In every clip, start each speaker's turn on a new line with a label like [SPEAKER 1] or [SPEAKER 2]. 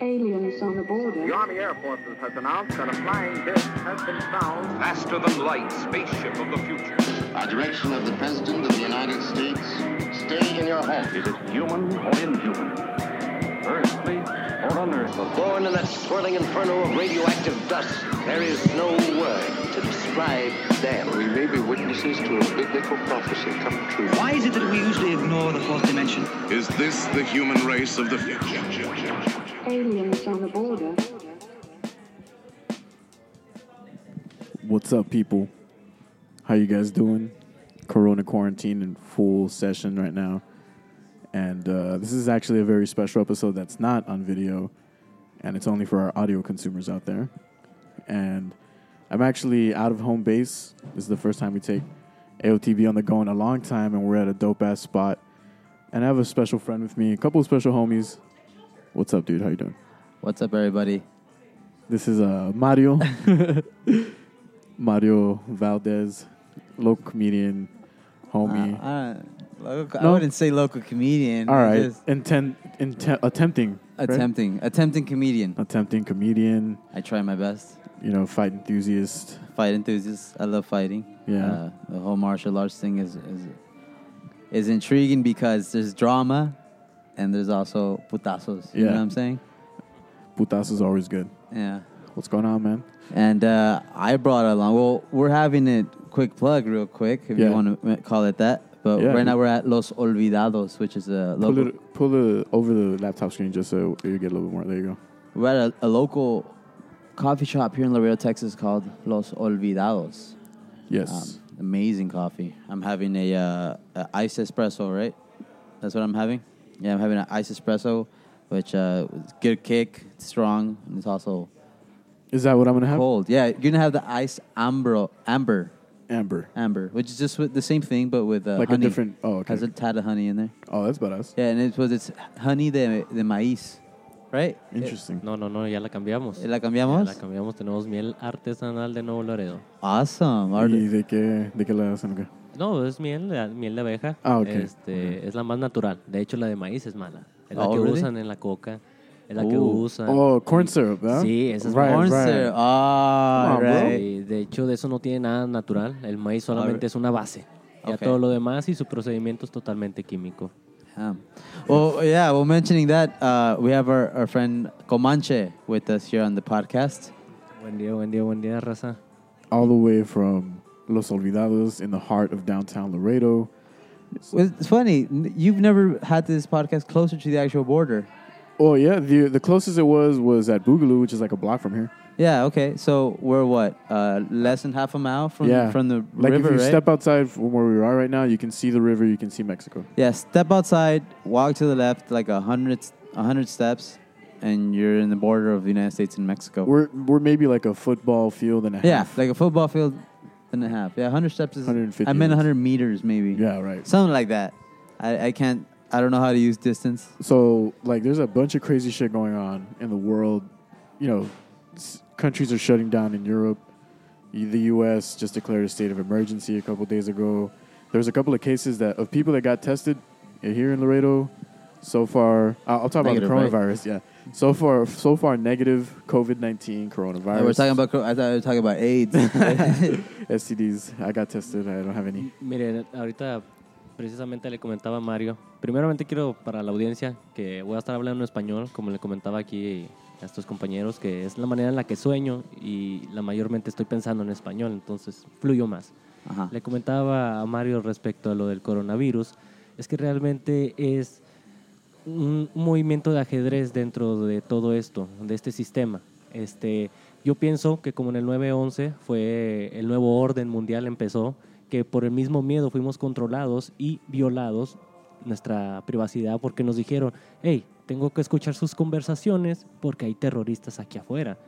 [SPEAKER 1] Aliens on the border.
[SPEAKER 2] The Army Air Forces has announced that a flying disc has been found.
[SPEAKER 3] Faster than light spaceship of the future.
[SPEAKER 4] A direction of the President of the United States. Stay in your home.
[SPEAKER 5] Is it human or inhuman? Earthly or unearthly?
[SPEAKER 6] Born in that swirling inferno of radioactive dust, there is no word to describe them.
[SPEAKER 7] We may be witnesses to a biblical prophecy come true.
[SPEAKER 8] Why is it that we usually ignore the fourth dimension?
[SPEAKER 9] Is this the human race of the future?
[SPEAKER 1] Aliens on the border.
[SPEAKER 10] What's up, people? How you guys doing? Corona quarantine in full session right now, and uh, this is actually a very special episode that's not on video, and it's only for our audio consumers out there. And I'm actually out of home base. This is the first time we take AOTV on the go in a long time, and we're at a dope ass spot. And I have a special friend with me, a couple of special homies. What's up, dude? How you doing?
[SPEAKER 11] What's up, everybody?
[SPEAKER 10] This is uh, Mario, Mario Valdez, local comedian,
[SPEAKER 11] Uh,
[SPEAKER 10] homie.
[SPEAKER 11] I, don't- local, I
[SPEAKER 10] No.
[SPEAKER 11] wouldn't say local comedian.
[SPEAKER 10] All
[SPEAKER 11] I
[SPEAKER 10] right,
[SPEAKER 11] just-
[SPEAKER 10] intent, intent, attempting, right?
[SPEAKER 11] attempting, attempting comedian.
[SPEAKER 10] attempting comedian.
[SPEAKER 11] I try my best.
[SPEAKER 10] You know, fight enthusiast.
[SPEAKER 11] Fight enthusiast. I love fighting.
[SPEAKER 10] Yeah.
[SPEAKER 11] Uh, the whole martial arts thing is, is is intriguing because there's drama, and there's also putazos. You
[SPEAKER 10] Yeah.
[SPEAKER 11] know what I'm saying?
[SPEAKER 10] Putas is always good.
[SPEAKER 11] Yeah.
[SPEAKER 10] What's going on, man?
[SPEAKER 11] And uh, I brought along. Well, we're having a quick plug, real quick, if
[SPEAKER 10] Yeah.
[SPEAKER 11] you want to call it that. But
[SPEAKER 10] Yeah.
[SPEAKER 11] right now we're at Los Olvidados, which is a
[SPEAKER 10] Pull
[SPEAKER 11] local.
[SPEAKER 10] it, pull it over the laptop screen just so you get a little bit more. There you go.
[SPEAKER 11] We're at a, a local coffee shop here in Laredo, Texas, called Los Olvidados. Um,
[SPEAKER 10] Yes.
[SPEAKER 11] amazing coffee. I'm having a, uh, a iced espresso, right? That's what I'm having. Yeah, I'm having an iced espresso, which uh, is good kick, strong, and it's also
[SPEAKER 10] is that what I'm gonna have?
[SPEAKER 11] cold. Yeah, you're gonna have the iced ambro, amber,
[SPEAKER 10] Amber.
[SPEAKER 11] amber, which is just with the same thing, but with uh,
[SPEAKER 10] Like a
[SPEAKER 11] honey.
[SPEAKER 10] different- oh, okay.
[SPEAKER 11] Has a tad of honey in there.
[SPEAKER 10] Oh, that's badass.
[SPEAKER 11] Yeah, and it was it's honey de, de maíz, right?
[SPEAKER 10] Interesting.
[SPEAKER 12] No, no, no, ya la cambiamos.
[SPEAKER 11] ¿La cambiamos?
[SPEAKER 12] Ya la cambiamos, tenemos miel artesanal de Nuevo Laredo.
[SPEAKER 11] Awesome. Art-
[SPEAKER 10] ¿Y de qué, de qué le hacen acá?
[SPEAKER 12] No, es miel, de- miel de abeja.
[SPEAKER 10] Ah, ok.
[SPEAKER 12] Este, Es la más natural. De hecho, la de maíz es mala. Es la
[SPEAKER 11] Oh,
[SPEAKER 12] que
[SPEAKER 11] really?
[SPEAKER 12] usan en la coca. Es la que
[SPEAKER 11] Oh.
[SPEAKER 12] usan.
[SPEAKER 10] Ah, Oh, corn syrup, ¿verdad?
[SPEAKER 12] Sí, esa es
[SPEAKER 10] Right,
[SPEAKER 12] corn
[SPEAKER 11] Corn
[SPEAKER 10] right.
[SPEAKER 11] syrup. Ah,
[SPEAKER 10] Come on, bro.
[SPEAKER 11] right.
[SPEAKER 12] Sí, de hecho, de eso no tiene nada natural. El maíz solamente es una base. Ya
[SPEAKER 11] Ok.
[SPEAKER 12] todo lo demás y su procedimiento es totalmente químico.
[SPEAKER 11] Um, well, yeah. Well, mentioning that, uh, we have our, our friend Comanche with us here on the podcast.
[SPEAKER 12] Buen día, buen día, buen día, raza.
[SPEAKER 10] All the way from Los Olvidados in the heart of downtown Laredo.
[SPEAKER 11] Well, It's funny n- you've never had this podcast closer to the actual border.
[SPEAKER 10] Oh yeah, the the closest it was was at Boogaloo, which is like a block from here.
[SPEAKER 11] Yeah. Okay. So we're what uh, less than half a mile from
[SPEAKER 10] yeah,
[SPEAKER 11] Oh, from the
[SPEAKER 10] like
[SPEAKER 11] river,
[SPEAKER 10] if you
[SPEAKER 11] right?
[SPEAKER 10] step outside from where we are right now, you can see the river, you can see Mexico.
[SPEAKER 11] yeah. Step outside, walk to the left like a hundred a hundred steps, and you're in the border of the United States and Mexico.
[SPEAKER 10] We're we're maybe like a football field and a
[SPEAKER 11] yeah,
[SPEAKER 10] half.
[SPEAKER 11] like a football field and a half. Yeah, 100 steps is.
[SPEAKER 10] 150
[SPEAKER 11] I meant
[SPEAKER 10] yards.
[SPEAKER 11] 100 meters, maybe.
[SPEAKER 10] yeah, right.
[SPEAKER 11] Something like that. I, I can't. I don't know how to use distance.
[SPEAKER 10] So like, there's a bunch of crazy shit going on in the world. You know, s- countries are shutting down in Europe. Y- The U.S. just declared a state of emergency a couple days ago. There's a couple of cases that of people that got tested here in Laredo. So far, I'll, I'll talk
[SPEAKER 11] Negative,
[SPEAKER 10] about
[SPEAKER 11] right?
[SPEAKER 10] the coronavirus. Yeah. So far, so far, negative COVID nineteen coronavirus.
[SPEAKER 11] we're talking about. I thought we were talking about AIDS. Uh-huh.
[SPEAKER 10] STDs. I got tested. I don't have any.
[SPEAKER 12] Mire, ahorita precisamente le comentaba a Mario. Primeramente quiero para la audiencia que voy a estar hablando en español, como le comentaba aquí a estos compañeros, que es la manera en la que sueño y la mayormente estoy pensando en español, entonces fluyo más.
[SPEAKER 11] Ajá.
[SPEAKER 12] Le comentaba a Mario respecto a lo del coronavirus, es que realmente es un un movimiento de ajedrez dentro de todo esto, de este sistema. Este, yo pienso que como en el 9-11 fue el nuevo orden mundial empezó, que por el mismo miedo fuimos controlados y violados nuestra privacidad porque nos dijeron, hey, tengo que escuchar sus conversaciones porque hay terroristas aquí afuera.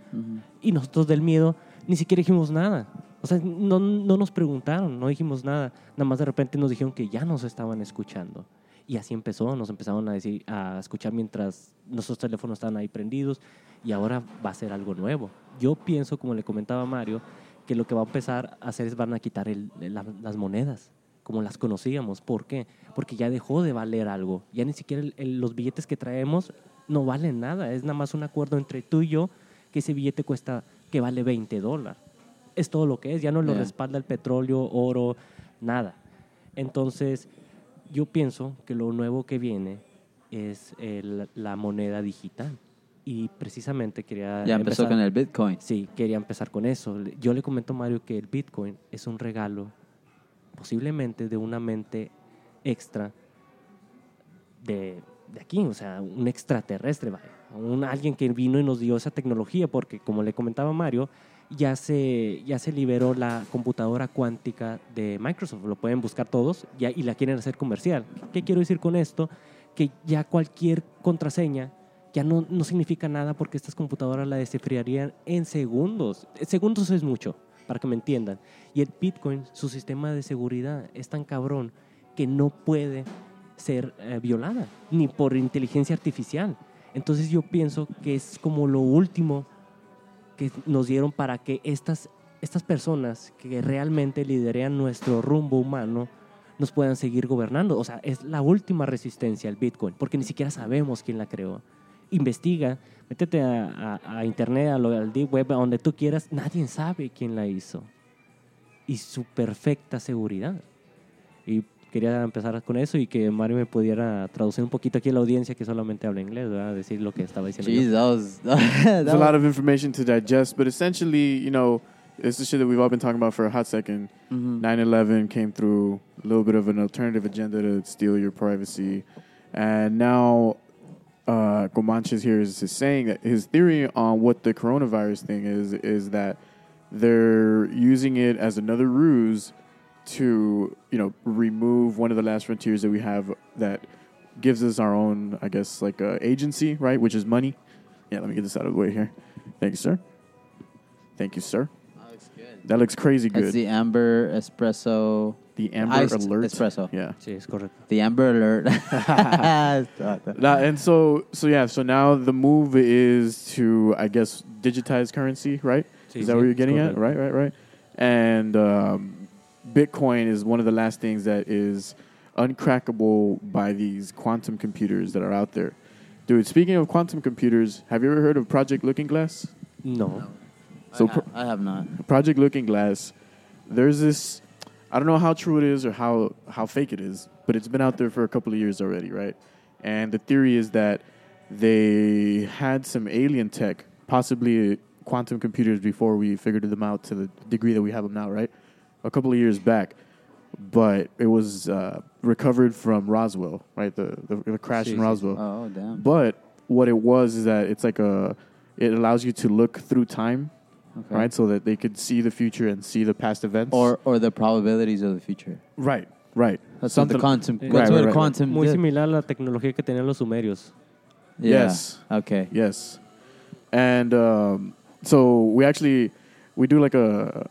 [SPEAKER 12] Y nosotros del miedo ni siquiera dijimos nada. O sea, no, no nos preguntaron, no dijimos nada. Nada más de repente nos dijeron que ya nos estaban escuchando. Y así empezó, nos empezaron a decir, a escuchar mientras nuestros teléfonos estaban ahí prendidos y ahora va a ser algo nuevo. Yo pienso, como le comentaba Mario, que lo que va a empezar a hacer es van a quitar el- la- las monedas como las conocíamos. ¿Por qué? Porque ya dejó de valer algo. Ya ni siquiera el- el- los billetes que traemos no vale nada, es nada más un acuerdo entre tú y yo que ese billete cuesta, que vale 20 dólares. Es todo lo que es, ya no lo
[SPEAKER 11] Yeah.
[SPEAKER 12] respalda el petróleo, oro, nada. Entonces, yo pienso que lo nuevo que viene es el- la moneda digital. Y precisamente quería...
[SPEAKER 10] eh,
[SPEAKER 11] Ya empezó
[SPEAKER 12] empezar-
[SPEAKER 11] con el Bitcoin.
[SPEAKER 12] Sí, quería empezar con eso. Le- Yo le comento a Mario que el Bitcoin es un regalo posiblemente de una mente extra de, de aquí, o sea, un extraterrestre, vaya. Un, alguien que vino y nos dio esa tecnología, porque como le comentaba Mario, ya se, ya se liberó la computadora cuántica de Microsoft, lo pueden buscar todos ya- y la quieren hacer comercial. ¿Qué quiero decir con esto? Que ya cualquier contraseña ya no, no significa nada porque estas computadoras la descifrarían en segundos. Eh, Segundos es mucho, para que me entiendan. Y el Bitcoin, su sistema de seguridad es tan cabrón que no puede ser eh, violada, ni por inteligencia artificial. Entonces yo pienso que es como lo último que nos dieron para que estas, estas personas que realmente liderean nuestro rumbo humano nos puedan seguir gobernando. O sea, es la última resistencia al Bitcoin, porque ni siquiera sabemos quién la creó. Investiga, métete a, a- a internet, a lo- al deep web, a donde tú quieras, nadie sabe quién la hizo. Y su perfecta seguridad. Y quería empezar con eso y que Mario me pudiera traducir un poquito aquí a la audiencia que solamente habla inglés, ¿verdad? Decir lo que estaba diciendo. yo.
[SPEAKER 11] Jeez, that was, that
[SPEAKER 10] There's a lot
[SPEAKER 11] was-
[SPEAKER 10] of information to digest, but essentially, you know, it's the shit that we've all been talking about for a hot 2nd
[SPEAKER 11] Mhm.
[SPEAKER 10] 9/11 came through a little bit of an alternative agenda to steal your privacy, and now uh, Comanches here is, is saying that his theory on what the coronavirus thing is is that they're using it as another ruse to you know remove one of the last frontiers that we have that gives us our own I guess like uh, agency right, which is money. Yeah, let me get this out of the way here. Thank you, sir. Thank you, sir. That looks crazy good.
[SPEAKER 11] That's the Amber Espresso.
[SPEAKER 10] The Amber
[SPEAKER 11] Iced
[SPEAKER 10] Alert?
[SPEAKER 11] Espresso.
[SPEAKER 10] Yeah.
[SPEAKER 12] Sí, es correcto.
[SPEAKER 11] The Amber Alert.
[SPEAKER 10] Nah, and so, so yeah. So now the move is to, I guess, digitize currency, right?
[SPEAKER 12] Sí,
[SPEAKER 10] is that
[SPEAKER 12] sí,
[SPEAKER 10] what you're
[SPEAKER 12] es
[SPEAKER 10] getting at?
[SPEAKER 12] correcto.
[SPEAKER 10] Right, right, right. And um, Bitcoin is one of the last things that is uncrackable by these quantum computers that are out there. Dude, speaking of quantum computers, have you ever heard of Project Looking Glass?
[SPEAKER 12] No.
[SPEAKER 10] So
[SPEAKER 11] I,
[SPEAKER 10] pro-
[SPEAKER 11] ha- I have not.
[SPEAKER 10] Project Looking Glass, there's this. I don't know how true it is or how how fake it is, but it's been out there for a couple of years already, right? And the theory is that they had some alien tech, possibly quantum computers, before we figured them out to the degree that we have them now, right? A couple of years back, but it was uh, recovered from Roswell, right? The the, the crash in
[SPEAKER 11] Jesus.
[SPEAKER 10] Roswell.
[SPEAKER 11] Oh, damn.
[SPEAKER 10] But what it was is that it's like a it allows you to look through time,
[SPEAKER 11] Okay.
[SPEAKER 10] right? So that they could see the future and see the past events.
[SPEAKER 11] Or, or the probabilities of the future.
[SPEAKER 10] right, right.
[SPEAKER 11] That's what the quantum.
[SPEAKER 10] Right,
[SPEAKER 11] That's
[SPEAKER 10] right,
[SPEAKER 11] what
[SPEAKER 10] right.
[SPEAKER 11] quantum.
[SPEAKER 12] Eh, Muy
[SPEAKER 11] did.
[SPEAKER 12] similar a la tecnología que tenían los sumerios.
[SPEAKER 11] Yeah.
[SPEAKER 10] Yes.
[SPEAKER 11] Okay.
[SPEAKER 10] Yes. And um, so we actually we do like a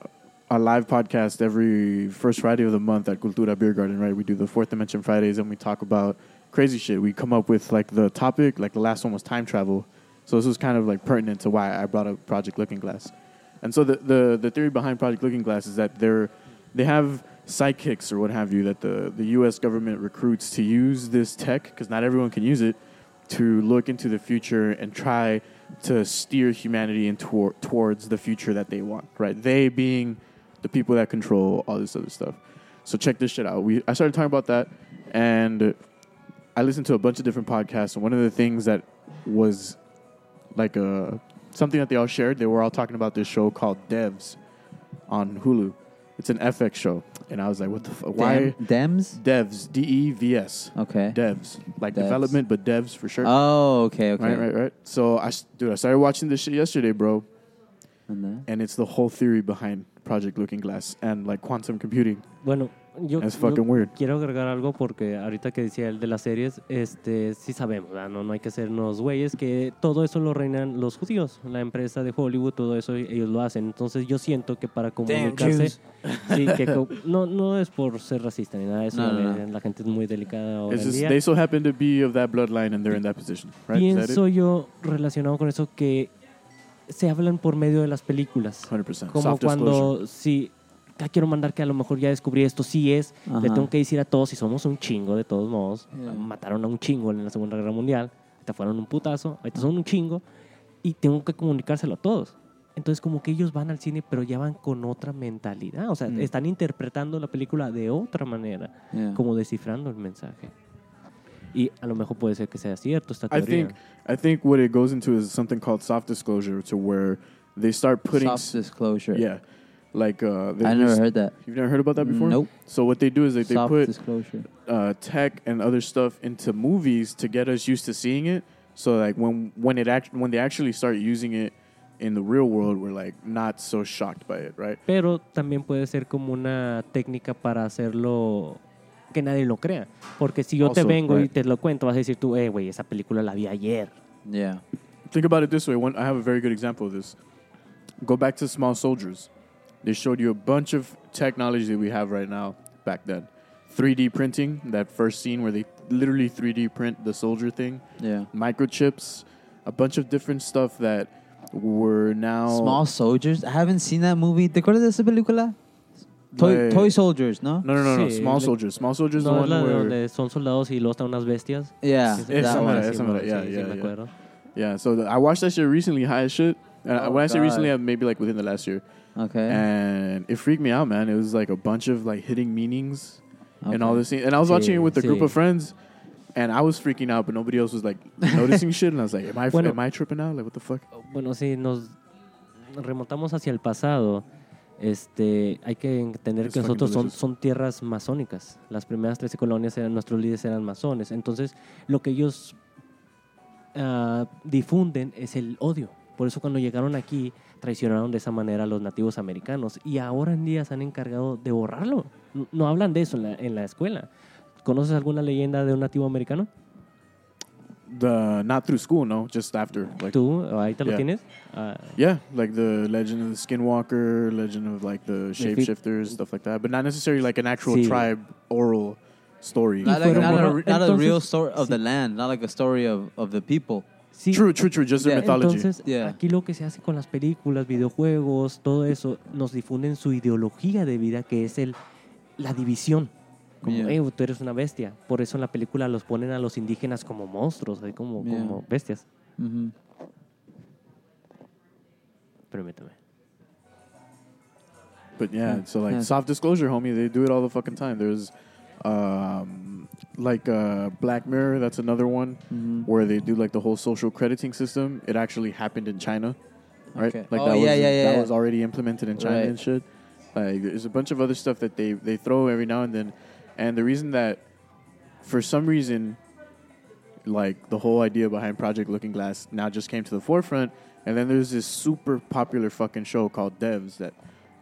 [SPEAKER 10] a live podcast every first Friday of the month at Cultura Beer Garden, right? We do the Fourth Dimension Fridays and we talk about crazy shit. We come up with like the topic, like the last one was time travel. So this was kind of like pertinent to why I brought up Project Looking Glass. And so the, the, the theory behind Project Looking Glass is that they're they have sidekicks or what have you that the, the US government recruits to use this tech because not everyone can use it to look into the future and try to steer humanity in tor- towards the future that they want, right? They being the people that control all this other stuff. So check this shit out. We I started talking about that and I listened to a bunch of different podcasts and one of the things that was like a something that they all shared. They were all talking about this show called Devs on Hulu. It's an FX show, and I was like, "What the fuck? Why
[SPEAKER 11] Dem- Dems?
[SPEAKER 10] Devs? D E V S?
[SPEAKER 11] Okay.
[SPEAKER 10] Devs like
[SPEAKER 11] Devs.
[SPEAKER 10] development, but Devs for sure.
[SPEAKER 11] Oh, okay, okay.
[SPEAKER 10] Right, right, right. So I, s- dude, I started watching this shit yesterday, bro,
[SPEAKER 11] And then-
[SPEAKER 10] and it's the whole theory behind Project Looking Glass and like quantum computing.
[SPEAKER 12] Bueno, yo,
[SPEAKER 10] That's
[SPEAKER 12] yo
[SPEAKER 10] fucking weird.
[SPEAKER 12] quiero agregar algo porque ahorita que decía el de las series, este, sí sabemos, ¿verdad? No, no hay que hacernos güeyes, que todo eso lo reinan los judíos, la empresa de Hollywood, todo eso ellos lo hacen. Entonces yo siento que para comunicarse... Sí, que co- no, no es por ser racista ni nada de eso,
[SPEAKER 11] No, no,
[SPEAKER 12] eh, la gente es muy delicada ahora
[SPEAKER 10] It's
[SPEAKER 12] en
[SPEAKER 10] just,
[SPEAKER 12] día.
[SPEAKER 10] they so happen to be of that bloodline, and they're in that position, right? Is that
[SPEAKER 12] Pienso
[SPEAKER 10] it?
[SPEAKER 12] yo, relacionado con eso, que se hablan por medio de las películas.
[SPEAKER 10] 100%.
[SPEAKER 12] Como
[SPEAKER 10] Soft disclosure.
[SPEAKER 12] cuando, sí, ya quiero mandar que a lo mejor ya descubrí esto, sí es,
[SPEAKER 11] Ajá.
[SPEAKER 12] le tengo que decir a todos, si somos un chingo de todos modos,
[SPEAKER 11] Yeah.
[SPEAKER 12] mataron a un chingo en la Segunda Guerra Mundial, ahorita fueron un putazo, ahorita son un chingo, y tengo que comunicárselo a todos. Entonces como que ellos van al cine, pero ya van con otra mentalidad, o sea,
[SPEAKER 11] Mm.
[SPEAKER 12] están interpretando la película de otra manera,
[SPEAKER 11] Yeah.
[SPEAKER 12] como descifrando el mensaje. Y a lo mejor puede ser que sea cierto esta
[SPEAKER 10] I
[SPEAKER 12] teoría.
[SPEAKER 10] think I think what it goes into is something called soft disclosure, to where they start putting
[SPEAKER 11] Soft disclosure.
[SPEAKER 10] Yeah, like uh, they-
[SPEAKER 11] I
[SPEAKER 10] they
[SPEAKER 11] never
[SPEAKER 10] s-
[SPEAKER 11] heard that.
[SPEAKER 10] You've never heard about that before?
[SPEAKER 11] Nope.
[SPEAKER 10] So what they do is like they
[SPEAKER 11] Soft
[SPEAKER 10] put
[SPEAKER 11] disclosure.
[SPEAKER 10] uh, tech and other stuff into movies to get us used to seeing it. So like when when it act- when they actually start using it in the real world, we're like not so shocked by it, right?
[SPEAKER 12] pero también puede ser como una técnica para hacerlo que nadie lo crea. Porque si yo te
[SPEAKER 10] Also,
[SPEAKER 12] vengo y
[SPEAKER 10] right.
[SPEAKER 12] te lo cuento, vas a decir tú, eh, güey, esa película la vi ayer.
[SPEAKER 11] Yeah.
[SPEAKER 10] Think about it this way. One, I have a very good example of this. Go back to Small Soldiers. They showed you a bunch of technology that we have right now back then. 3D printing, that first scene where they literally 3D print the soldier thing.
[SPEAKER 11] Yeah.
[SPEAKER 10] Microchips, a bunch of different stuff that were now.
[SPEAKER 11] Small Soldiers. I haven't seen that movie. ¿Te acuerdas de esa película? Toy,
[SPEAKER 10] Like-
[SPEAKER 11] Toy Soldiers, ¿no?
[SPEAKER 10] No, no, no, no.
[SPEAKER 12] Sí,
[SPEAKER 10] Small
[SPEAKER 12] like-
[SPEAKER 10] Soldiers. Small Soldiers is the
[SPEAKER 12] No, es
[SPEAKER 10] one
[SPEAKER 12] la de
[SPEAKER 10] where.
[SPEAKER 12] donde son soldados y luego están unas bestias.
[SPEAKER 11] Yeah,
[SPEAKER 12] Sí, sí,
[SPEAKER 10] Yeah,
[SPEAKER 11] that
[SPEAKER 10] something
[SPEAKER 11] one.
[SPEAKER 10] like that,
[SPEAKER 12] sí,
[SPEAKER 10] something
[SPEAKER 12] me-
[SPEAKER 10] like that. Yeah,
[SPEAKER 12] sí, sí,
[SPEAKER 10] yeah,
[SPEAKER 12] me
[SPEAKER 10] yeah.
[SPEAKER 12] acuerdo.
[SPEAKER 10] Yeah, so the, I watched that shit recently, high as shit. And I
[SPEAKER 11] Oh,
[SPEAKER 10] when I say
[SPEAKER 11] God.
[SPEAKER 10] recently, I maybe like within the last year.
[SPEAKER 11] Okay.
[SPEAKER 10] And it freaked me out, man. It was like a bunch of like hitting meanings and all
[SPEAKER 11] Okay.
[SPEAKER 10] this. thing. And I was watching
[SPEAKER 12] Sí,
[SPEAKER 10] it with a group
[SPEAKER 12] sí.
[SPEAKER 10] of friends, and I was freaking out, but nobody else was like noticing shit. And I was like, "Am I
[SPEAKER 12] Bueno.
[SPEAKER 10] am I tripping out? Like, what the fuck?"
[SPEAKER 11] Oh.
[SPEAKER 12] Bueno, si nos remontamos hacia el pasado, este, hay que entender
[SPEAKER 10] It's
[SPEAKER 12] que
[SPEAKER 10] fucking
[SPEAKER 12] nosotros son,
[SPEAKER 10] delicious.
[SPEAKER 12] son tierras masónicas. Las primeras 13 colonias eran nuestros líderes eran masones. Entonces, lo que ellos ah, difunden es el odio. Por eso cuando llegaron aquí traicionaron de esa manera a los nativos americanos y ahora en día se han encargado de borrarlo. No, no hablan de eso en la, en la escuela. ¿Conoces alguna leyenda de un nativo americano?
[SPEAKER 10] The not through school, no, just after. Like,
[SPEAKER 12] ¿Tú ahí te lo
[SPEAKER 10] Yeah.
[SPEAKER 12] tienes? Ah,
[SPEAKER 10] yeah, like the legend of the skinwalker, legend of like the
[SPEAKER 12] If it-
[SPEAKER 10] shapeshifters, stuff like that, but not necessarily like an actual
[SPEAKER 12] Sí.
[SPEAKER 10] tribe oral story.
[SPEAKER 11] Not, like,
[SPEAKER 12] fueron
[SPEAKER 11] not, a,
[SPEAKER 12] borrados.
[SPEAKER 11] not a real
[SPEAKER 12] Entonces-
[SPEAKER 11] story of the land, not like a story of, of the people.
[SPEAKER 12] sí.
[SPEAKER 10] True, true, true. Just
[SPEAKER 11] Yeah,
[SPEAKER 10] the mythology.
[SPEAKER 12] Entonces,
[SPEAKER 11] Yeah.
[SPEAKER 12] aquí lo que se hace con las películas, videojuegos, todo eso, nos difunden su ideología de vida, que es el, la división. Como,
[SPEAKER 11] Yeah.
[SPEAKER 12] "Eh, tú eres una bestia. Por eso en la película los ponen a los indígenas como monstruos, así como,
[SPEAKER 11] Yeah.
[SPEAKER 12] como bestias.
[SPEAKER 11] Mhm.
[SPEAKER 12] Permítame.
[SPEAKER 10] But yeah,
[SPEAKER 11] Yeah.
[SPEAKER 10] so like
[SPEAKER 11] Yeah.
[SPEAKER 10] soft disclosure, homie, they do it all the fucking time. There's um like uh Black Mirror, that's another one
[SPEAKER 11] Mhm.
[SPEAKER 10] where they do like the whole social crediting system. It actually happened in China. Right?
[SPEAKER 11] Okay.
[SPEAKER 10] Like
[SPEAKER 11] Oh,
[SPEAKER 10] that
[SPEAKER 11] yeah,
[SPEAKER 10] was
[SPEAKER 11] yeah, yeah,
[SPEAKER 10] that
[SPEAKER 11] yeah.
[SPEAKER 10] was already implemented in China
[SPEAKER 11] Right.
[SPEAKER 10] and shit. Like there's a bunch of other stuff that they they throw every now and then. And the reason that for some reason like the whole idea behind Project Looking Glass now just came to the forefront. And then there's this super popular fucking show called Devs that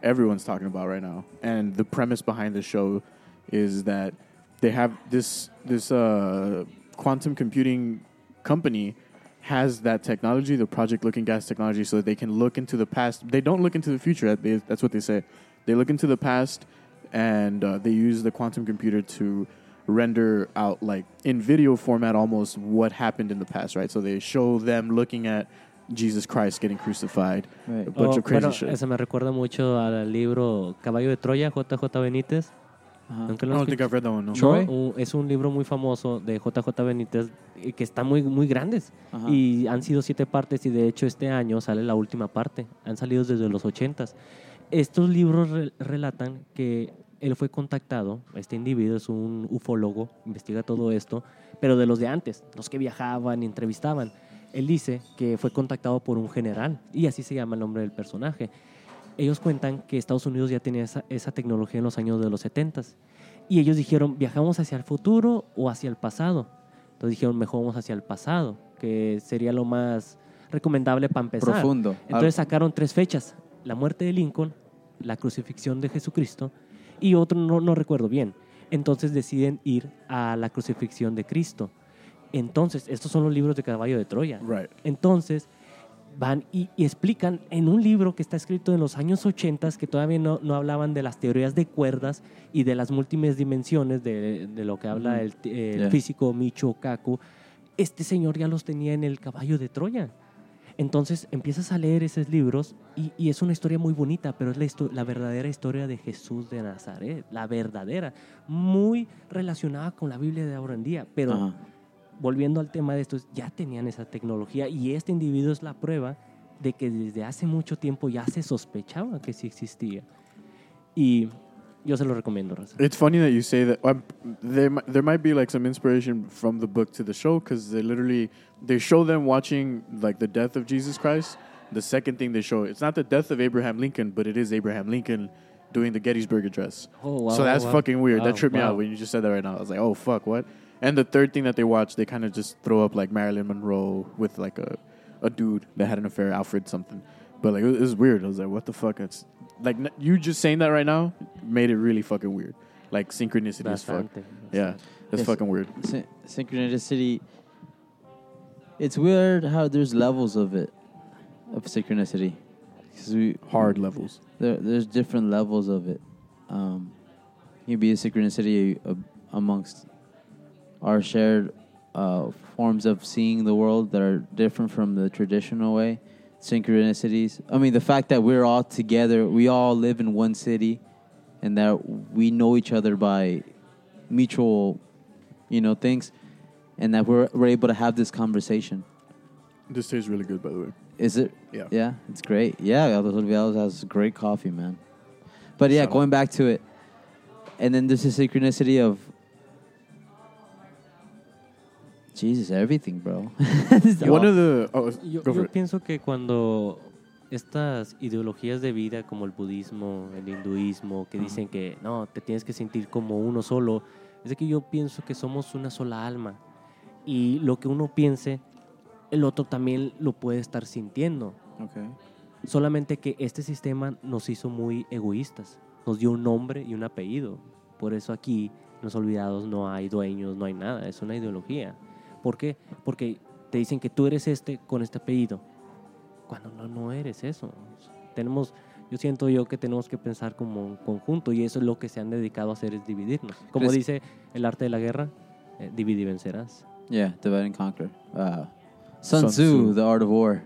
[SPEAKER 10] everyone's talking about right now. And the premise behind the show is that they have this this uh, quantum computing company has that technology, the Project Looking Glass technology, so that they can look into the past. They don't look into the future. that- they- That's what they say. They look into the past and uh, they use the quantum computer to render out like in video format almost what happened in the past, right? So they show them looking at Jesus Christ getting crucified,
[SPEAKER 11] Right.
[SPEAKER 10] a bunch
[SPEAKER 12] Oh,
[SPEAKER 10] of crazy
[SPEAKER 12] bueno,
[SPEAKER 10] shit.
[SPEAKER 12] eso me recuerda mucho al libro Caballo de Troya, JJ Benítez.
[SPEAKER 11] Ajá.
[SPEAKER 12] Nunca
[SPEAKER 10] I
[SPEAKER 12] lo has
[SPEAKER 10] don't think
[SPEAKER 12] escuchado.
[SPEAKER 10] I've read that one. Ah, No.
[SPEAKER 11] Sure. Troy?
[SPEAKER 12] No, u- es un libro muy famoso de JJ Benítez eh, que está muy, muy grandes.
[SPEAKER 11] Ajá.
[SPEAKER 12] Y han sido siete partes y de hecho este año sale la última parte. Han salido desde los ochentas. Estos libros re- relatan que él fue contactado, este individuo es un ufólogo, investiga todo esto, pero de los de antes, los que viajaban y entrevistaban. Él dice que fue contactado por un general y así se llama el nombre del personaje. Ellos cuentan que Estados Unidos ya tenía esa, esa tecnología en los años de los 70 y ellos dijeron, ¿viajamos hacia el futuro o hacia el pasado? Entonces dijeron, mejor vamos hacia el pasado, que sería lo más recomendable para empezar.
[SPEAKER 11] Profundo. Ah,
[SPEAKER 12] Entonces sacaron tres fechas, la muerte de Lincoln, la crucifixión de Jesucristo y otro no, no recuerdo bien. Entonces deciden ir a la crucifixión de Cristo. Entonces, estos son los libros de Caballo de Troya.
[SPEAKER 10] Right.
[SPEAKER 12] Entonces, van y, y explican en un libro que está escrito en los años 80 que todavía no, no hablaban de las teorías de cuerdas y de las múltiples dimensiones de, de lo que habla el, t- el
[SPEAKER 11] Yeah.
[SPEAKER 12] físico Michio Kaku. Este señor ya los tenía en el caballo de Troya. Entonces empiezas a leer esos libros y, y es una historia muy bonita, pero es la, histo- la verdadera historia de Jesús de Nazaret, la verdadera, muy relacionada con la Biblia de ahora en día, pero
[SPEAKER 11] Ajá.
[SPEAKER 12] volviendo al tema de estos, ya tenían esa tecnología y este individuo es la prueba de que desde hace mucho tiempo ya se sospechaba que sí existía. Y yo se lo recomiendo, Raza.
[SPEAKER 10] It's funny that you say that. Um, there, mi- there might be like some inspiration from the book to the show because they literally they show them watching like the death of Jesus Christ. The second thing they show it's not the death of Abraham Lincoln, but it is Abraham Lincoln doing the Gettysburg Address.
[SPEAKER 12] Oh, wow,
[SPEAKER 10] so that's
[SPEAKER 12] wow, wow.
[SPEAKER 10] fucking weird.
[SPEAKER 12] Wow,
[SPEAKER 10] that tripped me
[SPEAKER 12] wow.
[SPEAKER 10] out when you just said that right now. I was like, oh fuck, what? And the third thing that they watch, they kind of just throw up like Marilyn Monroe with like a a dude that had an affair, Alfred something. But like it was weird. I was like, what the fuck? It's like n- you just saying that right now made it really fucking weird. Like synchronicity as fuck.
[SPEAKER 12] Bastante,
[SPEAKER 10] Yeah, that's
[SPEAKER 11] Yes.
[SPEAKER 10] fucking weird.
[SPEAKER 11] Syn- synchronicity. It's weird how there's levels of it, of synchronicity. 'Cause we,
[SPEAKER 10] Hard levels.
[SPEAKER 11] There, there's different levels of it. Um, it can be a synchronicity a- amongst our shared uh, forms of seeing the world that are different from the traditional way. Synchronicities. I mean, the fact that we're all together, we all live in one city, and that we know each other by mutual, you know, things, and that we're, we're able to have this conversation.
[SPEAKER 10] This tastes really good, by the way.
[SPEAKER 11] Is it?
[SPEAKER 10] Yeah.
[SPEAKER 11] Yeah, it's great. Yeah, Los Olvidados has great coffee, man. But yeah, going back to it, and then there's a synchronicity of Jesus, everything, bro.
[SPEAKER 10] One of the oh,
[SPEAKER 12] Yo,
[SPEAKER 10] go
[SPEAKER 12] yo
[SPEAKER 10] for it.
[SPEAKER 12] pienso que cuando estas ideologías de vida como el budismo, el hinduismo, que dicen que no, te tienes que sentir como uno solo, es de que yo pienso que somos una sola alma y lo que uno piense, el otro también lo puede estar sintiendo.
[SPEAKER 11] okay.
[SPEAKER 12] Solamente que este sistema nos hizo muy egoístas, nos dio un nombre y un apellido. Por eso aquí, en los olvidados, no hay dueños, no hay nada, es una ideología. ¿Por qué? Porque te dicen que tú eres este con este apellido, cuando no, no eres eso. Tenemos, yo siento yo que tenemos que pensar como un conjunto y eso es lo que se han dedicado a hacer es dividirnos. Como
[SPEAKER 11] Pues-
[SPEAKER 12] dice el arte de la guerra, eh, divide y vencerás.
[SPEAKER 11] Yeah, divide and conquer. Uh, Sun,
[SPEAKER 10] Sun
[SPEAKER 11] Tzu,
[SPEAKER 10] Tzu.
[SPEAKER 11] The Art of War.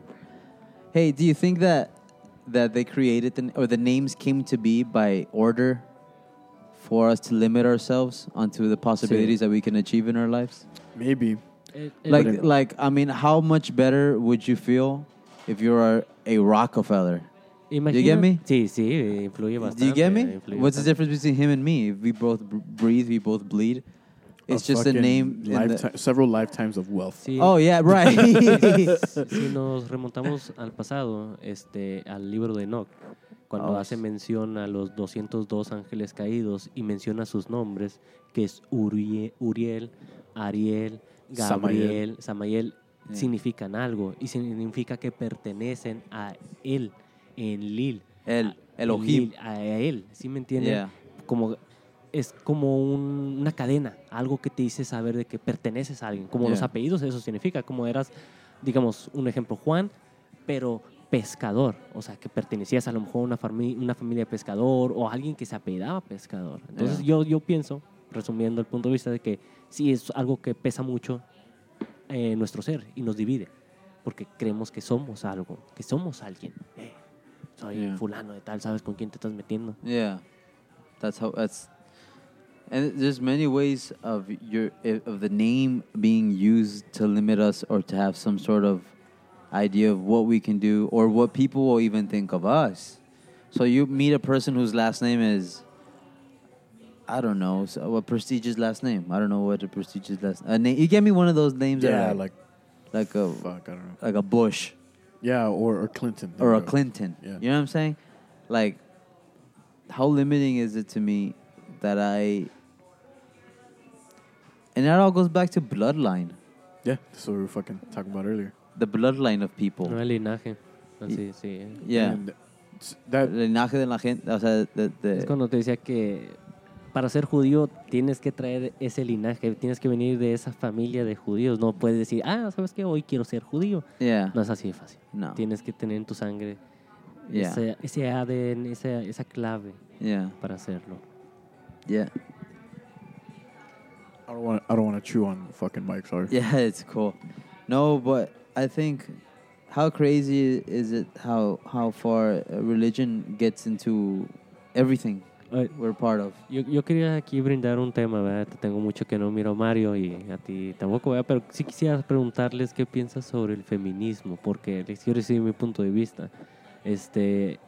[SPEAKER 11] Hey, do you think that that they created the, or the names came to be by order for us to limit ourselves onto the possibilities that we can achieve in our lives?
[SPEAKER 10] Maybe
[SPEAKER 12] Eh, eh,
[SPEAKER 11] like
[SPEAKER 10] Whatever.
[SPEAKER 11] like I mean, how much better would you feel if you are a Rockefeller?
[SPEAKER 12] imagina-
[SPEAKER 11] get me?
[SPEAKER 12] Sí, sí, eh, influye bastante.
[SPEAKER 11] Do you get me?
[SPEAKER 12] influye
[SPEAKER 11] What's the
[SPEAKER 12] bastante.
[SPEAKER 11] difference between him and me? If we both br- breathe, we both bleed. It's just a
[SPEAKER 10] fucking
[SPEAKER 11] name. in the-
[SPEAKER 10] lifetime, several lifetimes of wealth.
[SPEAKER 12] Sí.
[SPEAKER 11] Oh yeah, right.
[SPEAKER 12] si nos remontamos al pasado, este, al libro de Enoch, cuando
[SPEAKER 11] Oh,
[SPEAKER 12] hace
[SPEAKER 11] sí.
[SPEAKER 12] mención a los 202 ángeles caídos y menciona sus nombres, que es Urie- Uriel, Ariel, Gabriel, Samael,
[SPEAKER 11] Yeah.
[SPEAKER 12] significan algo y significa que pertenecen a él, en Lil.
[SPEAKER 11] El
[SPEAKER 12] a-
[SPEAKER 11] Elohim.
[SPEAKER 12] Lil, A él, ¿sí me entienden?
[SPEAKER 11] Yeah.
[SPEAKER 12] como es como un- una cadena, algo que te dice saber de que perteneces a alguien, como los
[SPEAKER 11] Yeah.
[SPEAKER 12] apellidos, eso significa, como eras, digamos, un ejemplo, Juan, pero pescador, o sea, que pertenecías a lo mejor a una, fami- una familia de pescador o alguien que se apellidaba pescador. Entonces
[SPEAKER 11] Yeah.
[SPEAKER 12] yo, yo pienso, resumiendo el punto de vista, de que sí es algo que pesa mucho eh, nuestro ser y nos divide, porque creemos que somos algo, que somos alguien. Eh, soy
[SPEAKER 11] Yeah.
[SPEAKER 12] fulano de tal, ¿sabes con quién te estás metiendo?
[SPEAKER 11] Yeah, that's how. That's and there's many ways of your i- of the name being used to limit us or to have some sort of idea of what we can do or what people will even think of us. So you meet a person whose last name is. I don't know so a prestigious last name. I don't know what a prestigious last a name. You get me one of those names. that
[SPEAKER 10] Yeah,
[SPEAKER 11] are
[SPEAKER 10] like
[SPEAKER 11] like a
[SPEAKER 10] fuck, I don't know.
[SPEAKER 11] like a Bush
[SPEAKER 10] Yeah, or, or Clinton There
[SPEAKER 11] or a
[SPEAKER 10] you go.
[SPEAKER 11] Clinton.
[SPEAKER 10] Mm-hmm. Yeah.
[SPEAKER 11] You know what I'm saying? Like, how limiting is it to me that I. And that all goes back to bloodline,
[SPEAKER 10] Yeah, that's what we were fucking talking about earlier.
[SPEAKER 11] the bloodline of people.
[SPEAKER 12] No el linaje. Así, sí. eh.
[SPEAKER 11] Yeah.
[SPEAKER 10] And s- that
[SPEAKER 11] El linaje de la gente, o sea, de- de-
[SPEAKER 12] Es cuando te decía que para ser judío tienes que traer ese linaje, tienes que venir de esa familia de judíos. No puedes decir, ah, ¿sabes qué? Hoy quiero ser judío.
[SPEAKER 11] yeah,
[SPEAKER 12] No es así de fácil.
[SPEAKER 11] No.
[SPEAKER 12] Tienes que tener en tu sangre
[SPEAKER 11] yeah,
[SPEAKER 12] ese, ese ADN, esa, esa clave
[SPEAKER 11] yeah,
[SPEAKER 12] para hacerlo.
[SPEAKER 11] yeah,
[SPEAKER 10] I don't want. I don't want to chew on the fucking mic. Sorry.
[SPEAKER 11] yeah. It's cool. No, but I think how crazy is it how how far uh, religion gets into everything.
[SPEAKER 12] Eh,
[SPEAKER 11] we're part of.
[SPEAKER 12] Yo, yo quería aquí brindar un tema, ¿verdad? Te Tengo mucho que no miro Mario y a ti tampoco, ¿verdad? Pero sí quisiera preguntarles qué piensas sobre el feminismo, porque les quiero decir mi punto de vista. Este,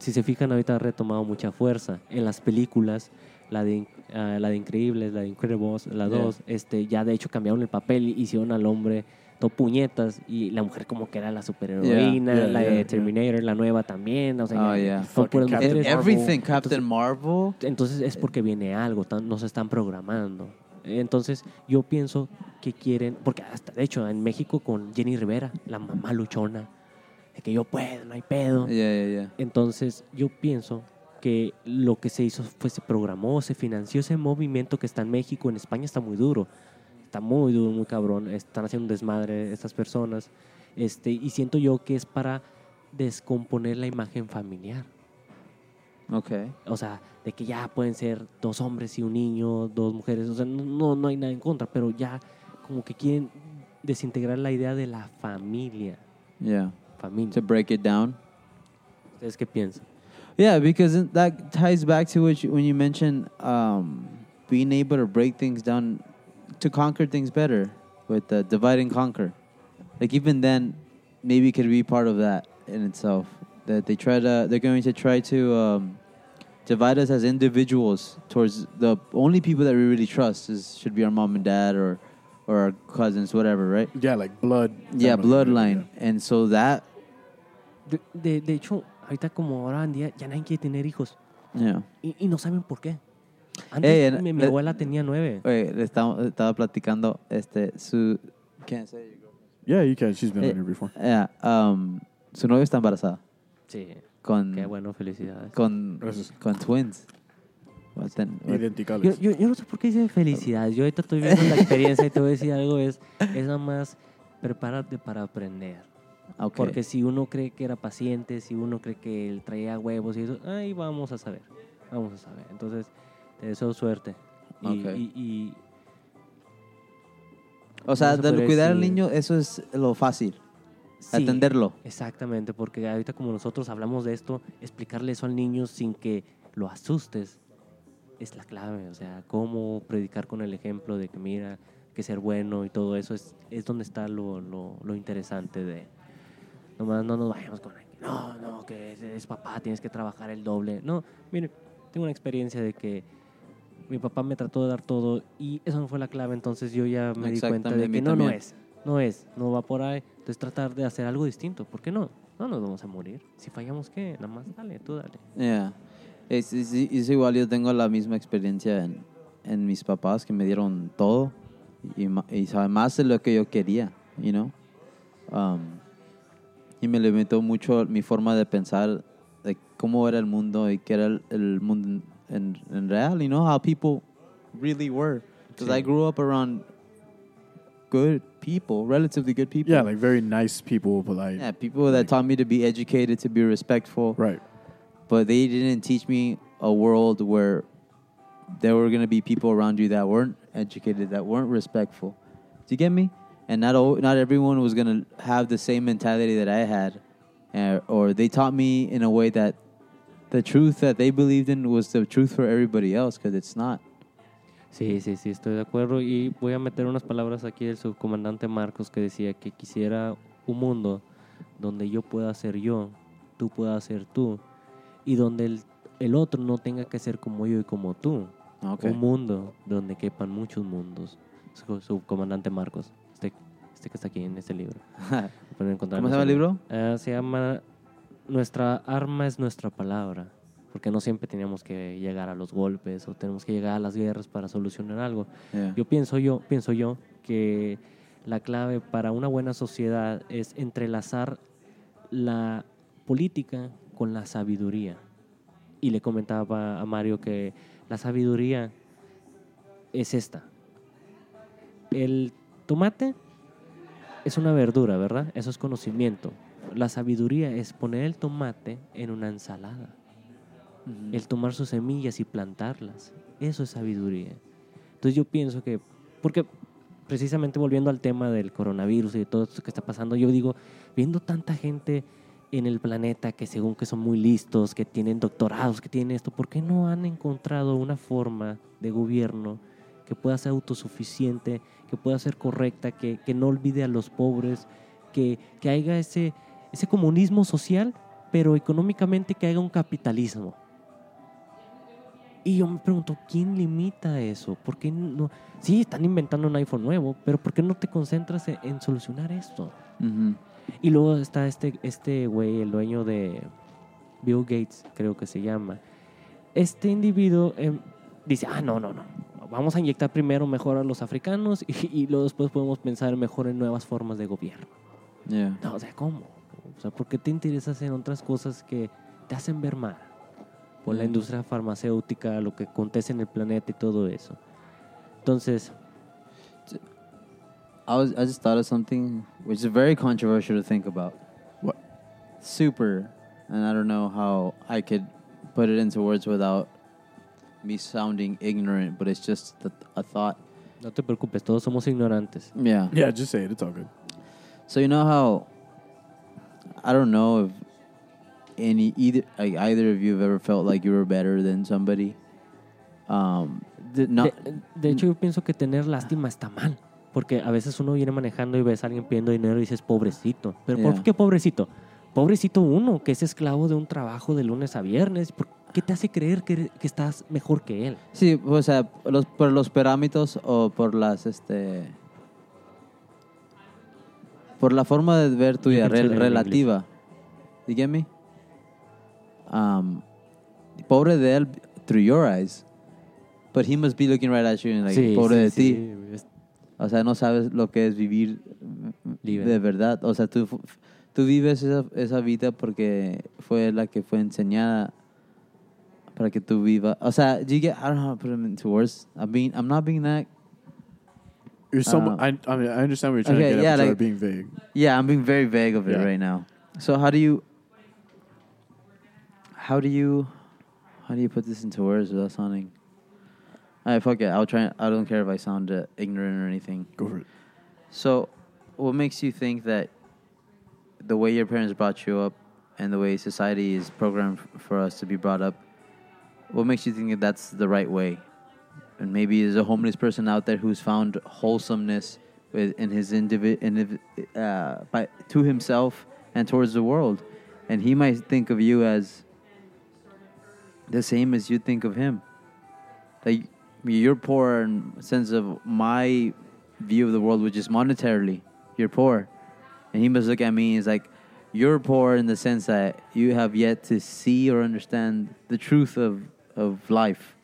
[SPEAKER 12] si se fijan, ahorita ha retomado mucha fuerza en las películas, la de, In- ah, la de Increíbles, la de Incredibles, la
[SPEAKER 11] Yeah.
[SPEAKER 12] 2, este, ya de hecho cambiaron el papel y hicieron al hombre todo puñetas y la mujer como que era la superheroína,
[SPEAKER 10] Yeah,
[SPEAKER 12] la
[SPEAKER 10] yeah,
[SPEAKER 12] de Terminator, la nueva también, o sea,
[SPEAKER 11] Oh,
[SPEAKER 12] ya-
[SPEAKER 11] yeah.
[SPEAKER 12] son puras
[SPEAKER 10] Captain
[SPEAKER 12] mujeres.
[SPEAKER 11] Everything Captain Marvel.
[SPEAKER 12] Entonces es porque viene algo, tan- nos están programando. Entonces yo pienso que quieren, porque hasta de hecho en México con Jenny Rivera, la mamá luchona, de que yo puedo, no hay pedo.
[SPEAKER 11] Yeah, yeah, yeah.
[SPEAKER 12] Entonces yo pienso que lo que se hizo fue se programó, se financió ese movimiento que está en México, en España está muy duro, está muy duro, muy cabrón, están haciendo un desmadre estas personas, este, y siento yo que es para descomponer la imagen familiar.
[SPEAKER 11] Okay.
[SPEAKER 12] O sea, de que ya pueden ser dos hombres y un niño, dos mujeres. O sea, no, no hay nada en contra, pero ya como que quieren desintegrar la idea de la familia.
[SPEAKER 11] Yeah. To
[SPEAKER 12] Familia.
[SPEAKER 11] break it down.
[SPEAKER 12] ¿Ustedes qué piensan?
[SPEAKER 11] Yeah, because it- that ties back to what you, when you mentioned um, being able to break things down to conquer things better with the divide and conquer. Like even then, maybe it could be part of that in itself. That they try to, they're going to try to um, divide us as individuals towards the only people that we really trust is should be our mom and dad or or our cousins, whatever, right?
[SPEAKER 10] Yeah, like blood.
[SPEAKER 11] Yeah,
[SPEAKER 10] family,
[SPEAKER 11] bloodline, and so that,
[SPEAKER 12] De, de- de hecho, ahorita como ahora en día ya nadie quiere tener hijos
[SPEAKER 11] yeah.
[SPEAKER 12] y, y no saben por qué. Antes
[SPEAKER 11] Ey, en-
[SPEAKER 12] mi, mi
[SPEAKER 11] le-
[SPEAKER 12] abuela tenía nueve.
[SPEAKER 11] Oye, le estaba, estaba platicando este su can't say it, girl.
[SPEAKER 10] Yeah, you can. She's been
[SPEAKER 11] Eh,
[SPEAKER 10] on here before.
[SPEAKER 11] Yeah, um, su novia está embarazada
[SPEAKER 12] Sí,
[SPEAKER 11] con
[SPEAKER 12] qué bueno, felicidades.
[SPEAKER 11] con
[SPEAKER 10] Gracias.
[SPEAKER 11] con twins. Well, then-
[SPEAKER 12] Yo,
[SPEAKER 10] Identicales.
[SPEAKER 12] yo, yo no sé por qué dicen felicidades. Yo ahorita estoy viendo la experiencia y te voy a decir algo, es, es nada más prepárate para aprender.
[SPEAKER 11] okay.
[SPEAKER 12] Porque si uno cree que era paciente, si uno cree que él traía huevos y eso, ahí vamos a saber. Vamos a saber. Entonces, te deseo suerte. Y,
[SPEAKER 11] Ok.
[SPEAKER 12] y- y-
[SPEAKER 11] o sea,
[SPEAKER 12] no se
[SPEAKER 11] de
[SPEAKER 12] puede
[SPEAKER 11] cuidar al
[SPEAKER 12] decir.
[SPEAKER 11] niño eso es lo fácil,
[SPEAKER 12] sí,
[SPEAKER 11] atenderlo.
[SPEAKER 12] Exactamente, porque ahorita como nosotros hablamos de esto, explicarle eso al niño sin que lo asustes es la clave. O sea, cómo predicar con el ejemplo de que mira, que ser bueno y todo eso es, es donde está lo, lo, lo interesante de... Nomás no nos vayamos con... No, no, que es, es papá, tienes que trabajar el doble. No, miren, tengo una experiencia de que mi papá me trató de dar todo y eso no fue la clave, entonces yo ya me di
[SPEAKER 11] Exactamente,
[SPEAKER 12] cuenta
[SPEAKER 11] a
[SPEAKER 12] de
[SPEAKER 11] mí
[SPEAKER 12] que no, no
[SPEAKER 11] también.
[SPEAKER 12] es, no es, no va por ahí. Entonces tratar de hacer algo distinto, ¿por qué no? No nos vamos a morir. Si fallamos, ¿qué? Nada más dale, tú dale.
[SPEAKER 11] Yeah. Es, es- es igual, yo tengo la misma experiencia en, en mis papás que me dieron todo y, ma- y sabe, más de lo que yo quería, you know? Um, y me limitó mucho mi forma de pensar de cómo era el mundo y qué era el, el mundo en, en real, you know, how people really were. Because I grew up around good people, relatively good people.
[SPEAKER 10] Yeah, like very nice people, but like
[SPEAKER 11] yeah, people that taught me to be educated, to be respectful
[SPEAKER 10] right.
[SPEAKER 11] but they didn't teach me a world where there were going to be people around you that weren't educated, that weren't respectful. Do you get me? And not all, not everyone was going to have the same mentality that I had, uh, or they taught me in a way that the truth that they believed in was the truth for everybody else because it's not.
[SPEAKER 12] Sí, sí, sí, estoy de acuerdo. Y voy a meter unas palabras aquí del subcomandante Marcos que decía que quisiera un mundo donde yo pueda ser yo, tú puedas ser tú, y donde el, el otro no tenga que ser como yo y como tú. Un mundo donde quepan muchos mundos. Su- Subcomandante Marcos, este, este que está aquí en este libro. Lo pueden encontrar
[SPEAKER 11] ¿Cómo
[SPEAKER 12] en
[SPEAKER 11] se llama el
[SPEAKER 12] ese
[SPEAKER 11] libro?
[SPEAKER 12] Eh, se llama Nuestra arma es nuestra palabra. Porque no siempre tenemos que llegar a los golpes o tenemos que llegar a las guerras para solucionar algo.
[SPEAKER 11] Yeah.
[SPEAKER 12] Yo pienso yo, pienso yo que la clave para una buena sociedad es entrelazar la política con la sabiduría. Y le comentaba a Mario que la sabiduría es esta. El tomate es una verdura, ¿verdad? Eso es conocimiento. La sabiduría es poner el tomate en una ensalada. El tomar sus semillas y plantarlas. Eso es sabiduría. Entonces yo pienso que, porque precisamente volviendo al tema del coronavirus y de todo esto que está pasando, yo digo, viendo tanta gente eh, en el planeta que según que son muy listos, que tienen doctorados, que tienen esto, ¿por qué no han encontrado una forma de gobierno que pueda ser autosuficiente, que pueda ser correcta, que, que no olvide a los pobres, que, que haya ese, ese comunismo social, pero económicamente que haya un capitalismo? Y yo me pregunto, ¿quién limita eso? ¿Por qué no? Sí, están inventando un iPhone nuevo, pero ¿por qué no te concentras e-, en, en solucionar esto?
[SPEAKER 11] Ujú.
[SPEAKER 12] Y luego está este este güey, el dueño de Bill Gates, creo que se llama. Este individuo em, dice, ah, no, no, no. Vamos a inyectar primero mejor a los africanos y, y luego después podemos pensar mejor en nuevas formas de gobierno.
[SPEAKER 11] Yeah.
[SPEAKER 12] No, o sea, ¿cómo? O sea, ¿por qué te interesas en otras cosas que te hacen ver mal? Por la
[SPEAKER 11] Mm.
[SPEAKER 12] industria farmacéutica, lo que acontece en el planeta y todo eso. Entonces,
[SPEAKER 11] I was I just thought of something which is very controversial to think about.
[SPEAKER 10] What?
[SPEAKER 11] Super, and I don't know how I could put it into words without me sounding ignorant, but it's just th- a thought.
[SPEAKER 12] no te preocupes, todos somos ignorantes.
[SPEAKER 11] Yeah.
[SPEAKER 10] Yeah, just say it. It's all good.
[SPEAKER 11] So you know how I don't know if any either like either of you have ever felt like you were better than somebody. Um, th- not
[SPEAKER 12] De, de hecho, yo pienso que tener lástima está mal. Porque a veces uno viene manejando y ves a alguien pidiendo dinero y dices, pobrecito. ¿Pero
[SPEAKER 11] Yeah.
[SPEAKER 12] por qué pobrecito? Pobrecito uno, que es esclavo de un trabajo de lunes a viernes. ¿Por ¿Qué te hace creer que, que estás mejor que él?
[SPEAKER 11] Sí, o sea, los, por los parámetros o por las, este... Por la forma de ver tuya,
[SPEAKER 12] Yo pensé
[SPEAKER 11] rel-
[SPEAKER 12] en inglés.
[SPEAKER 11] relativa. You get me? Um, pobre de él through your eyes. But he must be looking right at you and like,
[SPEAKER 12] Sí,
[SPEAKER 11] pobre
[SPEAKER 12] sí,
[SPEAKER 11] de ti.
[SPEAKER 12] sí, es-
[SPEAKER 11] O sea, no sabes lo que es vivir
[SPEAKER 12] Libre.
[SPEAKER 11] de verdad. O sea, tú, tú vives esa, esa vida porque fue la que fue enseñada para que tú vivas. O sea, you get, I don't know how to put them into words. I'm, being, I'm not being that.
[SPEAKER 10] You're some.
[SPEAKER 11] Uh,
[SPEAKER 10] I, I mean, I understand what you're trying
[SPEAKER 11] okay,
[SPEAKER 10] to get
[SPEAKER 11] yeah,
[SPEAKER 10] at, but you're
[SPEAKER 11] like-
[SPEAKER 10] being vague.
[SPEAKER 11] Yeah, I'm being very vague of it
[SPEAKER 10] Yeah.
[SPEAKER 11] right now. So how do you, how do you, how do you put this into words without sounding? All right, fuck it. I'll try. I don't care if I sound uh, ignorant or anything.
[SPEAKER 10] Go for it.
[SPEAKER 11] So, what makes you think that the way your parents brought you up and the way society is programmed f- for us to be brought up, what makes you think that that's the right way? And maybe there's a homeless person out there who's found wholesomeness with, in his indivi- indiv- uh, by, to himself and towards the world, and he might think of you as the same as you think of him. Like you're poor in sense of my view of the world, which is monetarily, you're poor, and he must look at me. and He's like, you're poor in the sense that you have yet to see or understand the truth of of life,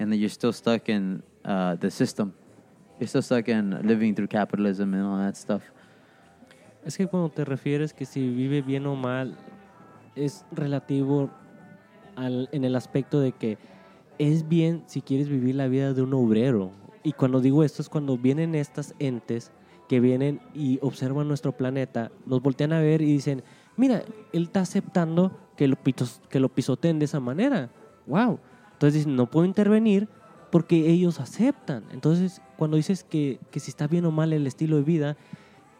[SPEAKER 11] and that you're still stuck in uh, the system. You're still stuck in living through capitalism and all that stuff.
[SPEAKER 12] Es que cuando te refieres que si vive bien o mal, es relativo al- en el aspecto de que es bien si quieres vivir la vida de un obrero. Y cuando digo esto es cuando vienen estas entes que vienen y observan nuestro planeta, nos voltean a ver y dicen, mira, él está aceptando que lo, pitos- que lo pisoteen de esa manera. ¡Wow! Entonces dicen, no puedo intervenir porque ellos aceptan. Entonces, cuando dices que, que si está bien o mal el estilo de vida,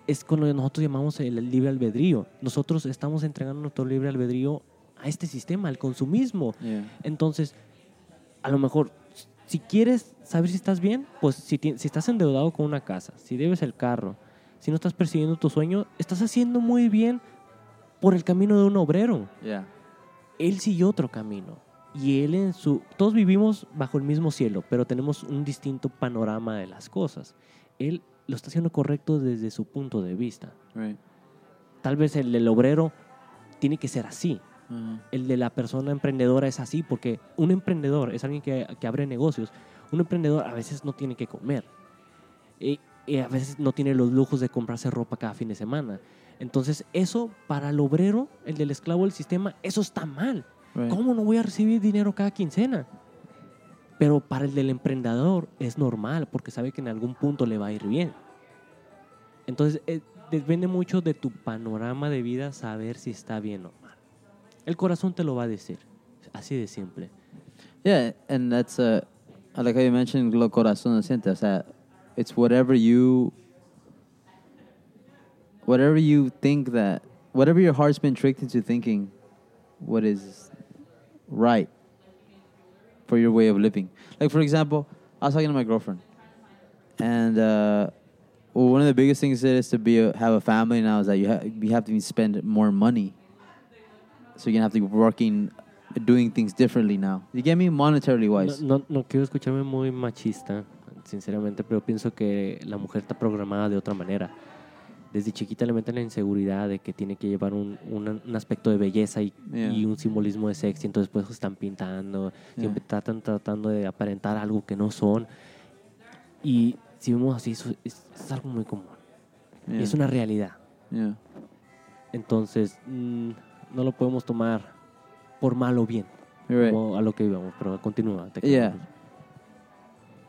[SPEAKER 12] es con lo que nosotros llamamos el libre albedrío. Nosotros estamos entregando nuestro libre albedrío a este sistema, al consumismo.
[SPEAKER 11] Yeah.
[SPEAKER 12] Entonces, a lo mejor, si quieres saber si estás bien, pues si, ti- si estás endeudado con una casa, si debes el carro, si no estás persiguiendo tu sueño, estás haciendo muy bien por el camino de un obrero.
[SPEAKER 11] Yeah.
[SPEAKER 12] Él siguió otro camino. Y él en su... Todos vivimos bajo el mismo cielo, pero tenemos un distinto panorama de las cosas. Él lo está haciendo correcto desde su punto de vista.
[SPEAKER 11] Right.
[SPEAKER 12] Tal vez el del obrero tiene que ser así,
[SPEAKER 11] Uh-huh.
[SPEAKER 12] el de la persona emprendedora es así, porque un emprendedor es alguien que, que abre negocios. Un emprendedor a veces no tiene que comer. Y, y a veces no tiene los lujos de comprarse ropa cada fin de semana. Entonces, eso para el obrero, el del esclavo del sistema, eso está mal.
[SPEAKER 11] Right.
[SPEAKER 12] ¿Cómo no voy a recibir dinero cada quincena? Pero para el del emprendedor es normal porque sabe que en algún punto le va a ir bien. Entonces, eh, depende mucho de tu panorama de vida saber si está bien o mal. El corazón te lo va a decir, así de simple.
[SPEAKER 11] Yeah, and that's uh, like how you mentioned, lo corazón siente. O sea, it's whatever you, whatever you think that, whatever your heart's been tricked into thinking, what is right for your way of living. Like for example, I was talking to my girlfriend, and uh, well, one of the biggest things it is to be a, have a family now is that you ha- you have to be spend more money, so you're gonna have to be working, doing things differently now. You get me, monetarily wise.
[SPEAKER 12] Pues No, no, no quiero escucharme muy machista, sinceramente, pero pienso que la mujer está programada de otra manera. Desde chiquita le meten la inseguridad de que tiene que llevar un, un- un aspecto de belleza y,
[SPEAKER 11] Yeah.
[SPEAKER 12] y un simbolismo de sexy, entonces pues están pintando, siempre tratan tratando de aparentar algo que no son. Y si vemos así, eso es, es algo muy común. Y
[SPEAKER 11] Yeah.
[SPEAKER 12] es una realidad.
[SPEAKER 11] Yeah.
[SPEAKER 12] Entonces, mm, no lo podemos tomar por mal o bien.
[SPEAKER 11] You're right.
[SPEAKER 12] Como a lo que íbamos, pero continúa. te
[SPEAKER 11] Yeah.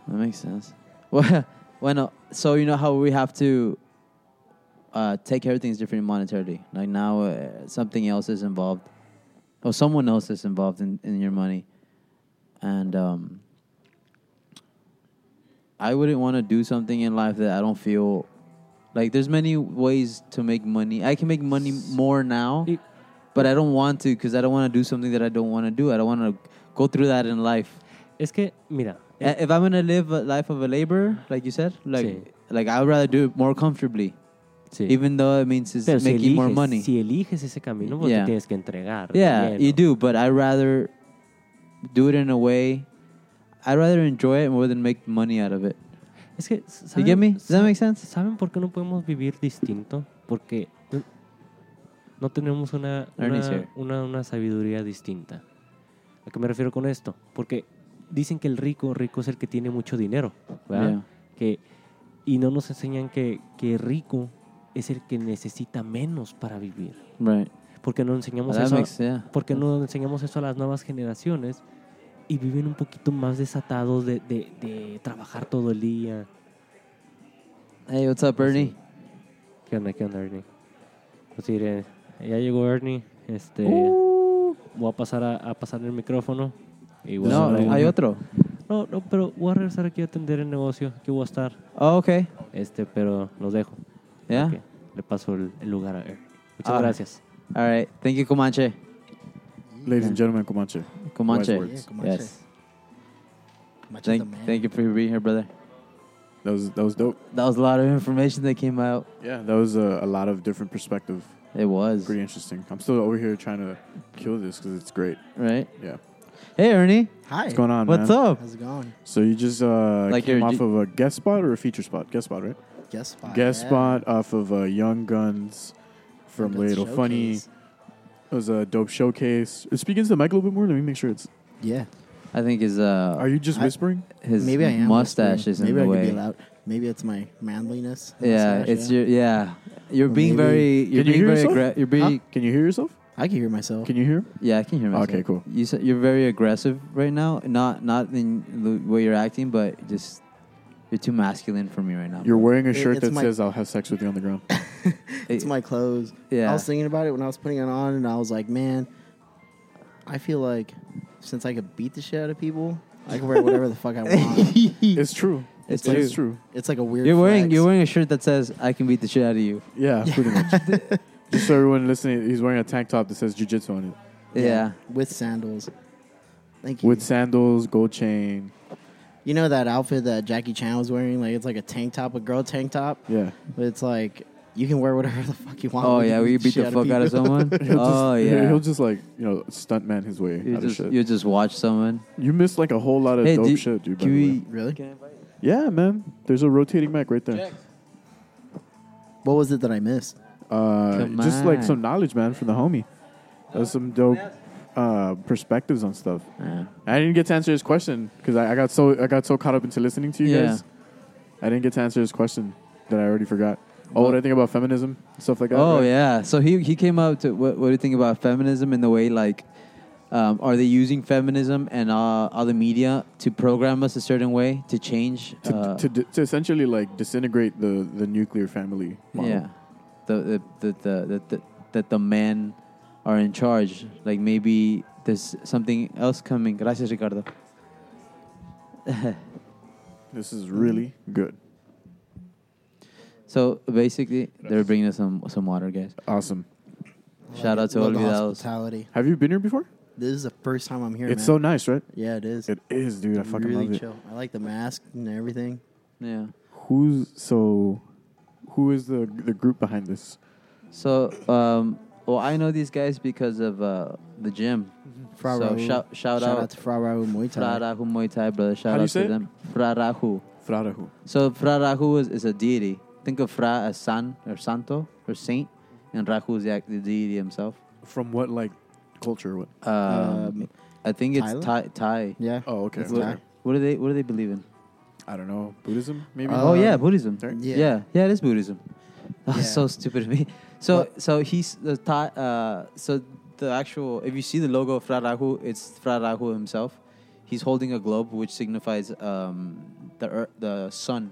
[SPEAKER 11] That makes sense. Well, bueno, so you know how we have to uh, take everything's different monetarily. Like now, uh, something else is involved, or someone else is involved in, in your money, and um, I wouldn't want to do something in life that I don't feel like. There's many ways to make money. I can make money more now, but I don't want to because I don't want to do something that I don't want to do. I don't want to go through that in life.
[SPEAKER 12] Es que, mira,
[SPEAKER 11] Uh, if I'm gonna live a life of a laborer, like you said, like
[SPEAKER 12] Sí.
[SPEAKER 11] like I'd rather do it more comfortably,
[SPEAKER 12] Sí.
[SPEAKER 11] even though it means it's
[SPEAKER 12] Pero si
[SPEAKER 11] making
[SPEAKER 12] eliges,
[SPEAKER 11] more money.
[SPEAKER 12] si eliges ese camino, pues
[SPEAKER 11] Yeah.
[SPEAKER 12] te tienes que entregar.
[SPEAKER 11] yeah,
[SPEAKER 12] también,
[SPEAKER 11] you do,
[SPEAKER 12] ¿no?
[SPEAKER 11] but I'd rather do it in a way. I'd rather enjoy it more than make money out of it.
[SPEAKER 12] Es que,
[SPEAKER 11] you
[SPEAKER 12] ¿saben-
[SPEAKER 11] get me? Does that make sense?
[SPEAKER 12] ¿Saben por qué no podemos vivir distinto? Porque no- no tenemos una,
[SPEAKER 11] Ernie's
[SPEAKER 12] una,
[SPEAKER 11] here.
[SPEAKER 12] una, una sabiduría distinta. ¿A qué me refiero con esto? Porque dicen que el rico, rico es el que tiene mucho dinero. ¿verdad?
[SPEAKER 11] Yeah.
[SPEAKER 12] Que, y no nos enseñan que, que rico es el que necesita menos para vivir.
[SPEAKER 11] Right.
[SPEAKER 12] Porque no enseñamos
[SPEAKER 11] That
[SPEAKER 12] eso.
[SPEAKER 11] makes- yeah.
[SPEAKER 12] Porque no enseñamos eso a las nuevas generaciones y viven un poquito más desatados de, de- de trabajar todo el día.
[SPEAKER 11] Hey, what's up, Ernie?
[SPEAKER 12] ¿Qué onda, qué onda, Ernie? Pues mire, ya llegó Ernie. Este, voy a pasar a, a pasar el micrófono. y
[SPEAKER 11] Uh.
[SPEAKER 12] voy a
[SPEAKER 11] No,
[SPEAKER 12] hacer la-
[SPEAKER 11] hay otro.
[SPEAKER 12] No, no, pero voy a regresar aquí a atender el negocio. Aquí voy a estar.
[SPEAKER 11] Oh, okay.
[SPEAKER 12] Este, pero los dejo.
[SPEAKER 11] Yeah.
[SPEAKER 12] Ok, le paso el, el lugar a Ernie. Muchas
[SPEAKER 11] Ah.
[SPEAKER 12] gracias.
[SPEAKER 11] All right. Thank you, Comanche.
[SPEAKER 10] Ladies and gentlemen, Comanche.
[SPEAKER 11] Comanche.
[SPEAKER 10] Wise words.
[SPEAKER 11] Yeah, Comanche. Yes. Thank, thank you for being here, brother.
[SPEAKER 10] That was that was dope.
[SPEAKER 11] That was a lot of information that came out.
[SPEAKER 10] Yeah, that was a, a lot of different perspective.
[SPEAKER 11] It was
[SPEAKER 10] pretty interesting. I'm still over here trying to kill this because it's great.
[SPEAKER 11] Right?
[SPEAKER 10] Yeah.
[SPEAKER 11] Hey, Ernie.
[SPEAKER 13] Hi.
[SPEAKER 10] What's going on?
[SPEAKER 11] What's
[SPEAKER 10] man?
[SPEAKER 11] up?
[SPEAKER 13] How's it going?
[SPEAKER 10] So you just uh,
[SPEAKER 11] Like Oh,
[SPEAKER 10] came
[SPEAKER 11] your-
[SPEAKER 10] off of a guest spot or a feature spot? Guest spot, right?
[SPEAKER 13] Guest spot,
[SPEAKER 10] Guest
[SPEAKER 13] yeah.
[SPEAKER 10] spot off of uh, Young Guns from
[SPEAKER 13] Young Guns
[SPEAKER 10] Laredo Funny.
[SPEAKER 13] Showcase.
[SPEAKER 10] It was a dope showcase. Speaking to the mic a little bit more. Let me make sure it's.
[SPEAKER 13] Yeah.
[SPEAKER 11] I think his. Uh,
[SPEAKER 10] Are you just whispering?
[SPEAKER 11] his
[SPEAKER 13] Maybe I am
[SPEAKER 11] mustache
[SPEAKER 13] whispering.
[SPEAKER 11] is in
[SPEAKER 13] Maybe
[SPEAKER 11] the
[SPEAKER 13] I could
[SPEAKER 11] way.
[SPEAKER 13] Be loud. Maybe it's my manliness.
[SPEAKER 11] Yeah,
[SPEAKER 13] mustache,
[SPEAKER 11] it's your yeah. You're
[SPEAKER 13] Or
[SPEAKER 11] being
[SPEAKER 13] maybe-
[SPEAKER 11] very. You're
[SPEAKER 13] Can you
[SPEAKER 11] being
[SPEAKER 13] hear
[SPEAKER 11] very.
[SPEAKER 13] yourself?
[SPEAKER 11] Aggra- you're being.
[SPEAKER 10] Can you hear yourself?
[SPEAKER 13] I can hear myself.
[SPEAKER 10] Can you hear?
[SPEAKER 11] Yeah, I can hear myself.
[SPEAKER 10] Okay, cool.
[SPEAKER 11] You said you're very aggressive right now. Not not in the way you're acting, but just you're too masculine for me right now.
[SPEAKER 10] You're wearing a
[SPEAKER 13] It-
[SPEAKER 10] shirt
[SPEAKER 13] it's
[SPEAKER 10] that
[SPEAKER 13] my-
[SPEAKER 10] says "I'll have sex with you on the ground."
[SPEAKER 13] It's my clothes.
[SPEAKER 11] Yeah.
[SPEAKER 13] I was thinking about it when I was putting it on, and I was like, man, I feel like since I could beat the shit out of people, I can wear whatever the fuck I want.
[SPEAKER 10] it's true.
[SPEAKER 11] It's
[SPEAKER 13] like-
[SPEAKER 11] true. true.
[SPEAKER 13] It's like a weird.
[SPEAKER 11] You're wearing
[SPEAKER 13] flex.
[SPEAKER 11] you're wearing a shirt that says "I can beat the shit out of you."
[SPEAKER 10] Yeah, pretty much. just so everyone listening, he's wearing a tank top that says "Jiu-Jitsu" on it.
[SPEAKER 13] With sandals. Thank you.
[SPEAKER 10] With sandals, gold chain.
[SPEAKER 13] You know that outfit that Jackie Chan was wearing? Like it's like a tank top, a girl tank top.
[SPEAKER 10] Yeah.
[SPEAKER 13] But it's like you can wear whatever the fuck you want.
[SPEAKER 11] Oh
[SPEAKER 13] can
[SPEAKER 11] yeah, we beat
[SPEAKER 13] shit
[SPEAKER 11] the fuck out of
[SPEAKER 13] people.
[SPEAKER 11] someone.
[SPEAKER 10] He'll
[SPEAKER 11] oh
[SPEAKER 10] just,
[SPEAKER 11] yeah.
[SPEAKER 10] He'll just like you know stuntman his way
[SPEAKER 11] you
[SPEAKER 10] out
[SPEAKER 11] just
[SPEAKER 10] of
[SPEAKER 11] you
[SPEAKER 10] shit.
[SPEAKER 11] just watch someone.
[SPEAKER 10] You missed like a whole lot of
[SPEAKER 11] Hey,
[SPEAKER 10] dope
[SPEAKER 11] do-
[SPEAKER 10] shit, dude. by
[SPEAKER 11] can
[SPEAKER 10] the
[SPEAKER 11] we-
[SPEAKER 10] way.
[SPEAKER 13] Really?
[SPEAKER 10] Yeah, man. There's a rotating mic right there.
[SPEAKER 13] What was it that I missed?
[SPEAKER 10] Uh,
[SPEAKER 13] Come
[SPEAKER 10] just like
[SPEAKER 13] on.
[SPEAKER 10] some knowledge, man, from the homie. There's some dope uh, perspectives on stuff. I didn't get to answer his question because I, I got so I got so caught up into listening to you
[SPEAKER 11] Yeah.
[SPEAKER 10] guys. I didn't get to answer his question that I already forgot. Oh, what I think about feminism, stuff like that.
[SPEAKER 11] Oh
[SPEAKER 10] right?
[SPEAKER 11] yeah. So he he came out to what, what do you think about feminism and the way like um, are they using feminism and uh, other media to program us a certain way to change?
[SPEAKER 10] To,
[SPEAKER 11] uh,
[SPEAKER 10] to, to essentially like disintegrate the, the nuclear family. Model.
[SPEAKER 11] yeah, the the the, the, the, the that the men are in charge. Like maybe there's something else coming. Gracias, Ricardo.
[SPEAKER 10] This is really good.
[SPEAKER 11] So basically, they're bringing us some some water, guys.
[SPEAKER 10] Awesome.
[SPEAKER 11] Shout out to
[SPEAKER 13] Love the
[SPEAKER 11] Olvidados.
[SPEAKER 13] hospitality.
[SPEAKER 10] Have you been here before?
[SPEAKER 13] This is the first time I'm here.
[SPEAKER 10] It's
[SPEAKER 13] man.
[SPEAKER 10] so nice, right?
[SPEAKER 13] Yeah, it is.
[SPEAKER 10] It is, dude. I fucking
[SPEAKER 13] really
[SPEAKER 10] love it.
[SPEAKER 13] chill. I like the mask and everything.
[SPEAKER 11] Yeah.
[SPEAKER 10] Who's so? Who is the the group behind this?
[SPEAKER 11] So, um, well, I know these guys because of uh, the gym.
[SPEAKER 13] Fra
[SPEAKER 11] so
[SPEAKER 13] Raul.
[SPEAKER 11] shout, shout,
[SPEAKER 13] Shout
[SPEAKER 11] out,
[SPEAKER 13] out to Fra Raul Muay Thai.
[SPEAKER 11] Frarahu Muay Thai, brother. Shout
[SPEAKER 10] How
[SPEAKER 11] out
[SPEAKER 10] do you
[SPEAKER 11] to
[SPEAKER 10] say it?
[SPEAKER 11] them. Frarahu.
[SPEAKER 10] Frarahu.
[SPEAKER 11] So Frarahu is, is a deity. Think of Fra as san or santo or saint, and Rahu is the, act- the deity himself.
[SPEAKER 10] From what like culture? What?
[SPEAKER 11] Um,
[SPEAKER 13] Um,
[SPEAKER 11] I think it's Thai.
[SPEAKER 13] Thailand?
[SPEAKER 11] Thai.
[SPEAKER 13] Yeah.
[SPEAKER 10] Oh, okay.
[SPEAKER 13] It's
[SPEAKER 10] okay.
[SPEAKER 13] Thai.
[SPEAKER 11] What do they What do they believe in?
[SPEAKER 10] I don't know. Buddhism, maybe. Um,
[SPEAKER 11] oh yeah, Buddhism.
[SPEAKER 10] Sorry?
[SPEAKER 11] Yeah.
[SPEAKER 13] Yeah.
[SPEAKER 11] yeah, it is Buddhism. That was
[SPEAKER 13] Yeah.
[SPEAKER 11] so stupid of me. So so he's the Thai. Uh, so the actual if you see the logo of Fra Rahu, it's Fra Rahu himself. He's holding a globe which signifies um, the ear the sun,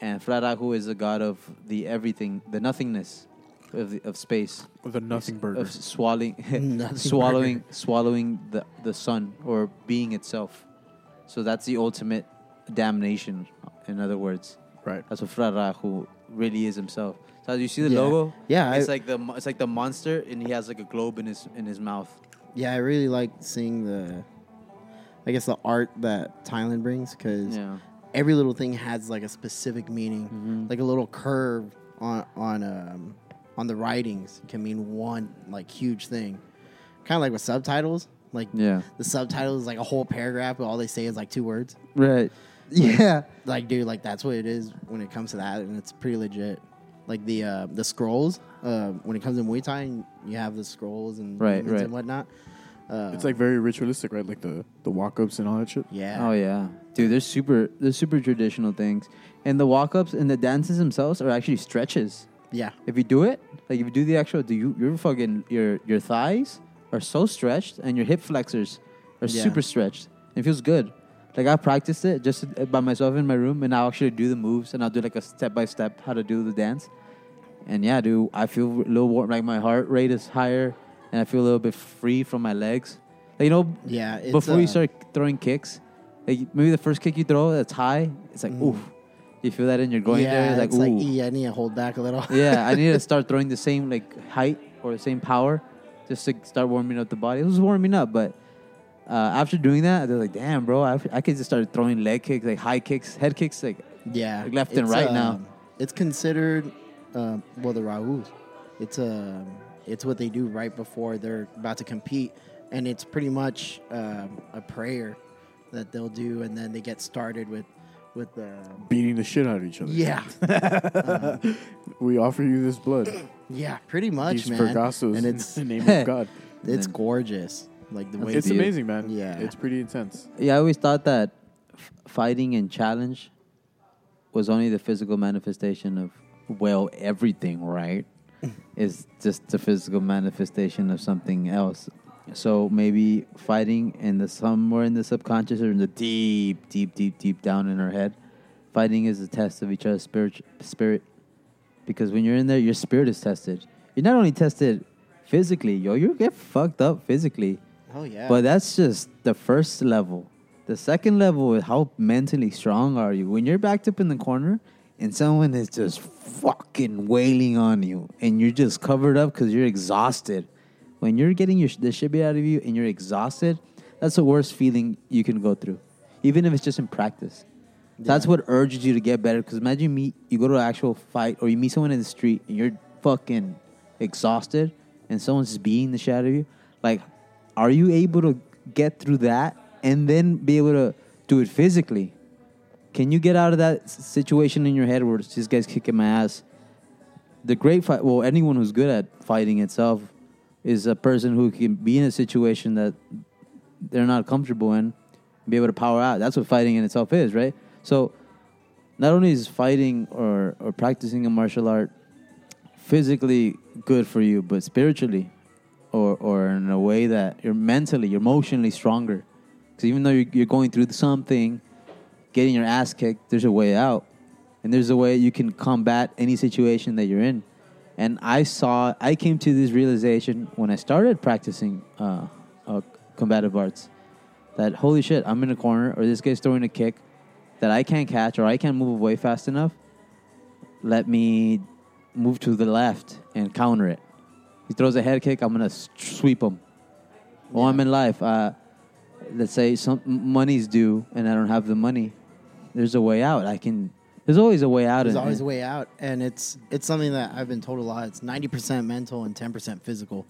[SPEAKER 11] and Fra Rahu is the god of the everything, the nothingness of the, of space
[SPEAKER 10] The nothing burger.
[SPEAKER 11] of swallowing,
[SPEAKER 13] Nothing
[SPEAKER 11] swallowing, swallowing the the sun or being itself. So that's the ultimate damnation. In other words,
[SPEAKER 10] Right.
[SPEAKER 11] that's what Frarahu really is himself. So as you see the
[SPEAKER 13] Yeah.
[SPEAKER 11] logo,
[SPEAKER 13] Yeah,
[SPEAKER 11] it's
[SPEAKER 13] I-
[SPEAKER 11] like the mo- it's like the monster, and he has like a globe in his in his mouth.
[SPEAKER 13] Yeah, I really like seeing the, I guess the art that Thailand brings because
[SPEAKER 11] Yeah. Mm-hmm.
[SPEAKER 13] every little thing has like a specific meaning, like a little curve on on um, on the writings can mean one like huge thing, kind of like with subtitles. Like
[SPEAKER 11] Yeah.
[SPEAKER 13] the subtitle is like a whole paragraph, but all they say is like two words.
[SPEAKER 11] Right. Yeah.
[SPEAKER 13] Like, dude, like that's what it is when it comes to that, and it's pretty legit. Like the uh, the scrolls, uh, when it comes to Muay Thai, and you have the scrolls and
[SPEAKER 11] Right,
[SPEAKER 13] runes
[SPEAKER 11] right.
[SPEAKER 13] and whatnot. Uh,
[SPEAKER 10] It's like very ritualistic, right? Like the the walk ups and all that shit.
[SPEAKER 13] yeah,
[SPEAKER 11] Oh yeah, dude. They're super. They're super traditional things, and the walk ups and the dances themselves are actually stretches.
[SPEAKER 13] yeah.
[SPEAKER 11] If you do it, like if you do the actual, do you your fucking your your thighs are so stretched and your hip flexors are
[SPEAKER 13] Yeah.
[SPEAKER 11] super stretched. It feels good. Like I practiced it just by myself in my room, and I'll actually do the moves, and I'll do like a step by step how to do the dance. And yeah, dude, I feel a little warm. Like my heart rate is higher, and I feel a little bit free from my legs. Like, you know,
[SPEAKER 13] Yeah, it's,
[SPEAKER 11] before you
[SPEAKER 13] uh,
[SPEAKER 11] start throwing kicks, like maybe the first kick you throw that's high, it's like oof. You feel that in your groin
[SPEAKER 13] Mm. yeah,
[SPEAKER 11] there, it's like
[SPEAKER 13] it's like,
[SPEAKER 11] ooh.
[SPEAKER 13] "Ee, I need to hold back a little.
[SPEAKER 11] yeah, I need to start throwing the same like height or the same power just to start warming up the body. It was warming up, but uh, after doing that, they're like, damn, bro, I, I could just start throwing leg kicks, like high kicks, head kicks, like
[SPEAKER 13] yeah,
[SPEAKER 11] like left and
[SPEAKER 13] it's,
[SPEAKER 11] right
[SPEAKER 13] um,
[SPEAKER 11] now.
[SPEAKER 13] It's considered, um, well, the Raouz. It's um, it's what they do right before they're about to compete, and it's pretty much um, a prayer that they'll do, and then they get started with with the
[SPEAKER 10] Beating the shit out of each other.
[SPEAKER 13] yeah,
[SPEAKER 10] We offer you this blood.
[SPEAKER 13] yeah, pretty much,
[SPEAKER 10] These
[SPEAKER 13] man.
[SPEAKER 10] Pergassos
[SPEAKER 13] and
[SPEAKER 10] in
[SPEAKER 13] it's
[SPEAKER 10] the name of God.
[SPEAKER 13] it's
[SPEAKER 11] Then-
[SPEAKER 13] gorgeous, like the way
[SPEAKER 10] It's
[SPEAKER 11] Dude.
[SPEAKER 10] amazing, man.
[SPEAKER 13] Yeah.
[SPEAKER 10] It's pretty intense.
[SPEAKER 11] Yeah, I always thought that f- fighting and challenge was only the physical manifestation of well everything, right? is just the physical manifestation of something else. So maybe fighting in the somewhere in the subconscious or in the deep, deep, deep, deep down in our head, fighting is a test of each other's spirit, spirit. Because when you're in there, your spirit is tested. You're not only tested physically, yo, you get fucked up physically.
[SPEAKER 13] oh yeah,
[SPEAKER 11] But that's just the first level. The second level is how mentally strong are you? When you're backed up in the corner and someone is just fucking wailing on you and you're just covered up because you're exhausted. When you're getting your, sh- the shit beat out of you and you're exhausted, that's the worst feeling you can go through, even if it's just in practice. That's what urges you to get better. Because imagine you meet, you go to an actual fight or you meet someone in the street and you're fucking exhausted and someone's just beating the shit out of you. Like, are you able to get through that and then be able to do it physically? Can you get out of that s- situation in your head where it's, this guy's kicking my ass? The great fight, well, anyone who's good at fighting itself is a person who can be in a situation that they're not comfortable in, be able to power out. That's what fighting in itself is, right? So, not only is fighting or, or practicing a martial art physically good for you, but spiritually or, or in a way that you're mentally, you're emotionally stronger. Because even though you're, you're going through something, getting your ass kicked, there's a way out. And there's a way you can combat any situation that you're in. And I saw, I came to this realization when I started practicing uh, uh, combative arts that holy shit, I'm in a corner or this guy's throwing a kick that I can't catch or I can't move away fast enough. Let me move to the left and counter it He throws a head kick. I'm gonna s- sweep him. Oh, I'm in life. Uh, let's say some m- money's due and I don't have the money. There's a way out. I can. There's always a way out.
[SPEAKER 13] There's
[SPEAKER 11] in-
[SPEAKER 13] always a
[SPEAKER 11] in-
[SPEAKER 13] way out, and it's it's something that I've been told a lot. It's ninety percent mental and ten percent physical.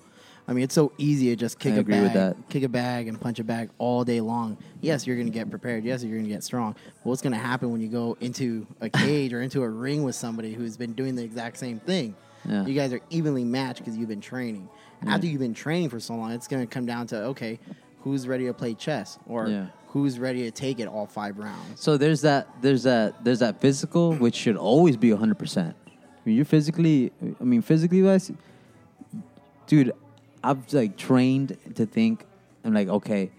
[SPEAKER 13] I mean, it's so easy to just kick
[SPEAKER 11] I
[SPEAKER 13] a
[SPEAKER 11] agree
[SPEAKER 13] bag,
[SPEAKER 11] with that.
[SPEAKER 13] kick a bag, and punch a bag all day long. Yes, you're going to get prepared. Yes, you're going to get strong. But what's going to happen when you go into a cage or into a ring with somebody who's been doing the exact same thing?
[SPEAKER 11] Yeah.
[SPEAKER 13] You guys are evenly matched because you've been training. And
[SPEAKER 11] Yeah.
[SPEAKER 13] After you've been training for so long, it's going to come down to okay, who's ready to play chess or
[SPEAKER 11] Yeah.
[SPEAKER 13] who's ready to take it all five rounds.
[SPEAKER 11] So there's that there's that there's that physical which should always be 100. percent I mean, you're physically. I mean, physically wise, dude. I've like trained to think. I'm like, okay,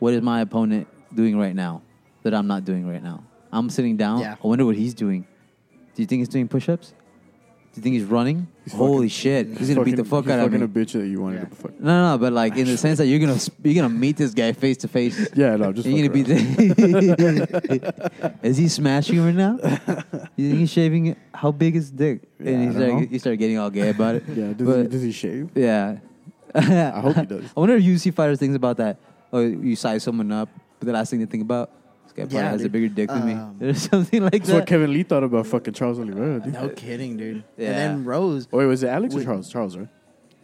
[SPEAKER 11] what is my opponent doing right now that I'm not doing right now? I'm sitting down.
[SPEAKER 13] Yeah.
[SPEAKER 11] I wonder what he's doing. Do you think he's doing push-ups? Do you think he's running? Holy shit! He's gonna beat the fuck
[SPEAKER 10] he's
[SPEAKER 11] out of
[SPEAKER 10] fucking
[SPEAKER 11] me.
[SPEAKER 10] a bitch that you wanted to fuck.
[SPEAKER 11] No, no, but like in the sense that you're gonna you're gonna meet this guy face to face.
[SPEAKER 10] Yeah, no, just
[SPEAKER 11] you're gonna be. The, is he smashing right now? You think he's shaving? it? How big is his dick?
[SPEAKER 10] Yeah, I
[SPEAKER 11] and he's
[SPEAKER 10] don't know.
[SPEAKER 11] like, you start getting all gay about it.
[SPEAKER 10] Yeah, does, he,
[SPEAKER 11] But-
[SPEAKER 10] does he shave?
[SPEAKER 11] yeah. I
[SPEAKER 10] hope he does.
[SPEAKER 11] I wonder if UFC fighters thinks about that. Oh, you size someone up, but the last thing they think about this guy probably
[SPEAKER 13] Yeah,
[SPEAKER 11] has a
[SPEAKER 13] dude.
[SPEAKER 11] bigger dick than
[SPEAKER 13] Um,
[SPEAKER 11] me, or something like
[SPEAKER 10] That's what
[SPEAKER 11] that.
[SPEAKER 10] Kevin Lee thought about fucking Charles Oliveira. Dude.
[SPEAKER 13] No kidding, dude.
[SPEAKER 11] uh, Yeah.
[SPEAKER 13] And then Rose,
[SPEAKER 10] Or was it Alex or
[SPEAKER 13] Wait.
[SPEAKER 10] Charles? Charles, right?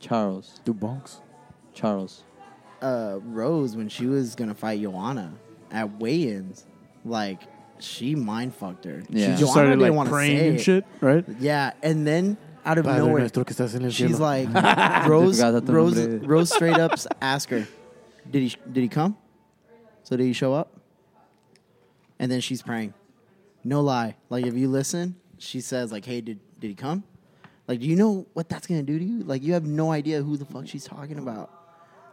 [SPEAKER 11] Charles,
[SPEAKER 10] Do bonks.
[SPEAKER 11] Charles.
[SPEAKER 13] uh, Rose, when she was gonna fight Joanna at weigh-ins, like she mind fucked her.
[SPEAKER 11] Yeah. She
[SPEAKER 10] She
[SPEAKER 11] just
[SPEAKER 13] Joanna
[SPEAKER 10] started
[SPEAKER 13] didn't
[SPEAKER 10] like
[SPEAKER 13] wanna
[SPEAKER 10] praying
[SPEAKER 13] say
[SPEAKER 10] and
[SPEAKER 13] it.
[SPEAKER 10] shit, right?
[SPEAKER 13] Yeah, and then out of
[SPEAKER 10] Padre
[SPEAKER 13] nowhere,
[SPEAKER 10] nuestro que estás en el
[SPEAKER 13] she's
[SPEAKER 10] cielo.
[SPEAKER 13] like
[SPEAKER 11] Te
[SPEAKER 13] Rose,
[SPEAKER 11] forgot tu
[SPEAKER 13] Rose,
[SPEAKER 11] nombre.
[SPEAKER 13] Rose straight up ask her, "Did he? Did he come? So did he show up?" And then she's praying. No lie, like if you listen, she says like, "Hey, did did he come?" Like, do you know what that's gonna do to you? Like, you have no idea who the fuck she's talking about.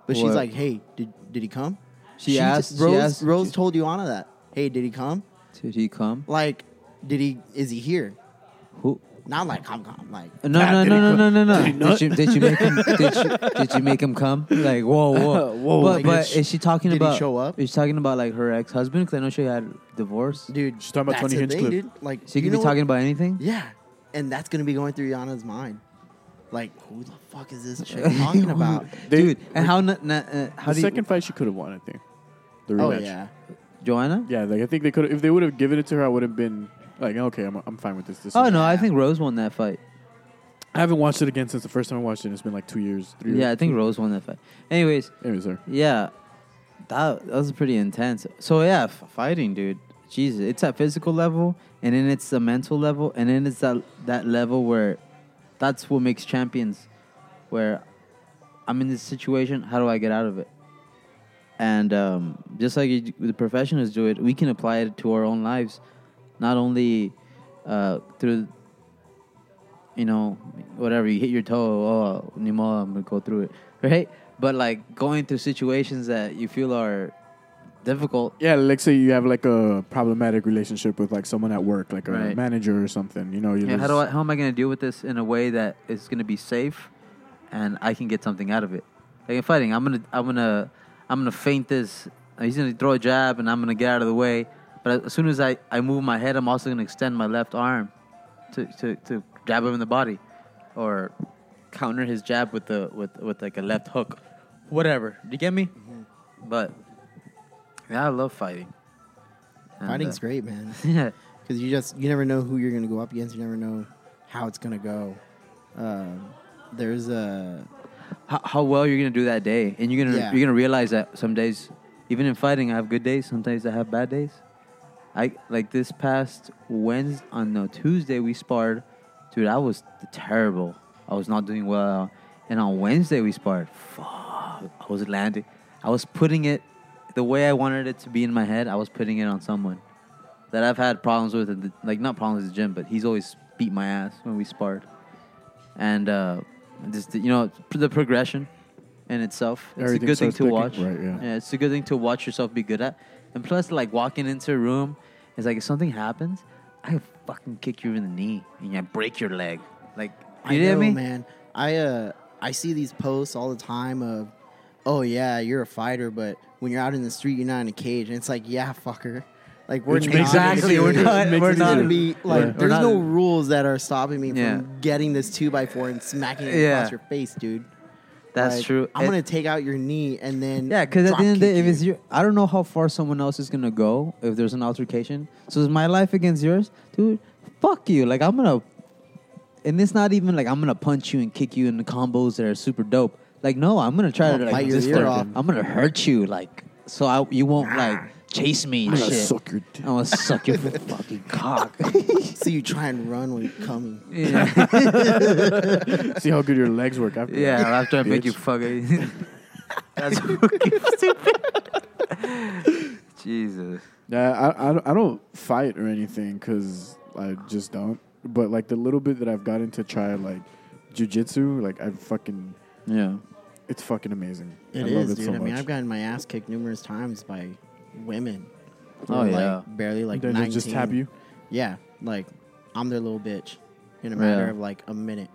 [SPEAKER 13] But she's
[SPEAKER 11] What?
[SPEAKER 13] like, "Hey, did did he come?"
[SPEAKER 11] She
[SPEAKER 13] t-
[SPEAKER 11] asked- she
[SPEAKER 13] Rose,
[SPEAKER 11] asked-
[SPEAKER 13] Rose told Joanna that. Hey, did he come?
[SPEAKER 11] Did he come?
[SPEAKER 13] Like, did he? Is he here?
[SPEAKER 11] Who?
[SPEAKER 13] Not like come come. Like
[SPEAKER 11] No, no,
[SPEAKER 10] Ah, did
[SPEAKER 11] no,
[SPEAKER 10] he
[SPEAKER 11] no, no, no,
[SPEAKER 10] Did he
[SPEAKER 11] no.
[SPEAKER 10] not?
[SPEAKER 11] Did you, did you make him? Did you, did you make him come? Like, whoa, whoa,
[SPEAKER 10] Whoa.
[SPEAKER 11] But,
[SPEAKER 10] Like,
[SPEAKER 11] but
[SPEAKER 13] did she-
[SPEAKER 11] is she talking
[SPEAKER 13] did he
[SPEAKER 11] about?
[SPEAKER 13] show up?
[SPEAKER 11] Is she talking about like her ex husband? Because I know she had divorce.
[SPEAKER 13] dude.
[SPEAKER 10] She's talking about
[SPEAKER 13] that's
[SPEAKER 10] Tony
[SPEAKER 13] the
[SPEAKER 10] Hinchcliffe.
[SPEAKER 13] Thing, dude. Like
[SPEAKER 11] She
[SPEAKER 13] you
[SPEAKER 11] could
[SPEAKER 13] know
[SPEAKER 11] be
[SPEAKER 13] what?
[SPEAKER 11] talking about anything.
[SPEAKER 13] Yeah, and that's gonna be going through Yana's mind. Like, who the fuck is this chick talking about?
[SPEAKER 10] They-
[SPEAKER 11] dude. And how? Na, na, uh, how
[SPEAKER 10] the
[SPEAKER 11] do
[SPEAKER 10] second fight she could have won, I think. The
[SPEAKER 13] Oh
[SPEAKER 10] rematch.
[SPEAKER 13] yeah,
[SPEAKER 11] you, Joanna?
[SPEAKER 10] Yeah, like I think they could if they would have given it to her, I would have been like, okay, I'm I'm fine with this. this
[SPEAKER 11] Oh
[SPEAKER 10] is-
[SPEAKER 11] no, I think Rose won that fight.
[SPEAKER 10] I haven't watched it again since the first time I watched it. It's been like two years, three.
[SPEAKER 11] Yeah, I
[SPEAKER 10] years.
[SPEAKER 11] think Rose won that fight. Anyways,
[SPEAKER 10] Anyways, sir.
[SPEAKER 11] yeah, that that was pretty intense. So yeah, f- fighting, dude. Jesus, it's that physical level, and then it's the mental level, and then it's that that level where that's what makes champions. Where I'm in this situation, how do I get out of it? And um, just like you, the professionals do it, we can apply it to our own lives, not only uh, through you know, whatever, you hit your toe, oh, Nimola, I'm going to go through it, right? But like going through situations that you feel are difficult,
[SPEAKER 10] Yeah, like say you have like a problematic relationship with like someone at work, like a
[SPEAKER 11] Right.
[SPEAKER 10] manager or something. You know, you
[SPEAKER 11] yeah, how,
[SPEAKER 10] just-
[SPEAKER 11] do I, how am I going to deal with this in a way that is going to be safe and I can get something out of it? Like in fighting, I'm going to, I'm going to, I'm going to feint this. He's going to throw a jab and I'm going to get out of the way. But as soon as I, I move my head, I'm also going to extend my left arm to, to, to jab him in the body or counter his jab with the with with like a left hook, whatever. Do you get me? But yeah, I love fighting. And,
[SPEAKER 13] fighting's
[SPEAKER 11] uh,
[SPEAKER 13] great, man.
[SPEAKER 11] Yeah,
[SPEAKER 13] Because you just you never know who you're gonna go up against. You never know how it's gonna go. Um, there's a
[SPEAKER 11] how, how well you're gonna do that day, and you're gonna
[SPEAKER 13] Yeah.
[SPEAKER 11] you're gonna realize that some days, even in fighting, I have good days. Sometimes I have bad days. I like this past Wednesday on no Tuesday we sparred, dude. I was terrible. I was not doing well, and on Wednesday we sparred. Fuck, I was landing. I was putting it the way I wanted it to be in my head. I was putting it on someone that I've had problems with, at the, like not problems at the gym, but he's always beat my ass when we sparred, and uh, just you know the progression in itself. It's
[SPEAKER 10] Everything
[SPEAKER 11] a good thing
[SPEAKER 10] starts
[SPEAKER 11] to
[SPEAKER 10] clicking.
[SPEAKER 11] watch.
[SPEAKER 10] Right, yeah.
[SPEAKER 11] yeah, it's a good thing to watch yourself be good at. And plus, like walking into a room, it's like if something happens, I can fucking kick you in the knee and I break your leg. Like you
[SPEAKER 13] I
[SPEAKER 11] know,
[SPEAKER 13] know,
[SPEAKER 11] what I mean?
[SPEAKER 13] man. I uh, I see these posts all the time of, oh yeah, you're a fighter, but when you're out in the street, you're not in a cage, and it's like, yeah, fucker, Like we're
[SPEAKER 10] Which
[SPEAKER 13] not
[SPEAKER 10] makes it
[SPEAKER 13] exactly
[SPEAKER 10] easier.
[SPEAKER 13] we're
[SPEAKER 10] Which
[SPEAKER 13] not
[SPEAKER 10] makes
[SPEAKER 13] we're
[SPEAKER 10] it
[SPEAKER 13] not
[SPEAKER 10] easier.
[SPEAKER 13] be
[SPEAKER 10] Yeah.
[SPEAKER 13] like
[SPEAKER 10] We're
[SPEAKER 13] there's
[SPEAKER 10] not-
[SPEAKER 13] no rules that are stopping me
[SPEAKER 11] Yeah.
[SPEAKER 13] from getting this two by four and smacking it
[SPEAKER 11] Yeah.
[SPEAKER 13] across your face, dude.
[SPEAKER 11] That's
[SPEAKER 13] Like,
[SPEAKER 11] true.
[SPEAKER 13] I'm
[SPEAKER 11] It-
[SPEAKER 13] gonna take out your knee and then
[SPEAKER 11] Yeah, because at the end of the day,
[SPEAKER 13] dropkick
[SPEAKER 11] if it's
[SPEAKER 13] you.
[SPEAKER 11] your, I don't know how far someone else is gonna go if there's an altercation. So is my life against yours, dude? Fuck you! Like I'm gonna, and it's not even like I'm gonna punch you and kick you in the combos that are super dope. Like no, I'm gonna try
[SPEAKER 13] I'm
[SPEAKER 11] to
[SPEAKER 13] gonna
[SPEAKER 11] like
[SPEAKER 13] bite your
[SPEAKER 11] just
[SPEAKER 13] ear
[SPEAKER 11] fucking-
[SPEAKER 13] off.
[SPEAKER 11] I'm gonna hurt you, like so I, you won't like chase me. And
[SPEAKER 10] I'm gonna
[SPEAKER 11] shit. Oh.
[SPEAKER 10] suck your dick.
[SPEAKER 11] I'm gonna suck your fucking cock.
[SPEAKER 13] so you try and run when you're coming.
[SPEAKER 11] Yeah.
[SPEAKER 10] See how good your legs work after.
[SPEAKER 11] Yeah,
[SPEAKER 10] that,
[SPEAKER 11] after I make you
[SPEAKER 10] bitch.
[SPEAKER 11] fuck it. That's fucking stupid. Jesus.
[SPEAKER 10] Yeah, I, I, don't- I don't fight or anything because I just don't. But like the little bit that I've gotten to try like jujitsu, like I fucking,
[SPEAKER 11] Yeah.
[SPEAKER 10] it's fucking amazing.
[SPEAKER 13] It
[SPEAKER 10] I
[SPEAKER 13] is,
[SPEAKER 10] love it
[SPEAKER 13] dude.
[SPEAKER 10] so
[SPEAKER 13] I
[SPEAKER 10] much.
[SPEAKER 13] mean, I've gotten my ass kicked numerous times by women. who
[SPEAKER 11] Oh,
[SPEAKER 13] are,
[SPEAKER 11] yeah.
[SPEAKER 13] like, barely like
[SPEAKER 10] They
[SPEAKER 13] nineteen.
[SPEAKER 10] just tap you?
[SPEAKER 13] Yeah, like I'm their little bitch in a matter
[SPEAKER 11] Yeah.
[SPEAKER 13] of like a minute.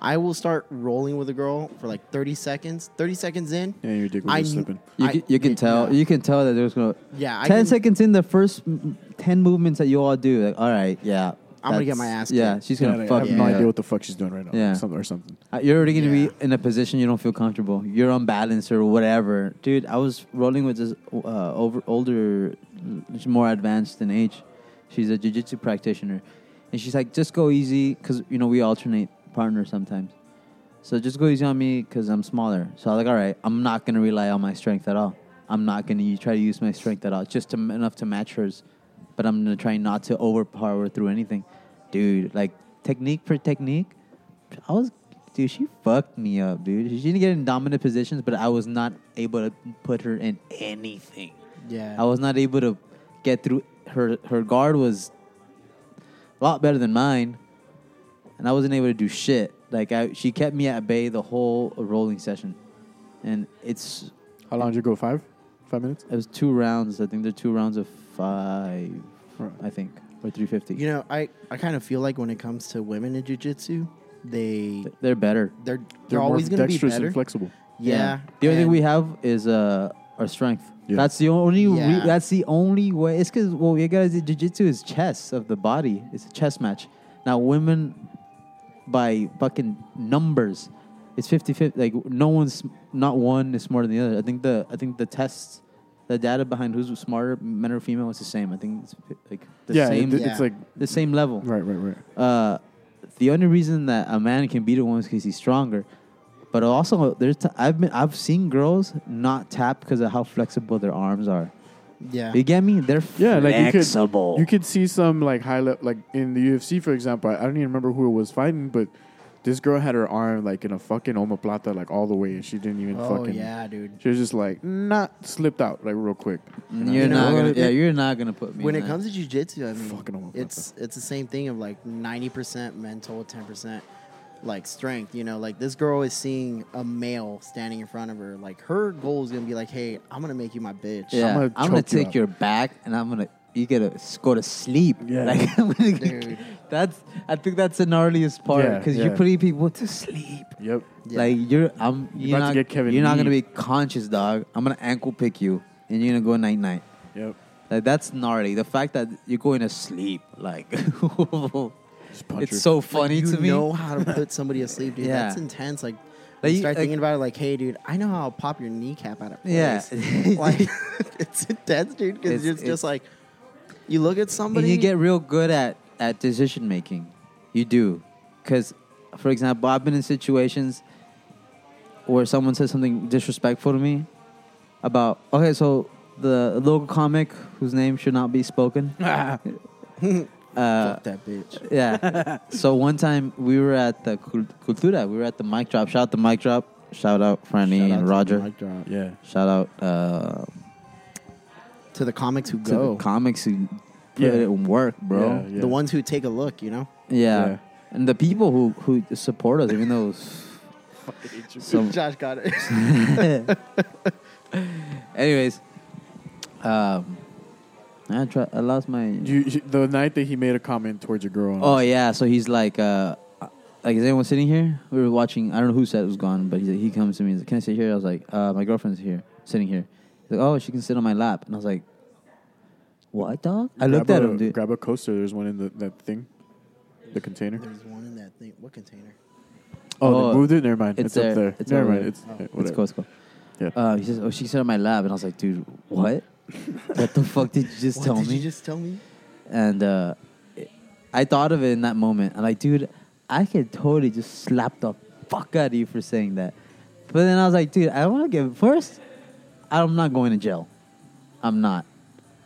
[SPEAKER 13] I will start rolling with a girl for like 30 seconds. 30 seconds in,
[SPEAKER 10] yeah, your dick was
[SPEAKER 13] I
[SPEAKER 10] just
[SPEAKER 13] kn-
[SPEAKER 10] slipping.
[SPEAKER 11] You
[SPEAKER 13] I-
[SPEAKER 11] can, you can
[SPEAKER 13] yeah.
[SPEAKER 11] tell you can tell that there's gonna
[SPEAKER 13] Yeah, I
[SPEAKER 11] ten
[SPEAKER 13] can-
[SPEAKER 11] seconds in the first m- ten movements that you all do like all right yeah
[SPEAKER 13] I'm gonna get
[SPEAKER 11] that's-
[SPEAKER 13] my ass
[SPEAKER 11] yeah
[SPEAKER 13] kicked.
[SPEAKER 11] she's
[SPEAKER 10] Yeah,
[SPEAKER 11] gonna
[SPEAKER 10] like, I
[SPEAKER 11] fuck
[SPEAKER 10] have
[SPEAKER 11] me
[SPEAKER 10] no
[SPEAKER 11] up.
[SPEAKER 10] idea what the fuck she's doing right now.
[SPEAKER 11] Yeah.
[SPEAKER 10] Yeah, something or something.
[SPEAKER 11] Uh, You're already gonna
[SPEAKER 13] Yeah.
[SPEAKER 11] be in a position you don't feel comfortable. You're unbalanced or whatever, dude. I was rolling with this uh, over older, she's more advanced in age. She's a jujitsu practitioner, and she's like, "Just go easy, cause you know we alternate partners sometimes. So just go easy on me, cause I'm smaller. So I'm like, all right, I'm not gonna rely on my strength at all. I'm not gonna u- try to use my strength at all, just to, enough to match hers, but I'm gonna try not to overpower through anything, dude. Like technique for technique, I was, dude, she fucked me up, dude. She didn't get in dominant positions, but I was not able to put her in anything.
[SPEAKER 13] yeah,
[SPEAKER 11] I was not able to get through. Her her guard was a lot better than mine, and I wasn't able to do shit. Like I, she kept me at bay the whole rolling session, and it's
[SPEAKER 10] How long did you go? Five, five minutes.
[SPEAKER 11] it was two rounds. I think they're two rounds of five. I think or three fifty.
[SPEAKER 13] you know, I, I kind of feel like when it comes to women in jujitsu, they they're
[SPEAKER 11] they're better.
[SPEAKER 13] they're,
[SPEAKER 10] They're more
[SPEAKER 13] always gonna be
[SPEAKER 10] dexterous
[SPEAKER 13] better.
[SPEAKER 10] and flexible.
[SPEAKER 13] yeah,
[SPEAKER 11] The only thing
[SPEAKER 13] and-
[SPEAKER 11] we have is uh, our strength.
[SPEAKER 10] Yeah.
[SPEAKER 11] That's the only. Re-
[SPEAKER 13] Yeah.
[SPEAKER 11] that's the only way. It's because well, you guys, jiu-jitsu is chess of the body. It's a chess match. Now women, by fucking numbers, it's 50-50. Like no one's not one is smarter than the other. I think the I think the tests, the data behind who's smarter, men or female, is the same. I think it's like the
[SPEAKER 10] yeah,
[SPEAKER 11] same.
[SPEAKER 10] it-
[SPEAKER 13] Yeah.
[SPEAKER 10] it's like
[SPEAKER 11] the same level.
[SPEAKER 10] right, right, right.
[SPEAKER 11] Uh, the only reason that a man can beat a woman is because he's stronger. But also, there's t- I've been I've seen girls not tap because of how flexible their arms are.
[SPEAKER 13] yeah
[SPEAKER 11] You get me? They're
[SPEAKER 10] Yeah, like you
[SPEAKER 11] flexible.
[SPEAKER 10] could you could see some like high level like in the UFC for example. I, I don't even remember who it was fighting, but this girl had her arm like in a fucking omoplata like all the way, and she didn't even
[SPEAKER 13] oh
[SPEAKER 10] fucking.
[SPEAKER 13] yeah, dude.
[SPEAKER 10] She was just like not slipped out like real quick.
[SPEAKER 11] Mm, you're
[SPEAKER 13] You know
[SPEAKER 11] not
[SPEAKER 13] what?
[SPEAKER 11] gonna. Yeah,
[SPEAKER 13] It-
[SPEAKER 11] you're not gonna put me.
[SPEAKER 13] when
[SPEAKER 11] in
[SPEAKER 13] it
[SPEAKER 11] that.
[SPEAKER 13] comes to jujitsu, I mean,
[SPEAKER 10] Fucking almost
[SPEAKER 13] it's it's the same thing of like ninety percent mental, ten percent like strength. You know, like this girl is seeing a male standing in front of her. Like her goal is gonna be like, hey, I'm gonna make you my bitch.
[SPEAKER 11] yeah, I'm
[SPEAKER 10] gonna
[SPEAKER 11] gonna,
[SPEAKER 10] choke you
[SPEAKER 11] take
[SPEAKER 10] out.
[SPEAKER 11] your back and I'm gonna you gotta s- go to sleep.
[SPEAKER 10] Yeah.
[SPEAKER 11] like I'm gonna,
[SPEAKER 13] Dude.
[SPEAKER 11] that's I think that's the gnarliest part
[SPEAKER 10] Yeah,
[SPEAKER 11] because
[SPEAKER 10] yeah.
[SPEAKER 11] you're putting people to sleep.
[SPEAKER 10] Yep.
[SPEAKER 13] Yeah.
[SPEAKER 11] Like you're, I'm. You're
[SPEAKER 10] about
[SPEAKER 11] not.
[SPEAKER 10] to get Kevin
[SPEAKER 11] you're not gonna
[SPEAKER 10] Lee.
[SPEAKER 11] be conscious, dog. I'm gonna ankle pick you, and you're gonna go night night.
[SPEAKER 10] Yep.
[SPEAKER 11] Like that's gnarly. The fact that you're going to sleep, like,
[SPEAKER 10] Just punch her.
[SPEAKER 11] it's so funny
[SPEAKER 13] you
[SPEAKER 11] to me.
[SPEAKER 13] know how to put somebody asleep, dude.
[SPEAKER 11] Yeah.
[SPEAKER 13] That's intense. Like, you
[SPEAKER 11] Like, you-
[SPEAKER 13] start
[SPEAKER 11] like-
[SPEAKER 13] thinking about it, like, hey, dude, I know how I'll pop your kneecap out of place.
[SPEAKER 11] Yeah.
[SPEAKER 13] like it's intense, dude. Because
[SPEAKER 11] It's-
[SPEAKER 13] it's,
[SPEAKER 11] it's-
[SPEAKER 13] just like you look at
[SPEAKER 11] And
[SPEAKER 13] somebody,
[SPEAKER 11] you get real good at at decision making. You do, because, for example, I've been in situations where someone says something disrespectful to me about. Okay, so the local comic whose name should not be spoken.
[SPEAKER 13] fuck that bitch.
[SPEAKER 11] Yeah. so one time we were at the Cul- Cultura, we were at the mic drop. Shout out the mic drop. Shout out Franny
[SPEAKER 13] Shout out to
[SPEAKER 11] and
[SPEAKER 13] the
[SPEAKER 11] Roger.
[SPEAKER 13] mic drop.
[SPEAKER 10] Yeah.
[SPEAKER 11] Shout out uh,
[SPEAKER 13] To the comics who
[SPEAKER 11] to
[SPEAKER 13] go,
[SPEAKER 11] the comics who put
[SPEAKER 10] Yeah.
[SPEAKER 11] it in work, bro.
[SPEAKER 10] Yeah,
[SPEAKER 11] Yeah.
[SPEAKER 10] yeah.
[SPEAKER 13] the ones who take a look, you know.
[SPEAKER 10] Yeah.
[SPEAKER 11] And the people who, who support us, even though it's- some,
[SPEAKER 13] Josh got it.
[SPEAKER 11] anyways, um, I try, I lost my.
[SPEAKER 10] You, you- the night that he made a comment towards a girl.
[SPEAKER 11] Oh yeah, so he's like, uh, like is anyone sitting here? We were watching. I don't know who said it was gone, but he's like, he comes to me. He's like, "Can I sit here?" I was like, uh, "My girlfriend's here, sitting here." He's like, "Oh, she can sit on my lap," and I was like, What dog? I looked at
[SPEAKER 10] a,
[SPEAKER 11] him, dude.
[SPEAKER 10] Grab a coaster. There's one in the, that thing, the container.
[SPEAKER 13] There's one in that thing. What container?
[SPEAKER 10] Oh, they moved it. Never mind. It's, up
[SPEAKER 11] there.
[SPEAKER 10] there.
[SPEAKER 11] It's
[SPEAKER 10] Never
[SPEAKER 11] over
[SPEAKER 10] mind.
[SPEAKER 11] there.
[SPEAKER 10] It's yeah,
[SPEAKER 11] it's
[SPEAKER 10] whatever.
[SPEAKER 11] Costco. Yeah. Uh, he says, "Oh, she said on my lab," and I was like, "Dude, what? what the fuck did you just
[SPEAKER 13] What
[SPEAKER 11] tell
[SPEAKER 13] did
[SPEAKER 11] me?"
[SPEAKER 13] you just tell me?
[SPEAKER 11] and uh, it- I thought of it in that moment. I'm like, "Dude, I could totally just slap the fuck out of you for saying that." But then I was like, "Dude, I don't want to give first. I'm not going to jail. I'm not.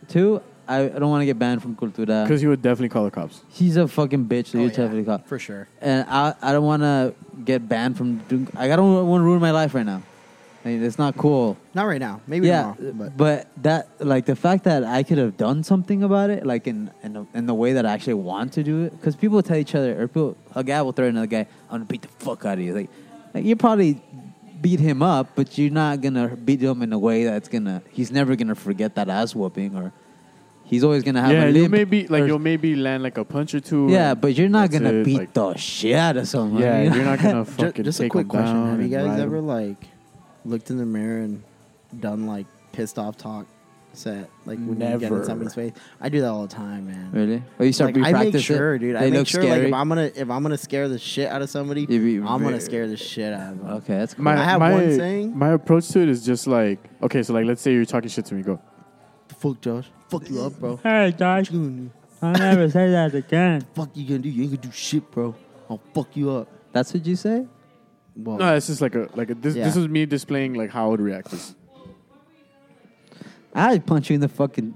[SPEAKER 11] Two, I, I don't want to get banned from Cultura
[SPEAKER 10] Because you would definitely call the cops.
[SPEAKER 11] He's a fucking bitch. So you definitely caught.
[SPEAKER 13] Oh, For sure.
[SPEAKER 11] And I, I don't want to get banned from doing. I don't want to ruin my life right now. I mean, it's not cool.
[SPEAKER 13] Not right now. Maybe
[SPEAKER 11] yeah,
[SPEAKER 13] tomorrow. uh, But
[SPEAKER 11] that like the fact that I could have done something about it, like in in, the- in the way that I actually want to do it, because people tell each other, or people, a guy will throw another guy, I'm gonna beat the fuck out of you. Like, like you probably beat him up, but you're not gonna beat him in a way that's gonna. He's never gonna forget that ass whooping, or he's always gonna have.
[SPEAKER 10] yeah,
[SPEAKER 11] a
[SPEAKER 10] you
[SPEAKER 11] limp
[SPEAKER 10] maybe like
[SPEAKER 11] or-
[SPEAKER 10] you'll maybe land like a punch or two.
[SPEAKER 11] Yeah,
[SPEAKER 10] and
[SPEAKER 11] but you're not
[SPEAKER 10] that's
[SPEAKER 11] gonna
[SPEAKER 10] it,
[SPEAKER 11] beat
[SPEAKER 10] like-
[SPEAKER 11] the shit out of someone.
[SPEAKER 10] Yeah,
[SPEAKER 11] you know?
[SPEAKER 10] you're not gonna
[SPEAKER 13] Ju-
[SPEAKER 10] fucking
[SPEAKER 13] just
[SPEAKER 10] take
[SPEAKER 13] a quick
[SPEAKER 10] 'em
[SPEAKER 13] question:
[SPEAKER 10] down
[SPEAKER 13] Have you
[SPEAKER 10] and
[SPEAKER 13] guys
[SPEAKER 10] ride 'em.
[SPEAKER 13] ever like looked in the mirror and done like pissed off talk? Set like when you get in
[SPEAKER 11] Never.
[SPEAKER 13] somebody's face. I do that all the time, man.
[SPEAKER 11] Really? Well, you start
[SPEAKER 13] Like, I make
[SPEAKER 11] pre-practice it?
[SPEAKER 13] sure, dude. I
[SPEAKER 11] They
[SPEAKER 13] make
[SPEAKER 11] look
[SPEAKER 13] sure, like,
[SPEAKER 11] scary?
[SPEAKER 13] if I'm gonna if I'm gonna scare the shit out of somebody,
[SPEAKER 11] You be
[SPEAKER 13] I'm gonna
[SPEAKER 11] very-
[SPEAKER 13] scare the shit out of them.
[SPEAKER 11] Okay, that's cool.
[SPEAKER 10] My,
[SPEAKER 13] I have
[SPEAKER 10] my,
[SPEAKER 13] one saying.
[SPEAKER 10] My approach to it is just like okay, so like let's say you're talking shit to me. Go.
[SPEAKER 13] Fuck Josh. Fuck you up, bro.
[SPEAKER 11] Hey, Josh. I'll never say that again.
[SPEAKER 13] fuck you gonna do? You ain't gonna do shit, bro. I'll fuck you up.
[SPEAKER 11] That's what you say?
[SPEAKER 13] Well,
[SPEAKER 10] No, it's just like a like a, this.
[SPEAKER 11] Yeah.
[SPEAKER 10] This is me displaying like how I would react. This.
[SPEAKER 11] I'd punch you in the fucking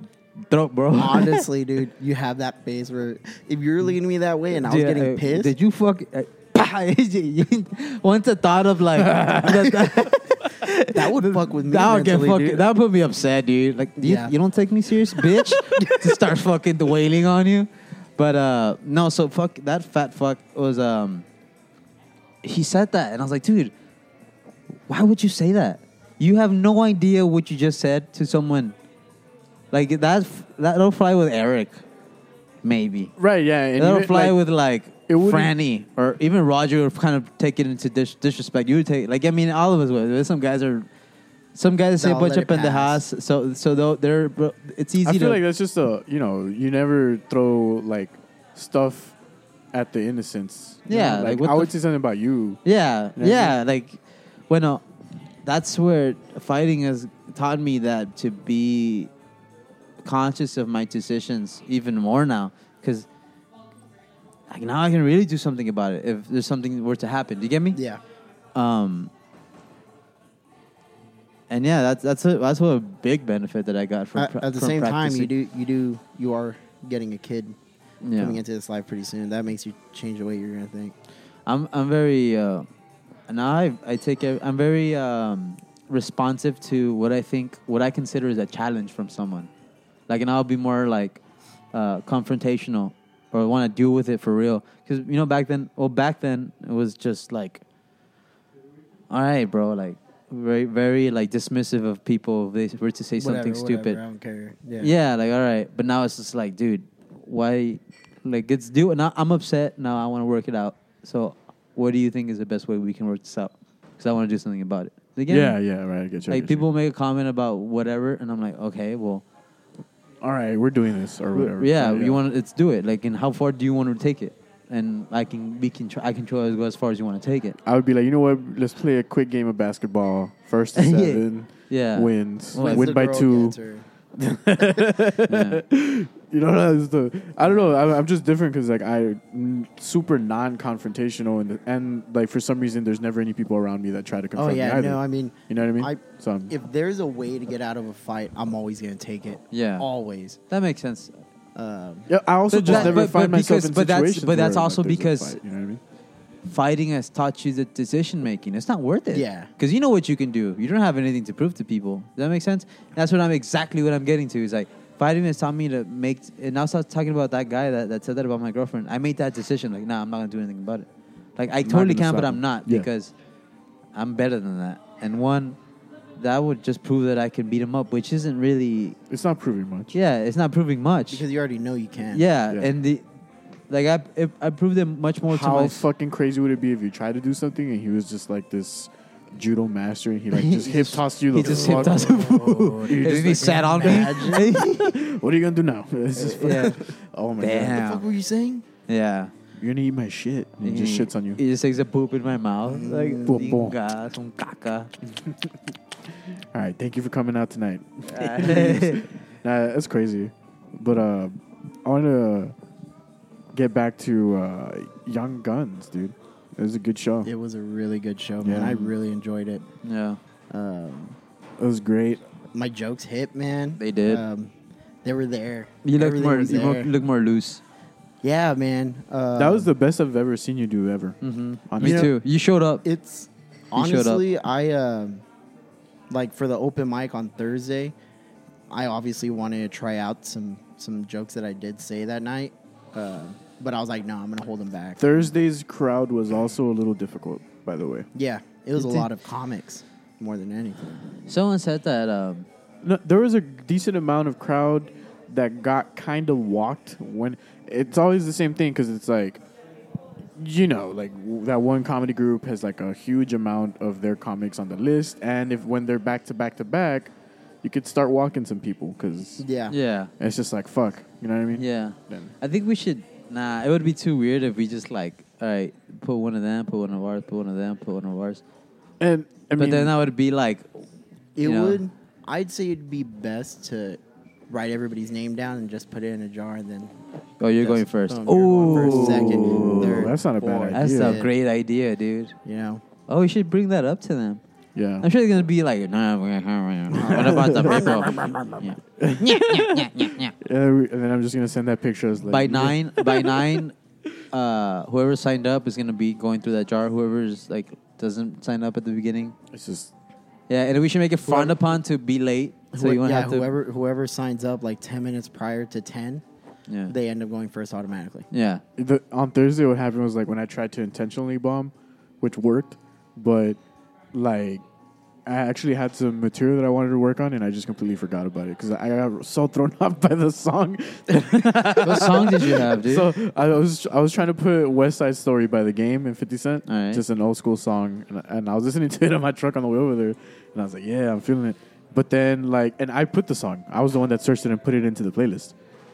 [SPEAKER 11] throat,
[SPEAKER 13] Oh,
[SPEAKER 11] bro.
[SPEAKER 13] honestly, dude, you have that face where if you're looking at me that way and I was
[SPEAKER 11] Dude,
[SPEAKER 13] getting
[SPEAKER 11] uh,
[SPEAKER 13] pissed,
[SPEAKER 11] Did you fuck? uh, Once I thought of like that,
[SPEAKER 13] that would fuck with me.
[SPEAKER 11] that would get
[SPEAKER 13] mentally,
[SPEAKER 11] fucking
[SPEAKER 13] dude.
[SPEAKER 11] that would put me upset, dude. Like you,
[SPEAKER 13] Yeah.
[SPEAKER 11] you don't take me serious, bitch. to start fucking wailing on you, but uh no. So fuck that fat fuck was um. He said that, and I was like, dude, why would you say that? You have no idea what you just said to someone. Like that, that'll fly with Eric, maybe.
[SPEAKER 10] Right. Yeah. And
[SPEAKER 11] That'll
[SPEAKER 10] even,
[SPEAKER 11] fly
[SPEAKER 10] like,
[SPEAKER 11] with like
[SPEAKER 10] it wouldn't-
[SPEAKER 11] Franny or even Roger would kind of take it into dis- disrespect. You would take like I mean all of us would. There's Some guys are some guys say
[SPEAKER 13] They'll
[SPEAKER 11] bunch
[SPEAKER 13] let
[SPEAKER 11] up
[SPEAKER 13] it
[SPEAKER 11] in the
[SPEAKER 13] pass.
[SPEAKER 11] house, so so they'll- they're bro, it's easy
[SPEAKER 10] I
[SPEAKER 11] to
[SPEAKER 10] feel like that's just a you know you never throw like stuff at the innocents. you
[SPEAKER 11] Yeah, like,
[SPEAKER 10] know? Like,
[SPEAKER 11] what
[SPEAKER 10] I
[SPEAKER 11] the
[SPEAKER 10] would
[SPEAKER 11] f-
[SPEAKER 10] say something about you.
[SPEAKER 11] yeah
[SPEAKER 10] You know what I
[SPEAKER 11] yeah like when uh, that's where fighting has taught me that to be conscious of my decisions even more now because like now I can really do something about it if there's something were to happen. Do you get me?
[SPEAKER 13] Yeah.
[SPEAKER 11] Um, and yeah, that's that's a, that's what a big benefit that I got from.
[SPEAKER 13] at,
[SPEAKER 11] pra-
[SPEAKER 13] at the
[SPEAKER 11] from
[SPEAKER 13] same time, you
[SPEAKER 11] practicing.
[SPEAKER 13] do you do you are getting a kid
[SPEAKER 11] Yeah.
[SPEAKER 13] coming into this life pretty soon. That makes you change the way you're gonna think.
[SPEAKER 11] I'm I'm very uh, now I I take ev- I'm very um, responsive to what I think what I consider is a challenge from someone, like and I'll be more like uh, confrontational or want to deal with it for real because you know back then well back then it was just like, all right, bro, like very very like dismissive of people if they were to say something
[SPEAKER 13] Whatever,
[SPEAKER 11] stupid.
[SPEAKER 13] whatever, I don't care. Yeah.
[SPEAKER 11] Yeah. like all right, but now it's just like, dude, why? Like it's do it now. I'm upset now. I want to work it out. So, what do you think is the best way we can work this out? Because I want to do something about it. You get me?
[SPEAKER 10] Yeah, yeah, right. I get you. I
[SPEAKER 11] Like
[SPEAKER 10] get you.
[SPEAKER 11] people make a comment about whatever, and I'm like, okay, well,
[SPEAKER 10] All right, we're doing this or whatever.
[SPEAKER 11] yeah, you want to let's do it. Like, and how far do you want to take it? And I can we can try, I can try to go as far as you want to take it.
[SPEAKER 10] I would be like, you know what? Let's play a quick game of basketball. First to
[SPEAKER 11] Yeah.
[SPEAKER 10] seven.
[SPEAKER 11] Yeah.
[SPEAKER 10] Wins.
[SPEAKER 11] Well,
[SPEAKER 10] Win
[SPEAKER 13] the
[SPEAKER 10] by
[SPEAKER 13] girl
[SPEAKER 10] two.
[SPEAKER 13] gets her.
[SPEAKER 10] You know, that's the, I don't know. I'm, I'm just different because like I mm, super non-confrontational and and like for some reason there's never any people around me that try to
[SPEAKER 13] Oh
[SPEAKER 10] confront me
[SPEAKER 13] yeah,
[SPEAKER 10] either.
[SPEAKER 13] no, I mean,
[SPEAKER 10] you know what I mean?
[SPEAKER 13] I-
[SPEAKER 10] so I'm,
[SPEAKER 13] if there's a way to get out of a fight, I'm always gonna take it.
[SPEAKER 11] Yeah.
[SPEAKER 13] always.
[SPEAKER 11] That makes sense.
[SPEAKER 13] Um,
[SPEAKER 10] yeah, I also
[SPEAKER 11] But
[SPEAKER 10] just
[SPEAKER 11] that-
[SPEAKER 10] never
[SPEAKER 11] but-
[SPEAKER 10] find
[SPEAKER 11] but
[SPEAKER 10] myself
[SPEAKER 11] because-
[SPEAKER 10] in
[SPEAKER 11] but that's-
[SPEAKER 10] situations.
[SPEAKER 11] but that's
[SPEAKER 10] where, like,
[SPEAKER 11] also
[SPEAKER 10] there's a
[SPEAKER 11] because-
[SPEAKER 10] fight, you know what I mean?
[SPEAKER 11] Fighting has taught you the decision making. It's not worth it.
[SPEAKER 13] Yeah.
[SPEAKER 11] Because you know what you can do. You don't have anything to prove to people. Does that make sense? That's what I'm exactly what I'm getting to. Is like fighting has taught me to make. And I was talking about that guy that, that said that about my girlfriend. I made that decision. Like, nah, I'm not gonna do anything about it. Like, I
[SPEAKER 10] not
[SPEAKER 11] totally
[SPEAKER 10] gonna
[SPEAKER 11] can, but
[SPEAKER 10] stop him.
[SPEAKER 11] I'm not
[SPEAKER 10] Yeah.
[SPEAKER 11] because I'm better than that. And one, that would just prove that I can beat him up, which isn't really.
[SPEAKER 10] It's not proving much.
[SPEAKER 11] Yeah, it's not proving much.
[SPEAKER 13] because you already know you can.
[SPEAKER 11] yeah,
[SPEAKER 10] Yeah.
[SPEAKER 11] and the. Like I, it, I proved it much more to
[SPEAKER 10] How
[SPEAKER 11] my
[SPEAKER 10] fucking crazy would it be if you tried to do something and he was just like this judo master and he like just hip tossed you the
[SPEAKER 11] He just hip
[SPEAKER 10] fuck.
[SPEAKER 11] tossed
[SPEAKER 10] Oh,
[SPEAKER 11] And then he sat on
[SPEAKER 10] me. what are you gonna do now? It's just
[SPEAKER 11] Yeah.
[SPEAKER 10] oh my
[SPEAKER 11] Damn.
[SPEAKER 10] god.
[SPEAKER 13] What were you saying?
[SPEAKER 11] Yeah.
[SPEAKER 10] You're gonna eat my shit. And he just shits on you. Mm.
[SPEAKER 11] He just takes a poop in my mouth. Like,
[SPEAKER 10] Poop, poop.
[SPEAKER 11] "Dinga, some caca."
[SPEAKER 10] All right, thank you for coming out tonight. nah,
[SPEAKER 11] Alright.
[SPEAKER 10] that's crazy. But uh, I want to get back to uh, Young Guns, dude. It was a good show.
[SPEAKER 13] It was a really good show,
[SPEAKER 10] Yeah.
[SPEAKER 13] man. I really enjoyed it.
[SPEAKER 11] Yeah.
[SPEAKER 13] Um,
[SPEAKER 10] It was great.
[SPEAKER 13] my jokes hit, man.
[SPEAKER 11] They did.
[SPEAKER 13] Um, they were there.
[SPEAKER 11] You look
[SPEAKER 13] Everything
[SPEAKER 11] more,
[SPEAKER 13] was
[SPEAKER 11] you mo-
[SPEAKER 13] there.
[SPEAKER 11] look more loose.
[SPEAKER 13] Yeah, man. Um,
[SPEAKER 10] that was the best I've ever seen you do ever.
[SPEAKER 11] Mm-hmm.
[SPEAKER 10] Honestly.
[SPEAKER 11] Me too. You showed up.
[SPEAKER 13] It's
[SPEAKER 11] You showed up.
[SPEAKER 13] honestly, I um, like for the open mic on Thursday. I obviously wanted to try out some some jokes that I did say that night, uh, but I was like, no, I'm gonna hold them back.
[SPEAKER 10] Thursday's crowd was also a little difficult, by the way.
[SPEAKER 13] yeah, it was a
[SPEAKER 11] It did.
[SPEAKER 13] lot of comics more than anything.
[SPEAKER 11] Someone said that. Um,
[SPEAKER 10] No, there was a decent amount of crowd that got kind of walked when it's always the same thing because it's like you know like w- that one comedy group has like a huge amount of their comics on the list and if when they're back to back to back you could start walking some people because
[SPEAKER 13] Yeah,
[SPEAKER 11] yeah.
[SPEAKER 10] it's just like fuck you know what i mean
[SPEAKER 11] Yeah.
[SPEAKER 10] Then-
[SPEAKER 11] I think we should. Nah, it would be too weird if we just like, all right, put one of them, put one of ours, put one of them, put one of ours.
[SPEAKER 10] and I
[SPEAKER 11] but
[SPEAKER 10] mean,
[SPEAKER 11] then that would be like,
[SPEAKER 13] It
[SPEAKER 11] you know,
[SPEAKER 13] would. I'd say it'd be best to write everybody's name down and just put it in a jar and then.
[SPEAKER 11] Oh, you're
[SPEAKER 13] That's-
[SPEAKER 11] going first.
[SPEAKER 13] boom,
[SPEAKER 11] Oh,
[SPEAKER 13] you're going first, second, third,
[SPEAKER 10] that's not a bad
[SPEAKER 13] fourth.
[SPEAKER 10] idea.
[SPEAKER 11] that's a
[SPEAKER 13] Yeah.
[SPEAKER 11] great idea, dude.
[SPEAKER 13] You know,
[SPEAKER 11] Oh, we should bring that up to them.
[SPEAKER 10] yeah
[SPEAKER 11] I'm sure they're gonna be like, nah, what about the people? Yeah.
[SPEAKER 10] Yeah, we- and then i'm just gonna send that picture as like
[SPEAKER 11] By nine, by nine, uh, whoever signed up is gonna be going through that jar. Whoever's like doesn't sign up at the beginning,
[SPEAKER 10] it's just
[SPEAKER 11] yeah, and we should make it frowned upon to be late, so you
[SPEAKER 13] Who-
[SPEAKER 11] won't
[SPEAKER 13] yeah,
[SPEAKER 11] have to.
[SPEAKER 13] whoever whoever signs up like ten minutes prior to ten,
[SPEAKER 11] yeah,
[SPEAKER 13] they end up going first automatically.
[SPEAKER 11] yeah,
[SPEAKER 10] the, on Thursday, what happened was like when I tried to intentionally bomb, which worked, but like I actually had some material that I wanted to work on, and I just completely forgot about it because I got so thrown off by the song.
[SPEAKER 11] what song did you have, dude?
[SPEAKER 10] so I was I was trying to put West Side Story by the Game and Fifty Cent,
[SPEAKER 11] All right.
[SPEAKER 10] just an old school song, and, and I was listening to it on my truck on the way over there, and I was like, yeah, I'm feeling it. But then like, and I put the song. I was the one that searched it and put it into the playlist.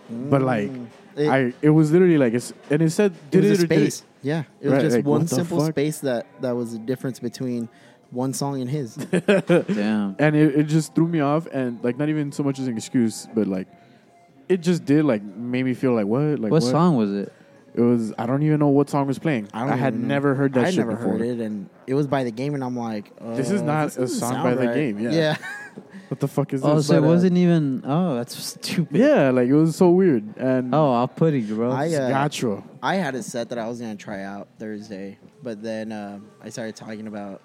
[SPEAKER 10] But like,
[SPEAKER 13] It-
[SPEAKER 10] I it was literally like it's and it said
[SPEAKER 13] It was
[SPEAKER 10] did
[SPEAKER 13] a
[SPEAKER 10] it or did it-
[SPEAKER 13] space. Yeah, it was
[SPEAKER 10] Right,
[SPEAKER 13] just
[SPEAKER 10] like,
[SPEAKER 13] one
[SPEAKER 10] what the
[SPEAKER 13] simple
[SPEAKER 10] fuck?
[SPEAKER 13] space that that was the difference between one song and his.
[SPEAKER 11] Damn.
[SPEAKER 10] and it, it just threw me off and like not even so much as an excuse but like it just did like made me feel like what like
[SPEAKER 11] what song was it?
[SPEAKER 10] it was i don't even know what song was playing i,
[SPEAKER 13] don't
[SPEAKER 10] had
[SPEAKER 13] even know.
[SPEAKER 10] never heard that
[SPEAKER 13] I
[SPEAKER 10] shit
[SPEAKER 13] never
[SPEAKER 10] before
[SPEAKER 13] heard it, and it was by the game, and I'm like,
[SPEAKER 10] This is
[SPEAKER 13] uh,
[SPEAKER 10] not a
[SPEAKER 13] doesn't
[SPEAKER 10] song
[SPEAKER 13] sound
[SPEAKER 10] by the
[SPEAKER 13] right.
[SPEAKER 10] game, yeah.
[SPEAKER 13] yeah,
[SPEAKER 10] what the fuck is
[SPEAKER 11] Oh,
[SPEAKER 10] this
[SPEAKER 11] so it
[SPEAKER 10] But, uh,
[SPEAKER 11] wasn't even. Oh, that's stupid.
[SPEAKER 10] yeah like it was so weird and
[SPEAKER 11] Oh, I'll put it, bro.
[SPEAKER 13] I, uh,
[SPEAKER 10] gotcha
[SPEAKER 13] I had a set that I was gonna try out Thursday, but then um, I started talking about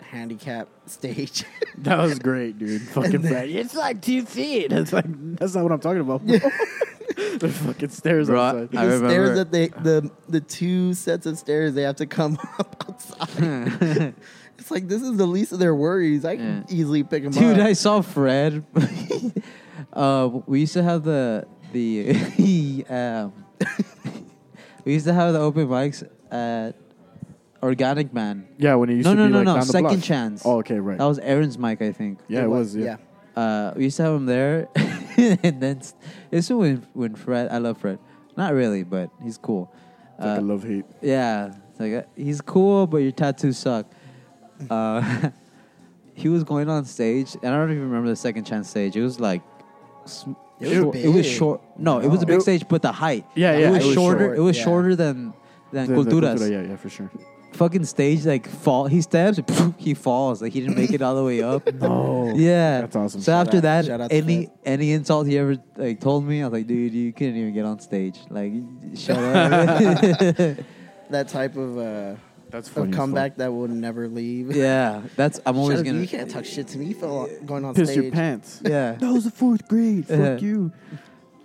[SPEAKER 13] handicap stage.
[SPEAKER 10] that was great dude fucking Brad, it's like two feet it's like that's not what i'm talking about the fucking stairs
[SPEAKER 11] Bro,
[SPEAKER 10] outside.
[SPEAKER 11] I
[SPEAKER 13] the
[SPEAKER 11] remember.
[SPEAKER 13] stairs that they the the two sets of stairs they have to come up outside. it's like this is the least of their worries. I can
[SPEAKER 11] Yeah.
[SPEAKER 13] easily pick them
[SPEAKER 11] Dude,
[SPEAKER 13] up.
[SPEAKER 11] I saw Fred. uh, we used to have the the he, um, we used to have the open mics at Organic Man.
[SPEAKER 10] yeah when it used
[SPEAKER 11] No,
[SPEAKER 10] to
[SPEAKER 11] no,
[SPEAKER 10] be
[SPEAKER 11] no,
[SPEAKER 10] like
[SPEAKER 11] no.
[SPEAKER 10] down the
[SPEAKER 11] Second
[SPEAKER 10] block.
[SPEAKER 11] chance.
[SPEAKER 10] oh okay right
[SPEAKER 11] That was Aaron's mic, I think.
[SPEAKER 10] yeah it was yeah,
[SPEAKER 13] yeah.
[SPEAKER 11] Uh, we used to have him there, and then s- this is when when Fred. I love Fred. Not really, but he's cool.
[SPEAKER 10] It's like
[SPEAKER 11] Uh,
[SPEAKER 10] a love hate
[SPEAKER 11] Yeah, it's like uh, he's cool, but your tattoos suck. Uh, he was going on stage, and I don't even remember the second chance stage. It was like sm-
[SPEAKER 13] It was
[SPEAKER 11] short- it was
[SPEAKER 13] big.
[SPEAKER 11] short. No, it was a big
[SPEAKER 10] It-
[SPEAKER 11] stage, but the height.
[SPEAKER 10] Yeah,
[SPEAKER 11] It
[SPEAKER 10] yeah,
[SPEAKER 11] was
[SPEAKER 10] it was
[SPEAKER 11] shorter.
[SPEAKER 13] short,
[SPEAKER 11] it was
[SPEAKER 13] yeah.
[SPEAKER 11] shorter than than
[SPEAKER 10] The- the
[SPEAKER 11] Culturas.
[SPEAKER 10] Cultura, yeah yeah for sure
[SPEAKER 11] Fucking stage, like fall. He steps, he falls. Like he didn't make it all the way up.
[SPEAKER 10] no
[SPEAKER 11] Yeah,
[SPEAKER 10] That's awesome.
[SPEAKER 11] So
[SPEAKER 10] Shout
[SPEAKER 11] after
[SPEAKER 13] out-
[SPEAKER 11] that,
[SPEAKER 13] shout out to
[SPEAKER 11] any
[SPEAKER 13] Fred.
[SPEAKER 11] any insult he ever like told me, I was like, dude, you couldn't even get on stage. Like, shut up.
[SPEAKER 13] That type of uh, of
[SPEAKER 10] that's funny as fuck.
[SPEAKER 13] comeback that will never leave.
[SPEAKER 11] yeah, that's I'm always
[SPEAKER 13] Shut up,
[SPEAKER 11] gonna.
[SPEAKER 13] you can't talk shit to me for going on
[SPEAKER 10] piss
[SPEAKER 13] stage.
[SPEAKER 10] your pants
[SPEAKER 11] Yeah,
[SPEAKER 10] That was the fourth grade.
[SPEAKER 11] Yeah.
[SPEAKER 10] Fuck you.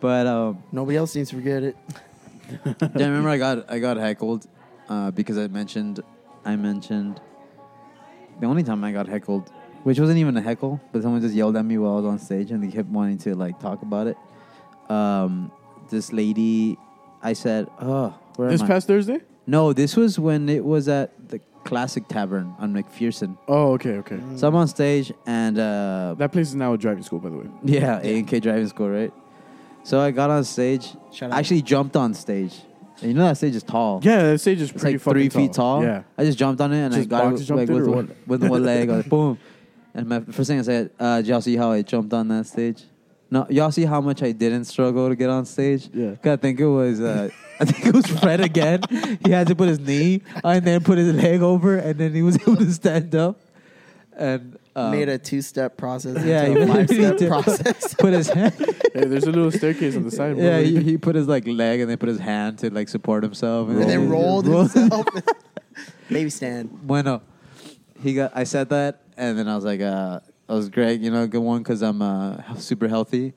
[SPEAKER 11] but um,
[SPEAKER 13] Nobody else seems to forget it.
[SPEAKER 11] yeah, I remember I got I got heckled uh, because I mentioned I mentioned the only time I got heckled, which wasn't even a heckle, but someone just yelled at me while I was on stage, and they kept wanting to like talk about it. Um, this lady, I said, "Oh, where
[SPEAKER 10] This
[SPEAKER 11] am I?"
[SPEAKER 10] past Thursday?
[SPEAKER 11] No, this was when it was at the Classic Tavern on McPherson.
[SPEAKER 10] Oh, okay, okay.
[SPEAKER 11] So I'm on stage, and uh,
[SPEAKER 10] that place is now a driving school, by the way.
[SPEAKER 11] Yeah, A and K Driving School, right? So I got on stage.
[SPEAKER 10] Shout
[SPEAKER 11] I
[SPEAKER 10] out.
[SPEAKER 11] actually jumped on stage. And you know that stage is tall.
[SPEAKER 10] Yeah, that stage
[SPEAKER 11] It's
[SPEAKER 10] is pretty
[SPEAKER 11] like three
[SPEAKER 10] fucking
[SPEAKER 11] feet tall.
[SPEAKER 10] Yeah.
[SPEAKER 11] I just jumped on it and I
[SPEAKER 10] Just
[SPEAKER 11] got
[SPEAKER 10] box
[SPEAKER 11] it
[SPEAKER 10] jumped
[SPEAKER 11] like,
[SPEAKER 10] it
[SPEAKER 11] with,
[SPEAKER 10] or
[SPEAKER 11] one,
[SPEAKER 10] what?
[SPEAKER 11] with one leg. I was like, boom. And my first thing I said, uh, "Did y'all see how I jumped on that stage? No, y'all see how much I didn't struggle to get on stage? Yeah. I think it was, uh, I think it was Fred again. He had to put his knee and then put his leg over and then he was able to stand up. And um,
[SPEAKER 13] Made a two step process.
[SPEAKER 11] yeah,
[SPEAKER 13] into a
[SPEAKER 11] he
[SPEAKER 13] five step
[SPEAKER 11] did.
[SPEAKER 13] process.
[SPEAKER 11] Put his hand.
[SPEAKER 10] Hey, there's a little staircase on the side. bro.
[SPEAKER 11] Yeah, he, he put his like leg and then put his hand to like support himself,
[SPEAKER 13] And then rolled
[SPEAKER 11] rolled.
[SPEAKER 13] himself. Baby stand.
[SPEAKER 11] bueno. He got. I said that, and then I was like, uh, "I was great, you know, good one, because I'm uh, super healthy,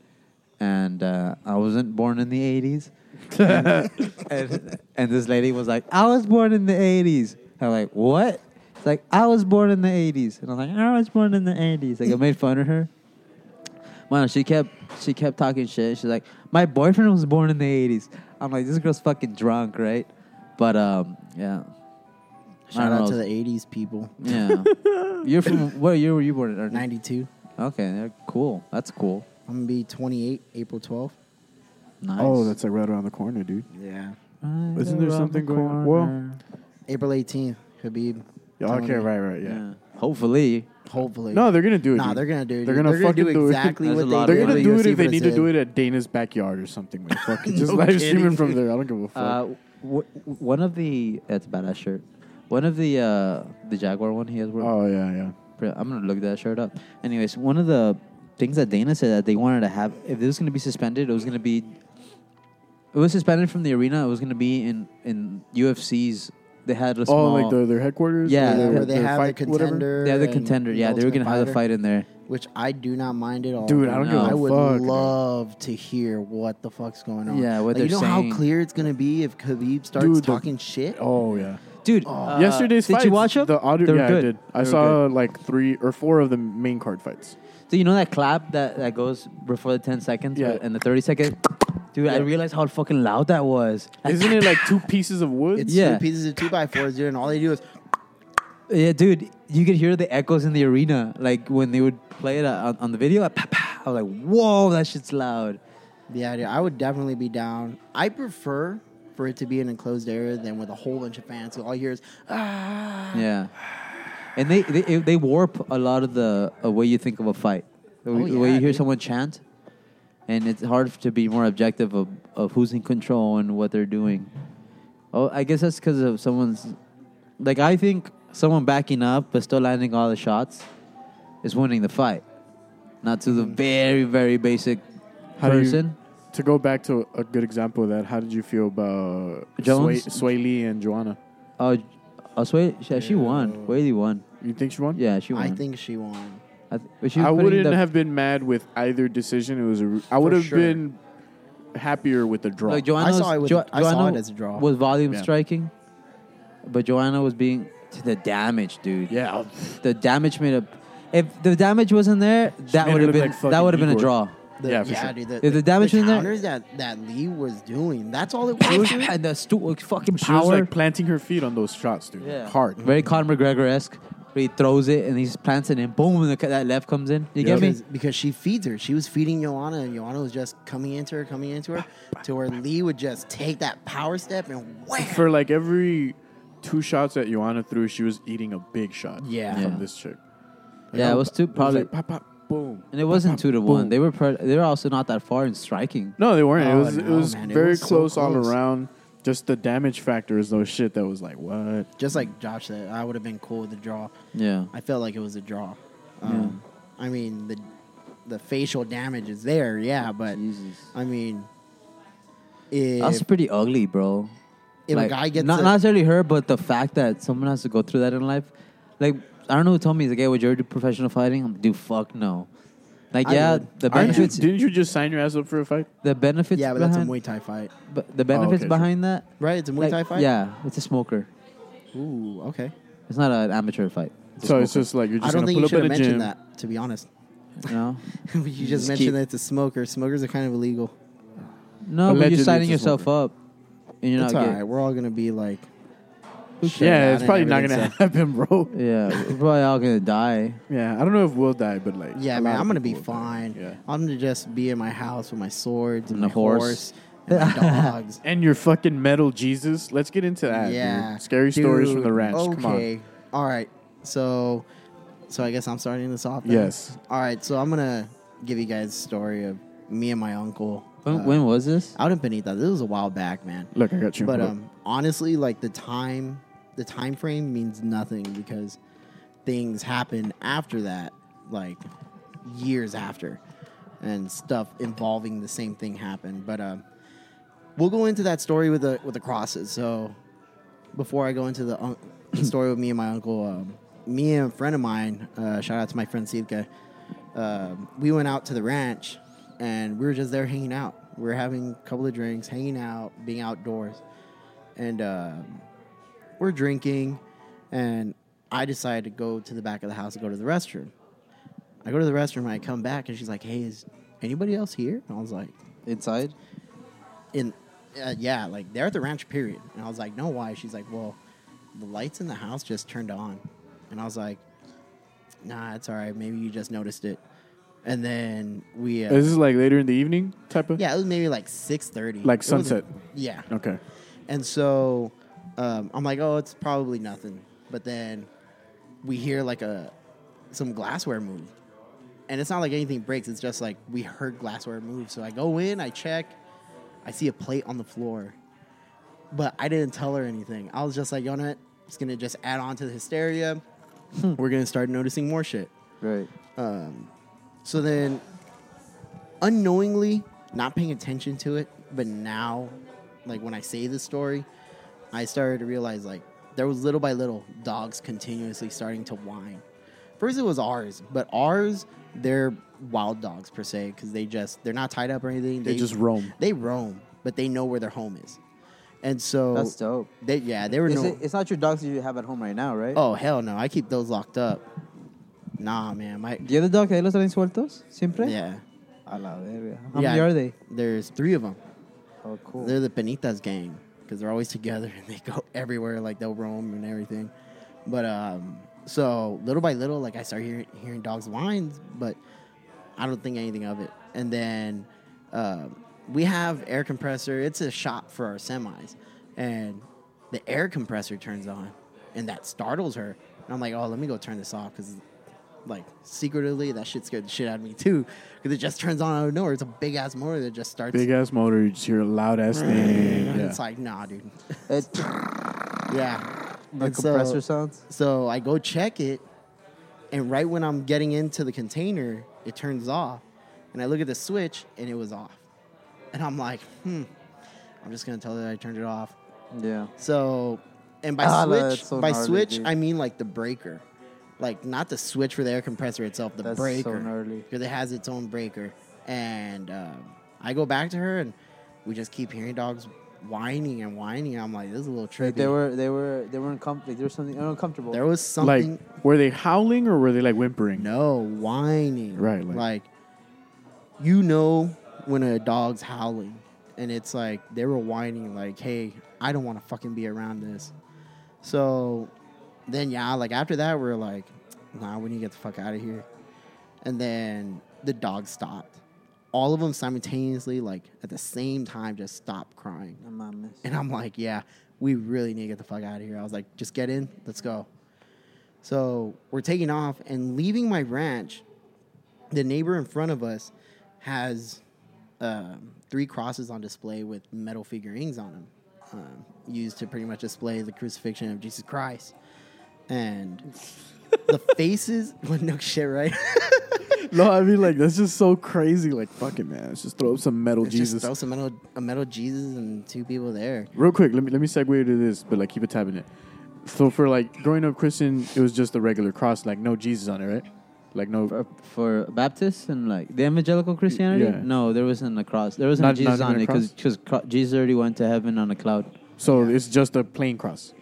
[SPEAKER 11] and uh, I wasn't born in the '80s." and, and, and this lady was like, "I was born in the '80s." I'm like, "What?" It's like, "I was born in the '80s," and I'm like, "I was born in the '80s." Like I made fun of her. Well, she kept she kept talking shit. She's like, "My boyfriend was born in the '80s." I'm like, "This girl's fucking drunk, right?" But um, yeah. I
[SPEAKER 13] Shout
[SPEAKER 11] don't
[SPEAKER 13] out
[SPEAKER 11] know.
[SPEAKER 13] to the 80s people.
[SPEAKER 11] Yeah. You're from what year were you born in? Ernie?
[SPEAKER 13] 92.
[SPEAKER 11] Okay, yeah, cool. That's cool.
[SPEAKER 13] I'm going to be 28 April 12th.
[SPEAKER 11] Nice.
[SPEAKER 10] Oh, that's like right around the corner, dude.
[SPEAKER 13] Yeah.
[SPEAKER 10] Isn't there something going on? Well,
[SPEAKER 13] April 18th. Habib.
[SPEAKER 10] yeah,
[SPEAKER 13] telling
[SPEAKER 10] okay,
[SPEAKER 13] me.
[SPEAKER 10] right, right, yeah.
[SPEAKER 11] Hopefully.
[SPEAKER 13] Hopefully.
[SPEAKER 10] No, they're gonna do it.
[SPEAKER 13] Nah,
[SPEAKER 10] dude.
[SPEAKER 13] they're gonna do it.
[SPEAKER 10] They're gonna
[SPEAKER 13] They're gonna
[SPEAKER 10] fucking
[SPEAKER 13] do exactly
[SPEAKER 10] it.
[SPEAKER 13] There's what a they lot
[SPEAKER 10] They're
[SPEAKER 13] of
[SPEAKER 10] gonna
[SPEAKER 13] work.
[SPEAKER 10] do it
[SPEAKER 13] UFC
[SPEAKER 10] if they need to
[SPEAKER 13] Brazil.
[SPEAKER 10] do it at Dana's backyard or something. Man. Fucking just
[SPEAKER 13] No
[SPEAKER 10] live streaming
[SPEAKER 13] kidding.
[SPEAKER 10] from there. I don't give a fuck.
[SPEAKER 11] Uh, w- one of the that's a badass shirt. One of the uh, the Jaguar one he has. Worked.
[SPEAKER 10] Oh yeah, yeah.
[SPEAKER 11] Pretty- I'm gonna look that shirt up. Anyways, one of the things that Dana said that they wanted to have, if it was gonna be suspended, it was gonna be, it was suspended from the arena. It was gonna be in in UFC's. They had a small,
[SPEAKER 10] oh, like their their headquarters.
[SPEAKER 11] Yeah,
[SPEAKER 10] or
[SPEAKER 11] Yeah,
[SPEAKER 10] their-
[SPEAKER 13] Where they
[SPEAKER 10] their
[SPEAKER 13] have
[SPEAKER 10] fight,
[SPEAKER 13] the
[SPEAKER 10] whatever?
[SPEAKER 13] contender.
[SPEAKER 11] they had the
[SPEAKER 13] and
[SPEAKER 11] contender. Yeah, they were gonna
[SPEAKER 13] Ultimate
[SPEAKER 11] have a fight
[SPEAKER 13] Fighter,
[SPEAKER 11] in there.
[SPEAKER 13] Which I do not mind at all.
[SPEAKER 10] Dude, I don't
[SPEAKER 11] give a
[SPEAKER 13] I would
[SPEAKER 10] fuck, dude.
[SPEAKER 13] love to hear what the fuck's going on.
[SPEAKER 11] Yeah, what
[SPEAKER 13] like, you
[SPEAKER 11] they're
[SPEAKER 13] know
[SPEAKER 11] saying.
[SPEAKER 13] how clear it's gonna be if Khabib starts
[SPEAKER 10] Dude, the-
[SPEAKER 13] talking shit.
[SPEAKER 10] Oh yeah.
[SPEAKER 11] Dude,
[SPEAKER 13] uh,
[SPEAKER 10] Yesterday's
[SPEAKER 11] did
[SPEAKER 10] fights,
[SPEAKER 11] you watch them?
[SPEAKER 10] The audio,
[SPEAKER 11] They were
[SPEAKER 10] yeah,
[SPEAKER 11] good.
[SPEAKER 10] I did. I
[SPEAKER 11] They were
[SPEAKER 10] saw like three or four of the main card fights.
[SPEAKER 11] Do you know that clap that, that goes before the 10 seconds
[SPEAKER 10] Yeah.
[SPEAKER 11] and the 30 second? Dude, I
[SPEAKER 10] Yeah.
[SPEAKER 11] realized how fucking loud that was.
[SPEAKER 10] Isn't it like two pieces of wood?
[SPEAKER 13] It's
[SPEAKER 11] Yeah.
[SPEAKER 13] two pieces of two by fours, dude, and all they do is
[SPEAKER 11] Yeah, dude, you could hear the echoes in the arena. Like when they would play it uh, on, on the video, like, pa, pa. I was like, whoa, that shit's loud.
[SPEAKER 13] Yeah, dude, I would definitely be down. I prefer for it to be an enclosed area than with a whole bunch of fans. So all you hear is ah.
[SPEAKER 11] Yeah. And they, they, they warp a lot of the a way you think of a fight. The,
[SPEAKER 13] Oh,
[SPEAKER 11] way- the way you
[SPEAKER 13] yeah,
[SPEAKER 11] hear
[SPEAKER 13] dude.
[SPEAKER 11] someone chant. And it's hard to be more objective of, of who's in control and what they're doing. Oh, I guess that's because of someone's. Like, I think someone backing up but still landing all the shots is winning the fight. Not to the very, very basic
[SPEAKER 10] Mm-hmm. How do you-
[SPEAKER 11] person.
[SPEAKER 10] To go back to a good example of that, how did you feel about Sway,
[SPEAKER 11] Jones?
[SPEAKER 10] Sway Lee and Joanna?
[SPEAKER 11] Oh, oh, Sway, she, she won. Whaley won.
[SPEAKER 10] You think she won?
[SPEAKER 11] Yeah, she won.
[SPEAKER 13] I think she won.
[SPEAKER 11] I, th- but she was
[SPEAKER 10] I
[SPEAKER 11] putting
[SPEAKER 10] wouldn't
[SPEAKER 11] the-
[SPEAKER 10] have been mad with either decision. It was a, I would
[SPEAKER 13] For
[SPEAKER 10] have
[SPEAKER 13] sure.
[SPEAKER 10] been happier with the draw.
[SPEAKER 11] Like Joanna
[SPEAKER 13] I saw
[SPEAKER 11] was-
[SPEAKER 13] it with-
[SPEAKER 11] Jo-
[SPEAKER 13] I saw
[SPEAKER 11] Joanna
[SPEAKER 13] it as a draw.
[SPEAKER 11] Was volume
[SPEAKER 10] Yeah.
[SPEAKER 11] striking, but Joanna was being to the damage, dude.
[SPEAKER 10] yeah,
[SPEAKER 11] The damage made a. If the damage wasn't there, that
[SPEAKER 10] made
[SPEAKER 11] would
[SPEAKER 10] her
[SPEAKER 11] have
[SPEAKER 10] look
[SPEAKER 11] been
[SPEAKER 10] like
[SPEAKER 11] that
[SPEAKER 10] fucking
[SPEAKER 11] would have been a
[SPEAKER 10] Igor.
[SPEAKER 11] draw.
[SPEAKER 13] The-
[SPEAKER 10] Yeah, for
[SPEAKER 13] yeah,
[SPEAKER 10] sure.
[SPEAKER 13] dude.
[SPEAKER 11] If the damage in there-
[SPEAKER 13] counters that that Lee was doing. That's all it was. dude.
[SPEAKER 11] and the stu- fucking
[SPEAKER 10] she was
[SPEAKER 11] power,
[SPEAKER 10] like planting her feet on those shots, dude.
[SPEAKER 11] Yeah.
[SPEAKER 10] Hard.
[SPEAKER 11] very Conor McGregor esque. He throws it and he just plants it and boom, and the, that left comes in. You
[SPEAKER 10] Yeah.
[SPEAKER 11] get me?
[SPEAKER 13] because, because she feeds her. She was feeding Joanna, and Joanna was just coming into her, coming into her, to where Lee would just take that power step and wham.
[SPEAKER 10] For like every two shots that Joanna threw, she was eating a big shot.
[SPEAKER 13] Yeah.
[SPEAKER 10] from
[SPEAKER 11] Yeah.
[SPEAKER 10] this chick.
[SPEAKER 11] Yeah, it was two- probably-
[SPEAKER 10] like, pop, pop, boom,
[SPEAKER 11] And it wasn't two to
[SPEAKER 10] boom.
[SPEAKER 11] one. They were pre- they were also not that far in striking.
[SPEAKER 10] No, they weren't.
[SPEAKER 13] Oh,
[SPEAKER 10] it was it
[SPEAKER 13] no,
[SPEAKER 10] was
[SPEAKER 13] man. It
[SPEAKER 10] very
[SPEAKER 13] was so
[SPEAKER 10] close, all
[SPEAKER 13] close.
[SPEAKER 10] around. Just the damage factor is no shit. That was like what?
[SPEAKER 13] Just like Josh said, I would have been cool with a draw.
[SPEAKER 11] Yeah,
[SPEAKER 13] I felt like it was a draw. Um, I mean the the facial damage is there, yeah, but
[SPEAKER 11] Jesus.
[SPEAKER 13] I mean, if,
[SPEAKER 11] That's pretty ugly, bro.
[SPEAKER 13] If a guy gets
[SPEAKER 11] not,
[SPEAKER 13] a-
[SPEAKER 11] not necessarily her, but the fact that someone has to go through that in life, like I don't know who told me he's like, "Hey, would you ever do professional fighting?" I'm like, "Dude, fuck no." Like,
[SPEAKER 13] I
[SPEAKER 11] yeah,
[SPEAKER 13] would.
[SPEAKER 11] the
[SPEAKER 13] I
[SPEAKER 10] Aren't you,
[SPEAKER 11] benefits,
[SPEAKER 10] didn't you just sign your ass up for a fight?
[SPEAKER 11] the benefits,
[SPEAKER 13] yeah, but
[SPEAKER 11] behind,
[SPEAKER 13] that's a Muay Thai fight,
[SPEAKER 11] but the benefits
[SPEAKER 10] Oh, okay,
[SPEAKER 11] behind that,
[SPEAKER 13] right? It's a Muay
[SPEAKER 11] like,
[SPEAKER 13] Thai fight.
[SPEAKER 11] Yeah, it's a smoker.
[SPEAKER 13] Ooh, okay.
[SPEAKER 11] It's not an amateur fight. It's a
[SPEAKER 10] So it's
[SPEAKER 11] smoker,
[SPEAKER 10] just like you're
[SPEAKER 13] I
[SPEAKER 10] just
[SPEAKER 13] don't think
[SPEAKER 10] gonna pull
[SPEAKER 13] you
[SPEAKER 10] up
[SPEAKER 13] should
[SPEAKER 10] in
[SPEAKER 13] have
[SPEAKER 10] a
[SPEAKER 13] mentioned
[SPEAKER 10] gym.
[SPEAKER 13] that. To be honest,
[SPEAKER 11] you know?
[SPEAKER 13] you just,
[SPEAKER 11] just
[SPEAKER 13] mentioned
[SPEAKER 11] keep-
[SPEAKER 13] that it's a smoker. Smokers are kind of illegal.
[SPEAKER 11] no, but
[SPEAKER 10] Allegedly,
[SPEAKER 11] you're signing
[SPEAKER 10] it's a
[SPEAKER 11] yourself
[SPEAKER 10] smoker.
[SPEAKER 11] up, and you're
[SPEAKER 13] it's
[SPEAKER 11] not
[SPEAKER 13] all
[SPEAKER 11] getting.
[SPEAKER 13] right. We're all gonna be like
[SPEAKER 10] yeah, it's probably not gonna happen, bro.
[SPEAKER 11] Yeah, we're probably all gonna die.
[SPEAKER 10] Yeah, I don't know if we'll die, but like,
[SPEAKER 13] yeah,
[SPEAKER 10] a
[SPEAKER 13] man, I'm
[SPEAKER 10] lot of
[SPEAKER 13] gonna be
[SPEAKER 10] people will die.
[SPEAKER 13] fine.
[SPEAKER 10] Yeah.
[SPEAKER 13] I'm gonna just be in my house with my swords and,
[SPEAKER 11] And a
[SPEAKER 13] my
[SPEAKER 11] horse.
[SPEAKER 13] and my dogs.
[SPEAKER 10] And your fucking metal Jesus. Let's get into that. dude.
[SPEAKER 13] yeah,
[SPEAKER 10] Scary stories from the
[SPEAKER 13] Dude,
[SPEAKER 10] ranch.
[SPEAKER 13] Okay,
[SPEAKER 10] Come on.
[SPEAKER 13] all right. So, so I guess I'm starting this off. then?
[SPEAKER 10] Yes.
[SPEAKER 13] All right. So I'm gonna give you guys a story of me and my uncle.
[SPEAKER 11] When,
[SPEAKER 13] uh,
[SPEAKER 11] when was this?
[SPEAKER 13] out in Benita. This was a while back, man.
[SPEAKER 10] Look, I got you.
[SPEAKER 13] But
[SPEAKER 10] Look.
[SPEAKER 13] um, honestly, like the time, the time frame means nothing because things happen after that, like years after, and stuff involving the same thing happened. But um, we'll go into that story with the with the crosses. So before I go into the, un- the story with me and my uncle, um, me and a friend of mine, uh, shout out to my friend Sidka, um, we went out to the ranch and we were just there hanging out. We were having a couple of drinks, hanging out, being outdoors. And um we're drinking, and I decided to go to the back of the house and go to the restroom. I go to the restroom, I come back, and she's like, Hey, is anybody else here? And I was like,
[SPEAKER 11] Inside?
[SPEAKER 13] in uh, yeah like they're at the ranch period and i was like no why she's like well the lights in the house just turned on and i was like nah it's all right maybe you just noticed it and then we uh,
[SPEAKER 10] Is this like later in the evening type of?
[SPEAKER 13] yeah it was maybe like 6.30
[SPEAKER 10] Like sunset.
[SPEAKER 13] yeah
[SPEAKER 10] Okay.
[SPEAKER 13] and so um, i'm like oh it's probably nothing but then we hear like a some glassware move and it's not like anything breaks it's just like we heard glassware move so i go in i check i see a plate on the floor but i didn't tell her anything i was just like you know what it's gonna just add on to the hysteria we're gonna start noticing more shit
[SPEAKER 11] Right.
[SPEAKER 13] um, so then, unknowingly, not paying attention to it, but now, like when I say this story, I started to realize like there was little by little dogs continuously starting to whine. First, it was ours, but ours they're wild dogs per se because they just they're not tied up or anything.
[SPEAKER 10] They just roam.
[SPEAKER 13] They roam, but they know where their home is, and so
[SPEAKER 11] That's dope.
[SPEAKER 13] They, yeah, they were
[SPEAKER 11] Is
[SPEAKER 13] no.
[SPEAKER 11] it- it's not your dogs that you have at home right now, right?
[SPEAKER 13] oh hell no! I keep those locked up. Nah, man, my
[SPEAKER 11] The other dog que ahí los traen sueltos? Siempre?
[SPEAKER 13] yeah.
[SPEAKER 11] A la verga. How
[SPEAKER 13] Yeah.
[SPEAKER 11] many are they?
[SPEAKER 13] There's three of them.
[SPEAKER 11] Oh, cool.
[SPEAKER 13] They're the Penitas gang because they're always together and they go everywhere, like they'll roam and everything. But um, so little by little, like I started hearing, hearing dogs whines, but I don't think anything of it. And then um we have air compressor. It's a shop for our semis, and the air compressor turns on, and that startles her. And I'm like, oh, let me go turn this off because like secretively that shit scared the shit out of me too because it just turns on out of nowhere. It's a big ass motor that just starts.
[SPEAKER 10] Big ass motor. You just hear a loud ass thing.
[SPEAKER 13] And
[SPEAKER 10] Yeah.
[SPEAKER 13] It's like, nah, dude.
[SPEAKER 11] It,
[SPEAKER 13] Yeah.
[SPEAKER 11] the
[SPEAKER 13] And so-
[SPEAKER 11] compressor sounds?
[SPEAKER 13] So I go check it, and right when I'm getting into the container, it turns off. And I look at the switch, and it was off. And I'm like, hmm, I'm just going to tell her I turned it off.
[SPEAKER 11] Yeah.
[SPEAKER 13] So, and by
[SPEAKER 11] Ah,
[SPEAKER 13] switch,
[SPEAKER 11] that's so
[SPEAKER 13] by
[SPEAKER 11] gnarly,
[SPEAKER 13] switch,
[SPEAKER 11] dude.
[SPEAKER 13] I mean like the breaker. Like, not the switch for the air compressor itself, the
[SPEAKER 11] That's so
[SPEAKER 13] breaker.
[SPEAKER 11] gnarly.
[SPEAKER 13] Because it has its own breaker. And um, I go back to her, and we just keep hearing dogs whining and whining. I'm like, this is a little trippy.
[SPEAKER 11] Like they were, they were, they were uncomfortable. There was something uncomfortable.
[SPEAKER 13] There was
[SPEAKER 10] Like,
[SPEAKER 13] something.
[SPEAKER 10] were they howling or were they like whimpering?
[SPEAKER 13] no whining.
[SPEAKER 10] Right,
[SPEAKER 13] Like,
[SPEAKER 10] like-
[SPEAKER 13] you know when a dog's howling, and it's like they were whining. Like, hey, I don't want to fucking be around this. So then, yeah, like after that, we are like, nah, we need to get the fuck out of here. And then the dog stopped. All of them simultaneously, like at the same time, just stopped crying.
[SPEAKER 11] No mames.
[SPEAKER 13] And I'm like, yeah, we really need to get the fuck out of here. I was like, just get in, let's go. So we're taking off and leaving my ranch. The neighbor in front of us has um, three crosses on display with metal figurines on them, um, used to pretty much display the crucifixion of Jesus Christ. And the faces, well, no shit, right?
[SPEAKER 10] No, I mean like that's just so crazy. Like fucking man, let's just throw up some metal
[SPEAKER 13] It's
[SPEAKER 10] Jesus.
[SPEAKER 13] Just throw some metal, a metal Jesus and two people there.
[SPEAKER 10] Real quick, let me let me segue to this, but like keep a tab in it. So for like growing up Christian, it was just a regular cross, like no Jesus on it, right? Like no, uh,
[SPEAKER 11] for, for Baptists and like the evangelical Christianity.
[SPEAKER 10] Yeah.
[SPEAKER 11] No, there wasn't a cross. There wasn't
[SPEAKER 10] Not-
[SPEAKER 11] a Jesus
[SPEAKER 10] not
[SPEAKER 11] on
[SPEAKER 10] even
[SPEAKER 11] it
[SPEAKER 10] a cross?
[SPEAKER 11] because Jesus already went to heaven on a cloud.
[SPEAKER 10] so it's just a plain cross,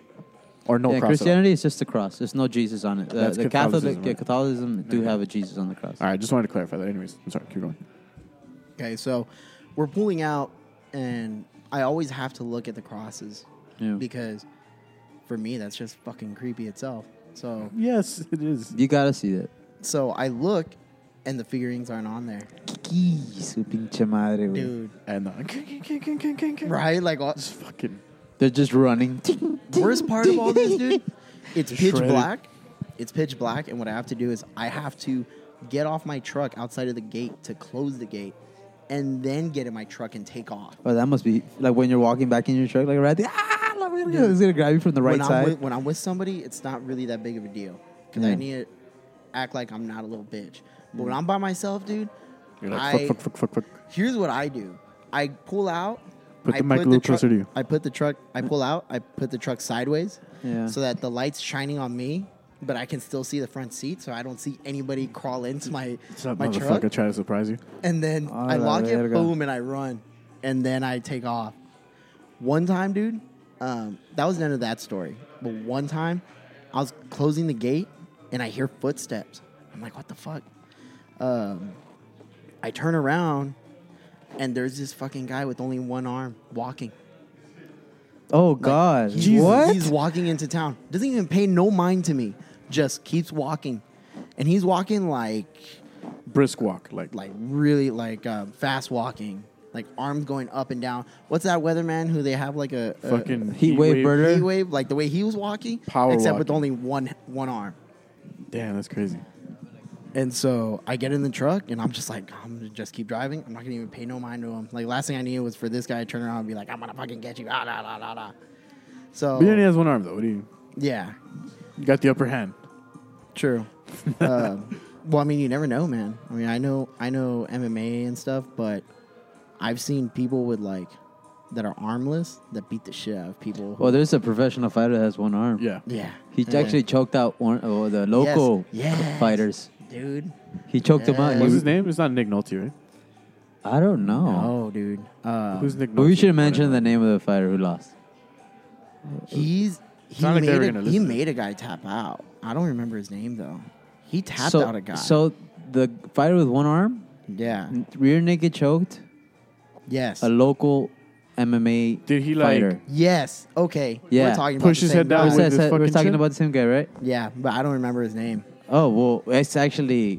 [SPEAKER 10] or no
[SPEAKER 11] yeah,
[SPEAKER 10] cross. at all.
[SPEAKER 11] Christianity is just a cross. There's no Jesus on it. The,
[SPEAKER 10] That's
[SPEAKER 11] the
[SPEAKER 10] Catholicism,
[SPEAKER 11] Catholic yeah,
[SPEAKER 10] right?
[SPEAKER 11] Catholicism do have a Jesus on the cross.
[SPEAKER 10] All right, just wanted to clarify that. Anyways, I'm sorry. Keep going.
[SPEAKER 13] Okay, so we're pulling out, and I always have to look at the crosses
[SPEAKER 11] Yeah.
[SPEAKER 13] because for me, that's just fucking creepy itself. So
[SPEAKER 10] yes, it is.
[SPEAKER 11] You gotta see that.
[SPEAKER 13] So I look, and the figurines aren't on there.
[SPEAKER 11] Su pinche madre, güey.
[SPEAKER 13] Dude,
[SPEAKER 10] and uh, the
[SPEAKER 13] right, like all,
[SPEAKER 10] it's fucking.
[SPEAKER 11] They're just running.
[SPEAKER 13] worst part of all this, dude. It's pitch
[SPEAKER 10] Shredded.
[SPEAKER 13] black. It's pitch black, and what I have to do is I have to get off my truck outside of the gate to close the gate, and then get in my truck and take off.
[SPEAKER 11] Oh, that must be like when you're walking back in your truck, like right there. Ah, la verga, it's gonna grab you from the right
[SPEAKER 13] when
[SPEAKER 11] side.
[SPEAKER 13] I'm with, when I'm with somebody, it's not really that big of a deal because I
[SPEAKER 11] Yeah.
[SPEAKER 13] need to act like I'm not a little bitch. But when I'm by myself, dude,
[SPEAKER 10] Mm. You're
[SPEAKER 13] I-
[SPEAKER 10] like fuck, fuck, fuck, fuck, fuck.
[SPEAKER 13] here's what I do: I pull out.
[SPEAKER 10] Put
[SPEAKER 13] I
[SPEAKER 10] the mic a little
[SPEAKER 13] truck-
[SPEAKER 10] closer to you. Mm.
[SPEAKER 13] I put the truck. I pull out. I put the truck sideways,
[SPEAKER 11] Yeah.
[SPEAKER 13] so that the light's shining on me, but I can still see the front seat, so I don't see anybody crawl into my
[SPEAKER 10] What's up,
[SPEAKER 13] my
[SPEAKER 10] motherfucker?
[SPEAKER 13] truck.
[SPEAKER 10] Try to surprise you.
[SPEAKER 13] And then
[SPEAKER 11] Ah,
[SPEAKER 13] I
[SPEAKER 11] la
[SPEAKER 13] lock it,
[SPEAKER 11] verga.
[SPEAKER 13] boom, and I run, and then I take off. One time, dude, um, that was the end of that story. But one time, I was closing the gate, and I hear footsteps. I'm like, what the fuck? Um, I turn around, and there's this fucking guy with only one arm walking.
[SPEAKER 11] oh God!
[SPEAKER 13] He's,
[SPEAKER 11] what?
[SPEAKER 13] He's walking into town. Doesn't even pay no mind to me. Just keeps walking, and he's walking like
[SPEAKER 10] Brisk walk, like
[SPEAKER 13] like really like um, fast walking, like arms going up and down. What's that weatherman who they have like a, a
[SPEAKER 10] fucking
[SPEAKER 11] uh, heat wave burner.
[SPEAKER 13] heat wave? Like the way he was walking,
[SPEAKER 10] Power
[SPEAKER 13] except with
[SPEAKER 10] walking.
[SPEAKER 13] only one one arm.
[SPEAKER 10] Damn, that's crazy.
[SPEAKER 11] Oh.
[SPEAKER 13] And so I get in the truck and I'm just like, I'm gonna just keep driving. I'm not gonna even pay no mind to him. Like last thing I needed was for this guy to turn around and be like, I'm gonna fucking get you. Ah, da, da, da, da.
[SPEAKER 10] But he only
[SPEAKER 13] So
[SPEAKER 10] has one arm though. What do you?
[SPEAKER 13] yeah,
[SPEAKER 10] You got the upper hand.
[SPEAKER 13] True. um, well, I mean, you never know, man. I mean, I know, I know MMA and stuff, but I've seen people with like that are armless that beat the shit out of people. who-
[SPEAKER 11] Well, there's a professional fighter that has one arm.
[SPEAKER 10] Yeah.
[SPEAKER 13] yeah,
[SPEAKER 11] He
[SPEAKER 13] Yeah.
[SPEAKER 11] actually choked out one oh, the local
[SPEAKER 13] Yes. Yes.
[SPEAKER 11] fighters.
[SPEAKER 13] dude.
[SPEAKER 11] He choked him out. and he
[SPEAKER 10] What's
[SPEAKER 11] was-
[SPEAKER 10] his name? It's not Nick Nolte, right?
[SPEAKER 11] I don't know.
[SPEAKER 13] Oh, dude. Uh,
[SPEAKER 10] Who's Nick?
[SPEAKER 11] But we
[SPEAKER 10] Nolte?
[SPEAKER 11] should have mentioned the name of the fighter who lost.
[SPEAKER 13] he's he
[SPEAKER 10] not like
[SPEAKER 13] made
[SPEAKER 10] they were
[SPEAKER 13] a,
[SPEAKER 10] gonna
[SPEAKER 13] he
[SPEAKER 10] listen.
[SPEAKER 13] made a guy tap out. I don't remember his name though. He tapped
[SPEAKER 11] so,
[SPEAKER 13] out a guy.
[SPEAKER 11] So the fighter with one arm,
[SPEAKER 13] yeah,
[SPEAKER 11] rear naked choked
[SPEAKER 13] yes,
[SPEAKER 11] a local MMA
[SPEAKER 10] Did he, like,
[SPEAKER 11] fighter.
[SPEAKER 13] yes. Okay,
[SPEAKER 11] Yeah.
[SPEAKER 13] We're talking about
[SPEAKER 10] Push
[SPEAKER 13] the
[SPEAKER 10] his
[SPEAKER 13] same
[SPEAKER 10] head down
[SPEAKER 13] guy.
[SPEAKER 10] with
[SPEAKER 11] We're,
[SPEAKER 10] this
[SPEAKER 11] sa- we're
[SPEAKER 10] fucking
[SPEAKER 11] talking
[SPEAKER 10] shit?
[SPEAKER 11] about the same guy, right?
[SPEAKER 13] Yeah, but I don't remember his name.
[SPEAKER 11] Oh well, it's actually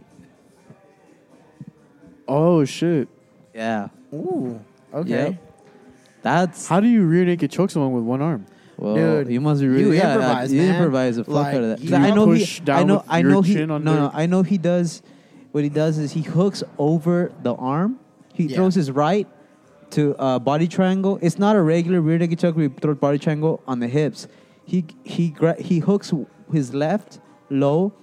[SPEAKER 10] Oh shit!
[SPEAKER 11] yeah.
[SPEAKER 13] Ooh, okay.
[SPEAKER 11] Yep. That's
[SPEAKER 10] How do you rear naked choke someone with one arm?
[SPEAKER 11] well,
[SPEAKER 13] Dude,
[SPEAKER 11] you must be
[SPEAKER 13] you
[SPEAKER 11] really yeah,
[SPEAKER 13] improvise,
[SPEAKER 11] uh, you
[SPEAKER 13] man.
[SPEAKER 11] improvise the fuck
[SPEAKER 13] Like,
[SPEAKER 11] out of that.
[SPEAKER 13] you
[SPEAKER 11] 'Cause I know
[SPEAKER 10] push
[SPEAKER 11] he,
[SPEAKER 10] down
[SPEAKER 11] I know,
[SPEAKER 10] with
[SPEAKER 11] I
[SPEAKER 10] your
[SPEAKER 11] know he,
[SPEAKER 10] chin
[SPEAKER 11] no,
[SPEAKER 10] on
[SPEAKER 11] no,
[SPEAKER 10] the-
[SPEAKER 11] I know he does. What he does is he hooks over the arm. He
[SPEAKER 13] Yeah.
[SPEAKER 11] throws his right to uh, body triangle. It's not a regular rear naked choke. where He throws body triangle on the hips. He he gra- he hooks his left low,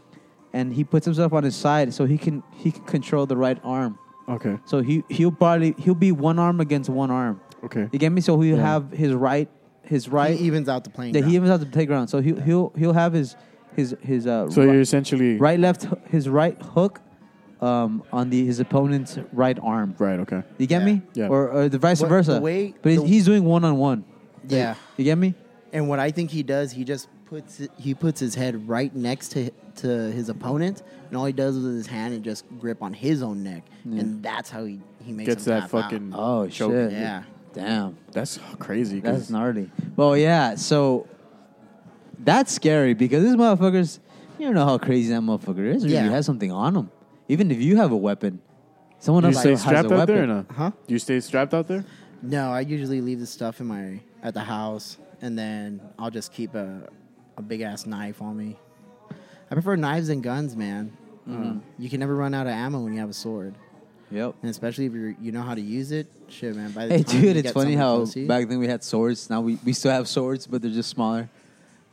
[SPEAKER 11] and he puts himself on his side so he can he can control the right arm.
[SPEAKER 10] Okay.
[SPEAKER 11] So he he'll probably he'll be one arm against one arm.
[SPEAKER 10] Okay.
[SPEAKER 11] You get me? So he'll have his right his right
[SPEAKER 13] He evens out the playing.
[SPEAKER 11] that
[SPEAKER 13] ground.
[SPEAKER 11] he evens out the playground. So he he'll he'll have his his his uh
[SPEAKER 10] So
[SPEAKER 11] ri-
[SPEAKER 10] you're essentially
[SPEAKER 11] right left hoo- his right hook um on the his opponent's right arm.
[SPEAKER 10] Right. Okay.
[SPEAKER 11] You get
[SPEAKER 13] Yeah.
[SPEAKER 11] me?
[SPEAKER 10] Yeah.
[SPEAKER 11] Or, or the vice
[SPEAKER 13] But the
[SPEAKER 11] versa.
[SPEAKER 13] way-
[SPEAKER 11] but he's
[SPEAKER 13] the-
[SPEAKER 11] he's doing one on one.
[SPEAKER 13] Yeah.
[SPEAKER 11] You get me?
[SPEAKER 13] And what I think he does, he just puts it- he puts his head right next to to his opponent, and all he does with his hand and just grip on his own neck, and that's how he he makes
[SPEAKER 10] Gets
[SPEAKER 13] him
[SPEAKER 10] that
[SPEAKER 13] tap out.
[SPEAKER 10] fucking
[SPEAKER 11] Oh
[SPEAKER 10] choke.
[SPEAKER 11] shit!
[SPEAKER 13] Yeah.
[SPEAKER 11] Damn,
[SPEAKER 10] That's crazy. 'cause-
[SPEAKER 11] that's gnarly. Well, yeah. So that's scary because these motherfuckers. You don't know how crazy that motherfucker is. Or
[SPEAKER 13] Yeah.
[SPEAKER 11] You have something on him. Even if you have a weapon, someone
[SPEAKER 10] Do you
[SPEAKER 11] else
[SPEAKER 10] stay
[SPEAKER 11] has a
[SPEAKER 10] strapped
[SPEAKER 11] weapon.
[SPEAKER 10] out there or not?
[SPEAKER 13] Huh?
[SPEAKER 10] Do you stay strapped out there?
[SPEAKER 13] No, I usually leave the stuff in my at the house, and then I'll just keep a a big ass knife on me. I prefer knives and guns, man.
[SPEAKER 11] Mm-hmm.
[SPEAKER 13] Uh, you can never run out of ammo when you have a sword,
[SPEAKER 11] Yep.
[SPEAKER 13] and especially if you you know how to use it. Shit, man. By the
[SPEAKER 11] Hey,
[SPEAKER 13] time
[SPEAKER 11] dude,
[SPEAKER 13] you
[SPEAKER 11] it's
[SPEAKER 13] get
[SPEAKER 11] funny
[SPEAKER 13] someone
[SPEAKER 11] how
[SPEAKER 13] close to you-
[SPEAKER 11] back then we had swords. Now we, we still have swords, but they're just smaller.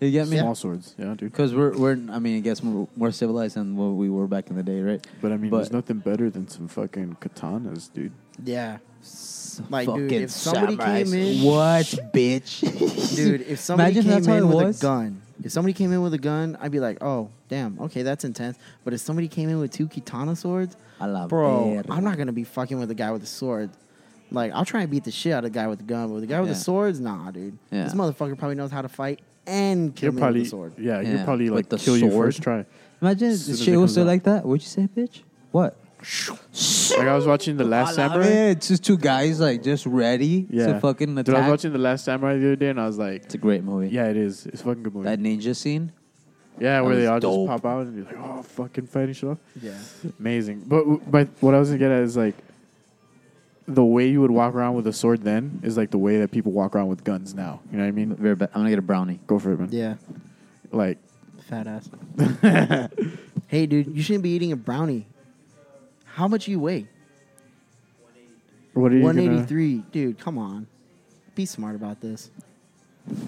[SPEAKER 11] You get me?
[SPEAKER 10] Small swords. Yeah, dude.
[SPEAKER 11] Because we're, we're, I mean, I guess we're more civilized than what we were back in the day, right?
[SPEAKER 10] But I mean,
[SPEAKER 11] but
[SPEAKER 10] there's nothing better than some fucking katanas, dude.
[SPEAKER 13] yeah,
[SPEAKER 11] s-
[SPEAKER 13] like, dude,
[SPEAKER 11] fucking
[SPEAKER 13] if somebody
[SPEAKER 11] samurais.
[SPEAKER 13] came in-
[SPEAKER 11] What, bitch?
[SPEAKER 13] dude. If somebody
[SPEAKER 11] Imagine that's
[SPEAKER 13] came
[SPEAKER 11] how it
[SPEAKER 13] in with
[SPEAKER 11] was.
[SPEAKER 13] a gun, if somebody came in with a gun, I'd be like, oh, damn, okay, that's intense. But if somebody came in with two katana swords,
[SPEAKER 11] A la
[SPEAKER 13] bro,
[SPEAKER 11] verga.
[SPEAKER 13] I'm not gonna be fucking with a guy with a sword. Like, I'll try and beat the shit out of the guy with a gun, but with the guy with the
[SPEAKER 11] Yeah.
[SPEAKER 13] swords, nah, dude.
[SPEAKER 11] Yeah.
[SPEAKER 13] This motherfucker probably knows how to fight and kill
[SPEAKER 10] You're
[SPEAKER 13] me
[SPEAKER 10] probably,
[SPEAKER 13] with a sword.
[SPEAKER 10] yeah,
[SPEAKER 11] Yeah,
[SPEAKER 10] you'll probably
[SPEAKER 11] with
[SPEAKER 10] like
[SPEAKER 11] the
[SPEAKER 10] kill you
[SPEAKER 11] sword.
[SPEAKER 10] first try.
[SPEAKER 11] Imagine
[SPEAKER 10] As soon
[SPEAKER 11] if
[SPEAKER 10] as
[SPEAKER 11] shit
[SPEAKER 10] it
[SPEAKER 11] was
[SPEAKER 10] comes
[SPEAKER 11] still
[SPEAKER 10] out.
[SPEAKER 11] like that. What'd you say, bitch? What?
[SPEAKER 10] Like I was watching the Last Samurai.
[SPEAKER 11] Yeah, it's just two guys like just ready
[SPEAKER 10] Yeah.
[SPEAKER 11] to fucking attack.
[SPEAKER 10] Dude, I was watching the Last Samurai the other day, and I was like, "It's
[SPEAKER 11] a great movie."
[SPEAKER 10] Yeah, it is. It's a fucking good movie.
[SPEAKER 11] that ninja scene.
[SPEAKER 10] yeah,
[SPEAKER 11] that
[SPEAKER 10] where they
[SPEAKER 11] was
[SPEAKER 10] all
[SPEAKER 11] dope.
[SPEAKER 10] just pop out and be like, "Oh, fucking fighting shit off."
[SPEAKER 13] Yeah.
[SPEAKER 10] amazing. But w- but what I was gonna get at is like the way you would walk around with a sword then is like the way that people walk around with guns now. You know what I mean?
[SPEAKER 11] Very bad. I'm gonna get a brownie.
[SPEAKER 10] Go for it, man.
[SPEAKER 13] Yeah.
[SPEAKER 10] Like
[SPEAKER 13] Fat ass. hey, dude, you shouldn't be eating a brownie. How much you weigh?
[SPEAKER 10] what are you?
[SPEAKER 13] One
[SPEAKER 10] gonna-
[SPEAKER 13] eighty three, dude. Come on, be smart about this.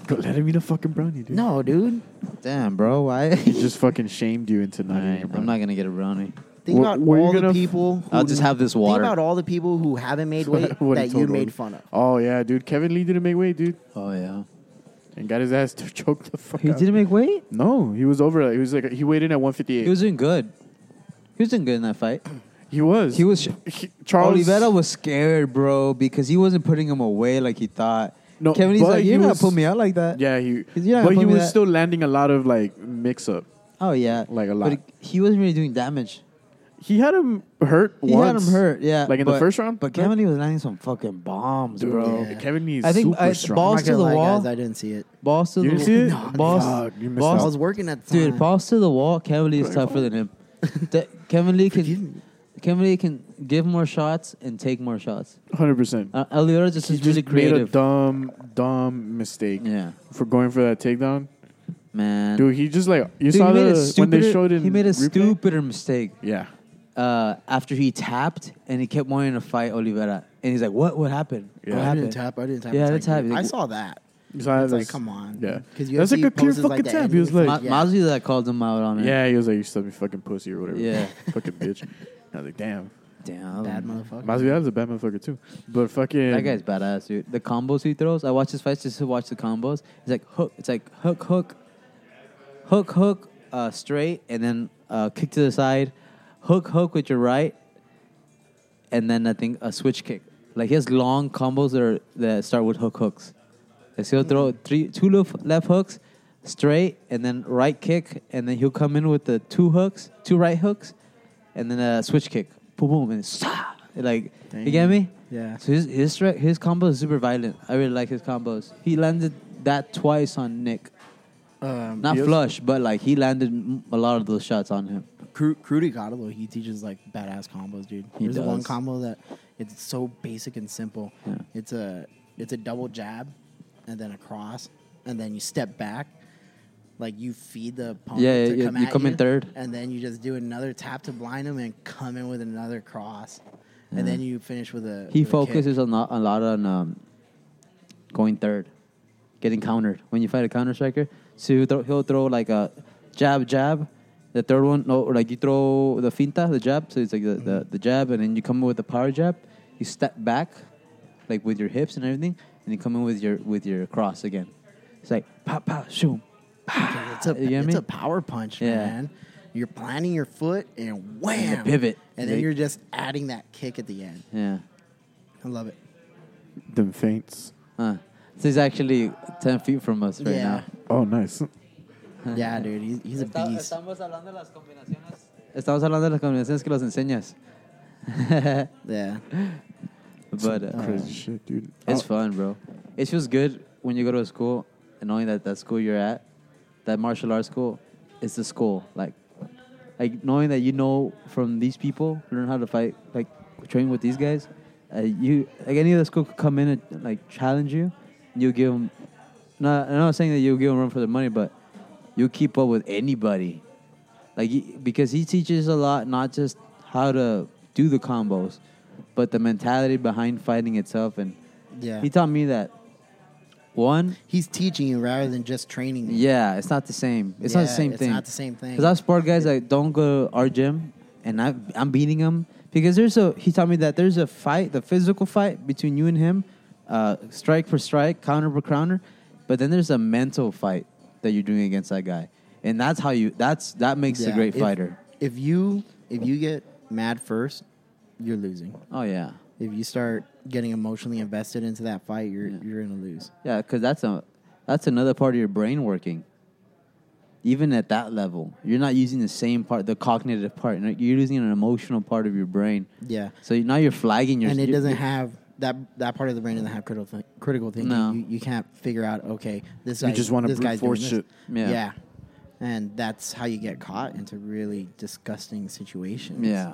[SPEAKER 10] Go- Let him eat a fucking brownie, dude.
[SPEAKER 13] No, dude.
[SPEAKER 11] Damn, bro. Why?
[SPEAKER 10] He just fucking shamed you into not eating
[SPEAKER 11] Alright,
[SPEAKER 10] a brownie.
[SPEAKER 11] I'm not gonna get a brownie.
[SPEAKER 13] Think
[SPEAKER 10] Wh-
[SPEAKER 13] about
[SPEAKER 10] were you
[SPEAKER 13] all
[SPEAKER 10] gonna
[SPEAKER 13] the
[SPEAKER 10] f-
[SPEAKER 13] people. Who
[SPEAKER 11] I'll just have this
[SPEAKER 13] Think
[SPEAKER 11] water.
[SPEAKER 13] about all the people who haven't made weight
[SPEAKER 10] What he
[SPEAKER 13] that you
[SPEAKER 10] told
[SPEAKER 13] made
[SPEAKER 10] Odin.
[SPEAKER 13] fun of.
[SPEAKER 10] Oh yeah, dude. Kevin Lee didn't make weight, dude,
[SPEAKER 11] oh yeah.
[SPEAKER 10] and got his ass to choke the fuck.
[SPEAKER 11] He
[SPEAKER 10] out.
[SPEAKER 11] didn't make weight.
[SPEAKER 10] No, he was over. He was like he weighed in at 158.
[SPEAKER 11] He was doing good. He was doing good in that fight.
[SPEAKER 10] He was.
[SPEAKER 11] He was.
[SPEAKER 10] He- Charles.
[SPEAKER 11] Olivera was scared, bro, because he wasn't putting him away like he thought.
[SPEAKER 10] No,
[SPEAKER 11] Kevin, he's
[SPEAKER 10] but
[SPEAKER 11] like,
[SPEAKER 10] he
[SPEAKER 11] you're
[SPEAKER 10] was-
[SPEAKER 11] gonna put me out like that.
[SPEAKER 10] Yeah, he.
[SPEAKER 11] 'Cause you're not
[SPEAKER 10] but
[SPEAKER 11] gonna
[SPEAKER 10] he
[SPEAKER 11] put me
[SPEAKER 10] was
[SPEAKER 11] that-
[SPEAKER 10] still landing a lot of like mix up.
[SPEAKER 11] Oh yeah,
[SPEAKER 10] Like a lot.
[SPEAKER 11] But he, he wasn't really doing damage.
[SPEAKER 10] He had him hurt
[SPEAKER 11] He
[SPEAKER 10] once.
[SPEAKER 11] had him hurt, yeah.
[SPEAKER 10] Like in the
[SPEAKER 11] but-
[SPEAKER 10] first round?
[SPEAKER 11] But Kevin, he was landing some fucking bombs,
[SPEAKER 10] Dude,
[SPEAKER 11] bro.
[SPEAKER 10] yeah. Kevin Lee is
[SPEAKER 11] I think
[SPEAKER 10] super
[SPEAKER 11] I,
[SPEAKER 10] strong.
[SPEAKER 13] I'm
[SPEAKER 11] balls
[SPEAKER 13] not
[SPEAKER 11] to
[SPEAKER 13] gonna
[SPEAKER 11] the
[SPEAKER 13] lie,
[SPEAKER 11] wall.
[SPEAKER 13] guys, I didn't see it.
[SPEAKER 11] balls to
[SPEAKER 10] You
[SPEAKER 11] the
[SPEAKER 10] didn't see it?
[SPEAKER 11] wall. Balls,
[SPEAKER 10] Fuck, you missed
[SPEAKER 11] balls,
[SPEAKER 10] out.
[SPEAKER 13] I was working at the time.
[SPEAKER 11] dude. Balls to the wall. Kevin Lee is tougher than him. That- Kevin Lee can. Kevin Lee can give more shots and take more shots.
[SPEAKER 10] Hundred percent.
[SPEAKER 11] Uh, Eliora just
[SPEAKER 10] He
[SPEAKER 11] is really
[SPEAKER 10] just made a
[SPEAKER 11] creative.
[SPEAKER 10] dumb, dumb mistake
[SPEAKER 11] Yeah,
[SPEAKER 10] for going for that takedown.
[SPEAKER 11] man.
[SPEAKER 10] Dude, he just like you
[SPEAKER 11] Dude, he
[SPEAKER 10] saw
[SPEAKER 11] made a
[SPEAKER 10] the when they
[SPEAKER 11] stupider-
[SPEAKER 10] showed it.
[SPEAKER 11] He
[SPEAKER 10] in
[SPEAKER 11] made a
[SPEAKER 10] replay?
[SPEAKER 11] stupider mistake.
[SPEAKER 10] Yeah,
[SPEAKER 11] uh, after he tapped and he kept wanting to fight Oliveira. And he's like, What what happened?
[SPEAKER 10] Yeah.
[SPEAKER 11] What
[SPEAKER 13] I
[SPEAKER 11] happened?
[SPEAKER 13] didn't tap. I didn't tap. It's
[SPEAKER 11] Yeah, I
[SPEAKER 13] like,
[SPEAKER 11] didn't tap.
[SPEAKER 13] dude, I
[SPEAKER 11] Like,
[SPEAKER 13] saw that.
[SPEAKER 10] You saw
[SPEAKER 13] It's
[SPEAKER 10] that
[SPEAKER 13] like,
[SPEAKER 10] as-
[SPEAKER 13] come on.
[SPEAKER 10] Yeah,
[SPEAKER 13] 'Cause
[SPEAKER 10] that's like
[SPEAKER 13] UFC
[SPEAKER 10] a clear
[SPEAKER 13] poses like
[SPEAKER 10] fucking
[SPEAKER 13] that
[SPEAKER 10] tap. He was
[SPEAKER 13] anyway.
[SPEAKER 10] like,
[SPEAKER 11] Ma- Mosley that called him out on it.
[SPEAKER 10] yeah, he was like, you stub me fucking pussy or whatever.
[SPEAKER 11] Yeah.
[SPEAKER 10] fucking bitch. And I was like, damn.
[SPEAKER 11] Damn.
[SPEAKER 13] Bad motherfucker.
[SPEAKER 10] Masvidal's a bad motherfucker too, but fucking
[SPEAKER 11] That guy's badass, dude. The combos he throws. I watch his fights just to watch the combos. It's like hook. It's like hook, hook, hook, hook, uh, straight, and then uh, kick to the side, hook, hook with your right, and then I think a switch kick. Like he has long combos that are, that start with hook hooks. Like so he'll throw three, two lef- left hooks, straight, and then right kick, and then he'll come in with the two hooks, two right hooks, and then a switch kick. Boom, boom, and sa. Like you get
[SPEAKER 13] Dang.
[SPEAKER 11] me?
[SPEAKER 13] Yeah.
[SPEAKER 11] So his his stra- his combos is super violent. I really like his combos. He landed that twice on Nick.
[SPEAKER 13] Um,
[SPEAKER 11] Not
[SPEAKER 10] Yes.
[SPEAKER 11] flush, but like he landed m- a lot of those shots on him.
[SPEAKER 13] Cru- Crudy Gottlieb, he teaches like badass combos, dude.
[SPEAKER 11] He
[SPEAKER 13] There's one
[SPEAKER 11] does.
[SPEAKER 13] combo that it's so basic and simple. It's a it's a double jab, and then a cross, and then you step back, like you feed the opponent
[SPEAKER 11] Yeah,
[SPEAKER 13] to
[SPEAKER 11] yeah,
[SPEAKER 13] come
[SPEAKER 11] you
[SPEAKER 13] at
[SPEAKER 11] come in
[SPEAKER 13] you,
[SPEAKER 11] third.
[SPEAKER 13] and then you just do another tap to blind him and come in with another cross, and then you finish with a.
[SPEAKER 11] He
[SPEAKER 13] with a kick.
[SPEAKER 11] focuses a lot, a lot on um, going third, getting countered. When you fight a counter striker, so he'll throw, he'll throw like a jab, jab. The third one, no, or like you throw the finta, the jab. So it's like the, the,
[SPEAKER 13] Mm-hmm.
[SPEAKER 11] the jab, and then you come in with the power jab. You step back, like with your hips and everything, and you come in with your with your cross again. It's like pow, pow, shoom.
[SPEAKER 13] Yeah, It's a
[SPEAKER 11] You get
[SPEAKER 13] it's
[SPEAKER 11] me?
[SPEAKER 13] a power punch,
[SPEAKER 11] Yeah.
[SPEAKER 13] man. You're planting your foot and wham,
[SPEAKER 11] pivot.
[SPEAKER 13] and then
[SPEAKER 11] Like-
[SPEAKER 13] you're just adding that kick at the end.
[SPEAKER 11] Yeah.
[SPEAKER 13] I love it.
[SPEAKER 10] them feints.
[SPEAKER 11] Huh. So he's actually ten feet from us right
[SPEAKER 13] Yeah.
[SPEAKER 10] Oh, nice.
[SPEAKER 13] Uh,
[SPEAKER 11] now.
[SPEAKER 13] Yeah, dude, he's, he's a beast.
[SPEAKER 11] hablando de las combinaciones. eh, Estamos hablando de las combinaciones que los enseñas.
[SPEAKER 13] Yeah,
[SPEAKER 11] but uh,
[SPEAKER 10] Crazy shit, dude.
[SPEAKER 11] it's
[SPEAKER 10] Oh,
[SPEAKER 11] fun, bro. It feels good when you go to a school and knowing that that school you're at, that martial arts school, is the school. Like, like knowing that you know from these people, learn how to fight, like train with these guys. Uh, you like any of the school could come in and like challenge you. You give them. Not, I'm not saying that you'll give them run for their money, but you keep up with anybody. Like he- because he teaches a lot, not just how to do the combos, but the mentality behind fighting itself. And
[SPEAKER 13] yeah.
[SPEAKER 11] he taught me that one,
[SPEAKER 13] he's teaching you rather than just training you.
[SPEAKER 11] yeah, it's not the same. It's not the
[SPEAKER 13] Yeah,
[SPEAKER 11] same
[SPEAKER 13] it's
[SPEAKER 11] thing.
[SPEAKER 13] not the same thing.
[SPEAKER 11] Because I've sparred guys that don't go to our gym, and I, I'm beating them because there's a. He taught me that there's a fight, the physical fight between you and him, uh, strike for strike, counter for counter, but then there's a mental fight that you're doing against that guy, and that's how you. That's that makes a
[SPEAKER 13] Yeah,
[SPEAKER 11] great
[SPEAKER 13] if-
[SPEAKER 11] fighter.
[SPEAKER 13] If you if you get mad first, you're losing.
[SPEAKER 11] Oh yeah,
[SPEAKER 13] If you start getting emotionally invested into that fight, you're you're gonna lose.
[SPEAKER 11] yeah, because that's a that's another part of your brain working. even at that level, you're not using the same part, the cognitive part. You're using an emotional part of your brain.
[SPEAKER 13] Yeah.
[SPEAKER 11] So now you're flagging your.
[SPEAKER 13] and it
[SPEAKER 11] you're-
[SPEAKER 13] doesn't have that that part of the brain doesn't have critical think, critical thinking.
[SPEAKER 11] No.
[SPEAKER 13] You, you can't figure out. Okay, this
[SPEAKER 10] You
[SPEAKER 13] guy-
[SPEAKER 10] just wanna
[SPEAKER 13] this
[SPEAKER 10] brute
[SPEAKER 13] guy's
[SPEAKER 10] force
[SPEAKER 13] doing this.
[SPEAKER 11] shit. Yeah.
[SPEAKER 13] Yeah. and that's how you get caught into really disgusting situations.
[SPEAKER 11] Yeah.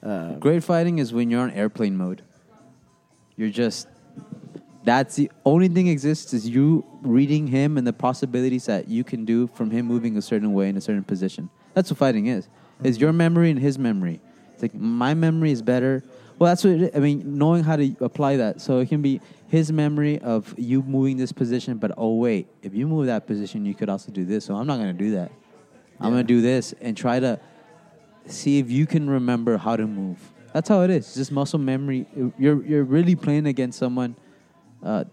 [SPEAKER 11] Uh, Great fighting is when you're on airplane mode. You're just. That's the only thing exists is you reading him and the possibilities that you can do from him moving a certain way in a certain position. That's what fighting is. It's your memory and his memory. It's like my memory is better. Well, that's what it is. I mean. Knowing how to apply that, so it can be his memory of you moving this position. But oh wait, if you move that position, you could also do this. So I'm not going to do that. I'm going to do this and try to see if you can remember how to move. That's how it is. It's just muscle memory. You're you're really playing against someone. Uh,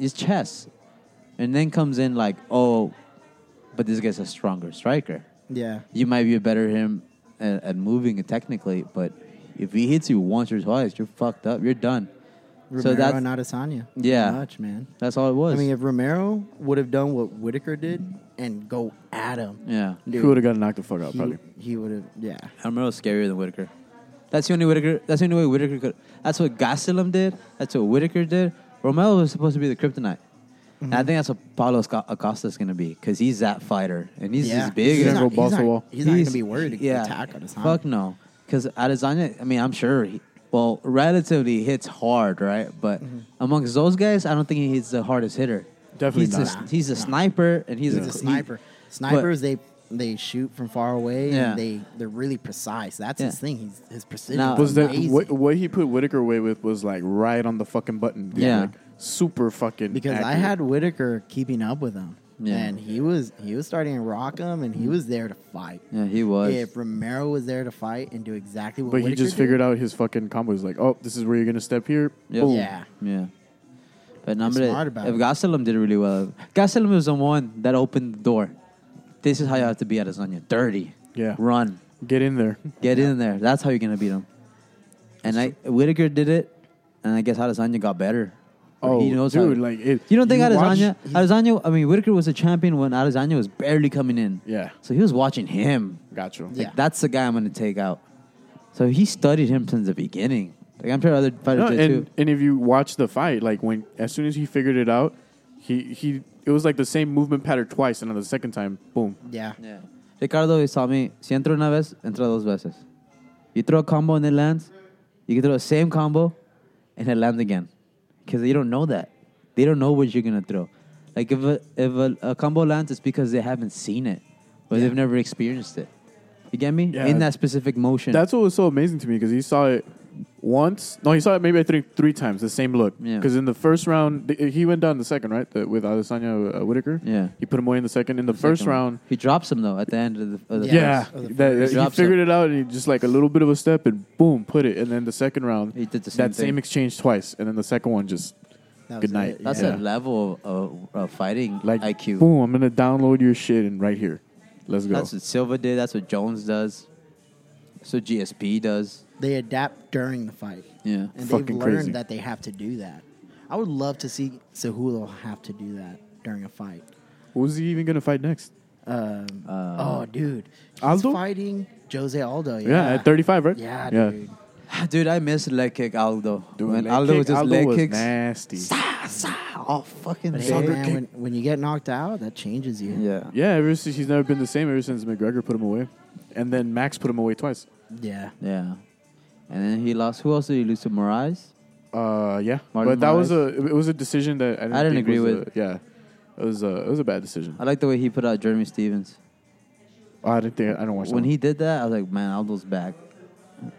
[SPEAKER 11] it's chess, and then comes in like, oh, but this guy's a stronger striker.
[SPEAKER 13] Yeah.
[SPEAKER 11] You might be better at him at, at moving it technically, but if he hits you once or twice, you're fucked up. You're done.
[SPEAKER 13] Romero
[SPEAKER 11] so that's
[SPEAKER 13] and Adesanya.
[SPEAKER 11] yeah,
[SPEAKER 13] Much man.
[SPEAKER 11] That's all it was.
[SPEAKER 13] I mean, if Romero would have done what Whitaker did and go at him,
[SPEAKER 11] yeah,
[SPEAKER 10] He would have gotten knocked the fuck out,
[SPEAKER 13] he-
[SPEAKER 10] probably.
[SPEAKER 13] He would have. Yeah.
[SPEAKER 11] Almiro's scarier than Whitaker. That's the only Whitaker. That's the only way Whitaker could. That's what Gastelum did. That's what Whitaker did. Romero was supposed to be the kryptonite. And I think that's what Paulo Sco- Acosta's going to be because he's that fighter and he's
[SPEAKER 13] Yeah.
[SPEAKER 11] as big.
[SPEAKER 13] He's
[SPEAKER 11] and
[SPEAKER 13] not- He's he's not- not- he's not gonna be worried to
[SPEAKER 11] yeah.
[SPEAKER 13] attack Adesanya.
[SPEAKER 11] Fuck no, because Adesanya. I mean, I'm sure. He, well, relatively hits hard, right? But
[SPEAKER 13] Mm-hmm.
[SPEAKER 11] amongst those guys, I don't think he's the hardest hitter.
[SPEAKER 10] Definitely
[SPEAKER 11] he's
[SPEAKER 10] not.
[SPEAKER 11] A, he's a sniper, and he's,
[SPEAKER 13] He's
[SPEAKER 11] a,
[SPEAKER 13] a sniper. Snipers, they they shoot from far away
[SPEAKER 11] Yeah.
[SPEAKER 13] and they they're really precise. That's his thing. He's, his precision.
[SPEAKER 11] Now-
[SPEAKER 13] is
[SPEAKER 10] was that
[SPEAKER 13] amazing.
[SPEAKER 10] what, what he put Whitaker away with was like right on the fucking button. dude.
[SPEAKER 11] Yeah.
[SPEAKER 10] Like, super fucking.
[SPEAKER 13] because I
[SPEAKER 10] accurate.
[SPEAKER 13] had Whitaker keeping up with him,
[SPEAKER 11] Yeah.
[SPEAKER 13] and he was he was starting to rock him, and he was there to fight.
[SPEAKER 11] Yeah, he was.
[SPEAKER 13] If Romero was there to fight and do exactly what,
[SPEAKER 10] But he
[SPEAKER 13] Whitaker
[SPEAKER 10] just
[SPEAKER 13] did-
[SPEAKER 10] figured out his fucking combo. He's like, oh, this is where you're gonna step here.
[SPEAKER 11] Yeah.
[SPEAKER 10] Boom.
[SPEAKER 13] Yeah.
[SPEAKER 11] Yeah. But number
[SPEAKER 13] smart
[SPEAKER 11] if
[SPEAKER 13] about it.
[SPEAKER 11] Gastelum did really well, Gastelum was the one that opened the door. This is how you have to be at Adesanya. Dirty.
[SPEAKER 10] Yeah.
[SPEAKER 11] Run.
[SPEAKER 10] Get in there.
[SPEAKER 11] Get in there. That's how you're gonna beat him. And I Whitaker did it, and I guess Adesanya got better.
[SPEAKER 10] Oh,
[SPEAKER 11] He knows how-
[SPEAKER 10] dude, like it,
[SPEAKER 11] you don't think
[SPEAKER 10] watch-
[SPEAKER 11] Adesanya? Adesanya. I mean, Whitaker was a champion when Adesanya was barely coming in.
[SPEAKER 10] Yeah.
[SPEAKER 11] So he was watching him.
[SPEAKER 10] Got you.
[SPEAKER 11] Like,
[SPEAKER 13] Yeah.
[SPEAKER 11] That's the guy I'm gonna take out. So he studied him since the beginning. Like I'm sure other fighters
[SPEAKER 10] No,
[SPEAKER 11] did
[SPEAKER 10] and,
[SPEAKER 11] too.
[SPEAKER 10] and if you watch the fight, like when as soon as he figured it out, he he it was like the same movement pattern twice, and then the second time, boom.
[SPEAKER 13] Yeah.
[SPEAKER 11] Yeah. Ricardo always taught me, si entra una vez, entra dos veces. You throw a combo and it lands, you can throw the same combo and it lands again. Because they don't know that. They don't know what you're going to throw. Like if a, if a, a combo lands, it's because they haven't seen it or they've never experienced it. You get me?
[SPEAKER 10] Yeah.
[SPEAKER 11] In that specific motion.
[SPEAKER 10] That's what was so amazing to me because he saw it once. No, he saw it maybe I think three times the same look.
[SPEAKER 11] Yeah.
[SPEAKER 10] Because in the first round, th- he went down in the second right the, with Adesanya uh, Whitaker.
[SPEAKER 11] Yeah.
[SPEAKER 10] He put him away in the second. In the, first
[SPEAKER 11] Second one.
[SPEAKER 10] round,
[SPEAKER 11] um, He drops him though at the end of the, of the
[SPEAKER 10] yeah,
[SPEAKER 11] first.
[SPEAKER 10] that,
[SPEAKER 11] first.
[SPEAKER 10] he
[SPEAKER 11] Drops
[SPEAKER 10] figured it out and he just like a little bit of a step and boom, put it. And then the second round,
[SPEAKER 11] He did the same
[SPEAKER 10] that same
[SPEAKER 11] thing.
[SPEAKER 10] exchange twice, and then the second one just
[SPEAKER 13] That was
[SPEAKER 10] good night.
[SPEAKER 13] it,
[SPEAKER 11] That's a
[SPEAKER 10] yeah.
[SPEAKER 11] level of, of fighting
[SPEAKER 10] like
[SPEAKER 11] IQ.
[SPEAKER 10] Boom! I'm gonna download your shit and right here. Let's go.
[SPEAKER 11] That's what Silva did. That's what Jones does. That's what GSP does.
[SPEAKER 13] They adapt during the fight,
[SPEAKER 11] Yeah.
[SPEAKER 13] and they've
[SPEAKER 10] Fucking
[SPEAKER 13] learned
[SPEAKER 10] crazy.
[SPEAKER 13] that they have to do that. I would love to see Cejudo have to do that during a fight.
[SPEAKER 10] Who's he even gonna fight next?
[SPEAKER 13] Um, oh, dude, he's
[SPEAKER 10] Uh, Aldo?
[SPEAKER 13] fighting Jose Aldo. Yeah,
[SPEAKER 10] Yeah, at 35, right?
[SPEAKER 13] Yeah,
[SPEAKER 10] Yeah.
[SPEAKER 13] dude.
[SPEAKER 11] Dude, I miss leg kick Aldo.
[SPEAKER 10] Dude,
[SPEAKER 11] when
[SPEAKER 10] leg
[SPEAKER 11] Aldo
[SPEAKER 10] kick-
[SPEAKER 11] was just
[SPEAKER 10] Aldo
[SPEAKER 11] leg
[SPEAKER 10] was
[SPEAKER 11] kicks.
[SPEAKER 10] nasty.
[SPEAKER 11] Sa, sa, all fucking
[SPEAKER 13] But
[SPEAKER 11] day.
[SPEAKER 13] hey, man, when, when you get knocked out, that changes you.
[SPEAKER 11] Yeah.
[SPEAKER 10] Yeah, ever since he's never been the same ever since McGregor put him away, and then Max put him away twice.
[SPEAKER 13] Yeah.
[SPEAKER 11] Yeah. And then he lost. Who else did he lose to? Moraes?
[SPEAKER 10] Uh, yeah,
[SPEAKER 11] Martin
[SPEAKER 10] but that was a
[SPEAKER 11] Moraes.
[SPEAKER 10] it was a decision that I didn't,
[SPEAKER 11] I didn't
[SPEAKER 10] think
[SPEAKER 11] agree
[SPEAKER 10] was
[SPEAKER 11] with.
[SPEAKER 10] A, yeah, it was a it was a bad decision. Oh,
[SPEAKER 11] I like the way he put out Jeremy Stevens.
[SPEAKER 10] I didn't think I don't watch
[SPEAKER 11] When
[SPEAKER 10] that
[SPEAKER 11] he did that, I was like, man, Aldo's back.
[SPEAKER 10] one.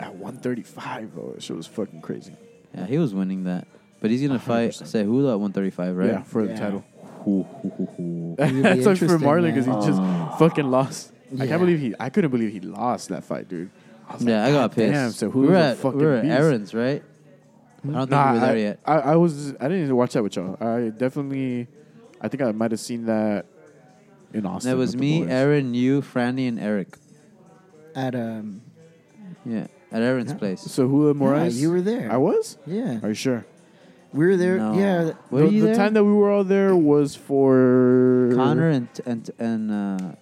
[SPEAKER 10] at 135 though. That shit was fucking crazy.
[SPEAKER 11] Yeah, he was winning that. But he's going to fight
[SPEAKER 10] 100%.
[SPEAKER 11] Cejudo at 135, right?
[SPEAKER 10] Yeah, for the
[SPEAKER 13] Yeah.
[SPEAKER 10] title.
[SPEAKER 11] Ooh.
[SPEAKER 13] be
[SPEAKER 10] that sucks for
[SPEAKER 13] interesting,
[SPEAKER 10] Marlon because he
[SPEAKER 13] man. Oh.
[SPEAKER 10] just fucking lost. I
[SPEAKER 13] Yeah.
[SPEAKER 10] can't believe he. I couldn't believe he lost that fight, dude. I was
[SPEAKER 11] yeah,
[SPEAKER 10] like,
[SPEAKER 11] I got
[SPEAKER 10] "God
[SPEAKER 11] pissed.
[SPEAKER 10] Damn, so
[SPEAKER 11] we
[SPEAKER 10] who's
[SPEAKER 11] were
[SPEAKER 10] a
[SPEAKER 11] at,
[SPEAKER 10] fucking
[SPEAKER 11] we were at
[SPEAKER 10] beast?
[SPEAKER 11] Aaron's, right? I don't think
[SPEAKER 10] Nah,
[SPEAKER 11] we were there
[SPEAKER 10] I,
[SPEAKER 11] yet.
[SPEAKER 10] I, I was. I didn't even watch that with y'all. I definitely. I think I might have seen that in Austin.
[SPEAKER 11] That
[SPEAKER 10] with
[SPEAKER 11] was
[SPEAKER 10] the
[SPEAKER 11] me,
[SPEAKER 10] boys.
[SPEAKER 11] Aaron, you, Franny, and Eric.
[SPEAKER 13] At um,
[SPEAKER 11] Yeah, at Aaron's place.
[SPEAKER 10] So who? uh, Moraes?
[SPEAKER 13] you were there.
[SPEAKER 10] I was.
[SPEAKER 13] yeah,
[SPEAKER 10] Are you sure?
[SPEAKER 13] We were there.
[SPEAKER 11] No.
[SPEAKER 13] Yeah.
[SPEAKER 11] Were
[SPEAKER 10] the
[SPEAKER 11] you
[SPEAKER 10] the
[SPEAKER 11] there?
[SPEAKER 10] time that we were all there was for
[SPEAKER 11] Connor and and and uh,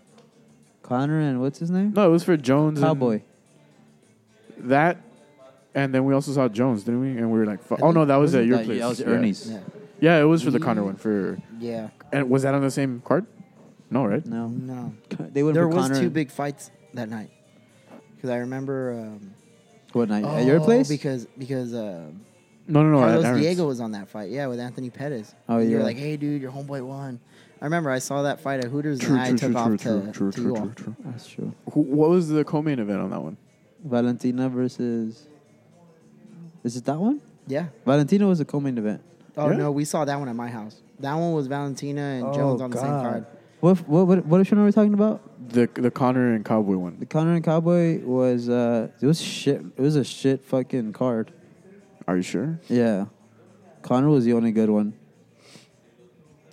[SPEAKER 11] Connor and what's his name?
[SPEAKER 10] No, it was for
[SPEAKER 13] Mm.
[SPEAKER 10] Jones. and-
[SPEAKER 11] Cowboy.
[SPEAKER 10] that, and then we also saw Jones, didn't we? And we were like, fu- "Oh no, that was
[SPEAKER 11] Wasn't
[SPEAKER 10] at your
[SPEAKER 11] that-
[SPEAKER 10] place."
[SPEAKER 11] yeah, that was
[SPEAKER 10] Yeah.
[SPEAKER 11] Ernie's.
[SPEAKER 10] Yeah.
[SPEAKER 11] Yeah.
[SPEAKER 10] it was for
[SPEAKER 13] Mm-hmm.
[SPEAKER 10] the Connor one. For
[SPEAKER 13] Yeah.
[SPEAKER 10] and was that on the same card? No, right?
[SPEAKER 11] No,
[SPEAKER 13] No.
[SPEAKER 11] they went.
[SPEAKER 13] there
[SPEAKER 11] for
[SPEAKER 13] was
[SPEAKER 11] Connor
[SPEAKER 13] two
[SPEAKER 11] and-
[SPEAKER 13] big fights that night. Because I remember. Um,
[SPEAKER 11] What night? At your
[SPEAKER 13] oh,
[SPEAKER 11] place?
[SPEAKER 13] Because because um,
[SPEAKER 10] No, no, no. at
[SPEAKER 13] Carlos
[SPEAKER 10] Aaron's.
[SPEAKER 13] Diego was on that fight. Yeah, with Anthony Pettis.
[SPEAKER 11] Oh,
[SPEAKER 13] And You were
[SPEAKER 11] yeah.
[SPEAKER 13] like, hey, dude, your homeboy won. I remember I saw that fight at Hooters
[SPEAKER 10] True,
[SPEAKER 13] and I
[SPEAKER 10] true,
[SPEAKER 13] took
[SPEAKER 10] true,
[SPEAKER 13] off
[SPEAKER 10] true,
[SPEAKER 13] to,
[SPEAKER 10] true, true,
[SPEAKER 13] to
[SPEAKER 10] true,
[SPEAKER 13] you all.
[SPEAKER 10] true, true.
[SPEAKER 11] That's true.
[SPEAKER 10] Who, what was the co-main event on that one?
[SPEAKER 11] Valentina versus. Is it that one?
[SPEAKER 13] Yeah.
[SPEAKER 11] Valentina was a co-main event.
[SPEAKER 13] Oh,
[SPEAKER 10] Yeah? Oh,
[SPEAKER 13] no, we saw that one at my house. That one was Valentina and Jones on the same card.
[SPEAKER 11] What what what what show are we talking about?
[SPEAKER 10] The the Connor and Cowboy one.
[SPEAKER 11] The Connor and Cowboy was uh it was shit. It was a shit fucking card.
[SPEAKER 10] Are you sure?
[SPEAKER 11] Yeah, Connor was the only good one.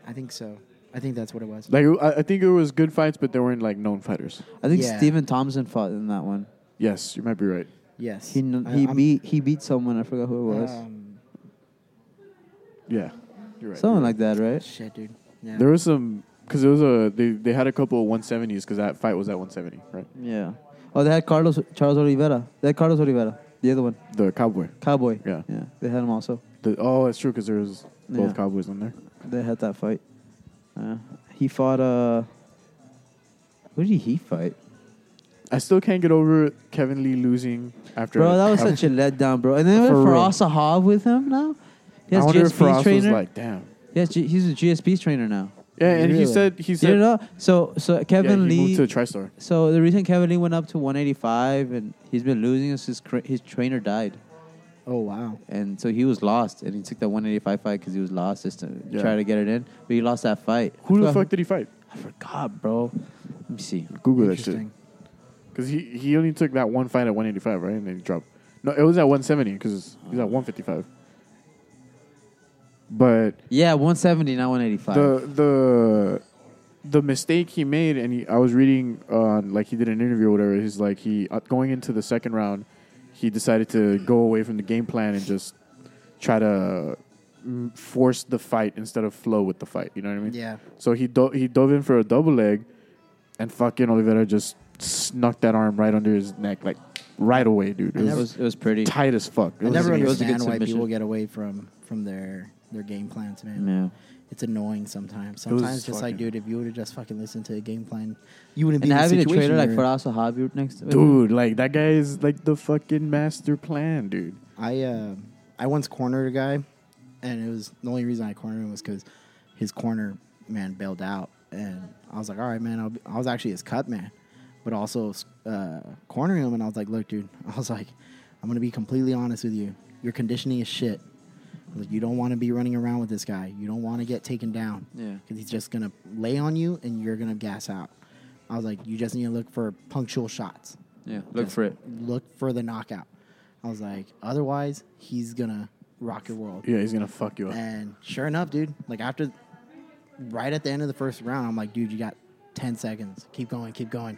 [SPEAKER 13] I think so. I think that's what it was.
[SPEAKER 10] Like I, I think it was good fights, but they weren't like known fighters.
[SPEAKER 11] I think
[SPEAKER 13] Yeah.
[SPEAKER 11] Stephen Thompson fought in that one.
[SPEAKER 10] Yes, you might be right.
[SPEAKER 13] Yes.
[SPEAKER 11] He kn-
[SPEAKER 13] I-
[SPEAKER 11] he
[SPEAKER 13] I'm-
[SPEAKER 11] beat he beat someone. I forgot who it was.
[SPEAKER 13] Um,
[SPEAKER 10] Yeah, you're right.
[SPEAKER 11] someone like that, right?
[SPEAKER 13] shit, dude. Yeah.
[SPEAKER 10] There was some because there was a they, they had a couple of 170s because that fight was at 170, right?
[SPEAKER 11] Yeah. Oh, they had Carlos Charles Oliveira. They had Carlos Oliveira. The other one,
[SPEAKER 10] The Cowboy.
[SPEAKER 11] Cowboy.
[SPEAKER 10] Yeah.
[SPEAKER 11] Yeah. They had him also.
[SPEAKER 10] The, oh, that's true because there was both
[SPEAKER 11] Yeah.
[SPEAKER 10] Cowboys on there.
[SPEAKER 11] They had that fight. Uh, he fought. Uh, who did he fight?
[SPEAKER 10] I still can't get over Kevin Lee losing after.
[SPEAKER 11] Bro, that was such a letdown, bro. And then
[SPEAKER 10] For
[SPEAKER 11] for
[SPEAKER 10] real.
[SPEAKER 11] Asahav with him now. He
[SPEAKER 10] I
[SPEAKER 11] has
[SPEAKER 10] wonder if
[SPEAKER 11] GSP's
[SPEAKER 10] Ross was
[SPEAKER 11] trainer.
[SPEAKER 10] like, damn.
[SPEAKER 11] Yes, G- he's a GSP's trainer now.
[SPEAKER 10] Yeah, and he
[SPEAKER 13] Really?
[SPEAKER 10] said he said
[SPEAKER 11] you know? So so
[SPEAKER 10] yeah,
[SPEAKER 11] Kevin
[SPEAKER 10] he
[SPEAKER 11] Lee
[SPEAKER 10] moved to TriStar.
[SPEAKER 11] So the reason Kevin Lee went up to 185 and he's been losing is his cra- his trainer died,
[SPEAKER 13] Oh, wow.
[SPEAKER 11] and so he was lost, and he took that 185 fight because he was lost just to
[SPEAKER 10] Yeah.
[SPEAKER 11] try to get it in, but he lost that fight.
[SPEAKER 10] Who the
[SPEAKER 11] I
[SPEAKER 10] fuck did he fight?
[SPEAKER 11] I forgot, bro. Let me see.
[SPEAKER 10] Google that shit.
[SPEAKER 13] Interesting.
[SPEAKER 10] Because he, he only took that one fight at 185, right? And then he dropped. No, it was at 170 because he's at 155. But
[SPEAKER 11] Yeah, 170, not 185.
[SPEAKER 10] the the the mistake he made, and he, I was reading on like he did an interview or whatever. He's like he uh, going into the second round, he decided to go away from the game plan and just try to mm, force the fight instead of flow with the fight. You know what I mean?
[SPEAKER 13] Yeah.
[SPEAKER 10] So he do- he dove in for a double leg, and fucking Oliveira just snuck that arm right under his neck, like right away, dude. It
[SPEAKER 11] it
[SPEAKER 10] was
[SPEAKER 11] was it was pretty.
[SPEAKER 10] tight as fuck. It
[SPEAKER 13] I
[SPEAKER 10] was
[SPEAKER 13] never
[SPEAKER 10] amazing.
[SPEAKER 11] it was a good
[SPEAKER 13] understand why
[SPEAKER 11] submission.
[SPEAKER 13] people get away from from their their game plans, man.
[SPEAKER 11] Yeah.
[SPEAKER 13] It's annoying sometimes.
[SPEAKER 10] was
[SPEAKER 13] Sometimes, just like,
[SPEAKER 10] fucking-
[SPEAKER 13] dude, if you would have just fucking listened to a game plan, you wouldn't be
[SPEAKER 11] And
[SPEAKER 13] in the
[SPEAKER 11] having a
[SPEAKER 13] situation
[SPEAKER 11] trainer like
[SPEAKER 13] you're in.
[SPEAKER 11] Faraz Sahabi next to
[SPEAKER 10] Dude, like that guy is like the fucking master plan, dude.
[SPEAKER 13] I uh, I once cornered a guy, and it was the only reason I cornered him was because his corner man bailed out, and I was like, all right, man, I'll be, I was actually his cut man, but also uh, cornering him, and I was like, look, dude, I was like, I'm gonna be completely honest with you, your conditioning is shit. I was Like, you don't want to be running around with this guy. You don't want to get taken down.
[SPEAKER 11] Yeah.
[SPEAKER 13] Because he's just gonna lay on you, and you're gonna gas out. I was like, you just need to look for punctual shots
[SPEAKER 11] Yeah, look for it.
[SPEAKER 13] look for the knockout. I was like, otherwise, he's gonna rock your world.
[SPEAKER 10] Yeah, he's gonna fuck you up.
[SPEAKER 13] And sure enough, dude, like after right at the end of the first round, I'm like, dude, you got 10 seconds. Keep going, keep going.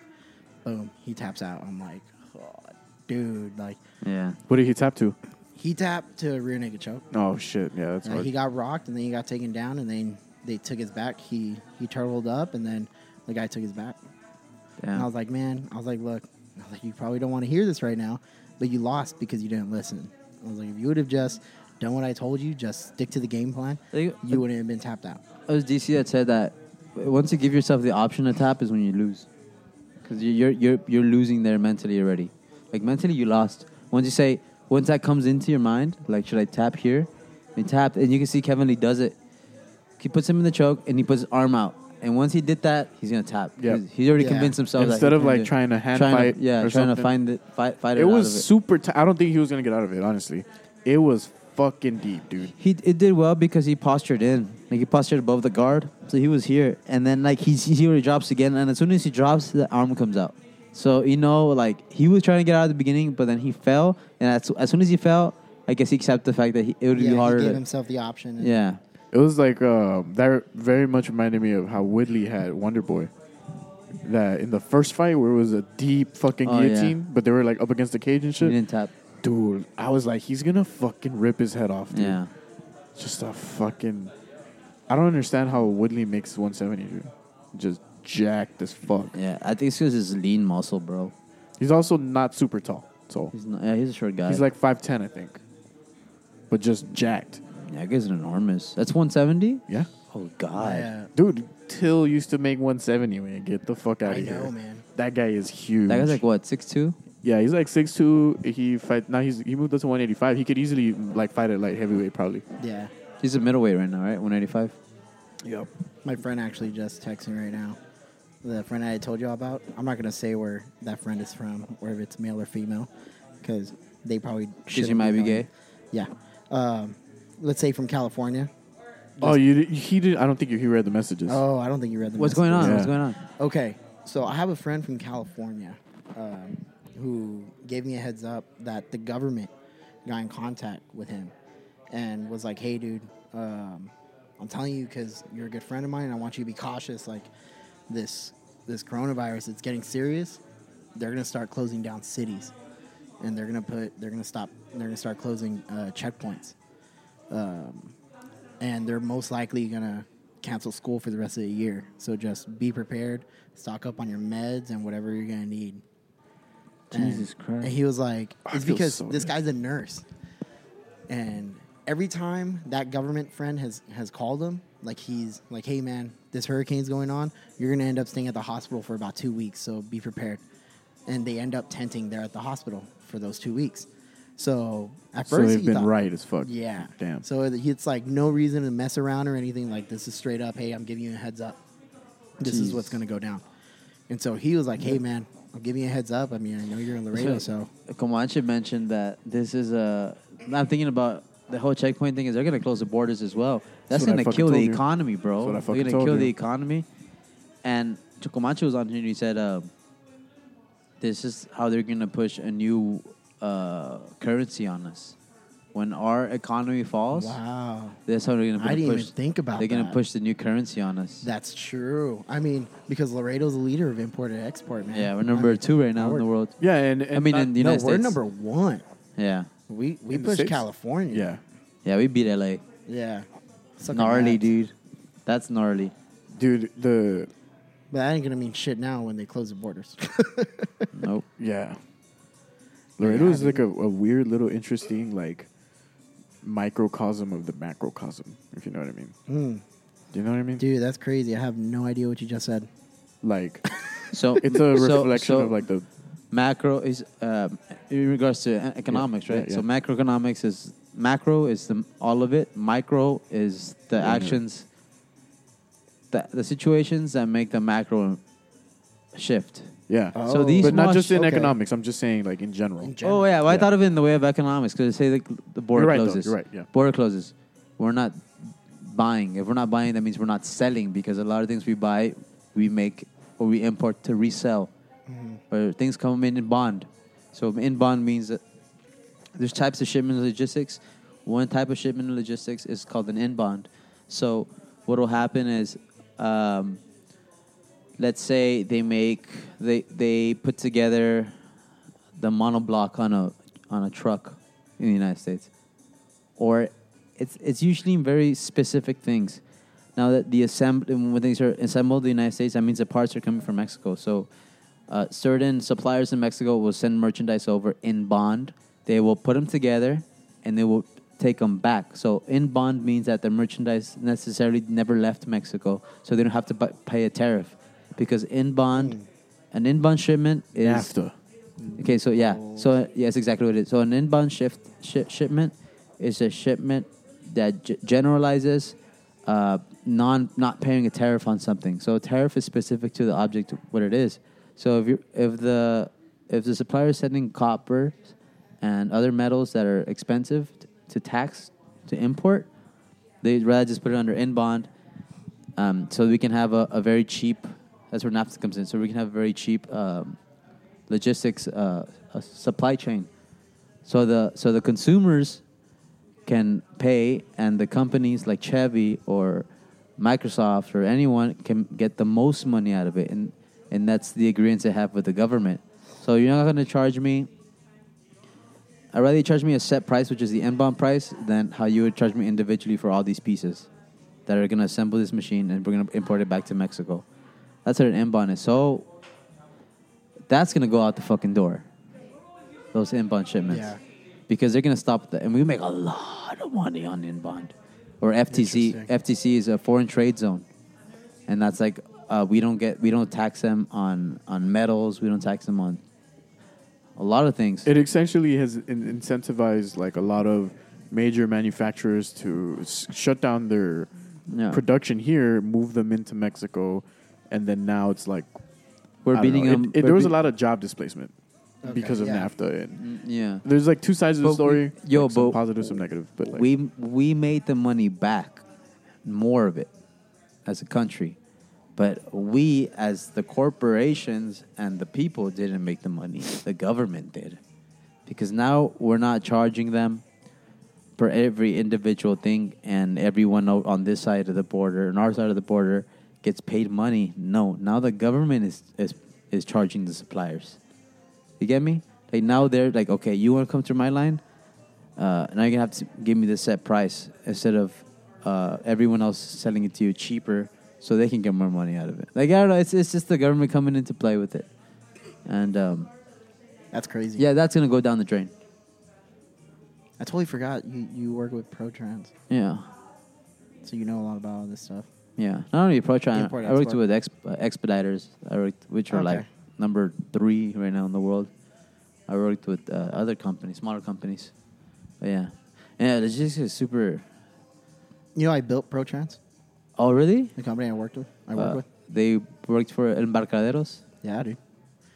[SPEAKER 13] Boom, he taps out. I'm like, oh, dude, like
[SPEAKER 11] Yeah.
[SPEAKER 10] What did he tap to?
[SPEAKER 13] he tapped to a rear naked choke.
[SPEAKER 10] Oh shit! Yeah, that's
[SPEAKER 13] Uh,
[SPEAKER 10] hard.
[SPEAKER 13] he got rocked and then he got taken down and then they took his back. He he turtled up and then the guy took his back. And I
[SPEAKER 11] Yeah.
[SPEAKER 13] was like, man, I was like, look, I was like, you probably don't want to hear this right now, but you lost because you didn't listen. I was like, if you would have just done what I told you, just stick to the game plan,
[SPEAKER 11] They-
[SPEAKER 13] you wouldn't have been tapped out.
[SPEAKER 11] It was DC that said that once you give yourself the option to tap is when you lose, because you're you're you're losing there mentally already. Like mentally, you lost. Once you say, once that comes into your mind, like should I tap here? And he tapped, and you can see Kevin Lee does it. He puts him in the choke, and he puts his arm out. And once he did that, he's gonna tap.
[SPEAKER 10] Yeah.
[SPEAKER 11] He's- He's already
[SPEAKER 13] Yeah.
[SPEAKER 11] convinced himself. that
[SPEAKER 10] Instead
[SPEAKER 11] he
[SPEAKER 10] of,
[SPEAKER 11] can
[SPEAKER 10] like,
[SPEAKER 11] do it.
[SPEAKER 10] trying to hand
[SPEAKER 11] Trying
[SPEAKER 10] fight
[SPEAKER 11] yeah,
[SPEAKER 10] or
[SPEAKER 11] trying
[SPEAKER 10] something.
[SPEAKER 11] to find it, fight, fight it.
[SPEAKER 10] it
[SPEAKER 11] out
[SPEAKER 10] was
[SPEAKER 11] of
[SPEAKER 10] super tight. I don't think he was gonna get out of it. Honestly, it was fucking deep, dude.
[SPEAKER 11] He it did well because he postured in, like he postured above the guard, so he was here. And then like he he already drops again, and as soon as he drops, the arm comes out. So you know, like he was trying to get out at the beginning, but then he fell, and as, as soon as he fell, I guess he accepted the fact that he, it would
[SPEAKER 13] Yeah,
[SPEAKER 11] be
[SPEAKER 13] he
[SPEAKER 11] harder.
[SPEAKER 13] gave
[SPEAKER 11] to-
[SPEAKER 13] himself the option. and-
[SPEAKER 11] yeah,
[SPEAKER 10] It was like um, that. Very much reminded me of how Woodley had Wonder Boy. That in the first fight where it was a deep fucking
[SPEAKER 11] Oh, yeah.
[SPEAKER 10] guillotine, but they were like up against the cage and
[SPEAKER 11] he
[SPEAKER 10] shit.
[SPEAKER 11] didn't tap.
[SPEAKER 10] Dude, I was like, he's gonna fucking rip his head off, dude.
[SPEAKER 11] Yeah,
[SPEAKER 10] Just a fucking. I don't understand how Woodley makes 170, dude. Just jacked as fuck.
[SPEAKER 11] Yeah, I think it's because his lean muscle, bro.
[SPEAKER 10] He's also not super tall, so
[SPEAKER 11] he's not, yeah, he's a short guy.
[SPEAKER 10] he's like 5'10, I think. But just jacked.
[SPEAKER 11] yeah, that guy's enormous. That's 170.
[SPEAKER 10] Yeah.
[SPEAKER 11] Oh God.
[SPEAKER 13] uh,
[SPEAKER 10] Dude, Till used to make 170, man. Get the fuck out of
[SPEAKER 13] I
[SPEAKER 10] here.
[SPEAKER 13] know, man.
[SPEAKER 10] That guy is huge.
[SPEAKER 11] That guy's like what six two?
[SPEAKER 10] Yeah, he's like 6'2". He fight now. He's he moved up to one eighty five. He could easily like fight at light heavyweight probably.
[SPEAKER 13] Yeah.
[SPEAKER 11] He's a middleweight right now, right? 185.
[SPEAKER 13] Yep. My friend actually just texted me right now. The friend I told you all about. I'm not gonna say where that friend is from, or if it's male or female, because they probably.
[SPEAKER 11] Because he
[SPEAKER 13] shouldn't
[SPEAKER 11] might be
[SPEAKER 13] knowing.
[SPEAKER 11] gay.
[SPEAKER 13] Yeah. Um, let's say from California.
[SPEAKER 10] oh, you di- he did. I don't think you he read the messages.
[SPEAKER 13] Oh, I don't think you read the.
[SPEAKER 11] What's going on?
[SPEAKER 13] messages.
[SPEAKER 11] What's
[SPEAKER 10] Yeah.
[SPEAKER 11] going on?
[SPEAKER 13] Okay, so I have a friend from California um, who gave me a heads up that the government got in contact with him and was like, "Hey, dude, um, I'm telling you because you're a good friend of mine, and I want you to be cautious. Like this this coronavirus, it's getting serious. They're gonna start closing down cities, and they're gonna put they're gonna stop they're gonna start closing uh, checkpoints." Um, and they're most likely gonna cancel school for the rest of the year. So just be prepared, stock up on your meds and whatever you're gonna need.
[SPEAKER 11] Jesus
[SPEAKER 13] and,
[SPEAKER 11] Christ.
[SPEAKER 13] And he was like,
[SPEAKER 10] Oh, I
[SPEAKER 13] it's
[SPEAKER 10] feel
[SPEAKER 13] because
[SPEAKER 10] so
[SPEAKER 13] this
[SPEAKER 10] bad.
[SPEAKER 13] guy's a nurse, and every time that government friend has has called him, like he's like, hey man, this hurricane's going on. You're gonna end up staying at the hospital for about two weeks, so be prepared. And they end up tenting there at the hospital for those two weeks. So at
[SPEAKER 10] So
[SPEAKER 13] first,
[SPEAKER 10] they've
[SPEAKER 13] he
[SPEAKER 10] been
[SPEAKER 13] thought-
[SPEAKER 10] right as fuck.
[SPEAKER 13] Yeah.
[SPEAKER 10] Damn.
[SPEAKER 13] So it- it's like no reason to mess around or anything. Like this is straight up. Hey, I'm giving you a heads up. This is
[SPEAKER 11] Jeez.
[SPEAKER 13] what's gonna go down. And so he was like, "Hey, man, I'm giving you a heads up. I mean, I know you're in Laredo, so
[SPEAKER 11] Comanche mentioned that this is a. I'm thinking about the whole checkpoint thing. Is they're gonna close the borders as well? That's,
[SPEAKER 10] That's what I
[SPEAKER 11] gonna
[SPEAKER 10] fucking
[SPEAKER 11] kill the
[SPEAKER 10] told you.
[SPEAKER 11] economy, bro.
[SPEAKER 10] That's what I
[SPEAKER 11] they're
[SPEAKER 10] fucking
[SPEAKER 11] gonna
[SPEAKER 10] told
[SPEAKER 11] kill
[SPEAKER 10] you.
[SPEAKER 11] the economy. And Comanche was on here and he said, uh, "This is how they're gonna push a new uh, currency on us. When our economy falls,
[SPEAKER 13] wow,
[SPEAKER 11] that's how they're gonna.
[SPEAKER 13] I didn't
[SPEAKER 11] push,
[SPEAKER 13] even think about
[SPEAKER 11] They're gonna
[SPEAKER 13] that.
[SPEAKER 11] push the new currency on us.
[SPEAKER 13] that's true. I mean, because Laredo's the leader of import and export, man.
[SPEAKER 11] yeah, we're number
[SPEAKER 13] I mean,
[SPEAKER 11] two right now in
[SPEAKER 13] we're-
[SPEAKER 11] the world.
[SPEAKER 10] Yeah, and, and
[SPEAKER 11] I mean,
[SPEAKER 10] not-
[SPEAKER 11] in the
[SPEAKER 13] No,
[SPEAKER 11] United
[SPEAKER 13] we're
[SPEAKER 11] States.
[SPEAKER 13] number one.
[SPEAKER 11] yeah,
[SPEAKER 13] We we
[SPEAKER 10] In the
[SPEAKER 13] pushed
[SPEAKER 10] States?
[SPEAKER 13] California.
[SPEAKER 10] yeah,
[SPEAKER 11] yeah, we beat LA.
[SPEAKER 13] yeah. Suck on
[SPEAKER 11] gnarly,
[SPEAKER 13] that.
[SPEAKER 11] dude. That's gnarly.
[SPEAKER 10] dude. The
[SPEAKER 13] But that ain't gonna mean shit now when they close the borders.
[SPEAKER 11] Nope.
[SPEAKER 10] yeah, Laredo is like a, a weird little interesting like microcosm of the macrocosm. If you know what I mean.
[SPEAKER 13] Mm.
[SPEAKER 10] Do you know what I mean?
[SPEAKER 13] Dude, that's crazy. I have no idea what you just said.
[SPEAKER 10] Like
[SPEAKER 11] So
[SPEAKER 10] it's a
[SPEAKER 11] so-
[SPEAKER 10] reflection
[SPEAKER 11] so
[SPEAKER 10] of like the
[SPEAKER 11] macro is um, in regards to e- economics,
[SPEAKER 10] Yeah,
[SPEAKER 11] right?
[SPEAKER 10] yeah,
[SPEAKER 11] So
[SPEAKER 10] yeah.
[SPEAKER 11] macroeconomics is macro is the all of it. Micro is the
[SPEAKER 10] Yeah, yeah.
[SPEAKER 11] actions, the the situations that make the macro shift.
[SPEAKER 10] yeah.
[SPEAKER 11] So Oh. these
[SPEAKER 10] but not
[SPEAKER 11] small
[SPEAKER 10] just in
[SPEAKER 13] okay.
[SPEAKER 10] economics. I'm just saying like in general.
[SPEAKER 13] In general.
[SPEAKER 11] Oh yeah, well, I
[SPEAKER 10] Yeah.
[SPEAKER 11] thought of it in the way of economics because say the, the border
[SPEAKER 10] You're right, though.
[SPEAKER 11] closes.
[SPEAKER 10] You're right, yeah.
[SPEAKER 11] Border closes. We're not buying. If we're not buying, that means we're not selling because a lot of things we buy, we make or we import to resell.
[SPEAKER 10] Mm-hmm.
[SPEAKER 11] Or things come in in bond. So in bond means that there's types of shipment and logistics. One type of shipment and logistics is called an inbound. So what will happen is, um, let's say they make they they put together the monoblock on a on a truck in the United States, or it's it's usually in very specific things. Now that the assembly when things are assembled in the United States, that means the parts are coming from Mexico. So uh, certain suppliers in Mexico will send merchandise over in bond. They will put them together, and they will take them back. So in bond means that the merchandise necessarily never left Mexico, so they don't have to bu- pay a tariff because in bond. An inbound shipment is
[SPEAKER 10] NAFTA.
[SPEAKER 11] Okay, so yeah, so uh, yeah, that's exactly what it is. So an inbound shift shi shipment is a shipment that g- generalizes uh, non not paying a tariff on something. So a tariff is specific to the object what it is. So if you if the if the supplier is sending copper and other metals that are expensive t- to tax to import, they'd rather just put it under inbound um, so we can have a, a very cheap. That's where NAFTA comes in. So we can have a very cheap um, logistics uh, uh supply chain. So the so the consumers can pay, and the companies like Chevy or Microsoft or anyone can get the most money out of it, and and that's the agreement they have with the government. So you're not going to charge me I'd rather you charge me a set price, which is the N bomb price, than how you would charge me individually for all these pieces that are going to assemble this machine and we're going to import it back to Mexico. That's what an N bomb is. So that's going to go out the fucking door. Those inbound shipments.
[SPEAKER 13] Yeah.
[SPEAKER 11] Because they're going to stop that. And we make a lot of money on inbound. Or FTC. FTC is a foreign trade zone. And that's like, uh, we don't get, we don't tax them on, on metals. We don't tax them on a lot of things.
[SPEAKER 10] It essentially has in- incentivized like a lot of major manufacturers to s- shut down their
[SPEAKER 11] Yeah.
[SPEAKER 10] production here, move them into Mexico, and then now it's like
[SPEAKER 11] We're
[SPEAKER 10] I don't
[SPEAKER 11] beating
[SPEAKER 10] know. It-
[SPEAKER 11] them-
[SPEAKER 10] It,
[SPEAKER 11] we're
[SPEAKER 10] there was
[SPEAKER 11] be-
[SPEAKER 10] a lot of job displacement
[SPEAKER 11] Okay,
[SPEAKER 10] because of
[SPEAKER 11] yeah.
[SPEAKER 10] NAFTA. And
[SPEAKER 11] yeah.
[SPEAKER 10] there's like two sides of
[SPEAKER 11] But
[SPEAKER 10] the
[SPEAKER 11] we-
[SPEAKER 10] story.
[SPEAKER 11] yo,
[SPEAKER 10] like, some
[SPEAKER 11] but
[SPEAKER 10] positive, some negative. But like,
[SPEAKER 11] we we made the money back, more of it, as a country, but we as the corporations and the people didn't make the money. The government did, because now we're not charging them for every individual thing, and everyone o- on this side of the border and our side of the border gets paid money. No, now the government is is is charging the suppliers. You get me? Like now they're like, okay, you want to come through my line? Uh, now you're gonna have to give me the set price instead of uh, everyone else selling it to you cheaper, so they can get more money out of it. Like I don't know, it's it's just the government coming into play with it, and um,
[SPEAKER 13] that's crazy.
[SPEAKER 11] Yeah, that's gonna go down the drain.
[SPEAKER 13] I totally forgot you, you work with ProTrans,
[SPEAKER 11] Yeah,
[SPEAKER 13] so you know a lot about all this stuff.
[SPEAKER 11] yeah. Not only pro China,
[SPEAKER 13] Import,
[SPEAKER 11] I worked
[SPEAKER 13] export.
[SPEAKER 11] with exp- uh, expediters. I worked, which are
[SPEAKER 13] Okay.
[SPEAKER 11] like number three right now in the world. I worked with uh, other companies, smaller companies. But yeah, yeah. Logistics is super.
[SPEAKER 13] You know, I built ProTrans,
[SPEAKER 11] Oh really?
[SPEAKER 13] the company I worked with. I work
[SPEAKER 11] Uh,
[SPEAKER 13] with.
[SPEAKER 11] They worked for Embarcaderos.
[SPEAKER 13] Yeah, dude.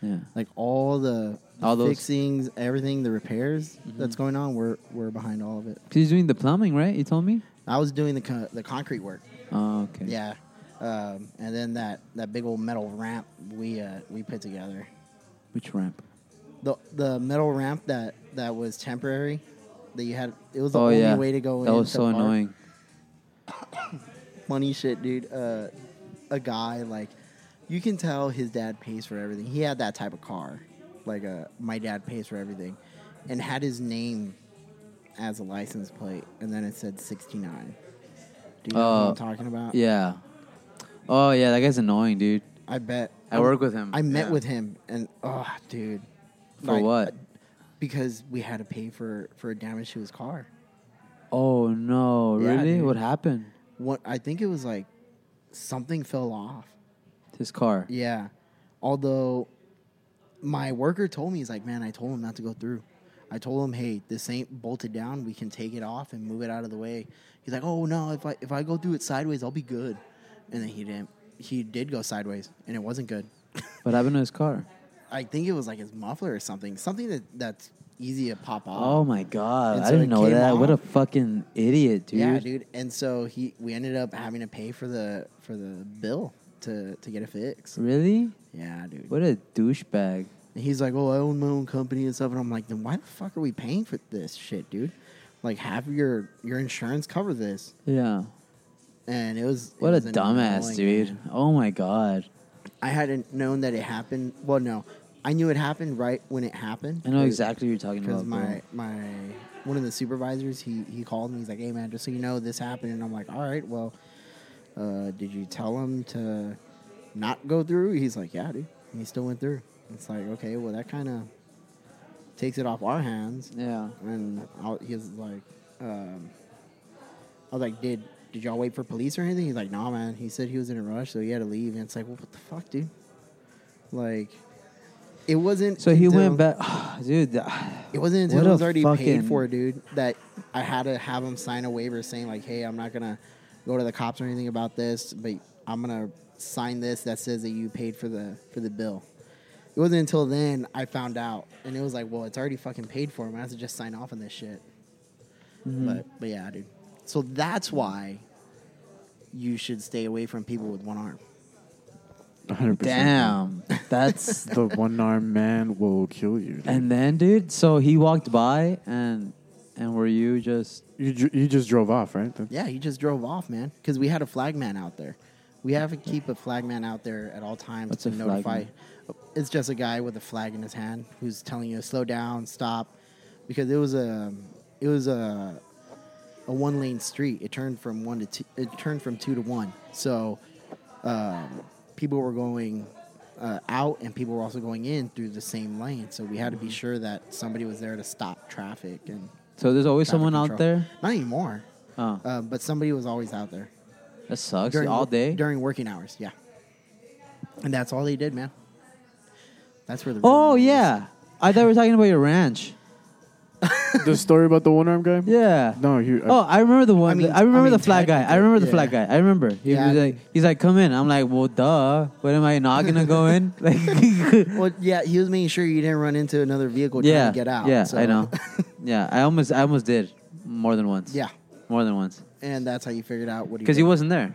[SPEAKER 11] Yeah.
[SPEAKER 13] Like all the, the
[SPEAKER 11] All those- Mm-hmm.
[SPEAKER 13] fixings, everything, the repairs that's going on, we're we're behind all of it.
[SPEAKER 11] Cause he's doing the plumbing, right? You told me.
[SPEAKER 13] I was doing the co- the concrete work.
[SPEAKER 11] Oh, okay.
[SPEAKER 13] Yeah. Um, and then that, that big old metal ramp we uh, we put together.
[SPEAKER 11] Which ramp?
[SPEAKER 13] The the metal ramp that, that was temporary that you had it was the
[SPEAKER 11] oh
[SPEAKER 13] only
[SPEAKER 11] yeah.
[SPEAKER 13] way to go
[SPEAKER 11] That
[SPEAKER 13] in
[SPEAKER 11] was
[SPEAKER 13] to
[SPEAKER 11] so
[SPEAKER 13] park.
[SPEAKER 11] annoying.
[SPEAKER 13] Funny shit, dude. Uh, a guy like you can tell his dad pays for everything. He had that type of car. Like uh, my dad pays for everything. And had his name as a license plate and then it said sixty nine. Do you know what
[SPEAKER 11] Oh,
[SPEAKER 13] I'm talking about?
[SPEAKER 11] Yeah. Oh yeah, that guy's annoying, dude.
[SPEAKER 13] I bet.
[SPEAKER 11] I work with him.
[SPEAKER 13] I met
[SPEAKER 11] Yeah.
[SPEAKER 13] with him, and oh, dude.
[SPEAKER 11] For what?
[SPEAKER 13] Because we had to pay for for damage to his car.
[SPEAKER 11] Oh no,
[SPEAKER 13] Yeah,
[SPEAKER 11] really?
[SPEAKER 13] dude.
[SPEAKER 11] what happened?
[SPEAKER 13] What I think it was like something fell off.
[SPEAKER 11] His car.
[SPEAKER 13] Yeah. Although my worker told me he's like, man, I told him not to go through. I told him, hey, this ain't bolted down. We can take it off and move it out of the way. He's like, oh no, if I if I go through it sideways, I'll be good. And then he didn't. He did go sideways, and it wasn't good.
[SPEAKER 11] What happened to his car?
[SPEAKER 13] I think it was like his muffler or something. Something that that's easy to pop off.
[SPEAKER 11] Oh my god,
[SPEAKER 13] And
[SPEAKER 11] I
[SPEAKER 13] so
[SPEAKER 11] didn't
[SPEAKER 13] it
[SPEAKER 11] know
[SPEAKER 13] came
[SPEAKER 11] that. What a
[SPEAKER 13] off.
[SPEAKER 11] fucking idiot, dude.
[SPEAKER 13] Yeah, dude. And so he we ended up having to pay for the for the bill to to get it fixed.
[SPEAKER 11] Really?
[SPEAKER 13] Yeah, dude.
[SPEAKER 11] What a douchebag.
[SPEAKER 13] And he's like, "Oh, I own my own company and stuff." And I'm like, "Then why the fuck are we paying for this shit, dude? Like, have your your insurance cover this."
[SPEAKER 11] Yeah.
[SPEAKER 13] And it was it
[SPEAKER 11] What a
[SPEAKER 13] was
[SPEAKER 11] dumbass,
[SPEAKER 13] annoying,
[SPEAKER 11] dude.
[SPEAKER 13] man.
[SPEAKER 11] Oh my god.
[SPEAKER 13] I hadn't known that it happened. Well, no, I knew it happened right when it happened.
[SPEAKER 11] I know
[SPEAKER 13] But-
[SPEAKER 11] exactly what you're talking
[SPEAKER 13] because
[SPEAKER 11] about. bro.
[SPEAKER 13] my my one of the supervisors he he called me he's like hey man just so you know this happened and i'm like all right well uh, did you tell him to not go through he's like yeah dude and he still went through it's like okay well that kind of takes it off our hands
[SPEAKER 11] Yeah.
[SPEAKER 13] and I, he was like um, i was like did did y'all wait for police or anything he's like nah man he said he was in a rush so he had to leave and it's like well, what the fuck dude like it wasn't
[SPEAKER 11] So he
[SPEAKER 13] until-
[SPEAKER 11] went back, dude. th-
[SPEAKER 13] it wasn't until
[SPEAKER 11] what
[SPEAKER 13] it
[SPEAKER 11] a
[SPEAKER 13] was already
[SPEAKER 11] fucking-
[SPEAKER 13] paid for, dude, that I had to have him sign a waiver saying like, "Hey, I'm not gonna go to the cops or anything about this, but I'm gonna sign this that says that you paid for the for the bill." It wasn't until then I found out, and it was like, "Well, it's already fucking paid for. I might as well just sign off on this shit."
[SPEAKER 11] Mhm.
[SPEAKER 13] But but yeah, dude. So that's why you should stay away from people with one arm.
[SPEAKER 10] 100%.
[SPEAKER 11] Damn, that's
[SPEAKER 10] the one armed man will kill you. dude.
[SPEAKER 11] And then, dude, so he walked by, and and were you just
[SPEAKER 10] you dr- you just drove off, right?
[SPEAKER 13] Yeah, he just drove off, man, because we had a flagman out there. We have to keep a flagman out there at all times
[SPEAKER 11] What's
[SPEAKER 13] to
[SPEAKER 11] a
[SPEAKER 13] notify.
[SPEAKER 11] flagman?
[SPEAKER 13] It's just a guy with a flag in his hand who's telling you to slow down, stop, because it was a it was a a one lane street. It turned from one to two, it turned from two to one. So um, people were going uh, out and people were also going in through the same lane. So we had
[SPEAKER 11] Mm-hmm.
[SPEAKER 13] to be sure that somebody was there to stop traffic and.
[SPEAKER 11] So there's always
[SPEAKER 13] traffic
[SPEAKER 11] someone
[SPEAKER 13] control.
[SPEAKER 11] out there.
[SPEAKER 13] Not anymore.
[SPEAKER 11] Oh.
[SPEAKER 13] Uh, but somebody was always out there.
[SPEAKER 11] That sucks.
[SPEAKER 13] During-
[SPEAKER 11] all day.
[SPEAKER 13] during working hours. Yeah, and that's all they did, man. That's where the real
[SPEAKER 11] Oh
[SPEAKER 13] money is.
[SPEAKER 11] yeah, I thought we were talking about your ranch.
[SPEAKER 10] the story about the one arm guy.
[SPEAKER 11] Yeah.
[SPEAKER 10] No, he.
[SPEAKER 11] Oh, I remember the one. I,
[SPEAKER 13] mean-
[SPEAKER 11] remember
[SPEAKER 13] I mean,
[SPEAKER 11] the flat guy. I remember the flat guy. I remember. He
[SPEAKER 13] Yeah,
[SPEAKER 11] was
[SPEAKER 13] I
[SPEAKER 11] like, he's like, come in. I'm like, well, duh. What am I not gonna go in? Like,
[SPEAKER 13] well, yeah, he was making sure you didn't run into another vehicle trying
[SPEAKER 11] yeah,
[SPEAKER 13] to get out.
[SPEAKER 11] Yeah,
[SPEAKER 13] so-
[SPEAKER 11] I know. yeah, I almost, I almost did more than once.
[SPEAKER 13] Yeah.
[SPEAKER 11] more than once
[SPEAKER 13] and that's how you figured out what he
[SPEAKER 11] because he
[SPEAKER 13] did.
[SPEAKER 11] wasn't there.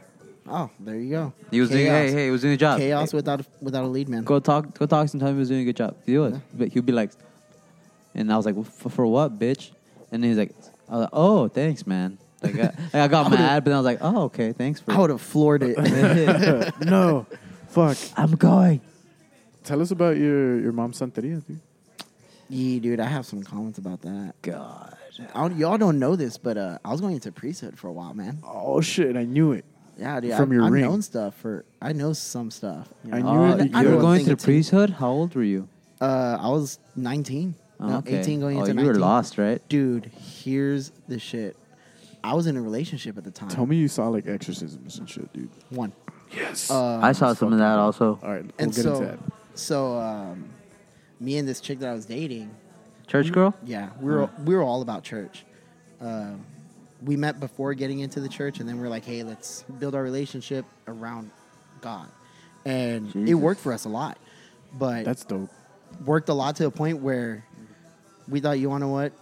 [SPEAKER 13] Oh, there you go.
[SPEAKER 11] He was doing, hey, hey, he was doing a job.
[SPEAKER 13] Chaos without a, without a lead man.
[SPEAKER 11] Go talk, go talk. Sometimes he was doing a good job. He was, but he'd be like, and I was like, for, for what, bitch? And then he's like, I was like, oh, thanks, man. Like, I, like, I got mad, but then I was like, oh, okay, thanks for.
[SPEAKER 13] I would have floored it.
[SPEAKER 10] no, fuck.
[SPEAKER 11] I'm going.
[SPEAKER 10] Tell us about your your mom's santeria, dude.
[SPEAKER 13] Yee, dude, I have some comments about that.
[SPEAKER 11] God.
[SPEAKER 13] I don't- y'all don't know this, but uh, I was going into priesthood for a while, man.
[SPEAKER 10] Oh shit, I knew it.
[SPEAKER 13] Yeah, dude.
[SPEAKER 10] From
[SPEAKER 13] I,
[SPEAKER 10] your
[SPEAKER 13] I've
[SPEAKER 10] ring.
[SPEAKER 13] known stuff for. I know some stuff. you
[SPEAKER 10] I
[SPEAKER 13] know?
[SPEAKER 10] knew
[SPEAKER 11] Oh,
[SPEAKER 10] it.
[SPEAKER 11] you were
[SPEAKER 13] don't
[SPEAKER 11] going
[SPEAKER 13] think
[SPEAKER 11] to the
[SPEAKER 13] it's in-
[SPEAKER 11] priesthood? How old were you?
[SPEAKER 13] Uh, I was 19.
[SPEAKER 11] Oh,
[SPEAKER 13] No,
[SPEAKER 11] okay.
[SPEAKER 13] 18 going
[SPEAKER 11] Oh,
[SPEAKER 13] into
[SPEAKER 11] you
[SPEAKER 13] 19.
[SPEAKER 11] were lost, right?
[SPEAKER 13] Dude, here's the shit. I was in a relationship at the time.
[SPEAKER 10] Tell me you saw like exorcisms and shit, dude.
[SPEAKER 13] One.
[SPEAKER 10] Yes.
[SPEAKER 13] Uh,
[SPEAKER 11] I saw some of that also.
[SPEAKER 10] All right, we'll
[SPEAKER 13] and
[SPEAKER 10] get
[SPEAKER 13] so,
[SPEAKER 10] into that.
[SPEAKER 13] so um, me and this chick that I was dating,
[SPEAKER 11] Church girl?
[SPEAKER 13] yeah, we were
[SPEAKER 10] Uh-huh.
[SPEAKER 13] we were all about church. Um, we met before getting into the church, and then we are like, hey, let's build our relationship around God, and it
[SPEAKER 11] Jesus.
[SPEAKER 13] worked for us a lot. But
[SPEAKER 10] That's dope.
[SPEAKER 13] worked a lot to the point where we thought, you want to what?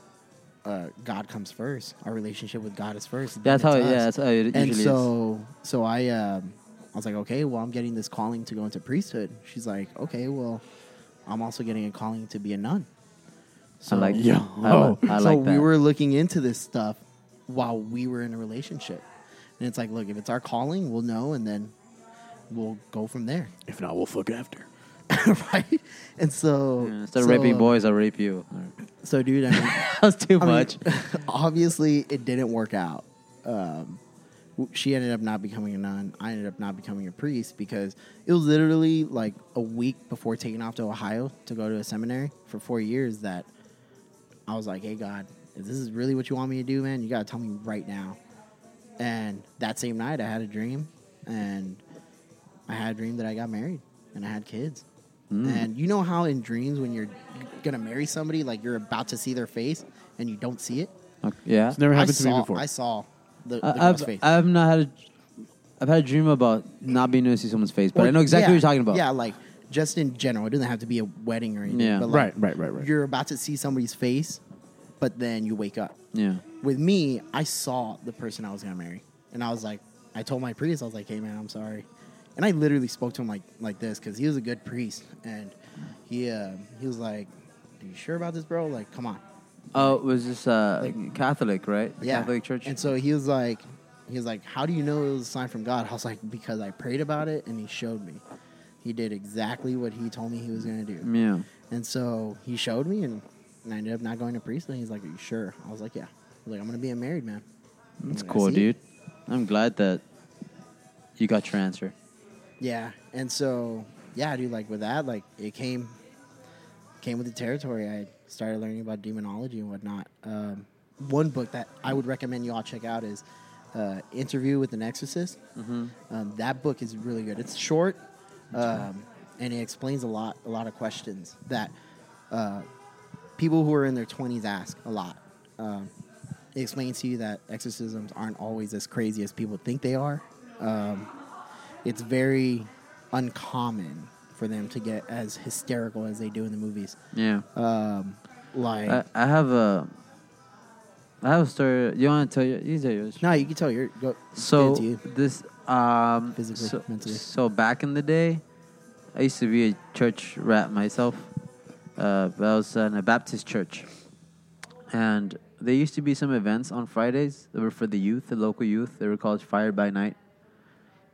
[SPEAKER 13] Uh, God comes first. Our relationship with God is first. then
[SPEAKER 11] That's how
[SPEAKER 13] it's
[SPEAKER 11] it- yeah,
[SPEAKER 13] us.
[SPEAKER 11] that's how it
[SPEAKER 13] And
[SPEAKER 11] usually
[SPEAKER 13] so, so I, um, I was like, okay, well, I'm getting this calling to go into priesthood. She's like, okay, well, I'm also getting a calling to be a nun. So,
[SPEAKER 11] I like
[SPEAKER 10] Yo.
[SPEAKER 11] I, li- I
[SPEAKER 13] so
[SPEAKER 11] like that.
[SPEAKER 13] we were looking into this stuff while we were in a relationship, and it's like, look, if it's our calling, we'll know, and then we'll go from there,
[SPEAKER 10] If not, we'll fuck after.
[SPEAKER 13] right? And so,
[SPEAKER 11] Yeah, Mm, Instead of
[SPEAKER 13] so,
[SPEAKER 11] raping
[SPEAKER 13] uh,
[SPEAKER 11] boys, I'll rape you. All right.
[SPEAKER 13] So, dude, I mean,
[SPEAKER 11] that was too
[SPEAKER 13] I mean,
[SPEAKER 11] much.
[SPEAKER 13] obviously, it didn't work out. Um, w- she ended up not becoming a nun. I ended up not becoming a priest because it was literally like a week before taking off to Ohio to go to a seminary for four years that I was like, hey, God, if this is really what you want me to do, man, you got to tell me right now. And that same night, I had a dream, and I had a dream that I got married and I had kids.
[SPEAKER 11] Hmm.
[SPEAKER 13] And you know how in dreams, when you're gonna marry somebody, like you're about to see their face and you don't see it.
[SPEAKER 11] Okay, yeah.
[SPEAKER 10] It's never happened
[SPEAKER 13] I
[SPEAKER 10] to
[SPEAKER 13] saw,
[SPEAKER 10] me before.
[SPEAKER 13] I saw the, the
[SPEAKER 11] I,
[SPEAKER 13] girl's
[SPEAKER 11] Uh, I've,
[SPEAKER 13] face.
[SPEAKER 11] I've not had a, I've had a dream about not being able to see someone's face, but I know exactly
[SPEAKER 13] Yeah,
[SPEAKER 11] what you're talking about.
[SPEAKER 13] Yeah, like just in general, it doesn't have to be a wedding or anything.
[SPEAKER 11] Yeah.
[SPEAKER 13] but like,
[SPEAKER 10] Right, right, right, right.
[SPEAKER 13] You're about to see somebody's face, but then you wake up.
[SPEAKER 11] Yeah.
[SPEAKER 13] With me, I saw the person I was gonna marry, and I was like, I told my priest, I was like, "Hey, man, I'm sorry," and I literally spoke to him like like this because he was a good priest, and he uh, he was like, "Are you sure about this, bro? Like, come on."
[SPEAKER 11] Oh, it was this uh, Catholic, right? The
[SPEAKER 13] yeah.
[SPEAKER 11] Catholic Church.
[SPEAKER 13] And so he was like, he was like, how do you know it was a sign from God? I was like, because I prayed about it and he showed me. He did exactly what he told me he was going to do.
[SPEAKER 11] yeah.
[SPEAKER 13] And so he showed me and, and I ended up not going to priesthood. He's like, are you sure? I was like, yeah. He's like, I'm going to be a married man.
[SPEAKER 11] That's
[SPEAKER 13] I
[SPEAKER 11] cool,
[SPEAKER 13] see.
[SPEAKER 11] dude. I'm glad that you got your answer.
[SPEAKER 13] Yeah. And so, yeah, dude, like with that, like it came, came with the territory. I started learning about demonology and whatnot. Um, one book that I would recommend you all check out is uh, Interview with an Exorcist. Um, that book is really good. It's short, um, and it explains a lot, a lot of questions that uh, people who are in their twenties ask a lot. Um, it explains to you that exorcisms aren't always as crazy as people think they are. Um, it's very uncommon for them to get as hysterical as they do in the movies.
[SPEAKER 11] Yeah.
[SPEAKER 13] Um, like,
[SPEAKER 11] I, I have a I have a story. You want to tell your? You tell yours.
[SPEAKER 13] no, you can tell your go.
[SPEAKER 11] So
[SPEAKER 13] to you.
[SPEAKER 11] this um
[SPEAKER 13] Physically,
[SPEAKER 11] so,
[SPEAKER 13] mentally.
[SPEAKER 11] so back in the day, I used to be a church rat myself. Uh, but I was in a Baptist church, and there used to be some events on Fridays that were for the youth, the local youth. They were called Fire by Night.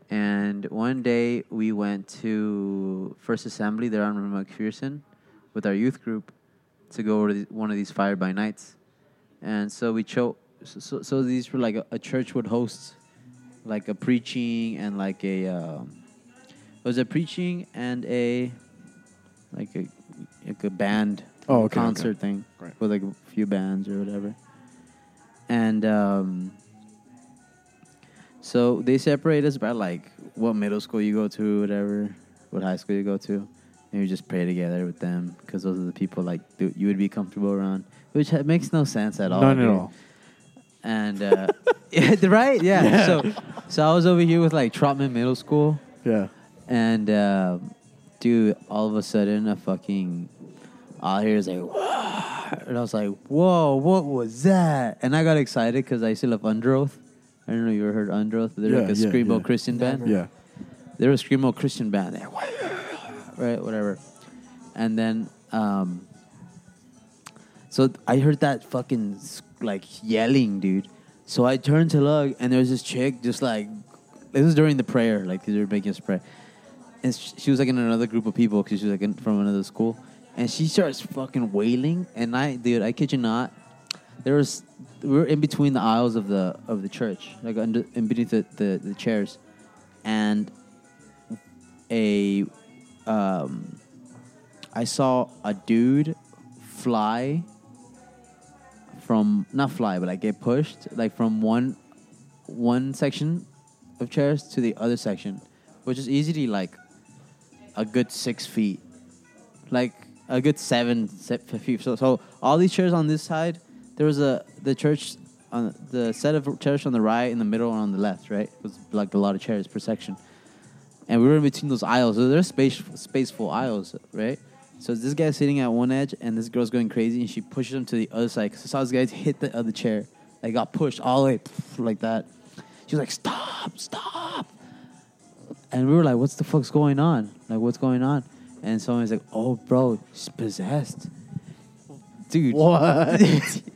[SPEAKER 11] And one day we went to First Assembly there on McPherson with our youth group. to go over to the- one of these fire by nights, and so we chose. So, so, so these were like a, a church would host, like a preaching and like a. Um, it was a preaching and a, like a, like a band.
[SPEAKER 10] Oh, okay,
[SPEAKER 11] concert
[SPEAKER 10] okay.
[SPEAKER 11] thing
[SPEAKER 10] Right.
[SPEAKER 11] with like a few bands or whatever, and um, so they separate us by like what middle school you go to, whatever, what high school you go to, and you just pray together with them because those are the people like th- you would be comfortable around, which ha- makes no sense at all.
[SPEAKER 10] None at
[SPEAKER 11] dude.
[SPEAKER 10] all.
[SPEAKER 11] And uh, right, yeah.
[SPEAKER 10] Yeah.
[SPEAKER 11] So, so I was over here with like Trotman Middle School,
[SPEAKER 10] Yeah.
[SPEAKER 11] and uh, dude, all of a sudden, a fucking all I hear is like, and I was like, whoa, what was that? And I got excited because I still love Underoath. I don't know if you ever heard Underoath, but they're
[SPEAKER 10] Yeah,
[SPEAKER 11] like a
[SPEAKER 10] yeah,
[SPEAKER 11] screamo
[SPEAKER 10] yeah.
[SPEAKER 11] Christian band.
[SPEAKER 10] Yeah.
[SPEAKER 11] they're a screamo Christian band. They're right, whatever. And then, um, so th- I heard that fucking s- like yelling, dude. So I turned to look, and there was this chick just like, this was during the prayer, like 'cause they were making us pray. And sh- she was like in another group of people because she was like in, from another school, and she starts fucking wailing. And I, dude, I kid you not, there was we were in between the aisles of the of the church, like under in beneath the, the, the chairs, and a um, I saw a dude fly from not fly, but like get pushed like from one one section of chairs to the other section, which is easily like a good six feet, like a good seven se- feet. So, so all these chairs on this side, there was a the church on the set of chairs on the right, in the middle, and on the left. Right, it was like a lot of chairs per section and we were in between those aisles. So there's space spaceful aisles, right? So this guy's sitting at one edge, and this girl's going crazy, and she pushes him to the other side. Cause I saw this guy hit the other chair, like got pushed all the way pff, like that. She was like, "Stop, stop!" And we were like, "What's the fuck's going on? Like, what's going on?" And someone's like, "Oh, bro, she's possessed." Dude,
[SPEAKER 13] What?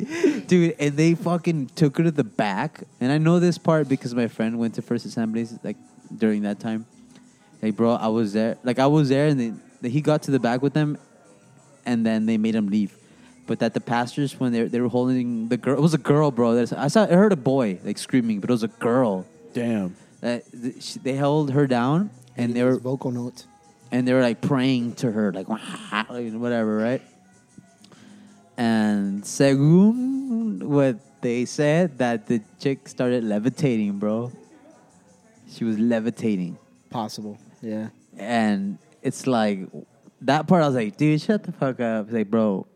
[SPEAKER 11] dude, and they fucking took her to the back. And I know this part because my friend went to First Assemblies like during that time. Like, bro, I was there. Like, I was there, and they, they- he got to the back with them, and then they made him leave. But that the pastors, when they they were holding the girl, it was a girl, bro. That's- I saw I heard a boy like screaming, but it was a girl.
[SPEAKER 10] Damn.
[SPEAKER 11] That Uh, th- she- they held her down, and they were
[SPEAKER 13] vocal notes,
[SPEAKER 11] and they were like praying to her, like whatever, right? And según what they said, that the chick started levitating, bro. She was levitating.
[SPEAKER 13] possible. Yeah.
[SPEAKER 11] And it's like that part. I was like, dude, shut the fuck up. It's like, bro,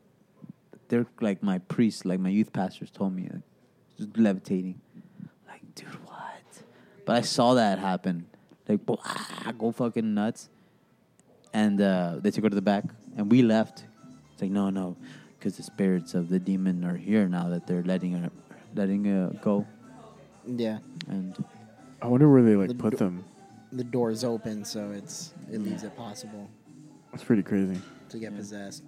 [SPEAKER 11] they're like my priests, like my youth pastors told me, like, just levitating. Like, dude, what? But I saw that happen. Like, bo- ah, go fucking nuts. And uh, they took her to the back, and we left. It's like, no, no, because the spirits of the demon are here now that they're letting her, letting her go.
[SPEAKER 13] Yeah.
[SPEAKER 11] And
[SPEAKER 10] I wonder where they
[SPEAKER 13] The
[SPEAKER 10] like put
[SPEAKER 13] do-
[SPEAKER 10] them.
[SPEAKER 13] The door's open, so it's it leaves it possible
[SPEAKER 10] That's pretty crazy.
[SPEAKER 13] to get possessed.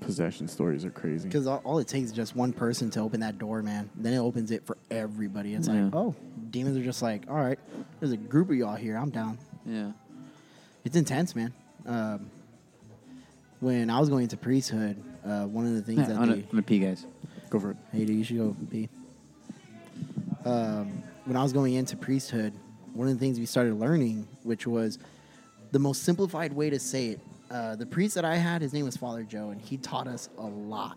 [SPEAKER 10] Possession stories are crazy.
[SPEAKER 13] Because all, all it takes is just one person to open that door, man. Then it opens it for everybody. It's
[SPEAKER 11] Yeah.
[SPEAKER 13] like, oh, demons are just like, all right, there's a group of y'all here. I'm down.
[SPEAKER 11] yeah,
[SPEAKER 13] It's intense, man. Um, when I was going into priesthood, uh, one of the things that
[SPEAKER 11] I'm gonna,
[SPEAKER 13] they,
[SPEAKER 11] I'm gonna pee, guys.
[SPEAKER 10] Go for it.
[SPEAKER 13] Hey, dude, you should go pee. Um, when I was going into priesthood, one of the things we started learning, which was the most simplified way to say it. Uh, the priest that I had, his name was Father Joe, and he taught us a lot,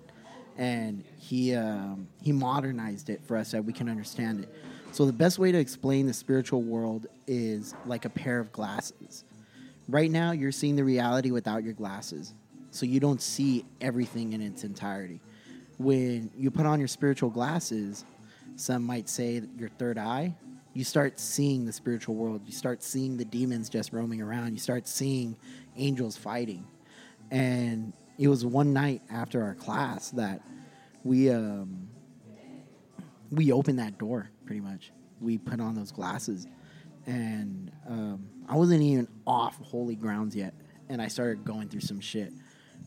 [SPEAKER 13] and he um, he modernized it for us that we can understand it. So the best way to explain the spiritual world is like a pair of glasses. Right now, you're seeing the reality without your glasses, so you don't see everything in its entirety when you put on your spiritual glasses, some might say that your third eye, you start seeing the spiritual world. You start seeing the demons just roaming around. You start seeing angels fighting. And it was one night after our class that we um, we opened that door pretty much. We put on those glasses, and um, I wasn't even off holy grounds yet, and I started going through some shit.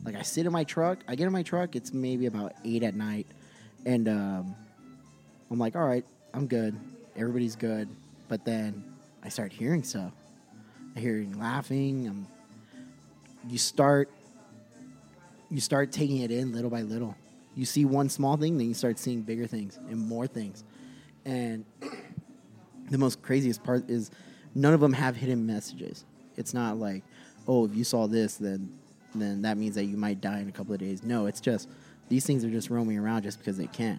[SPEAKER 13] Like I sit in my truck, I get in my truck. It's maybe about eight at night, and um, I'm like, all right, I'm good. Everybody's good, but then I start hearing stuff. I hear him laughing. i you start you start taking it in little by little. You see one small thing, then you start seeing bigger things and more things. And the most craziest part is none of them have hidden messages. It's not like, oh, if you saw this, then then that means that you might die in a couple of days. No, it's just these things are just roaming around just because they can.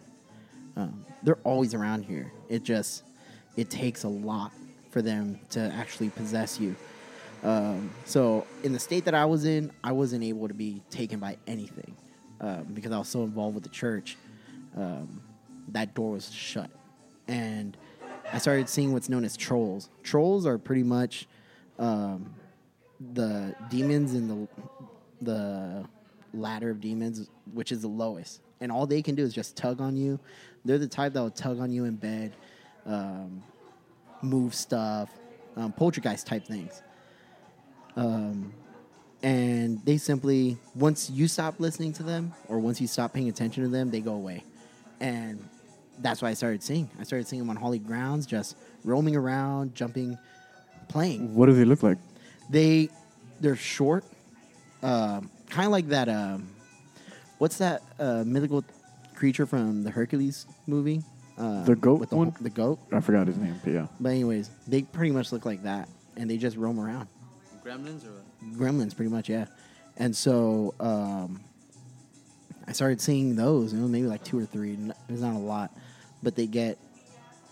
[SPEAKER 13] Um, they're always around here. It just it takes a lot for them to actually possess you. Um, so in the state that I was in, I wasn't able to be taken by anything um, because I was so involved with the church. Um, that door was shut, and I started seeing what's known as trolls. Trolls are pretty much um, the demons in the the ladder of demons, which is the lowest, and all they can do is just tug on you. They're the type that will tug on you in bed, um, move stuff, um, poltergeist type things. Um, and they simply, once you stop listening to them or once you stop paying attention to them, they go away. And that's why I started seeing. I started seeing them on holy grounds, just roaming around, jumping, playing.
[SPEAKER 10] What do they look like?
[SPEAKER 13] They, they're short, um, kind of like that. Um, what's that uh, mythical creature from the Hercules movie? Um,
[SPEAKER 10] The goat
[SPEAKER 13] with the,
[SPEAKER 10] one?
[SPEAKER 13] ho- the goat.
[SPEAKER 10] I forgot his name, but yeah.
[SPEAKER 13] But anyways, they pretty much look like that, and they just roam around.
[SPEAKER 11] Gremlins or what?
[SPEAKER 13] Gremlins, pretty much, yeah. And so um, I started seeing those, you know, maybe like two or three. N- It's not a lot, but they get,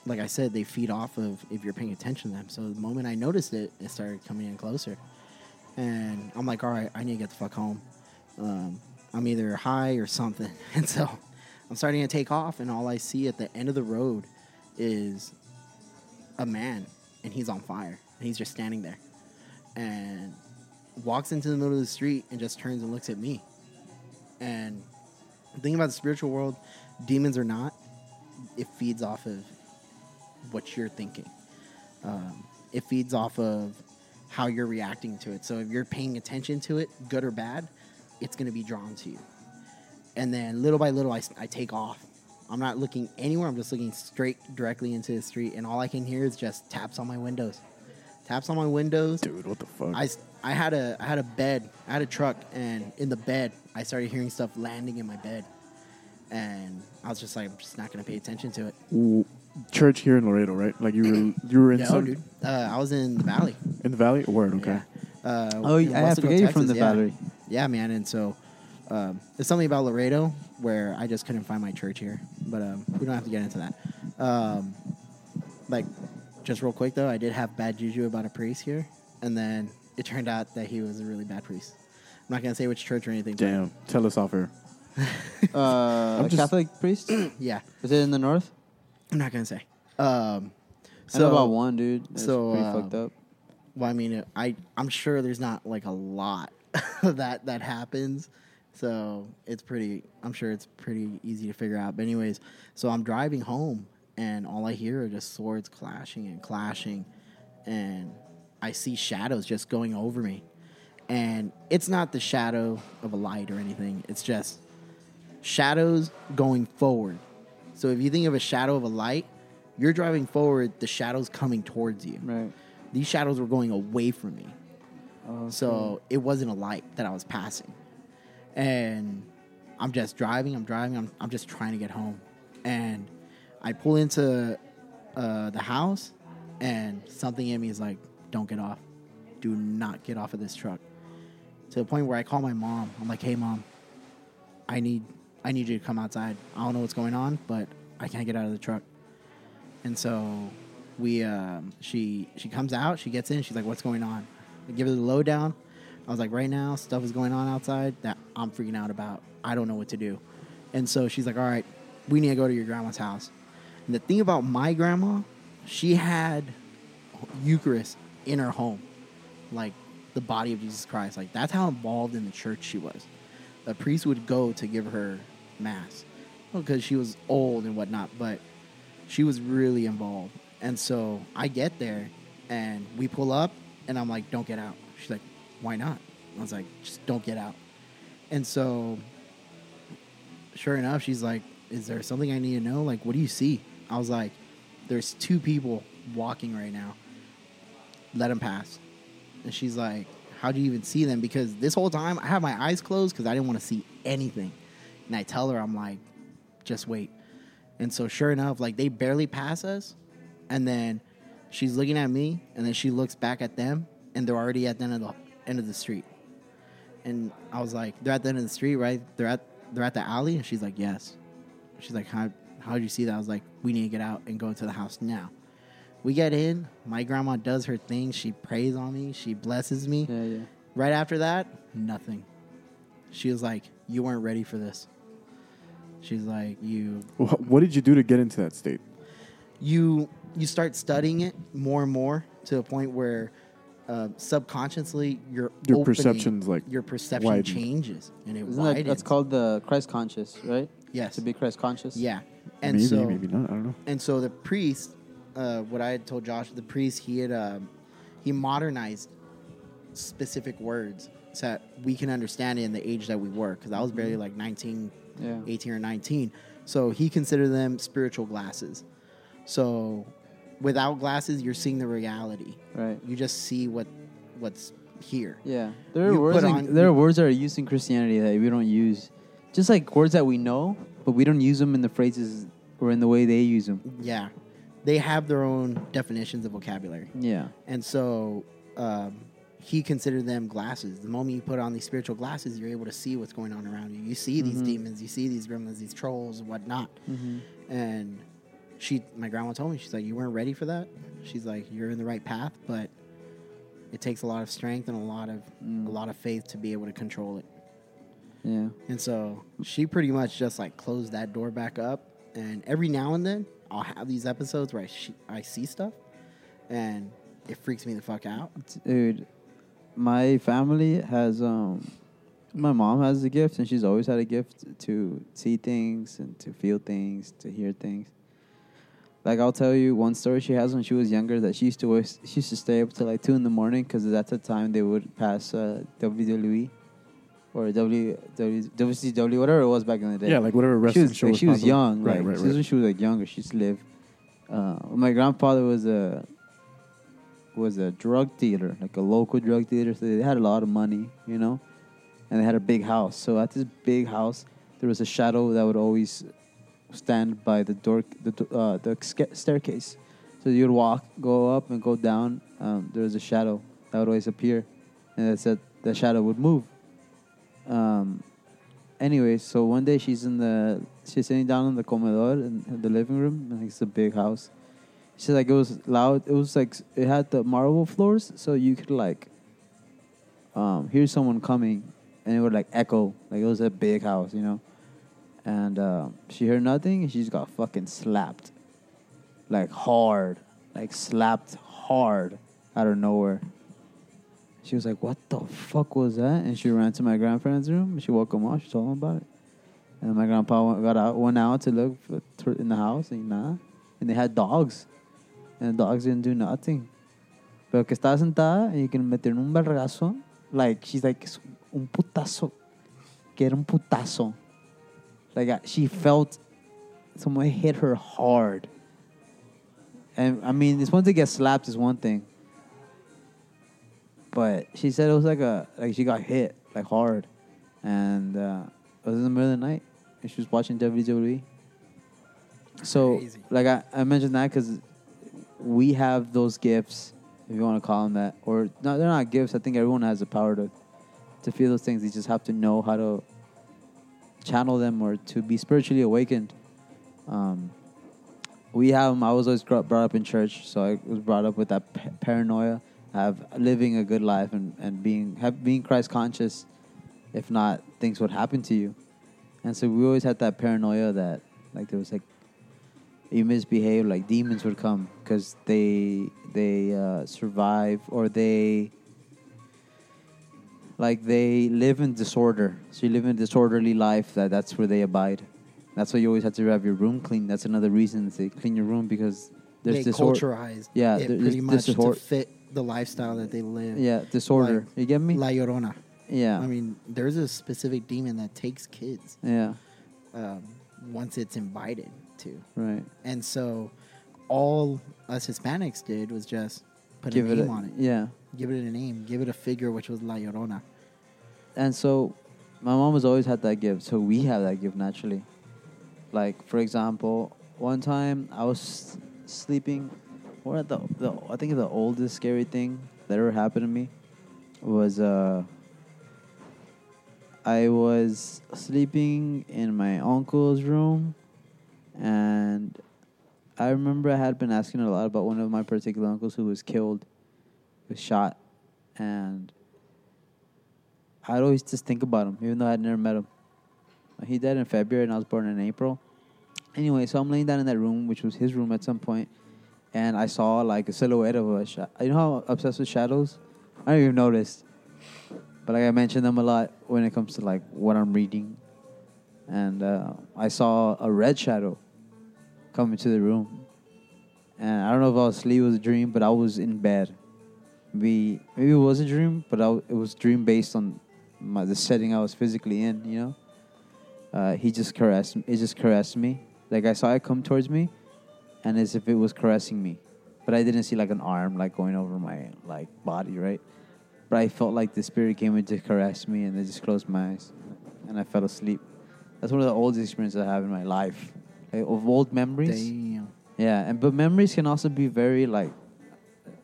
[SPEAKER 13] like I said, they feed off of if you're paying attention to them. So the moment I noticed it, it started coming in closer, and I'm like, all right, I need to get the fuck home. Um, I'm either high or something, and so I'm starting to take off, and all I see at the end of the road is a man, and he's on fire, and he's just standing there, and walks into the middle of the street and just turns and looks at me. And the thing about the spiritual world, demons or not, it feeds off of what you're thinking. Um, it feeds off of how you're reacting to it. So if you're paying attention to it, good or bad, it's going to be drawn to you. And then little by little, I, s- I take off. I'm not looking anywhere. I'm just looking straight directly into the street, and all I can hear is just taps on my windows, taps on my windows.
[SPEAKER 10] Dude, what the fuck?
[SPEAKER 13] I, s- I had a I had a bed, I had a truck, and in the bed I started hearing stuff landing in my bed, and I was just like, I'm just not gonna pay attention to it.
[SPEAKER 10] W- Church here in Laredo, right? Like you were you were in
[SPEAKER 13] no,
[SPEAKER 10] some
[SPEAKER 13] dude, uh, I was in the valley.
[SPEAKER 10] in the valley. Word, okay.
[SPEAKER 13] Uh,
[SPEAKER 11] Oh,
[SPEAKER 13] in
[SPEAKER 11] yeah, I
[SPEAKER 13] Westlake,
[SPEAKER 11] forget you're from the
[SPEAKER 13] yeah.
[SPEAKER 11] Valley.
[SPEAKER 13] Yeah, man, and so um, there's something about Laredo where I just couldn't find my church here, but um, we don't have to get into that. Um, like, just real quick though, I did have bad juju about a priest here, and then it turned out that he was a really bad priest. I'm not gonna say which church or anything. but-
[SPEAKER 10] Damn, tell us off air.
[SPEAKER 11] Uh,
[SPEAKER 10] I'm just-
[SPEAKER 11] Catholic priest?
[SPEAKER 13] Yeah.
[SPEAKER 11] Is it in the north?
[SPEAKER 13] I'm not gonna say. Um,
[SPEAKER 11] I know about one dude. That's pretty
[SPEAKER 13] um,
[SPEAKER 11] fucked up.
[SPEAKER 13] Well, I mean, it- I I'm sure there's not like a lot that that happens, so it's pretty. I'm sure it's pretty easy to figure out. But anyways, so I'm driving home, and all I hear are just swords clashing and clashing, and I see shadows just going over me, and it's not the shadow of a light or anything. It's just shadows going forward. So if you think of a shadow of a light, you're driving forward, the shadow's coming towards you.
[SPEAKER 11] Right.
[SPEAKER 13] These shadows were going away from me. So it wasn't a light that I was passing. And I'm just driving, I'm driving, I'm, I'm just trying to get home. And I pull into uh, the house, and something in me is like, don't get off. Do not get off of this truck. To the point where I call my mom. I'm like, hey, mom, I need I need you to come outside. I don't know what's going on, but I can't get out of the truck. And so we um, she she comes out, she gets in, she's like, What's going on? I give her the lowdown. I was like, right now stuff is going on outside that I'm freaking out about. I don't know what to do. And so she's like, All right, we need to go to your grandma's house. And the thing about my grandma, she had Eucharist in her home. Like the body of Jesus Christ. Like that's how involved in the church she was a priest would go to give her mass because she was old and whatnot, but she was really involved. And so I get there and we pull up and I'm like, don't get out. She's like, why not? I was like, just don't get out. And so sure enough, she's like, is there something I need to know? Like, what do you see? I was like, there's two people walking right now. Let them pass. And she's like, how do you even see them? Because this whole time I had my eyes closed because I didn't want to see anything. And I tell her, I'm like, just wait. And so sure enough, like they barely pass us. And then she's looking at me and then she looks back at them and they're already at the end of the end of the street. And I was like, they're at the end of the street, right? They're at they're at the alley? And she's like, Yes. She's like, How how did you see that? I was like, We need to get out and go into the house now. We get in, my grandma does her thing, she prays on me, she blesses me.
[SPEAKER 11] Yeah, yeah.
[SPEAKER 13] Right after that, nothing. She was like, You weren't ready for this. She's like, You
[SPEAKER 10] Wh- What did you do to get into that state?
[SPEAKER 13] you you start studying it more and more to a point where uh, subconsciously your
[SPEAKER 10] Your
[SPEAKER 13] opening-
[SPEAKER 10] perceptions, like,
[SPEAKER 13] your perception
[SPEAKER 10] widen.
[SPEAKER 13] changes and it
[SPEAKER 11] Isn't that,
[SPEAKER 13] widens.
[SPEAKER 11] that's called the Christ conscious, right?
[SPEAKER 13] Yes.
[SPEAKER 11] To be Christ conscious.
[SPEAKER 13] Yeah. And
[SPEAKER 10] maybe,
[SPEAKER 13] so
[SPEAKER 10] maybe not. I don't know.
[SPEAKER 13] and so the priest, uh, what I had told Josh, the priest he had um, he modernized specific words so that we can understand it in the age that we were because I was barely like 19,
[SPEAKER 11] Mm-hmm. Yeah.
[SPEAKER 13] 18 or 19. So he considered them spiritual glasses. So without glasses, you're seeing the reality.
[SPEAKER 11] Right.
[SPEAKER 13] You just see what what's here.
[SPEAKER 11] Yeah. There are
[SPEAKER 13] You
[SPEAKER 11] words.
[SPEAKER 13] put
[SPEAKER 11] in-
[SPEAKER 13] on-
[SPEAKER 11] there are words that are used in Christianity that we don't use, just like words that we know, but we don't use them in the phrases or in the way they use them.
[SPEAKER 13] Yeah. They have their own definitions of vocabulary.
[SPEAKER 11] Yeah.
[SPEAKER 13] And so um, he considered them glasses. The moment you put on these spiritual glasses, you're able to see what's going on around you. You see these
[SPEAKER 11] Mhm.
[SPEAKER 13] demons, you see these gremlins, these trolls, and whatnot.
[SPEAKER 11] Mhm.
[SPEAKER 13] And she, my grandma told me, she's like, You weren't ready for that. She's like, You're in the right path, but it takes a lot of strength and a lot of a lot of faith to be able to control it.
[SPEAKER 11] Yeah.
[SPEAKER 13] And so she pretty much just like closed that door back up. And every now and then, I'll have these episodes where I, she- I see stuff, and it freaks me the fuck out.
[SPEAKER 11] Dude, my family has um my mom has a gift and she's always had a gift to see things and to feel things, to hear things. Like I'll tell you one story she has when she was younger that she used to always, she used to stay up till like two in the morning because that's the time they would pass uh, WWE or W W WCW whatever it was back in the day.
[SPEAKER 10] Yeah, like whatever wrestling
[SPEAKER 11] she was,
[SPEAKER 10] show
[SPEAKER 11] like,
[SPEAKER 10] was
[SPEAKER 11] she was
[SPEAKER 10] popular.
[SPEAKER 11] young, like,
[SPEAKER 10] Right, right,
[SPEAKER 11] this
[SPEAKER 10] right.
[SPEAKER 11] is when she was like younger. She used to live. Uh, my grandfather was a was a drug dealer, like a local drug dealer. So they had a lot of money, you know, and they had a big house. So at this big house, there was a shadow that would always stand by the door, the do- uh, the sca- staircase. So you'd walk, go up and go down. Um, there was a shadow that would always appear, and that said the shadow would move. Um, anyway, so one day she's in the she's sitting down in the comedor in, in the living room. and it's a big house. She's like it was loud. It was like s- it had the marble floors, so you could like um, hear someone coming, and it would like echo. Like it was a big house, you know. And um, she heard nothing, and she just got fucking slapped, like hard, like slapped hard out of nowhere. She was like, "What the fuck was that?" And she ran to my grandparents' room. She woke him up. She told him about it. And my grandpa went, got out, went out to look for, to, in the house, and nah. And they had dogs, and the dogs didn't do nothing. Pero que estaba sentada y que le metieron un vergazo. Like she's like "Es un putazo, que era un putazo. Like I- she felt someone hit her hard. And I mean, it's one thing to get slapped is one thing, but she said it was like a like she got hit like hard, and uh, it was in the middle of the night, and she was watching WWE. So like I, I mentioned that because we have those gifts, if you want to call them that, or no, they're not gifts. I think everyone has the power to to feel those things. You just have to know how to channel them or to be spiritually awakened. Um, we have. I was always gr- brought up in church, so I was brought up with that pa- paranoia of living a good life and and being have, being Christ conscious. If not, things would happen to you, and so we always had that paranoia that like there was like you misbehave, like demons would come because they they uh, survive or they like they live in disorder. So you live in a disorderly life. That that's where they abide. That's why you always have to have your room clean. That's another reason to clean your room because there's
[SPEAKER 13] they
[SPEAKER 11] disorder.
[SPEAKER 13] culturized
[SPEAKER 11] Yeah,
[SPEAKER 13] it
[SPEAKER 11] there-
[SPEAKER 13] pretty much
[SPEAKER 11] there's disor-
[SPEAKER 13] to fit the lifestyle that they live.
[SPEAKER 11] Yeah, disorder. you get me?
[SPEAKER 13] La Llorona.
[SPEAKER 11] Yeah.
[SPEAKER 13] I mean, there's a specific demon that takes kids
[SPEAKER 11] yeah.
[SPEAKER 13] um, once it's invited to.
[SPEAKER 11] Right.
[SPEAKER 13] And so all us Hispanics did was just put a name
[SPEAKER 11] a-
[SPEAKER 13] on it.
[SPEAKER 11] Yeah.
[SPEAKER 13] give it a name, give it a figure, which was La Llorona.
[SPEAKER 11] And so, my mom has always had that gift, so we have that gift naturally. Like for example, one time I was s- sleeping. What the the I think the oldest scary thing that ever happened to me was uh. I was sleeping in my uncle's room, and I remember I had been asking a lot about one of my particular uncles who was killed, was shot, and I'd always just think about him, even though I'd never met him. He died in February, and I was born in April. Anyway, so I'm laying down in that room, which was his room at some point, and I saw like a silhouette of a shadow. You know how I'm obsessed with shadows? I don't even notice. But like I mention them a lot when it comes to like what I'm reading, and uh, I saw a red shadow come into the room, and I don't know if I was asleep, it was a dream, but I was in bed. Maybe maybe it was a dream, but I, it was dream based on my, the setting I was physically in. You know, uh, he just caressed. It just caressed me. Like I saw it come towards me, and as if it was caressing me, but I didn't see like an arm like going over my like body, right? But I felt like the spirit came and just caressed me, and I just closed my eyes, and I fell asleep. That's one of the oldest experiences I have in my life, like, of old memories.
[SPEAKER 13] Damn.
[SPEAKER 11] Yeah, and but memories can also be very like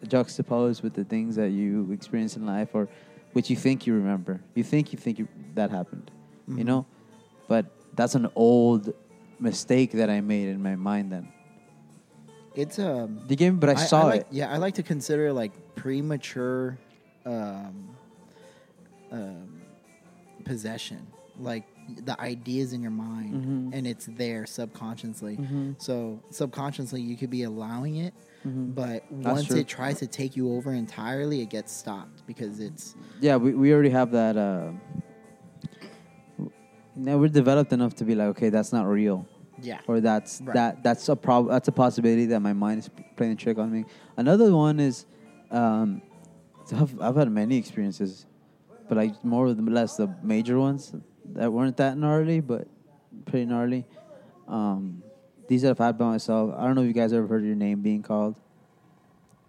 [SPEAKER 11] juxtaposed with the things that you experience in life or which you think you remember. You think you think you, that happened, you
[SPEAKER 13] Mhm.
[SPEAKER 11] know, but that's an old mistake that I made in my mind then.
[SPEAKER 13] It's um.
[SPEAKER 11] The game, but I, saw
[SPEAKER 13] like-
[SPEAKER 11] it.
[SPEAKER 13] Yeah, I like to consider like premature um, um, possession, like the ideas in your mind,
[SPEAKER 11] Mhm.
[SPEAKER 13] and it's there subconsciously.
[SPEAKER 11] Mhm.
[SPEAKER 13] So subconsciously, you could be allowing it,
[SPEAKER 11] Mhm.
[SPEAKER 13] but
[SPEAKER 11] That's
[SPEAKER 13] once
[SPEAKER 11] true.
[SPEAKER 13] it tries to take you over entirely, it gets stopped because it's
[SPEAKER 11] Yeah, we, we already have that. Uh, now we're developed enough to be like, okay, that's not real.
[SPEAKER 13] Yeah.
[SPEAKER 11] Or that's
[SPEAKER 13] Right.
[SPEAKER 11] that that's a prob- that's a possibility that my mind is playing a trick on me. Another one is, um, so I've, I've had many experiences, but like more or less the major ones that weren't that gnarly, but pretty gnarly. Um, these that I've had by myself. I don't know if you guys ever heard your name being called.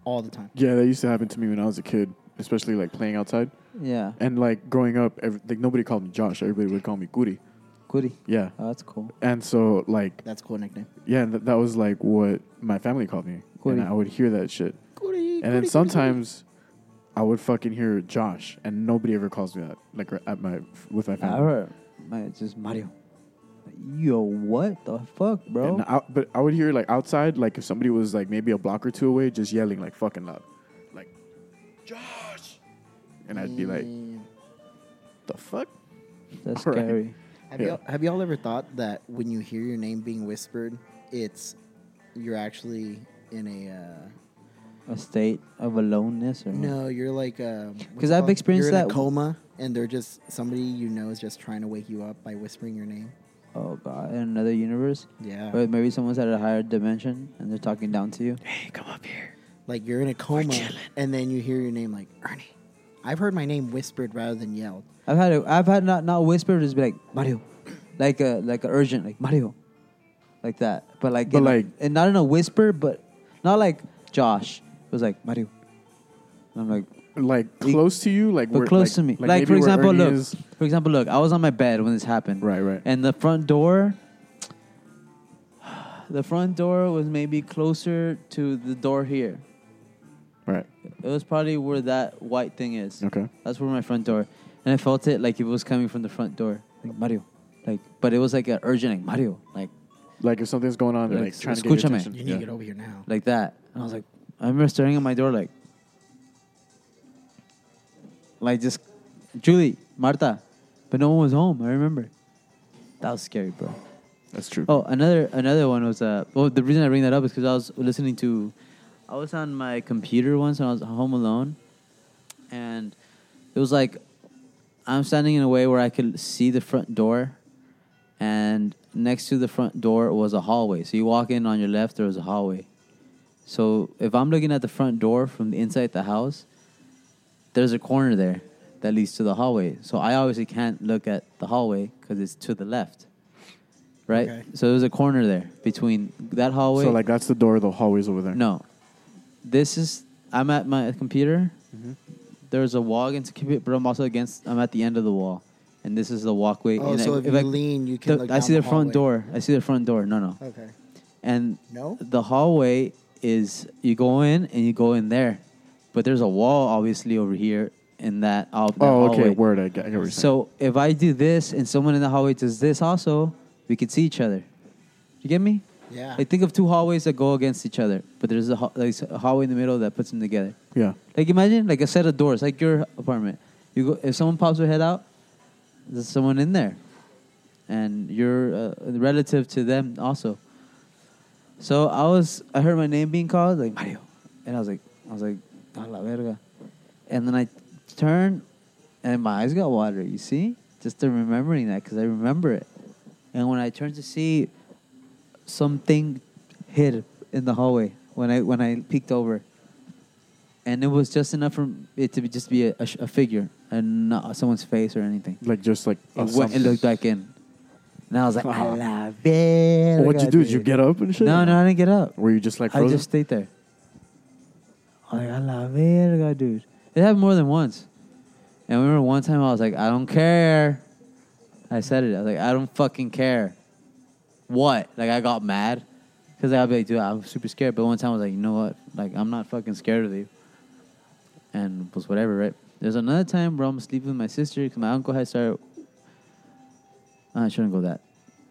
[SPEAKER 13] all the time.
[SPEAKER 10] Yeah, that used to happen to me when I was a kid, especially like playing outside.
[SPEAKER 11] Yeah.
[SPEAKER 10] And like growing up, every, like nobody called me Josh. Everybody would call me Kuri.
[SPEAKER 11] Kuri.
[SPEAKER 10] Yeah.
[SPEAKER 11] Oh, that's cool.
[SPEAKER 10] And so like
[SPEAKER 13] That's a cool nickname.
[SPEAKER 10] yeah, and th- that was like what my family called me,
[SPEAKER 11] Kuri.
[SPEAKER 10] and I would hear that shit.
[SPEAKER 13] Kuri,
[SPEAKER 10] and then sometimes I would fucking hear Josh, and nobody ever calls me that. Like r- at my with my
[SPEAKER 11] I
[SPEAKER 10] family.
[SPEAKER 11] heard my, just Mario. Yo, what the fuck, bro?
[SPEAKER 10] And I, but I would hear like outside, like if somebody was like maybe a block or two away, just yelling like fucking loud, like Josh, and I'd be like,
[SPEAKER 11] Mm.
[SPEAKER 10] the fuck.
[SPEAKER 11] That's
[SPEAKER 10] Right.
[SPEAKER 11] scary.
[SPEAKER 13] Have y'all have y'all ever thought that when you hear your name being whispered, it's you're actually in a
[SPEAKER 11] A state of aloneness, or
[SPEAKER 13] uh, no, you're like um, what's
[SPEAKER 11] 'Cause
[SPEAKER 13] it
[SPEAKER 11] I've
[SPEAKER 13] called?
[SPEAKER 11] experienced
[SPEAKER 13] You're in
[SPEAKER 11] that-
[SPEAKER 13] a coma, and they're just somebody you know is just trying to wake you up by whispering your name.
[SPEAKER 11] Oh god, in another universe.
[SPEAKER 13] Yeah,
[SPEAKER 11] Or maybe someone's at a higher dimension and they're talking down to you.
[SPEAKER 13] like you're in a coma, and then you hear your name like Ernie. I've heard my name whispered rather than yelled.
[SPEAKER 11] I've had a, I've had not not whisper, just be like Mario, like a like a urgent like Mario, like that. But like
[SPEAKER 10] But
[SPEAKER 11] in a-
[SPEAKER 10] like-
[SPEAKER 11] and not in a whisper, but not like Josh. It was like Mario. And I'm like,
[SPEAKER 10] Like close to you, like
[SPEAKER 11] but
[SPEAKER 10] where-
[SPEAKER 11] close to me. Like,
[SPEAKER 10] maybe
[SPEAKER 11] for
[SPEAKER 10] where
[SPEAKER 11] example,
[SPEAKER 10] Ernie
[SPEAKER 11] look.
[SPEAKER 10] is.
[SPEAKER 11] For example, look. I was on my bed when this happened.
[SPEAKER 10] right, right.
[SPEAKER 11] And the front door, the front door was maybe closer to the door here.
[SPEAKER 10] Right.
[SPEAKER 11] It was probably where that white thing is.
[SPEAKER 10] Okay.
[SPEAKER 11] That's where my front door. And I felt it like it was coming from the front door. Like Mario. Like but it was like an urgent like Mario. Like
[SPEAKER 10] Like if something's going on, they're
[SPEAKER 11] Like,
[SPEAKER 10] like, trying to get your
[SPEAKER 11] escúchame.
[SPEAKER 10] attention.
[SPEAKER 13] You need
[SPEAKER 10] Yeah.
[SPEAKER 13] to get over here now.
[SPEAKER 11] like that. And I was like I remember staring at my door like like just Julie, Marta. But no one was home, I remember. That was scary, bro.
[SPEAKER 10] That's true.
[SPEAKER 11] Oh, another another one was uh. Well, the reason I bring that up is because I was listening to, I was on my computer once when I was home alone, and it was like, I'm standing in a way where I could see the front door, and next to the front door was a hallway. So you walk in on your left, there was a hallway. So if I'm looking at the front door from the inside the house, there's a corner there that leads to the hallway. So I obviously can't look at the hallway because it's to the left. Right?
[SPEAKER 13] Okay.
[SPEAKER 11] So there's a corner there between that hallway.
[SPEAKER 10] So like that's the door. The hallway's over there.
[SPEAKER 13] Mm-hmm.
[SPEAKER 11] no. This is I'm at my computer. there's a wall against the computer, but I'm also against. I'm at the end of the wall, and this is the walkway.
[SPEAKER 13] Oh,
[SPEAKER 11] and
[SPEAKER 13] so
[SPEAKER 11] I,
[SPEAKER 13] if you lean, you can
[SPEAKER 11] the-
[SPEAKER 13] look
[SPEAKER 11] I
[SPEAKER 13] down
[SPEAKER 11] see the,
[SPEAKER 13] the
[SPEAKER 11] front
[SPEAKER 13] hallway.
[SPEAKER 11] door. I see the front door. No, no.
[SPEAKER 13] Okay.
[SPEAKER 11] And
[SPEAKER 13] No?
[SPEAKER 11] the hallway is you go in and you go in there, but there's a wall obviously over here in that. Uh, that
[SPEAKER 10] Oh, okay.
[SPEAKER 11] hallway.
[SPEAKER 10] Word. I got I get what you're saying.
[SPEAKER 11] So if I do this and someone in the hallway does this also, we could see each other. You get me?
[SPEAKER 13] Yeah.
[SPEAKER 11] Like think of two hallways that go against each other, but there's a, ho- like, a hallway in the middle that puts them together.
[SPEAKER 10] yeah.
[SPEAKER 11] Like imagine like a set of doors, like your apartment. You go if someone pops their head out, there's someone in there, and you're uh, relative to them also. So I was I heard my name being called like Mario, and I was like I was like a la verga, and then I turned, and my eyes got watery. You see, just the remembering that because I remember it, and when I turned to see, something hid in the hallway when I when I peeked over and it was just enough for it to be just be a, a, sh- a figure and not someone's face or anything.
[SPEAKER 10] Like just like
[SPEAKER 11] It went and looked back in, and I was like, I love it.
[SPEAKER 10] What'd you do? Did you get up and shit?
[SPEAKER 11] No, no, I didn't get up.
[SPEAKER 10] Were you just like
[SPEAKER 11] I
[SPEAKER 10] frozen?
[SPEAKER 11] just stayed there. Ay, a la verga, dude. It happened more than once. And I remember one time I was like, I don't care. I said it. I was like, I don't fucking care. What? Like, I got mad. Because I'd be like, dude, I'm super scared. But one time I was like, you know what? Like, I'm not fucking scared of you. And it was whatever, right? There's another time where I'm sleeping with my sister because my uncle had started. I shouldn't go that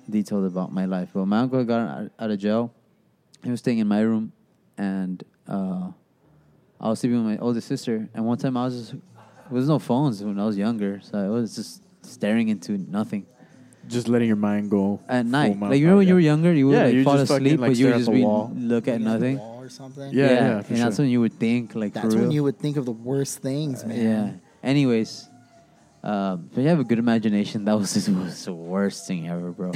[SPEAKER 11] detailed about my life. But my uncle got out- out of jail he was staying in my room, and uh, I was sleeping with my older sister. And one time I was just, there was no phones when I was younger, so I was just staring into nothing
[SPEAKER 10] Just letting your mind go
[SPEAKER 11] at
[SPEAKER 10] full
[SPEAKER 11] night.
[SPEAKER 10] mile
[SPEAKER 11] Like you remember
[SPEAKER 10] out,
[SPEAKER 11] when
[SPEAKER 10] yeah.
[SPEAKER 11] you were younger, you would
[SPEAKER 10] Yeah,
[SPEAKER 11] like
[SPEAKER 10] you
[SPEAKER 11] fall
[SPEAKER 10] just fucking,
[SPEAKER 11] asleep,
[SPEAKER 10] like,
[SPEAKER 11] but you
[SPEAKER 10] stare
[SPEAKER 11] would
[SPEAKER 10] at
[SPEAKER 11] just
[SPEAKER 10] the
[SPEAKER 11] be
[SPEAKER 10] wall.
[SPEAKER 11] look at nothing.
[SPEAKER 13] or something.
[SPEAKER 10] Yeah, yeah, for
[SPEAKER 11] and that's
[SPEAKER 10] sure.
[SPEAKER 11] when you would think like
[SPEAKER 13] That's
[SPEAKER 11] for real.
[SPEAKER 13] when you would think of the worst things, man.
[SPEAKER 11] Yeah. Anyways, um, but you have a good imagination. That was, was the worst thing ever, bro.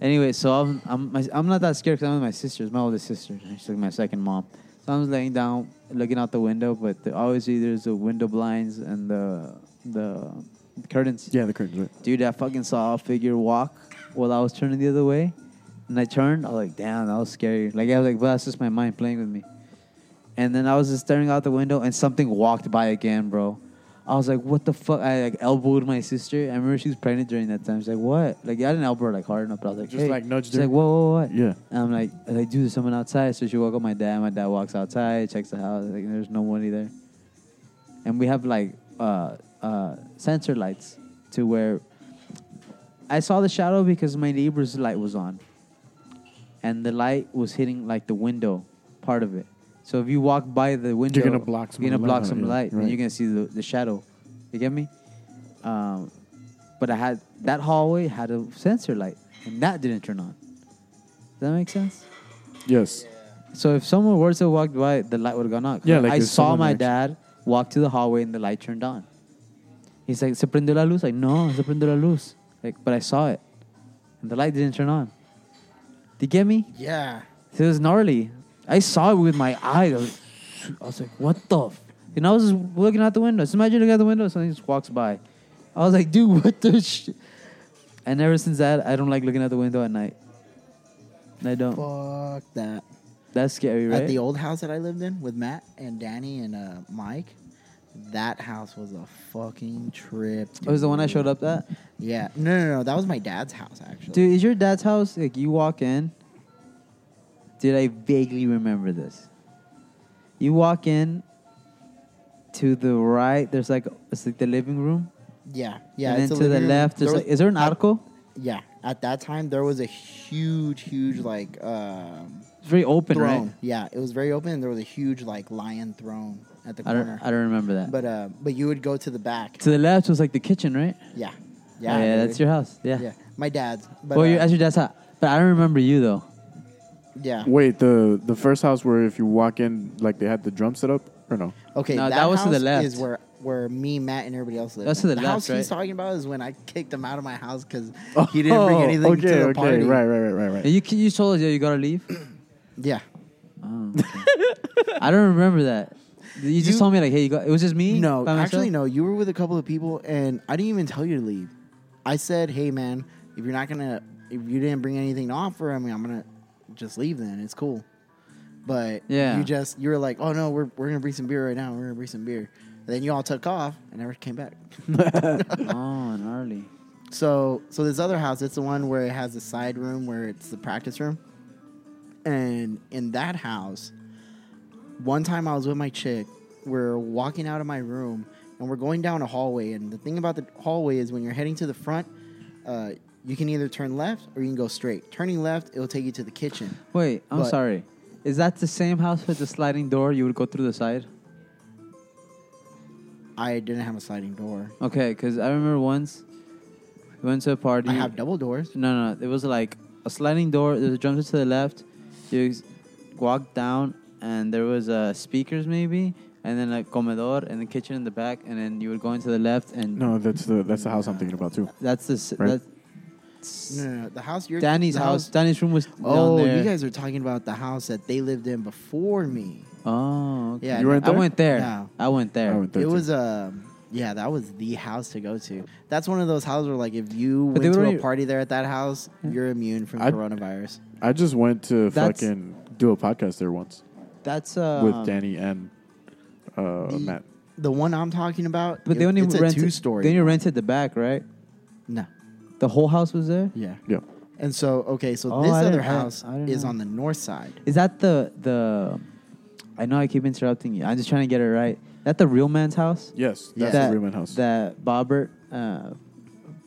[SPEAKER 11] anyway, so I'm I'm, my, I'm not that scared because I'm with my sister. It's my oldest sister. She's like my second mom. So I'm just laying down, looking out the window. But there, obviously, there's the window blinds and the the curtains.
[SPEAKER 10] Yeah, the curtains. Right?
[SPEAKER 11] Dude, I fucking saw a figure walk while I was turning the other way. And I turned, I was like, damn, that was scary. Like, I was like, but that's just my mind playing with me. And then I was just staring out the window and something walked by again, bro. I was like, what the fuck? I like elbowed my sister. I remember she was pregnant during that time. She's like, what? Like, I didn't elbow her like hard enough, but I was like,
[SPEAKER 10] Just,
[SPEAKER 11] hey.
[SPEAKER 10] like, nudged
[SPEAKER 11] She's
[SPEAKER 10] her.
[SPEAKER 11] like, whoa, whoa, what?
[SPEAKER 10] Yeah.
[SPEAKER 11] And I'm like, I was like, dude, there's someone outside. So she woke up my dad. My dad walks outside, checks the house. Like, there's no one there and we have like uh, uh, sensor lights to where I saw the shadow because my neighbor's light was on, and the light was hitting like the window part of it. So if you walk by the window,
[SPEAKER 10] gonna block some
[SPEAKER 11] you're
[SPEAKER 10] of
[SPEAKER 11] gonna
[SPEAKER 10] the
[SPEAKER 11] block
[SPEAKER 10] light,
[SPEAKER 11] some
[SPEAKER 10] yeah,
[SPEAKER 11] light,
[SPEAKER 10] right.
[SPEAKER 11] and you're gonna see the, the shadow. You get me? Um, but I had that hallway had a sensor light, and that didn't turn on. Does that make sense?
[SPEAKER 10] Yes.
[SPEAKER 11] So if someone were to walk by, the light would have gone out.
[SPEAKER 10] Yeah, like
[SPEAKER 11] I
[SPEAKER 10] if
[SPEAKER 11] saw
[SPEAKER 10] someone
[SPEAKER 11] my
[SPEAKER 10] actually-
[SPEAKER 11] dad walk to the hallway and the light turned on. He's like, "Se prende la luz." Like, no, se prende la luz. Like, but I saw it, and the light didn't turn on. Do you get me?
[SPEAKER 13] Yeah.
[SPEAKER 11] It was gnarly. I saw it with my eyes. I was, I was like, "What the?" F-? And I was just looking out the window. So imagine looking out the window, something just walks by. I was like, "Dude, what the?" Sh-? And ever since that, I don't like looking out the window at night. I don't.
[SPEAKER 13] Fuck that.
[SPEAKER 11] That's scary, right?
[SPEAKER 13] At the old house that I lived in with Matt and Danny and uh, Mike, that house was a fucking trip.
[SPEAKER 11] Oh, It was the one I
[SPEAKER 13] dude.
[SPEAKER 11] showed up at.
[SPEAKER 13] Yeah. No, no, no. That was my dad's house, actually.
[SPEAKER 11] Dude, is your dad's house like you walk in? Did I vaguely remember this? You walk in to the right, there's like it's like the living room.
[SPEAKER 13] Yeah. Yeah.
[SPEAKER 11] And
[SPEAKER 13] it's a
[SPEAKER 11] then to the
[SPEAKER 13] living room.
[SPEAKER 11] left, there's
[SPEAKER 13] There was-
[SPEAKER 11] like is there an arco?
[SPEAKER 13] Yeah. At that time, there was a huge, huge, like, um,
[SPEAKER 11] It's very open,
[SPEAKER 13] throne.
[SPEAKER 11] right?
[SPEAKER 13] Yeah. It was very open, and there was a huge, like, lion throne at the
[SPEAKER 11] I don't
[SPEAKER 13] corner.
[SPEAKER 11] I don't remember that.
[SPEAKER 13] But, uh, but you would go to the back.
[SPEAKER 11] to the left was like the kitchen, right?
[SPEAKER 13] Yeah. Yeah.
[SPEAKER 11] Yeah, yeah,
[SPEAKER 13] dude.
[SPEAKER 11] that's your house. Yeah.
[SPEAKER 13] Yeah. My dad's. But,
[SPEAKER 11] well, you
[SPEAKER 13] uh,
[SPEAKER 11] that's your dad's house. But I don't remember you though.
[SPEAKER 13] yeah.
[SPEAKER 10] Wait, the the first house where if you walk in, like they had the drum set up or no?
[SPEAKER 13] Okay,
[SPEAKER 11] No,
[SPEAKER 13] that,
[SPEAKER 11] that was
[SPEAKER 13] house
[SPEAKER 11] to the left.
[SPEAKER 13] Is where where me, Matt, and everybody else lived.
[SPEAKER 11] That's to the
[SPEAKER 13] the
[SPEAKER 11] left,
[SPEAKER 13] house
[SPEAKER 11] right?
[SPEAKER 13] he's talking about is when I kicked him out of my house because he didn't bring
[SPEAKER 10] Oh,
[SPEAKER 13] anything
[SPEAKER 10] okay,
[SPEAKER 13] to the
[SPEAKER 10] okay,
[SPEAKER 13] party.
[SPEAKER 10] Right, right, right, right, right.
[SPEAKER 11] And you you told us yeah you gotta leave.
[SPEAKER 13] Yeah.
[SPEAKER 11] Oh, okay. I don't remember that. You just
[SPEAKER 13] You-
[SPEAKER 11] told me like hey you got it was just me.
[SPEAKER 13] No,
[SPEAKER 11] by myself?
[SPEAKER 13] actually, no. You were with a couple of people, and I didn't even tell you to leave. I said, "Hey, man, if you're not gonna, if you didn't bring anything to offer, I mean, I'm gonna just leave. Then it's cool." But
[SPEAKER 11] Yeah.
[SPEAKER 13] you just you were like, "Oh no, we're we're gonna bring some beer right now. We're gonna bring some beer." And then you all took off and never came back.
[SPEAKER 11] oh, gnarly.
[SPEAKER 13] So, so this other house, it's the one where it has the side room where it's the practice room. And in that house, one time I was with my chick, we're walking out of my room and we're going down a hallway. And the thing about the hallway is when you're heading to the front, uh, you can either turn left or you can go straight. Turning left, it'll take you to the kitchen.
[SPEAKER 11] Wait, I'm
[SPEAKER 13] But-
[SPEAKER 11] sorry. Is that the same house with the sliding door? You would go through the side.
[SPEAKER 13] I didn't have a sliding door.
[SPEAKER 11] Okay, because I remember once we went to a party.
[SPEAKER 13] I have double doors.
[SPEAKER 11] No, no, it was like a sliding door. There's a drum set to the left. You s- walk down, and there was uh, speakers maybe, and then a comedor and the kitchen in the back, and then you would go into the left, and
[SPEAKER 10] No, that's the that's the house I'm thinking about too.
[SPEAKER 11] that's the s
[SPEAKER 10] Right.
[SPEAKER 11] that's
[SPEAKER 13] No, no, no, the house you're
[SPEAKER 11] Danny's
[SPEAKER 13] the
[SPEAKER 11] house. Danny's room was down
[SPEAKER 13] Oh,
[SPEAKER 11] there.
[SPEAKER 13] you guys are talking about the house that they lived in before me.
[SPEAKER 11] Oh, okay.
[SPEAKER 13] Yeah,
[SPEAKER 11] you
[SPEAKER 13] no,
[SPEAKER 11] went there? I went there.
[SPEAKER 13] No.
[SPEAKER 11] I went there.
[SPEAKER 13] It was um, yeah, that was the house to go to. That's one of those houses where like if you
[SPEAKER 11] But they
[SPEAKER 13] went to
[SPEAKER 11] were
[SPEAKER 13] a
[SPEAKER 11] already-
[SPEAKER 13] party there at that house, you're immune from
[SPEAKER 10] I'd-
[SPEAKER 13] coronavirus.
[SPEAKER 10] I just went to
[SPEAKER 13] That's-
[SPEAKER 10] fucking do a podcast there once
[SPEAKER 11] That's uh,
[SPEAKER 10] with Danny and uh, Matt.
[SPEAKER 13] The one I'm talking about,
[SPEAKER 11] But
[SPEAKER 13] it-
[SPEAKER 11] they only
[SPEAKER 13] it's a
[SPEAKER 11] rented.
[SPEAKER 13] two story.
[SPEAKER 11] They only rented the back, right?
[SPEAKER 13] No.
[SPEAKER 11] The whole house was there.
[SPEAKER 13] Yeah.
[SPEAKER 10] Yeah.
[SPEAKER 13] And so okay, so
[SPEAKER 11] Oh,
[SPEAKER 13] this
[SPEAKER 11] I
[SPEAKER 13] other
[SPEAKER 11] didn't- I-
[SPEAKER 13] house
[SPEAKER 11] I didn't
[SPEAKER 13] is
[SPEAKER 11] know.
[SPEAKER 13] on the north side.
[SPEAKER 11] Is that the the? I know I keep interrupting you. I'm just trying to get it right. That the real man's house?
[SPEAKER 10] Yes,
[SPEAKER 13] that's
[SPEAKER 10] the real man's house.
[SPEAKER 11] That Bobbert uh,
[SPEAKER 13] That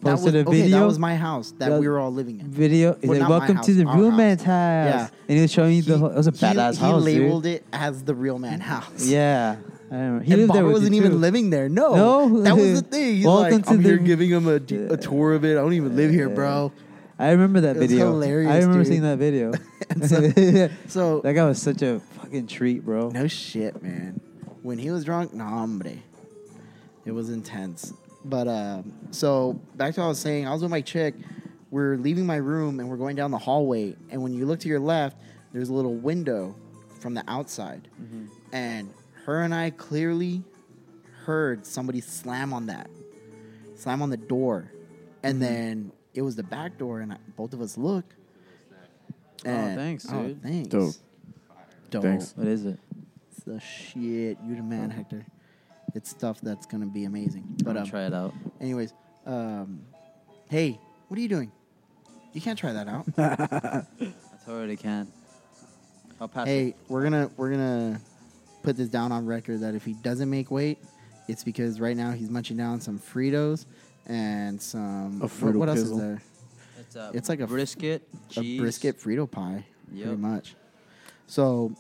[SPEAKER 11] posted
[SPEAKER 13] was,
[SPEAKER 11] a
[SPEAKER 13] Okay,
[SPEAKER 11] video.
[SPEAKER 13] that was my house that
[SPEAKER 11] That-
[SPEAKER 13] we were all living in.
[SPEAKER 11] video. He
[SPEAKER 13] Well,
[SPEAKER 11] said,
[SPEAKER 13] not my
[SPEAKER 11] "Welcome
[SPEAKER 13] house,
[SPEAKER 11] to the
[SPEAKER 13] our
[SPEAKER 11] real
[SPEAKER 13] house."
[SPEAKER 11] man's house."
[SPEAKER 13] Yeah.
[SPEAKER 11] and he was showing you the. Whole, it was a
[SPEAKER 13] He-
[SPEAKER 11] badass
[SPEAKER 13] he,
[SPEAKER 11] house, dude.
[SPEAKER 13] labeled it as the real man house.
[SPEAKER 11] Yeah, I remember. He
[SPEAKER 13] and
[SPEAKER 11] lived there
[SPEAKER 13] Bobby
[SPEAKER 11] with you,
[SPEAKER 13] wasn't even
[SPEAKER 11] too.
[SPEAKER 13] living there. No,
[SPEAKER 11] No.
[SPEAKER 13] that was the thing. He's
[SPEAKER 11] Welcome
[SPEAKER 13] like,
[SPEAKER 11] to
[SPEAKER 13] I'm here
[SPEAKER 11] the-
[SPEAKER 13] giving him a, d- a tour of it. I don't even live here, bro.
[SPEAKER 11] I remember that
[SPEAKER 13] It was
[SPEAKER 11] video.
[SPEAKER 13] hilarious,
[SPEAKER 11] I remember
[SPEAKER 13] dude.
[SPEAKER 11] seeing that video.
[SPEAKER 13] And so- so-
[SPEAKER 11] that guy was such a fucking treat, bro.
[SPEAKER 13] No shit, man. When he was drunk, no hombre. It was intense. But uh, so back to what I was saying, I was with my chick. We're leaving my room and we're going down the hallway. And when you look to your left, there's a little window from the outside.
[SPEAKER 11] Mm-hmm.
[SPEAKER 13] And her and I clearly heard somebody slam on that, slam on the door. And
[SPEAKER 11] Mm-hmm.
[SPEAKER 13] then it was the back door, and I, both of us look. And,
[SPEAKER 11] thanks,
[SPEAKER 13] oh,
[SPEAKER 11] dude.
[SPEAKER 13] thanks.
[SPEAKER 10] Dope.
[SPEAKER 13] Dope.
[SPEAKER 10] Thanks.
[SPEAKER 11] What is it?
[SPEAKER 13] It's the shit. You the man, Hector. It's stuff that's gonna be amazing. But
[SPEAKER 11] I'll
[SPEAKER 13] um,
[SPEAKER 11] try it out.
[SPEAKER 13] anyways, um, hey, what are you doing? You can't try that out.
[SPEAKER 11] I totally can. Oh, I'll pass. it.
[SPEAKER 13] hey, we're gonna we're gonna put this down on record that if he doesn't make weight, it's because right now he's munching down some Fritos and some
[SPEAKER 10] A
[SPEAKER 13] what, what else is
[SPEAKER 10] Frito-Pizzle.
[SPEAKER 13] there?
[SPEAKER 11] It's a
[SPEAKER 13] it's like a-
[SPEAKER 11] brisket,
[SPEAKER 13] A
[SPEAKER 11] cheese.
[SPEAKER 13] brisket Frito pie, pretty
[SPEAKER 11] Yep.
[SPEAKER 13] much. So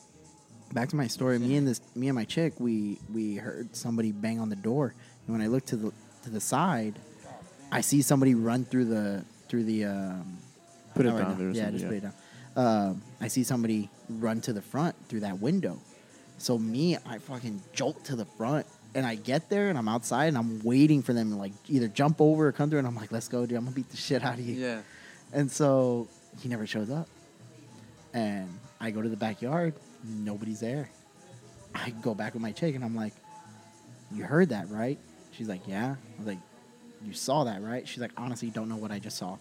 [SPEAKER 13] back to my story. Me and this, me and my chick, we we heard somebody bang on the door, and when I look to the to the side, I see somebody run through the through the. Um,
[SPEAKER 10] Put it
[SPEAKER 13] not
[SPEAKER 10] down there or
[SPEAKER 13] Yeah,
[SPEAKER 10] something,
[SPEAKER 13] just
[SPEAKER 10] yeah.
[SPEAKER 13] put it down. Um, I see somebody run to the front through that window. So me, I fucking jolt to the front, and I get there, and I'm outside, and I'm waiting for them to like either jump over or come through, and I'm like, "Let's go, dude! I'm gonna beat the shit out of you."
[SPEAKER 11] Yeah.
[SPEAKER 13] And so he never shows up. And I go to the backyard, nobody's there. I go back with my chick and I'm like, You heard that, right? She's like, Yeah. I was like, You saw that, right? She's like, Honestly, don't know what I just saw.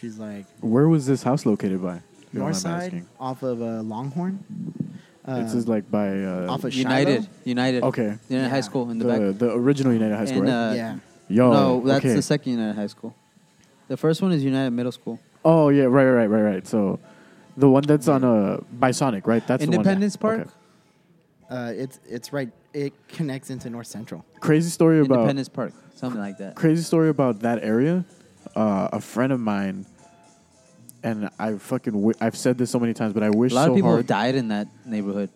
[SPEAKER 13] She's like,
[SPEAKER 10] Where was this house located by? If you don't
[SPEAKER 13] North
[SPEAKER 10] mind my
[SPEAKER 13] side
[SPEAKER 10] asking.
[SPEAKER 13] off of uh, Longhorn.
[SPEAKER 10] It's just like by uh,
[SPEAKER 13] off of
[SPEAKER 11] United.
[SPEAKER 13] Shiloh?
[SPEAKER 11] United.
[SPEAKER 10] Okay.
[SPEAKER 11] United
[SPEAKER 13] Yeah.
[SPEAKER 11] High School in the,
[SPEAKER 10] the,
[SPEAKER 11] back.
[SPEAKER 10] the original United High School,
[SPEAKER 11] And,
[SPEAKER 10] right?
[SPEAKER 11] uh,
[SPEAKER 13] Yeah.
[SPEAKER 10] Yo,
[SPEAKER 11] no, that's
[SPEAKER 10] okay.
[SPEAKER 11] the second United High School. The first one is United Middle School.
[SPEAKER 10] Oh yeah, right, right, right, right. So, the one that's on uh by Sonic, right? That's
[SPEAKER 11] Independence
[SPEAKER 10] the one.
[SPEAKER 11] Park.
[SPEAKER 10] Okay.
[SPEAKER 13] Uh, it's it's right it connects into North Central.
[SPEAKER 10] Crazy story about
[SPEAKER 11] Independence Park, something like that.
[SPEAKER 10] crazy story about that area. Uh, a friend of mine, and I fucking w- I've said this so many times, but I wish
[SPEAKER 11] A lot
[SPEAKER 10] so
[SPEAKER 11] of people have
[SPEAKER 10] hard.
[SPEAKER 11] died in that neighborhood.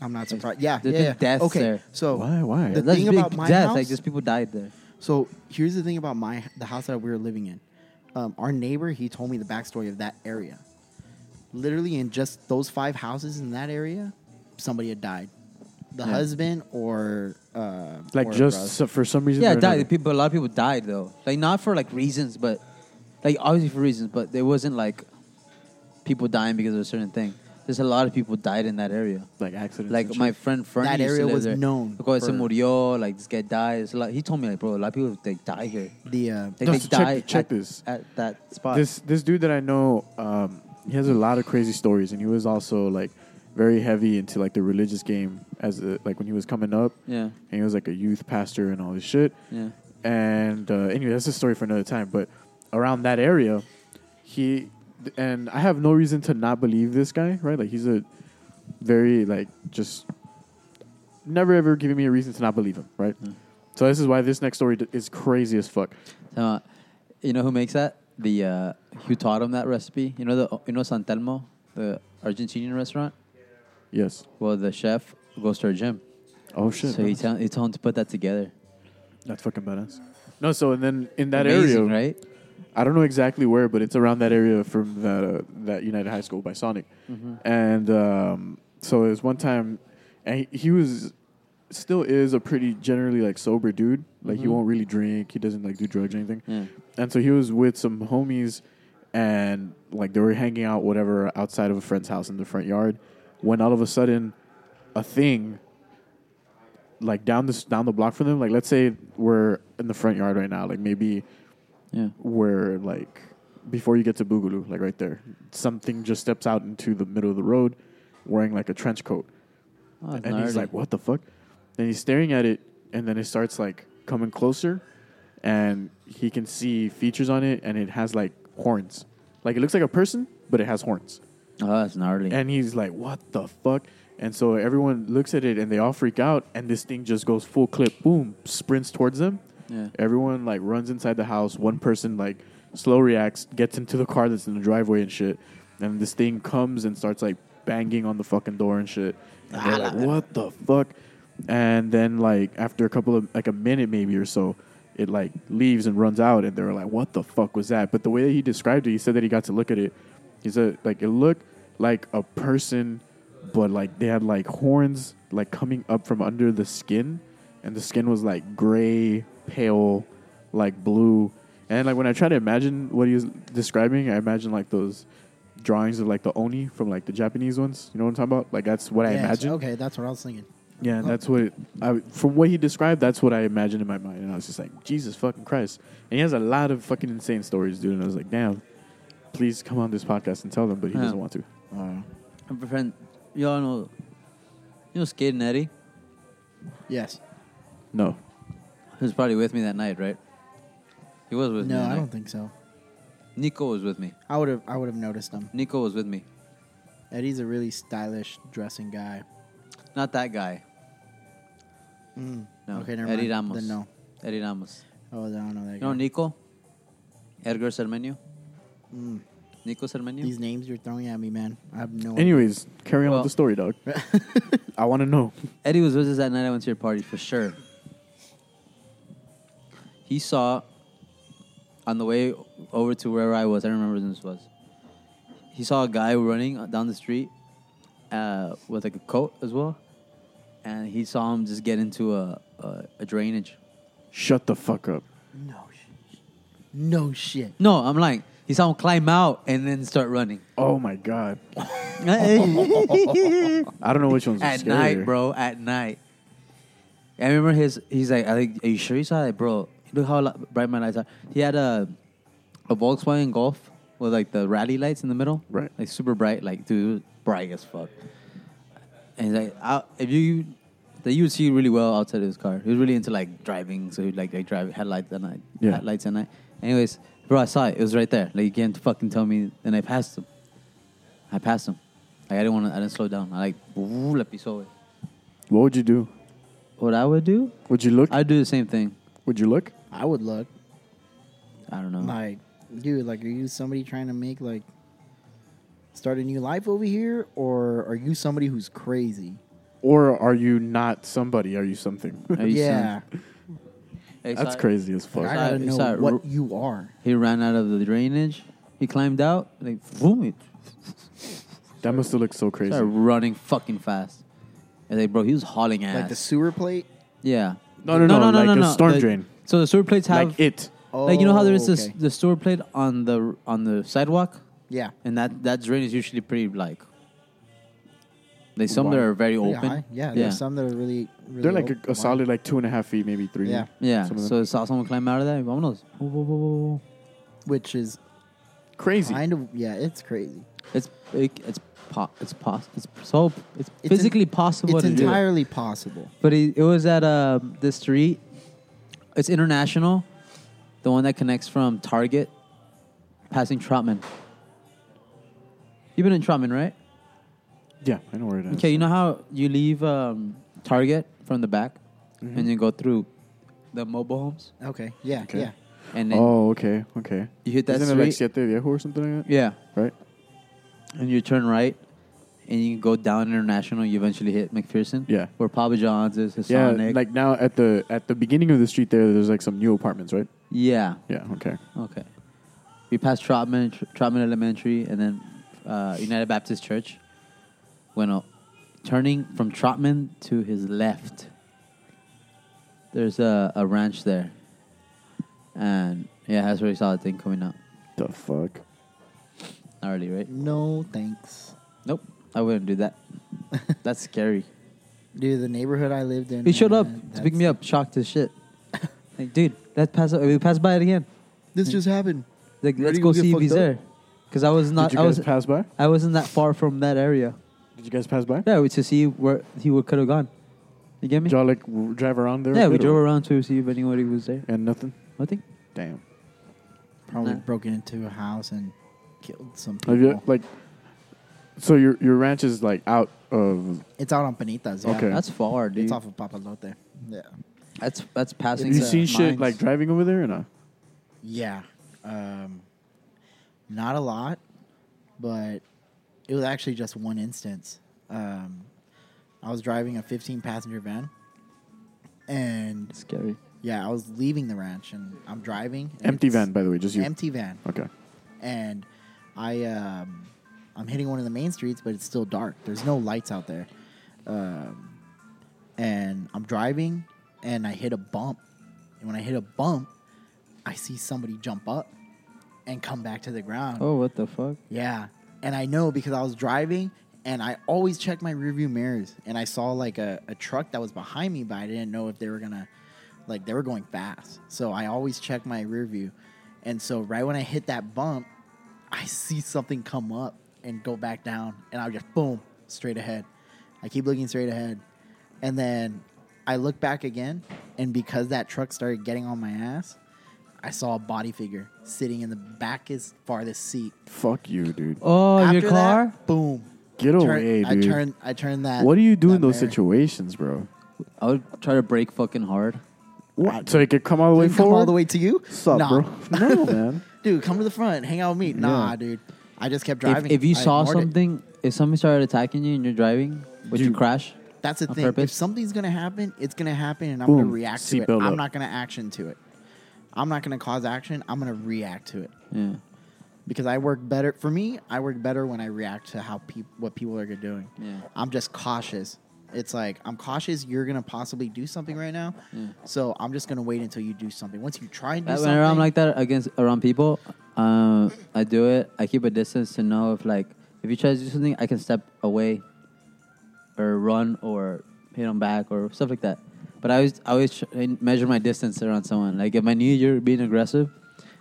[SPEAKER 13] I'm not surprised. Yeah,
[SPEAKER 11] There's
[SPEAKER 13] yeah,
[SPEAKER 11] been
[SPEAKER 13] yeah.
[SPEAKER 11] deaths
[SPEAKER 13] okay,
[SPEAKER 11] there.
[SPEAKER 13] so
[SPEAKER 10] Why? Why?
[SPEAKER 13] The
[SPEAKER 11] That's
[SPEAKER 13] thing
[SPEAKER 11] big
[SPEAKER 13] about my
[SPEAKER 11] death,
[SPEAKER 13] house-
[SPEAKER 11] like just people died there.
[SPEAKER 13] So here's the thing about my the house that we were living in. Um, our neighbor, he told me the backstory of that area. Literally, in just those five houses in that area, somebody had died. The
[SPEAKER 11] Yeah.
[SPEAKER 13] husband or uh,
[SPEAKER 10] like
[SPEAKER 13] or
[SPEAKER 10] just
[SPEAKER 13] brother.
[SPEAKER 10] so, for some reason.
[SPEAKER 11] Yeah,
[SPEAKER 10] or another.
[SPEAKER 11] died. People, a lot of people died though. Like not for like reasons, but like obviously for reasons, but there wasn't like people dying because of a certain thing. There's a lot of people died in that area.
[SPEAKER 10] like accidents.
[SPEAKER 11] Like
[SPEAKER 10] and
[SPEAKER 11] my
[SPEAKER 10] shit.
[SPEAKER 11] friend Fernie
[SPEAKER 13] That
[SPEAKER 11] used to
[SPEAKER 13] area
[SPEAKER 11] live
[SPEAKER 13] was
[SPEAKER 11] there.
[SPEAKER 13] known
[SPEAKER 11] Because se
[SPEAKER 13] for-
[SPEAKER 11] murió, like this guy dies. A lot. He told me like, bro, a lot of people they die here.
[SPEAKER 13] the uh,
[SPEAKER 11] They,
[SPEAKER 10] No,
[SPEAKER 11] they
[SPEAKER 10] so check-
[SPEAKER 11] die
[SPEAKER 10] check
[SPEAKER 11] at,
[SPEAKER 10] this.
[SPEAKER 11] at that spot.
[SPEAKER 10] This this dude that I know, um, he has a lot of crazy stories, and he was also like very heavy into like the religious game as a, like when he was coming up.
[SPEAKER 11] Yeah.
[SPEAKER 10] and he was like a youth pastor and all this shit.
[SPEAKER 11] Yeah.
[SPEAKER 10] And uh, anyway, that's a story for another time. But around that area, he and I have no reason to not believe this guy, right? Like he's a very like just never ever giving me a reason to not believe him, right?
[SPEAKER 11] Mm.
[SPEAKER 10] So this is why this next story d- is crazy as fuck.
[SPEAKER 11] Uh, you know who makes that? The uh, who taught him that recipe? You know the you know San Telmo, the Argentinian restaurant.
[SPEAKER 10] Yes.
[SPEAKER 11] Well, the chef goes to our gym.
[SPEAKER 10] Oh shit!
[SPEAKER 11] So he
[SPEAKER 10] nice.
[SPEAKER 11] tell he told him to put that together.
[SPEAKER 10] That's fucking badass. No, so and then in that
[SPEAKER 11] Amazing,
[SPEAKER 10] area,
[SPEAKER 11] right?
[SPEAKER 10] I don't know exactly where, but it's around that area from that uh, that United High School by Sonic,
[SPEAKER 11] Mhm.
[SPEAKER 10] and um, so it was one time, and he, he was still is a pretty generally like sober dude. Like he
[SPEAKER 11] Mhm.
[SPEAKER 10] won't really drink. He doesn't like do drugs or anything.
[SPEAKER 11] Yeah.
[SPEAKER 10] And so he was with some homies, and like they were hanging out whatever outside of a friend's house in the front yard, when all of a sudden, a thing like down this down the block from them. Like let's say we're in the front yard right now. Like maybe
[SPEAKER 11] Yeah.
[SPEAKER 10] we're like before you get to Boogaloo, like right there, something just steps out into the middle of the road, wearing like a trench coat,
[SPEAKER 11] Oh,
[SPEAKER 10] and
[SPEAKER 11] it's
[SPEAKER 10] he's
[SPEAKER 11] gnarly.
[SPEAKER 10] like, "What the fuck?" And he's staring at it, and then it starts like coming closer, and he can see features on it, and it has like horns. Like it looks like a person, but it has horns.
[SPEAKER 11] Oh, that's gnarly.
[SPEAKER 10] And he's like, "What the fuck?" And so everyone looks at it and they all freak out, and this thing just goes full clip, boom, sprints towards them.
[SPEAKER 11] Yeah.
[SPEAKER 10] Everyone like runs inside the house. One person like slow reacts, gets into the car that's in the driveway and shit. And this thing comes and starts like banging on the fucking door and shit. And they're like, "What the fuck?" And then like after a couple of like a minute maybe or so, it like leaves and runs out, and they were like, "What the fuck was that?" But the way that he described it, he said that he got to look at it. He said like it looked like a person, but like they had like horns like coming up from under the skin, and the skin was like gray, pale, like blue. And like when I try to imagine what he was describing, I imagine like those drawings of like the oni from like the Japanese ones. You know what I'm talking about? Like that's what I
[SPEAKER 13] Yes,
[SPEAKER 10] imagine.
[SPEAKER 13] Okay, that's what I was thinking.
[SPEAKER 10] Yeah, and
[SPEAKER 13] Oh.
[SPEAKER 10] that's what it, I, from what he described, that's what I imagined in my mind, and I was just like, Jesus fucking Christ! And he has a lot of fucking insane stories, dude. And I was like, damn, please come on this podcast and tell them, but he
[SPEAKER 11] Yeah.
[SPEAKER 10] doesn't want to.
[SPEAKER 11] I have a friend. You all know. You know Skid and Eddie.
[SPEAKER 13] Yes.
[SPEAKER 10] No,
[SPEAKER 11] He was probably with me that night, right? He was with me.
[SPEAKER 13] No,
[SPEAKER 11] that
[SPEAKER 13] I
[SPEAKER 11] night.
[SPEAKER 13] don't think so.
[SPEAKER 11] Nico was with me.
[SPEAKER 13] I would have I would have noticed him.
[SPEAKER 11] Nico was with me.
[SPEAKER 13] Eddie's a really stylish dressing guy.
[SPEAKER 11] Not that guy.
[SPEAKER 13] Mm.
[SPEAKER 11] No.
[SPEAKER 13] Okay, never
[SPEAKER 11] Eddie
[SPEAKER 13] mind.
[SPEAKER 11] Ramos.
[SPEAKER 13] Then no.
[SPEAKER 11] Eddie Ramos.
[SPEAKER 13] Oh, I don't know that
[SPEAKER 11] You
[SPEAKER 13] guy.
[SPEAKER 11] know Nico? Edgar Cermenio?
[SPEAKER 13] Mm.
[SPEAKER 11] Nico Cermenio?
[SPEAKER 13] These names you're throwing at me, man. I have no.
[SPEAKER 10] Anyways, carry on
[SPEAKER 11] Well-
[SPEAKER 10] with the story, dog. I want to know.
[SPEAKER 11] Eddie was with us that night I went to your party for sure. He saw on the way over to wherever I was, I don't remember when this was. He saw a guy running down the street uh, with like a coat as well. And he saw him just get into a, a, a drainage.
[SPEAKER 10] Shut the fuck up.
[SPEAKER 13] No shit. No shit.
[SPEAKER 11] No, I'm lying. He saw him climb out and then start running.
[SPEAKER 10] Oh my god,
[SPEAKER 11] at
[SPEAKER 10] I don't know which one's scarier.
[SPEAKER 11] night, bro. At night. I remember his. He's like, I think. Are you sure you saw that, bro? Look how li- bright my lights are. He had a a Volkswagen Golf with like the rally lights in the middle,
[SPEAKER 10] Right.
[SPEAKER 11] Like super bright, like dude, bright as fuck. And he's like, I, if you that you would see really well outside of his car. He was really into like driving, so he like like drive had lights at night,
[SPEAKER 10] Yeah.
[SPEAKER 11] had lights at night. Anyways, bro, I saw it. It was right there. Like you can't fucking tell me. And I passed him. I passed him. Like I didn't want to. I didn't slow down. I like "Ooh, let me slow it.
[SPEAKER 10] What would you do?
[SPEAKER 11] What I would do?
[SPEAKER 10] Would you look?
[SPEAKER 11] I'd do the same thing.
[SPEAKER 10] Would you look?
[SPEAKER 13] I would look
[SPEAKER 11] I don't know.
[SPEAKER 13] like, dude. Like, are you somebody trying to make like start a new life over here, or are you somebody who's crazy?
[SPEAKER 10] Or are you not somebody? Are you something?
[SPEAKER 11] Are you
[SPEAKER 13] yeah,
[SPEAKER 11] Hey,
[SPEAKER 10] That's
[SPEAKER 11] so-
[SPEAKER 10] crazy as
[SPEAKER 13] I
[SPEAKER 10] fuck.
[SPEAKER 13] gotta
[SPEAKER 11] Sorry,
[SPEAKER 13] know
[SPEAKER 11] sorry,
[SPEAKER 13] what
[SPEAKER 11] ru-
[SPEAKER 13] you are.
[SPEAKER 11] He ran out of the drainage. He climbed out. Like boom! It
[SPEAKER 10] That must have looked so crazy.
[SPEAKER 11] started running fucking fast. And like, bro, he was hauling ass.
[SPEAKER 13] Like the sewer plate.
[SPEAKER 11] yeah.
[SPEAKER 10] No, no, no, like a storm
[SPEAKER 11] The-
[SPEAKER 10] drain.
[SPEAKER 11] So the sewer plates have
[SPEAKER 10] Like it.
[SPEAKER 11] Like you know how there is
[SPEAKER 13] Oh,
[SPEAKER 11] this
[SPEAKER 13] okay.
[SPEAKER 11] the store plate on the on the sidewalk,
[SPEAKER 13] Yeah.
[SPEAKER 11] and that that drain is usually pretty like. They some that are very
[SPEAKER 13] Pretty
[SPEAKER 11] open.
[SPEAKER 13] high. Yeah,
[SPEAKER 11] yeah,
[SPEAKER 13] There's some that are really. really
[SPEAKER 10] They're like
[SPEAKER 13] open.
[SPEAKER 10] a, a solid like two and a half feet, maybe three.
[SPEAKER 13] Yeah.
[SPEAKER 11] yeah.
[SPEAKER 10] Some of
[SPEAKER 11] So I saw someone climb out of that. Vámonos. Whoa, whoa, whoa, whoa, whoa.
[SPEAKER 13] which is
[SPEAKER 10] Crazy.
[SPEAKER 13] kind of yeah. It's crazy.
[SPEAKER 11] It's it, it's po- it's pos- it's so it's, physically
[SPEAKER 13] en-
[SPEAKER 11] possible.
[SPEAKER 13] It's
[SPEAKER 11] to do it.
[SPEAKER 13] entirely possible.
[SPEAKER 11] But it, it was at uh, the street. It's international, the one that connects from Target, passing Trotman. You've been in Trotman, right?
[SPEAKER 10] Yeah, I know where it is.
[SPEAKER 11] Okay, you know how you leave um, Target from the back,
[SPEAKER 10] Mhm.
[SPEAKER 11] and you go through the mobile homes.
[SPEAKER 13] Okay. Yeah.
[SPEAKER 10] Okay.
[SPEAKER 13] Yeah.
[SPEAKER 11] And then
[SPEAKER 10] oh, okay, okay.
[SPEAKER 11] You hit that
[SPEAKER 10] Isn't it like
[SPEAKER 11] street?
[SPEAKER 10] Siete Viejo or something like that?
[SPEAKER 11] yeah,
[SPEAKER 10] Right?
[SPEAKER 11] and you turn right, and you go down International. You eventually hit McPherson.
[SPEAKER 10] Yeah.
[SPEAKER 11] where Papa John's is.
[SPEAKER 10] Yeah,
[SPEAKER 11] Hispanic.
[SPEAKER 10] like now at the at the beginning of the street there, there's like some new apartments, right?
[SPEAKER 11] Yeah.
[SPEAKER 10] Yeah, okay.
[SPEAKER 11] Okay. We passed Trotman, Tr- Trotman Elementary, and then uh, United Baptist Church. When uh, turning from Trotman to his left, there's a, a ranch there, and yeah, it has a really solid thing coming up.
[SPEAKER 10] The fuck?
[SPEAKER 11] Already, right?
[SPEAKER 13] No thanks.
[SPEAKER 11] Nope, I wouldn't do that. That's scary.
[SPEAKER 13] Dude, the neighborhood I lived in.
[SPEAKER 11] He showed up
[SPEAKER 13] man,
[SPEAKER 11] to pick me up, shocked as shit. like, dude, that pass. We passed by it again.
[SPEAKER 13] This just happened.
[SPEAKER 11] Like,
[SPEAKER 13] Ready
[SPEAKER 11] let's
[SPEAKER 13] to
[SPEAKER 11] go
[SPEAKER 13] get
[SPEAKER 11] see if
[SPEAKER 13] fucked
[SPEAKER 11] he's
[SPEAKER 13] up?
[SPEAKER 11] there. Because I was not.
[SPEAKER 10] Did you
[SPEAKER 11] I
[SPEAKER 10] guys
[SPEAKER 11] was
[SPEAKER 10] pass by?
[SPEAKER 11] I wasn't that far from that area.
[SPEAKER 10] Did you guys pass by?
[SPEAKER 11] Yeah, we to see where he would could have gone. You get me?
[SPEAKER 10] Did y'all like w- drive around there? a
[SPEAKER 11] yeah, we
[SPEAKER 10] bit,
[SPEAKER 11] drove
[SPEAKER 10] or-
[SPEAKER 11] around to see if anybody was there.
[SPEAKER 10] And nothing?
[SPEAKER 11] Nothing.
[SPEAKER 10] Damn.
[SPEAKER 13] Probably
[SPEAKER 11] Nah.
[SPEAKER 13] broken into a house and killed some people.
[SPEAKER 10] Have you, like, so your your ranch is like out of.
[SPEAKER 13] It's out on Panitas. Yeah.
[SPEAKER 10] Okay.
[SPEAKER 11] That's far, dude.
[SPEAKER 13] It's off of Papalote. Yeah.
[SPEAKER 11] That's that's
[SPEAKER 10] Have
[SPEAKER 11] passing.
[SPEAKER 10] you
[SPEAKER 11] the
[SPEAKER 10] seen shit
[SPEAKER 11] mines.
[SPEAKER 10] like driving over there or not?
[SPEAKER 13] Yeah. Um, not a lot, but it was actually just one instance. Um, I was driving a 15 passenger van, and
[SPEAKER 11] scary?
[SPEAKER 13] yeah, I was leaving the ranch, and I'm driving. and
[SPEAKER 10] Empty
[SPEAKER 13] it's-
[SPEAKER 10] van, by the way, just you.
[SPEAKER 13] Empty van.
[SPEAKER 10] Okay.
[SPEAKER 13] and I um, I'm hitting one of the main streets, but it's still dark. There's no lights out there, um, and I'm driving, and I hit a bump. And when I hit a bump, I see somebody jump up and come back to the ground.
[SPEAKER 11] Oh, what the fuck?
[SPEAKER 13] Yeah, and I know because I was driving, and I always check my rearview mirrors, and I saw like a, a truck that was behind me, but I didn't know if they were gonna, like they were going fast, so I always check my rearview, and so right when I hit that bump, I see something come up and go back down, and I just boom straight ahead. I keep looking straight ahead, and then I look back again, and because that truck started getting on my ass. I saw a body figure sitting in the backest farthest seat
[SPEAKER 10] Fuck you, dude.
[SPEAKER 11] Oh,
[SPEAKER 13] after
[SPEAKER 11] your car?
[SPEAKER 13] That, boom.
[SPEAKER 10] Get
[SPEAKER 13] Turn-
[SPEAKER 10] away,
[SPEAKER 13] I
[SPEAKER 10] dude.
[SPEAKER 13] turn. I turn that.
[SPEAKER 10] what do you do
[SPEAKER 13] that
[SPEAKER 10] in those
[SPEAKER 13] mirror.
[SPEAKER 10] situations, bro?
[SPEAKER 11] I would try to brake fucking hard.
[SPEAKER 10] What? So it could come all the way
[SPEAKER 13] Didn't Come
[SPEAKER 10] forward?
[SPEAKER 13] all the way to you,
[SPEAKER 10] Sup,
[SPEAKER 13] nah.
[SPEAKER 10] bro? No, man.
[SPEAKER 13] Dude, come to the front. Hang out with me. Nah,
[SPEAKER 10] Yeah.
[SPEAKER 13] dude. I just kept
[SPEAKER 11] If,
[SPEAKER 13] driving.
[SPEAKER 11] if you
[SPEAKER 13] I
[SPEAKER 11] saw
[SPEAKER 13] ignored it.
[SPEAKER 11] something, if somebody started attacking you and you're driving, would you,
[SPEAKER 10] You-
[SPEAKER 11] crash?
[SPEAKER 13] that's the
[SPEAKER 11] on
[SPEAKER 13] thing.
[SPEAKER 11] purpose?
[SPEAKER 13] If something's gonna happen, it's gonna happen, and I'm
[SPEAKER 10] Boom.
[SPEAKER 13] gonna react to it.
[SPEAKER 10] Seatbelt
[SPEAKER 13] I'm
[SPEAKER 10] up.
[SPEAKER 13] not gonna action to it. I'm not gonna cause action. I'm gonna react to it
[SPEAKER 11] Yeah.
[SPEAKER 13] because I work better. For me, I work better when I react to how peop what people are doing.
[SPEAKER 11] Yeah.
[SPEAKER 13] I'm just cautious. It's like I'm cautious. You're gonna possibly do something right now,
[SPEAKER 11] Yeah.
[SPEAKER 13] so I'm just gonna wait until you do something. Once you try and do
[SPEAKER 11] Like,
[SPEAKER 13] something,
[SPEAKER 11] Whenever I'm like that against around people, um, I do it. I keep a distance to know if like if you try to do something, I can step away, or run, or hit them back, or stuff like that. But I always I always tr- I measure my distance around someone. Like if I knew you're being aggressive,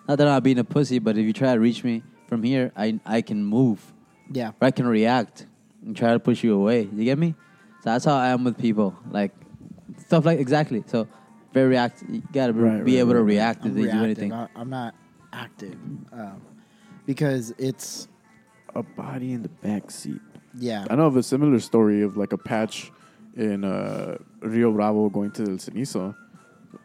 [SPEAKER 11] not that I'm being a pussy, but if you try to reach me from here, I I can move
[SPEAKER 13] yeah,
[SPEAKER 11] or I can react and try to push you away. You get me? So that's how I am with people. Like stuff like exactly. So very react. You gotta be,
[SPEAKER 10] Right,
[SPEAKER 11] be
[SPEAKER 10] right,
[SPEAKER 11] able to
[SPEAKER 10] right, Oh, right.
[SPEAKER 11] react if
[SPEAKER 13] I'm
[SPEAKER 11] they do
[SPEAKER 13] reactive.
[SPEAKER 11] anything.
[SPEAKER 13] I, I'm not active um, because it's
[SPEAKER 10] A body in the back seat.
[SPEAKER 13] yeah.
[SPEAKER 10] I know of a similar story of like a patch in uh, Rio Bravo going to El Cenizo.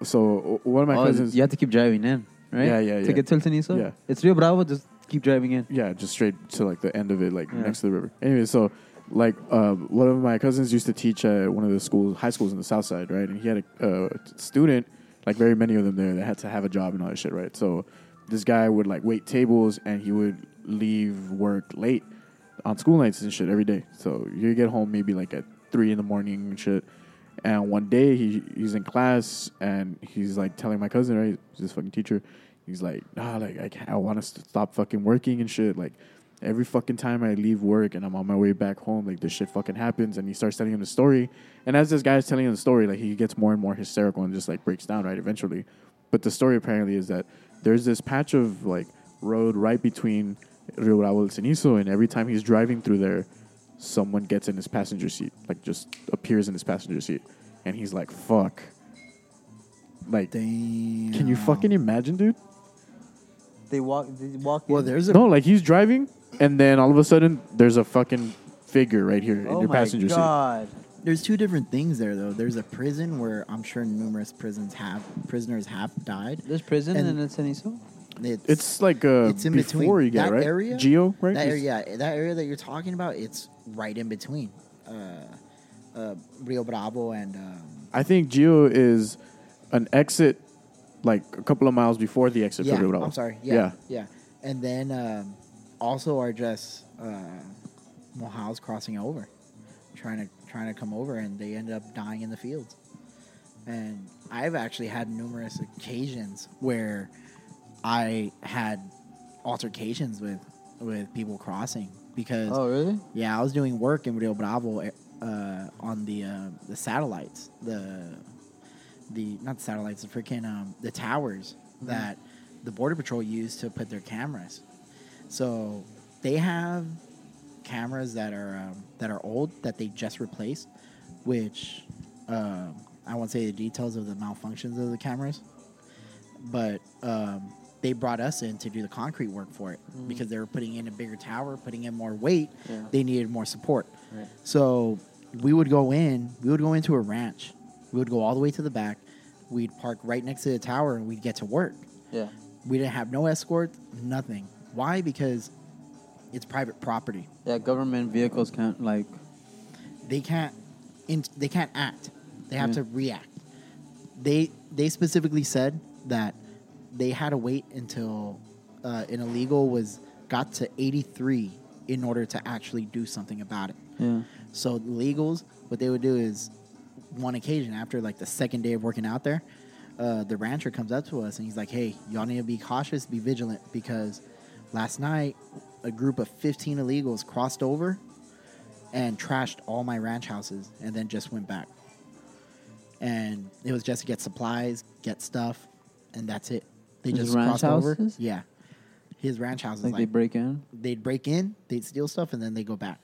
[SPEAKER 10] So o- one of my
[SPEAKER 11] Oh,
[SPEAKER 10] cousins,
[SPEAKER 11] you have to keep driving in, right?
[SPEAKER 10] Yeah, yeah,
[SPEAKER 11] to
[SPEAKER 10] yeah.
[SPEAKER 11] get to El Cenizo.
[SPEAKER 10] Yeah.
[SPEAKER 11] it's Rio Bravo. Just keep driving in.
[SPEAKER 10] yeah, just straight to like the end of it, like
[SPEAKER 11] Yeah.
[SPEAKER 10] next to the river. Anyway, so like um, one of my cousins used to teach at one of the schools, high schools in the South Side, right? And he had a uh, student, like very many of them there, that had to have a job and all that shit, right? So this guy would like wait tables and he would leave work late on school nights and shit every day. So you get home maybe like at three in the morning and shit. And one day he he's in class and he's like telling my cousin, right? He's this fucking teacher. He's like, nah, like I can't, I want to stop fucking working and shit. Like every fucking time I leave work and I'm on my way back home, like this shit fucking happens. And he starts telling him the story. And as this guy's telling him the story, like he gets more and more hysterical and just like breaks down, right? Eventually. But the story apparently is that there's this patch of like road right between Rio Bravo and Cenizo, and every time he's driving through there, someone gets in his passenger seat, like just appears in his passenger seat, and he's like, "Fuck." Like, can you fucking imagine, dude?
[SPEAKER 14] They walk. They walk.
[SPEAKER 13] Well, there's
[SPEAKER 10] no like he's driving, and then all of a sudden there's a fucking figure right here
[SPEAKER 13] Oh
[SPEAKER 10] in your passenger
[SPEAKER 14] Oh God.
[SPEAKER 13] There's two different things there though. There's a prison where I'm sure numerous prisons have prisoners have died.
[SPEAKER 14] There's prison and, it's in Easel.
[SPEAKER 10] seat. It's like uh,
[SPEAKER 13] it's in
[SPEAKER 10] before
[SPEAKER 13] between
[SPEAKER 10] you get
[SPEAKER 13] that
[SPEAKER 10] right
[SPEAKER 13] area.
[SPEAKER 10] Geo right.
[SPEAKER 13] That
[SPEAKER 10] It's-
[SPEAKER 13] area, yeah, that area that you're talking about, it's right in between uh, uh, Rio Bravo and um,
[SPEAKER 10] I think Geo is an exit, like a couple of miles before the exit
[SPEAKER 13] yeah.
[SPEAKER 10] for Rio
[SPEAKER 13] I'm sorry. Yeah, yeah, And then um, also are just uh, Mojaves crossing over, trying to trying to come over, and they end up dying in the fields. And I've actually had numerous occasions where I had altercations with with people crossing because
[SPEAKER 14] Oh, really?
[SPEAKER 13] yeah I was doing work in Rio Bravo uh, on the uh, the satellites the the not satellites the freaking um, the towers
[SPEAKER 14] Mhm.
[SPEAKER 13] that the border patrol used to put their cameras so they have cameras that are um, that are old that they just replaced which um, I won't say the details of the malfunctions of the cameras but um, they brought us in to do the concrete work for it
[SPEAKER 14] Mm.
[SPEAKER 13] because they were putting in a bigger tower, putting in more weight.
[SPEAKER 14] Yeah.
[SPEAKER 13] They needed more support.
[SPEAKER 14] Right.
[SPEAKER 13] So we would go in, we would go into a ranch. We would go all the way to the back. We'd park right next to the tower and we'd get to work.
[SPEAKER 14] Yeah.
[SPEAKER 13] We didn't have no escort, nothing. Why? Because it's private property.
[SPEAKER 11] Yeah, government vehicles can't like.
[SPEAKER 13] They can't in, they can't act. They have
[SPEAKER 11] Yeah.
[SPEAKER 13] to react. They they specifically said that they had to wait until uh, an illegal was got to 83 in order to actually do something about it.
[SPEAKER 11] Yeah.
[SPEAKER 13] So the legals, what they would do is, one occasion after like the second day of working out there, uh, the rancher comes up to us and he's like, "Hey, y'all need to be cautious, be vigilant, because last night a group of 15 illegals crossed over and trashed all my ranch houses, and then just went back. And it was just to get supplies, get stuff, and that's it. They
[SPEAKER 11] His
[SPEAKER 13] just
[SPEAKER 11] ranch
[SPEAKER 13] crossed over.
[SPEAKER 11] houses?
[SPEAKER 13] Yeah, his ranch houses.
[SPEAKER 11] Like, they break in.
[SPEAKER 13] They'd break in, they'd steal stuff, and then they go back.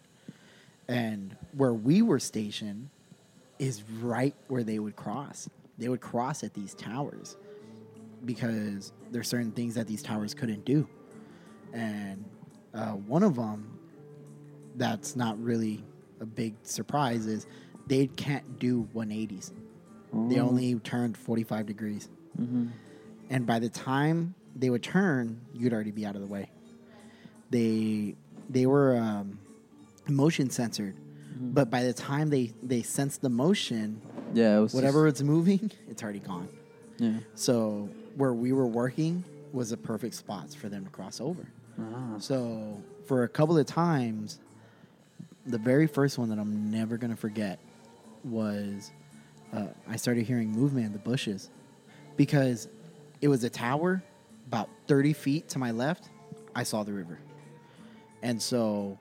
[SPEAKER 13] And where we were stationed is right where they would cross. They would cross at these towers because there's certain things that these towers couldn't do. And uh, one of them that's not really a big surprise is they can't do 180s. They
[SPEAKER 14] Oh.
[SPEAKER 13] only turned 45 degrees.
[SPEAKER 14] Mhm.
[SPEAKER 13] And by the time they would turn, you'd already be out of the way. They they were um, motion censored, but by the time they they sense the motion,
[SPEAKER 11] Yeah, it was
[SPEAKER 13] whatever it's moving, it's already gone.
[SPEAKER 11] Yeah.
[SPEAKER 13] So where we were working was a perfect spot for them to cross over.
[SPEAKER 11] Ah.
[SPEAKER 13] So for a couple of times, the very first one that I'm never gonna forget was uh, I started hearing movement in the bushes because it was a tower about 30 feet to my left. I saw the river, and so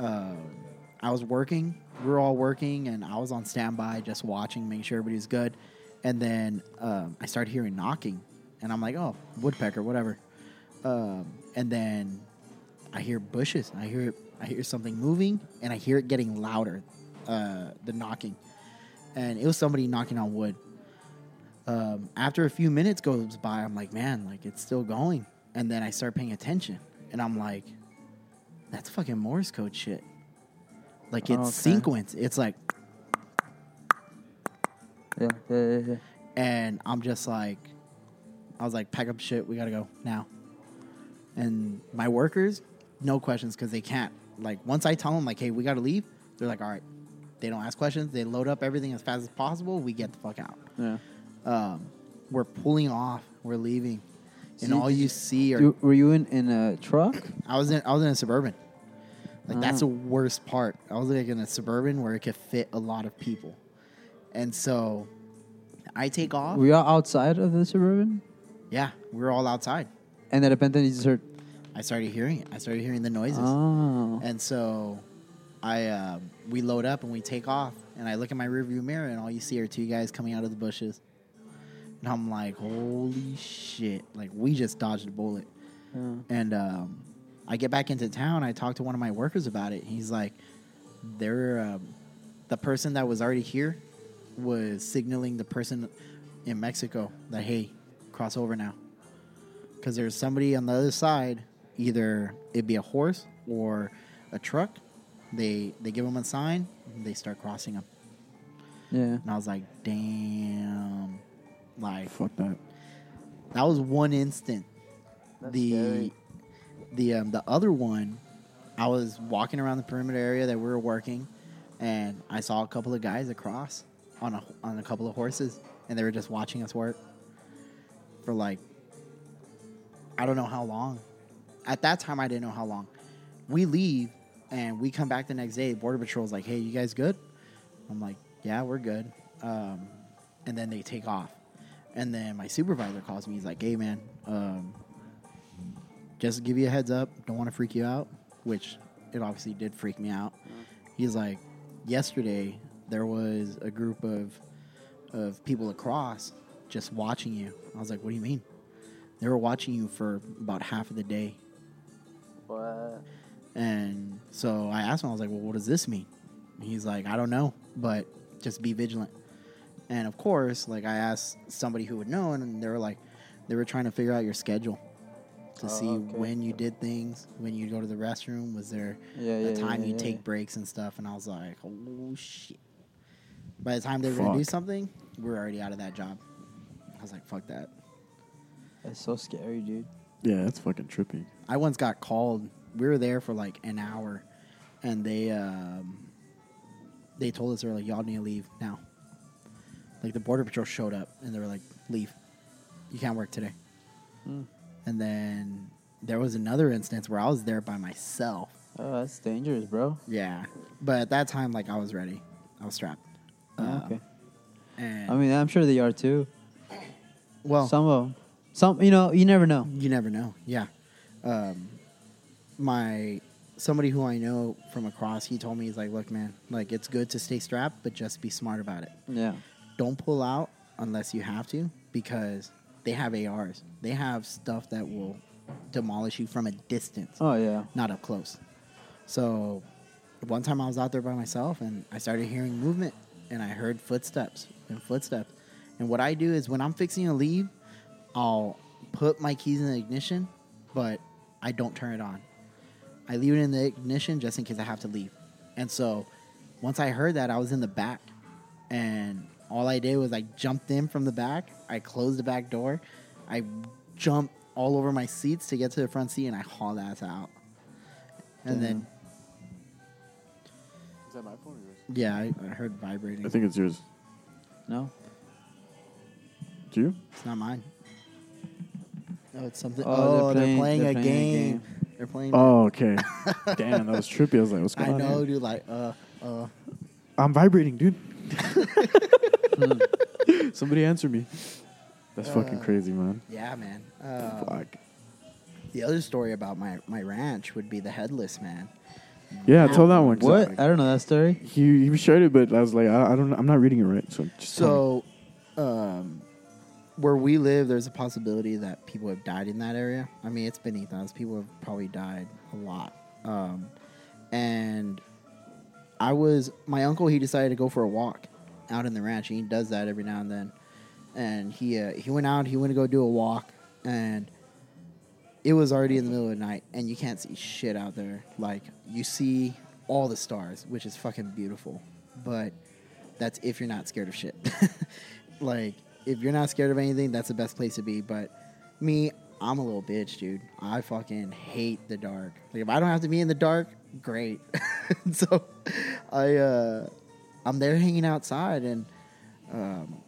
[SPEAKER 13] uh, I was working. We were all working, and I was on standby, just watching, making sure everybody was good. And then um, I started hearing knocking, and I'm like, "Oh, woodpecker, whatever." Um, and then I hear bushes. I hear I hear something moving, and I hear it getting louder. Uh, the knocking, and it was somebody knocking on wood. Um, after a few minutes goes by, I'm like, "Man, like it's still going." And then I start paying attention, and I'm like, "That's fucking Morse code shit." Like it's
[SPEAKER 14] Oh, okay.
[SPEAKER 13] sequence. It's like
[SPEAKER 11] Yeah, yeah, yeah, yeah.
[SPEAKER 13] and I'm just like, I was like, pack up shit, we gotta go now. And my workers, no questions because they can't. Like once I tell them like, hey, we gotta leave, they're like, all right. They don't ask questions. They load up everything as fast as possible. We get the fuck out.
[SPEAKER 11] Yeah.
[SPEAKER 13] Um, we're pulling off. We're leaving, and
[SPEAKER 11] So you-
[SPEAKER 13] all you see are
[SPEAKER 11] You- were you in, in a truck?
[SPEAKER 13] I was in I was in a suburban. Like that's the
[SPEAKER 11] Ah.
[SPEAKER 13] worst part. I was like in a suburban where it could fit a lot of people, and so I take off.
[SPEAKER 11] Were you all outside of the suburban?
[SPEAKER 13] Yeah, we were all outside.
[SPEAKER 11] And then repente you just heard.
[SPEAKER 13] I started hearing it. I started hearing the noises.
[SPEAKER 11] Oh.
[SPEAKER 13] And so I um, we load up and we take off. And I look in my rearview mirror and all you see are two guys coming out of the bushes. And I'm like, holy shit! Like we just dodged a bullet.
[SPEAKER 14] Yeah.
[SPEAKER 13] And um, I get back into town. I talk to one of my workers about it. He's like, they're um, the person that was already here was signaling the person in Mexico that hey, cross over now, because there's somebody on the other side. Either it be a horse or a truck. They they give them a sign. They start crossing them.
[SPEAKER 11] Yeah.
[SPEAKER 13] And I was like, damn, like
[SPEAKER 10] fuck that.
[SPEAKER 13] That was one instant.
[SPEAKER 14] That's
[SPEAKER 13] the
[SPEAKER 14] scary.
[SPEAKER 13] the um, the other one, I was walking around the perimeter area that we were working, and I saw a couple of guys across on a on a couple of horses, and they were just watching us work for like I don't know how long. At that time, I didn't know how long. We leave and we come back the next day. Border Patrol's like, "Hey, you guys good?" I'm like, "Yeah, we're good." Um, and then they take off. And then my supervisor calls me. He's like, "Hey, man, um, just to give you a heads up. Don't want to freak you out," which it obviously did freak me out. He's like, "Yesterday there was a group of of people across just watching you." I was like, "What do you mean?" They were watching you for about half of the day.
[SPEAKER 14] What?
[SPEAKER 13] And so I asked him, I was like, well, what does this mean? And he's like, I don't know, but just be vigilant. And of course, like I asked somebody who would know, and they were like, they were trying to figure out your schedule to
[SPEAKER 14] Oh,
[SPEAKER 13] see
[SPEAKER 14] okay.
[SPEAKER 13] when you did things, when you go to the restroom, was there
[SPEAKER 14] Yeah,
[SPEAKER 13] a
[SPEAKER 14] yeah,
[SPEAKER 13] time
[SPEAKER 14] yeah,
[SPEAKER 13] you
[SPEAKER 14] yeah,
[SPEAKER 13] take
[SPEAKER 14] yeah.
[SPEAKER 13] breaks and stuff. And I was like, oh shit. By the time they were going to do
[SPEAKER 14] Fuck.
[SPEAKER 13] something, we were already out of that job. I was like, fuck that.
[SPEAKER 14] That's so scary, dude.
[SPEAKER 10] Yeah, that's fucking trippy.
[SPEAKER 13] I once got called. We were there for like an hour, and they um, they told us they were like, "Y'all need to leave now." Like the border patrol showed up, and they were like, "Leave, you can't work today."
[SPEAKER 14] Hmm.
[SPEAKER 13] And then there was another instance where I was there by myself.
[SPEAKER 14] Oh, that's dangerous, bro.
[SPEAKER 13] Yeah, but at that time, like I was ready. I was strapped.
[SPEAKER 11] Ah,
[SPEAKER 14] Yeah, okay.
[SPEAKER 13] And
[SPEAKER 14] I mean, I'm sure they are too.
[SPEAKER 13] Well,
[SPEAKER 14] some of them. Some, you know, you never know.
[SPEAKER 13] You never know. Yeah. Um, my somebody who I know from across, he told me he's like, look, man, like it's good to stay strapped, but just be smart about it.
[SPEAKER 14] Yeah.
[SPEAKER 13] Don't pull out unless you have to, because they have ARs. They have stuff that will demolish you from a distance.
[SPEAKER 14] Oh yeah.
[SPEAKER 13] Not up close. So one time I was out there by myself and I started hearing movement and I heard footsteps and footsteps. And what I do is when I'm fixing to leave, I'll put my keys in the ignition, but I don't turn it on. I leave it in the ignition just in case I have to leave. And so once I heard that, I was in the back. And all I did was I jumped in from the back. I closed the back door. I jumped all over my seats to get to the front seat and I hauled ass out. And then,
[SPEAKER 14] Is that my phone or yours?
[SPEAKER 13] yeah, I, I heard vibrating.
[SPEAKER 10] I think it's yours.
[SPEAKER 14] No,
[SPEAKER 10] Do you?
[SPEAKER 13] it's not mine. No, it's something.
[SPEAKER 14] Oh,
[SPEAKER 13] Oh,
[SPEAKER 14] they're
[SPEAKER 13] they're,
[SPEAKER 14] playing-
[SPEAKER 13] playing,
[SPEAKER 14] they're
[SPEAKER 13] a,
[SPEAKER 14] playing a
[SPEAKER 13] game. They're playing.
[SPEAKER 10] Oh, okay. Damn, that was trippy. I was like, what's
[SPEAKER 13] I
[SPEAKER 10] going on?
[SPEAKER 13] know,
[SPEAKER 10] here?
[SPEAKER 13] dude. Like, uh, uh.
[SPEAKER 10] I'm vibrating, dude. Hmm. Somebody answer me. That's fucking
[SPEAKER 13] Uh,
[SPEAKER 10] crazy, man.
[SPEAKER 13] Yeah, man. Uh,
[SPEAKER 10] Fuck.
[SPEAKER 13] The other story about my my ranch would be the headless man.
[SPEAKER 10] Yeah, tell that one. 'cause
[SPEAKER 11] What?
[SPEAKER 10] I-
[SPEAKER 11] I don't know that story.
[SPEAKER 10] He he shared it, but I was like, I, I don't, I'm not reading it right. So just tell me.
[SPEAKER 13] So, um, where we live, there's a possibility that people have died in that area. I mean, it's beneath us. People have probably died a lot. Um, and I was my uncle. He decided to go for a walk out in the ranch. He does that every now and then. And he uh, he went out. He went to go do a walk, and it was already in the middle of the night, and you can't see shit out there. Like you see all the stars, which is fucking beautiful. But that's if you're not scared of shit. like if you're not scared of anything, that's the best place to be. But me, I'm a little bitch, dude. I fucking hate the dark. Like if I don't have to be in the dark, great. so I uh I'm there hanging outside and um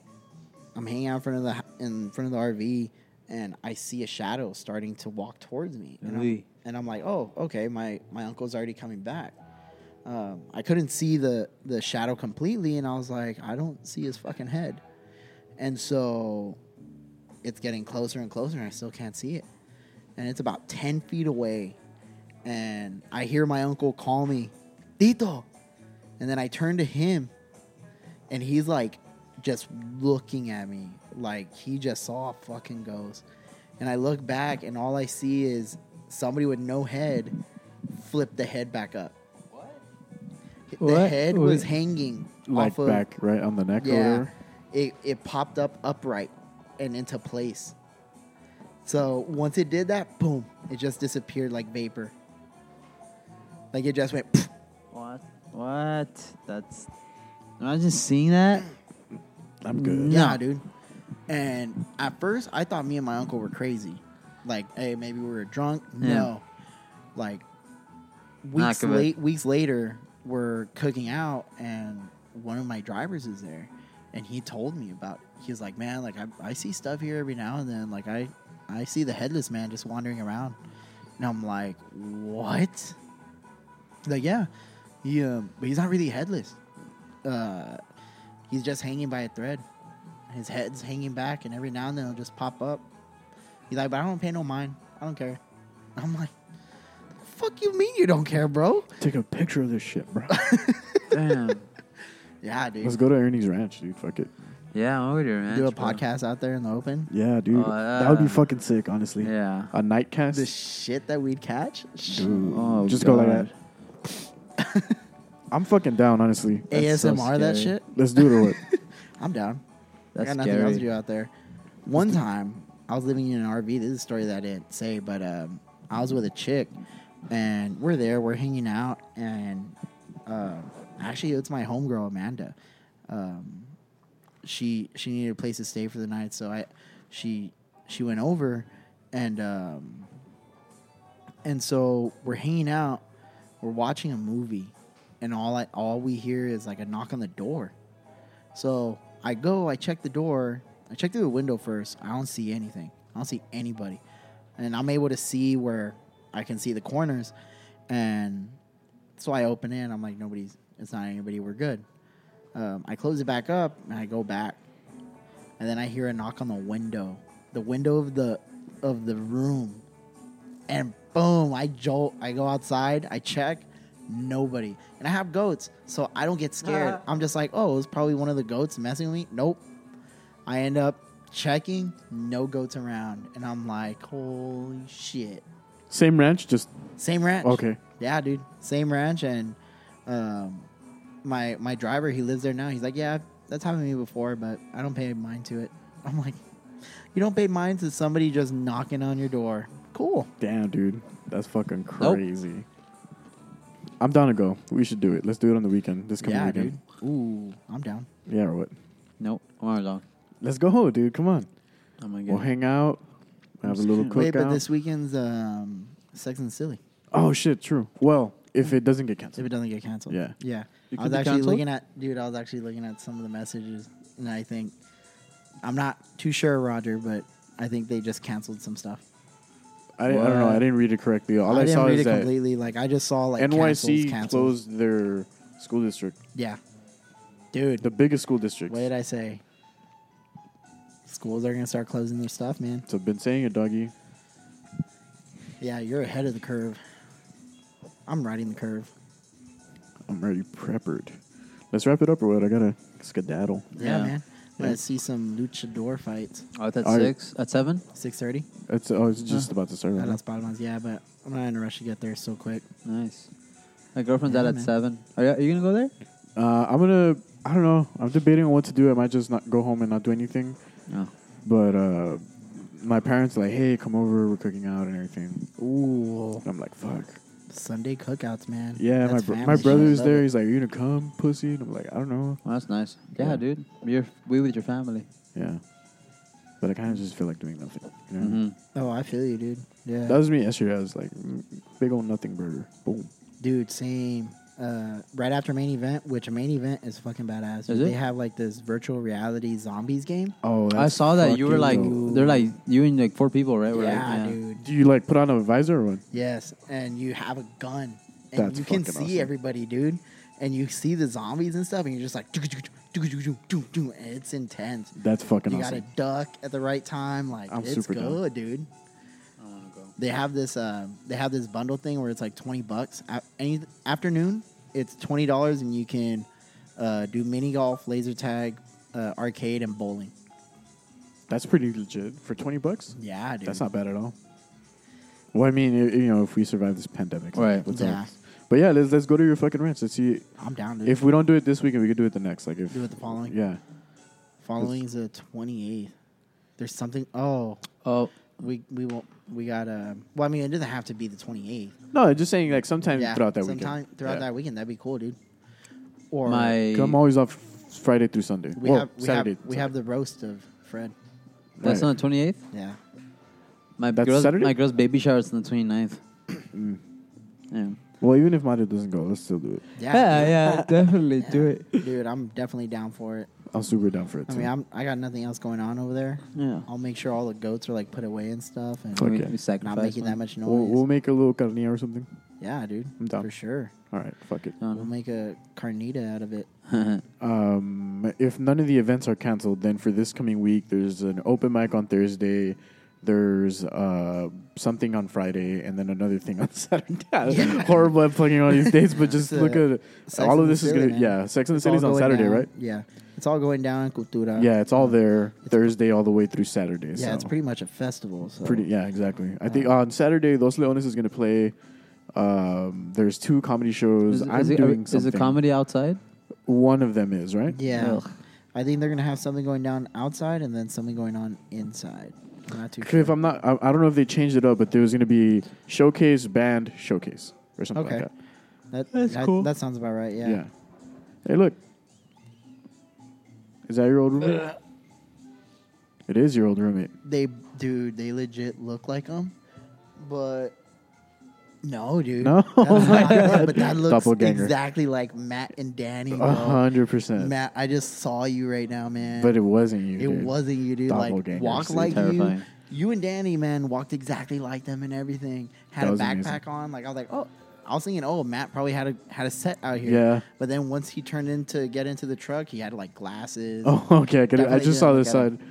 [SPEAKER 13] I'm hanging out in front of the in front of the RV and I see a shadow starting to walk towards me. And I'm,
[SPEAKER 14] Really?
[SPEAKER 13] and I'm like, "Oh, okay, my my uncle's already coming back." um, I couldn't see the the shadow completely, and I was like, I don't see his fucking head. And so it's getting closer and closer, and I still can't see it. And it's about ten feet away, and I hear my uncle call me, Tito, and then I turn to him, and he's like, just looking at me, like he just saw a fucking ghost. And I look back, and all I see is somebody with no head flip the head back up. The
[SPEAKER 11] What?
[SPEAKER 13] head
[SPEAKER 11] Wait.
[SPEAKER 13] was hanging
[SPEAKER 10] Like
[SPEAKER 13] off of,
[SPEAKER 10] back, right on the neck or
[SPEAKER 13] Yeah,
[SPEAKER 10] whatever?
[SPEAKER 13] it it popped up upright and into place. So once it did that, boom! It just disappeared like vapor. Like it just went.
[SPEAKER 11] What? What? That's. Imagine seeing that.
[SPEAKER 10] I'm
[SPEAKER 13] Yeah, dude. And at first, I thought me and my uncle were crazy. Like, hey, maybe we were drunk.
[SPEAKER 11] Yeah.
[SPEAKER 13] No, like
[SPEAKER 11] Not
[SPEAKER 13] weeks
[SPEAKER 11] good.
[SPEAKER 13] late. Weeks later, we're cooking out, and one of my drivers is there, and he told me about. He was like, "Man, like I, I see stuff here every now and then. Like I, I see the headless man just wandering around." And I'm like, "What?" Like, yeah, he, um, but he's not really headless. Uh, he's just hanging by a thread. His head's hanging back, and every now and then it'll just pop up. He's like, but I don't pay no mind. I don't care. I'm like, fuck you mean you don't care, bro?
[SPEAKER 10] Take a picture of this shit, bro.
[SPEAKER 11] Damn.
[SPEAKER 13] Yeah, dude.
[SPEAKER 10] Let's go to Ernie's Ranch, dude. Fuck it.
[SPEAKER 11] Yeah, I'm over here, man.
[SPEAKER 13] Do a podcast out there in the open.
[SPEAKER 10] Yeah, dude.
[SPEAKER 11] Oh, yeah.
[SPEAKER 10] that would
[SPEAKER 13] uh,
[SPEAKER 10] be fucking sick, honestly.
[SPEAKER 11] Yeah.
[SPEAKER 10] A nightcast.
[SPEAKER 13] The shit that we'd catch.
[SPEAKER 10] Dude,
[SPEAKER 11] Oh,
[SPEAKER 10] just go like
[SPEAKER 11] God.
[SPEAKER 10] that. I'm fucking down, honestly.
[SPEAKER 13] That's so ASMR that scary. shit?
[SPEAKER 10] Let's do it or what?
[SPEAKER 13] I'm down.
[SPEAKER 11] That's
[SPEAKER 13] I got nothing else to
[SPEAKER 11] scary.
[SPEAKER 13] do out there. One time, I was living in an RV. This is a story that I didn't say, but um, I was with a chick, and we're there, we're hanging out, and uh, actually, it's my homegirl Amanda. Um, she she needed a place to stay for the night, so I she she went over, and um, and so we're hanging out, we're watching a movie, and all I all we hear is like a knock on the door. So I go, I check the door, I check through the window first. I don't see anything. I don't see anybody. And I'm able to see where I can see the corners. And so I open it and I'm like, nobody's, it's not anybody, we're good. Um, I close it back up and I go back. And then I hear a knock on the window, the window of the of the room. And boom, I jolt, I go outside, I check, nobody. And I have goats, so I don't get scared. I'm just like, oh, it's probably one of the goats messing with me. Nope. I end up checking, no goats around. And I'm like, holy shit.
[SPEAKER 10] Same ranch, just
[SPEAKER 13] Same ranch.
[SPEAKER 10] Okay.
[SPEAKER 13] Yeah, dude. Same ranch, and um, my my driver, he lives there now. He's like, yeah, that's happened to me before, but I don't pay mind to it. I'm like, you don't pay mind to somebody just knocking on your door. Cool.
[SPEAKER 10] Damn, dude. That's fucking
[SPEAKER 13] Nope.
[SPEAKER 10] crazy. I'm down to go. We should do it. Let's do it on the weekend. This coming
[SPEAKER 13] yeah,
[SPEAKER 10] weekend.
[SPEAKER 13] dude. Ooh, I'm down.
[SPEAKER 10] Yeah, or what?
[SPEAKER 11] Nope. I'm already gone.
[SPEAKER 10] Let's go, dude. Come on.
[SPEAKER 11] Oh my god.
[SPEAKER 10] We'll hang out. Have a little cookout.
[SPEAKER 13] Wait, but this weekend's um, Sex and Silly.
[SPEAKER 10] oh shit, true. Well, if it doesn't get
[SPEAKER 13] If
[SPEAKER 10] canceled.
[SPEAKER 13] it doesn't get canceled.
[SPEAKER 10] Yeah.
[SPEAKER 13] Yeah.
[SPEAKER 11] It
[SPEAKER 13] I
[SPEAKER 11] could
[SPEAKER 13] was
[SPEAKER 11] be
[SPEAKER 13] actually
[SPEAKER 11] canceled?
[SPEAKER 13] looking at, dude, I was actually looking at some of the messages, and I think, I'm not too sure, Roger, but I think they just canceled some stuff.
[SPEAKER 10] I, didn't- I don't know. I didn't read it correctly. All I,
[SPEAKER 13] didn't
[SPEAKER 10] saw
[SPEAKER 13] read
[SPEAKER 10] is
[SPEAKER 13] it
[SPEAKER 10] that
[SPEAKER 13] completely. Like I just saw like cancels,
[SPEAKER 10] NYC
[SPEAKER 13] cancels.
[SPEAKER 10] closed their school district.
[SPEAKER 13] Yeah, dude.
[SPEAKER 10] The biggest school district.
[SPEAKER 13] What did I say? Schools are gonna start closing their stuff, man.
[SPEAKER 10] So been saying it, doggy.
[SPEAKER 13] Yeah, you're ahead of the curve. I'm riding the curve.
[SPEAKER 10] I'm already preppered. Let's wrap it up or what? I gotta skedaddle.
[SPEAKER 13] Yeah, man. I'm
[SPEAKER 10] Yeah.
[SPEAKER 13] gonna see some luchador fights.
[SPEAKER 11] Oh, that's
[SPEAKER 10] Alright.
[SPEAKER 11] six. At seven.
[SPEAKER 13] Six thirty.
[SPEAKER 10] It's oh, it's just about to start.
[SPEAKER 13] Uh, I
[SPEAKER 10] right?
[SPEAKER 13] lost bottom lines. Yeah, but I'm not in a rush to get there so quick.
[SPEAKER 11] Nice. My girlfriend's out
[SPEAKER 13] Yeah,
[SPEAKER 11] at
[SPEAKER 13] man.
[SPEAKER 11] seven. Are you, are you gonna go there?
[SPEAKER 10] Uh, I'm gonna. I don't know. I'm debating on what to do. I might just not go home and not do anything.
[SPEAKER 11] No.
[SPEAKER 10] But uh, my parents are like, hey, come over. We're cooking out and everything.
[SPEAKER 13] Ooh,
[SPEAKER 10] And I'm like, fuck.
[SPEAKER 13] Sunday cookouts, man.
[SPEAKER 10] Yeah,
[SPEAKER 13] That's
[SPEAKER 10] my br-
[SPEAKER 13] family
[SPEAKER 10] my
[SPEAKER 13] shit.
[SPEAKER 10] brother's
[SPEAKER 13] Love
[SPEAKER 10] there.
[SPEAKER 13] it.
[SPEAKER 10] He's like, are you gonna come, pussy? And I'm like, I don't know.
[SPEAKER 11] Well, that's nice. Yeah,
[SPEAKER 10] Yeah.
[SPEAKER 11] dude. You're we with your family.
[SPEAKER 10] Yeah. But I kind of just feel like doing nothing. You know?
[SPEAKER 11] Mm-hmm.
[SPEAKER 13] Oh, I feel you, dude. Yeah.
[SPEAKER 10] That was me yesterday. I was like, mm, big old nothing burger. Boom.
[SPEAKER 13] Dude, same. Uh, right after main event, which main event is fucking badass.
[SPEAKER 11] Is
[SPEAKER 13] they
[SPEAKER 11] it?
[SPEAKER 13] have like this virtual reality zombies game.
[SPEAKER 10] Oh,
[SPEAKER 11] I
[SPEAKER 10] that's
[SPEAKER 11] saw that you were like
[SPEAKER 10] fucking dope.
[SPEAKER 11] they're like you and like four people, right? Were, like,
[SPEAKER 13] yeah, dude.
[SPEAKER 10] do you like put on a visor or what?
[SPEAKER 13] Yes, and you have a gun, and
[SPEAKER 10] That's
[SPEAKER 13] you can see
[SPEAKER 10] fucking awesome.
[SPEAKER 13] everybody, dude. And you see the zombies and stuff, and you're just like, "Doo, doo, doo, doo, doo, doo, doo," and it's intense.
[SPEAKER 10] That's fucking
[SPEAKER 13] you
[SPEAKER 10] awesome.
[SPEAKER 13] gotta duck at the right time. Like
[SPEAKER 10] I'm
[SPEAKER 13] it's
[SPEAKER 10] super
[SPEAKER 13] good,
[SPEAKER 10] down.
[SPEAKER 13] dude. They have this. Um, they have this bundle thing where it's like twenty bucks. A- Any afternoon, it's twenty dollars, and you can uh, do mini golf, laser tag, uh, arcade, and bowling.
[SPEAKER 10] That's pretty legit for twenty bucks.
[SPEAKER 13] Yeah, dude.
[SPEAKER 10] That's not bad at all. Well, I mean, i- you know, if we survive this pandemic,
[SPEAKER 11] Right.
[SPEAKER 10] Let's
[SPEAKER 13] Yeah.
[SPEAKER 10] all- but But yeah, let's let's go to your fucking ranch. Let's see.
[SPEAKER 13] I'm down, dude.
[SPEAKER 10] If we don't do it this weekend, we could do it the next. Like if
[SPEAKER 13] Do it the following?
[SPEAKER 10] Yeah.
[SPEAKER 13] Following is the 28th. There's something. Oh.
[SPEAKER 11] Oh.
[SPEAKER 13] We we won't. We got to. Well, I mean, it doesn't have to be the 28th.
[SPEAKER 10] No, just saying like sometime throughout that
[SPEAKER 13] sometime
[SPEAKER 10] weekend.
[SPEAKER 13] Throughout
[SPEAKER 10] Yeah.
[SPEAKER 13] that weekend, that'd be cool, dude. Or
[SPEAKER 10] 'Cause I'm always off Friday through Sunday.
[SPEAKER 13] we
[SPEAKER 10] Well,
[SPEAKER 13] have we
[SPEAKER 10] Saturday.
[SPEAKER 13] have we have the roast of Fred.
[SPEAKER 11] That's on the 28th?
[SPEAKER 13] Yeah.
[SPEAKER 11] My
[SPEAKER 10] That's
[SPEAKER 11] girl's,
[SPEAKER 10] Saturday?
[SPEAKER 11] My girl's baby shower is on the 29th.
[SPEAKER 13] Mm.
[SPEAKER 11] yeah.
[SPEAKER 10] Well, even if Mario doesn't go, let's still do it.
[SPEAKER 13] dude.
[SPEAKER 14] definitely do it.
[SPEAKER 13] dude. I'm definitely down for it.
[SPEAKER 10] I'm super down for it.
[SPEAKER 13] I
[SPEAKER 10] Too.
[SPEAKER 13] mean, I'm I got nothing else going on over there.
[SPEAKER 11] Yeah.
[SPEAKER 13] I'll make sure all the goats are like put away and stuff, and
[SPEAKER 10] Fuck We- yeah. we
[SPEAKER 13] not
[SPEAKER 11] sacrifice
[SPEAKER 13] making that
[SPEAKER 11] one.
[SPEAKER 13] much noise.
[SPEAKER 10] we'll, we'll make a little carnilla or something.
[SPEAKER 13] yeah, dude.
[SPEAKER 10] I'm down.
[SPEAKER 13] For sure.
[SPEAKER 10] All right, fuck it.
[SPEAKER 13] We'll make a carnita out of it.
[SPEAKER 10] Um, if none of the events are canceled, then for this coming week, there's an open mic on Thursday. There's uh, something on Friday, and then another thing on Saturday. Horrible at plugging all these dates, but just
[SPEAKER 13] It's,
[SPEAKER 10] look
[SPEAKER 13] uh,
[SPEAKER 10] at it.
[SPEAKER 13] Sex
[SPEAKER 10] all of
[SPEAKER 13] and the
[SPEAKER 10] this is
[SPEAKER 13] City,
[SPEAKER 10] gonna
[SPEAKER 13] man.
[SPEAKER 10] yeah. Sex and the
[SPEAKER 13] It's all
[SPEAKER 10] City's on
[SPEAKER 13] going
[SPEAKER 10] Saturday,
[SPEAKER 13] down.
[SPEAKER 10] right?
[SPEAKER 13] Yeah, it's all going down in Cultura.
[SPEAKER 10] Yeah, it's all there Thursday all the way through Saturday.
[SPEAKER 13] yeah,
[SPEAKER 10] so.
[SPEAKER 13] it's pretty much a festival. So
[SPEAKER 10] Pretty, yeah, exactly. I think on Saturday, Los Leones is going to play. Um, there's two comedy shows.
[SPEAKER 11] Is,
[SPEAKER 10] I'm
[SPEAKER 11] is, it,
[SPEAKER 10] doing
[SPEAKER 11] is
[SPEAKER 10] something.
[SPEAKER 11] it comedy outside?
[SPEAKER 10] One of them is right.
[SPEAKER 13] Yeah, I think they're gonna have something going down outside and then something going on inside. I'm not too
[SPEAKER 10] Okay,
[SPEAKER 13] sure.
[SPEAKER 10] If I'm not, I, I don't know if they changed it up, but there was going to be showcase band showcase or something
[SPEAKER 13] Okay,
[SPEAKER 10] like that.
[SPEAKER 13] that,
[SPEAKER 11] That's
[SPEAKER 13] that,
[SPEAKER 11] cool.
[SPEAKER 13] That sounds about right. Yeah.
[SPEAKER 10] Hey, look. Is that your old roommate?
[SPEAKER 13] Uh.
[SPEAKER 10] It is your old roommate.
[SPEAKER 13] They, dude, they legit look like them, but no, dude.
[SPEAKER 10] No?
[SPEAKER 13] That's
[SPEAKER 10] Oh my
[SPEAKER 13] not-
[SPEAKER 10] God.
[SPEAKER 13] But that looks
[SPEAKER 10] Doppelganger.
[SPEAKER 13] exactly like Matt and Danny. bro.
[SPEAKER 10] A hundred percent.
[SPEAKER 13] Matt, I just saw you right now, man.
[SPEAKER 10] But it wasn't you.
[SPEAKER 13] It
[SPEAKER 10] dude.
[SPEAKER 13] wasn't you, dude. Like
[SPEAKER 10] Doppelgangers,
[SPEAKER 13] walk
[SPEAKER 10] dude.
[SPEAKER 13] like you. You and Danny, man, walked exactly like them and everything. Had
[SPEAKER 10] That
[SPEAKER 13] a
[SPEAKER 10] was
[SPEAKER 13] backpack
[SPEAKER 10] amazing.
[SPEAKER 13] on. Like I was like, oh, I was thinking, oh, Matt probably had a had a set out here.
[SPEAKER 10] Yeah.
[SPEAKER 13] But then once he turned in to get into the truck, he had like glasses.
[SPEAKER 10] Oh, okay. I, could, I
[SPEAKER 13] Definitely
[SPEAKER 10] just saw
[SPEAKER 13] didn't
[SPEAKER 10] this
[SPEAKER 13] look at
[SPEAKER 10] side.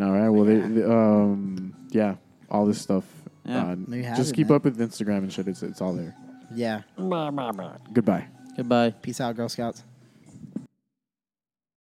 [SPEAKER 10] All right. Well, they, they- um, yeah, all this stuff.
[SPEAKER 11] Yeah.
[SPEAKER 10] Uh,
[SPEAKER 13] There you have
[SPEAKER 10] just
[SPEAKER 13] it,
[SPEAKER 10] keep
[SPEAKER 13] man.
[SPEAKER 10] up with Instagram and shit. It's it's all there.
[SPEAKER 13] Yeah.
[SPEAKER 10] Goodbye.
[SPEAKER 11] Goodbye.
[SPEAKER 13] Peace out, Girl Scouts.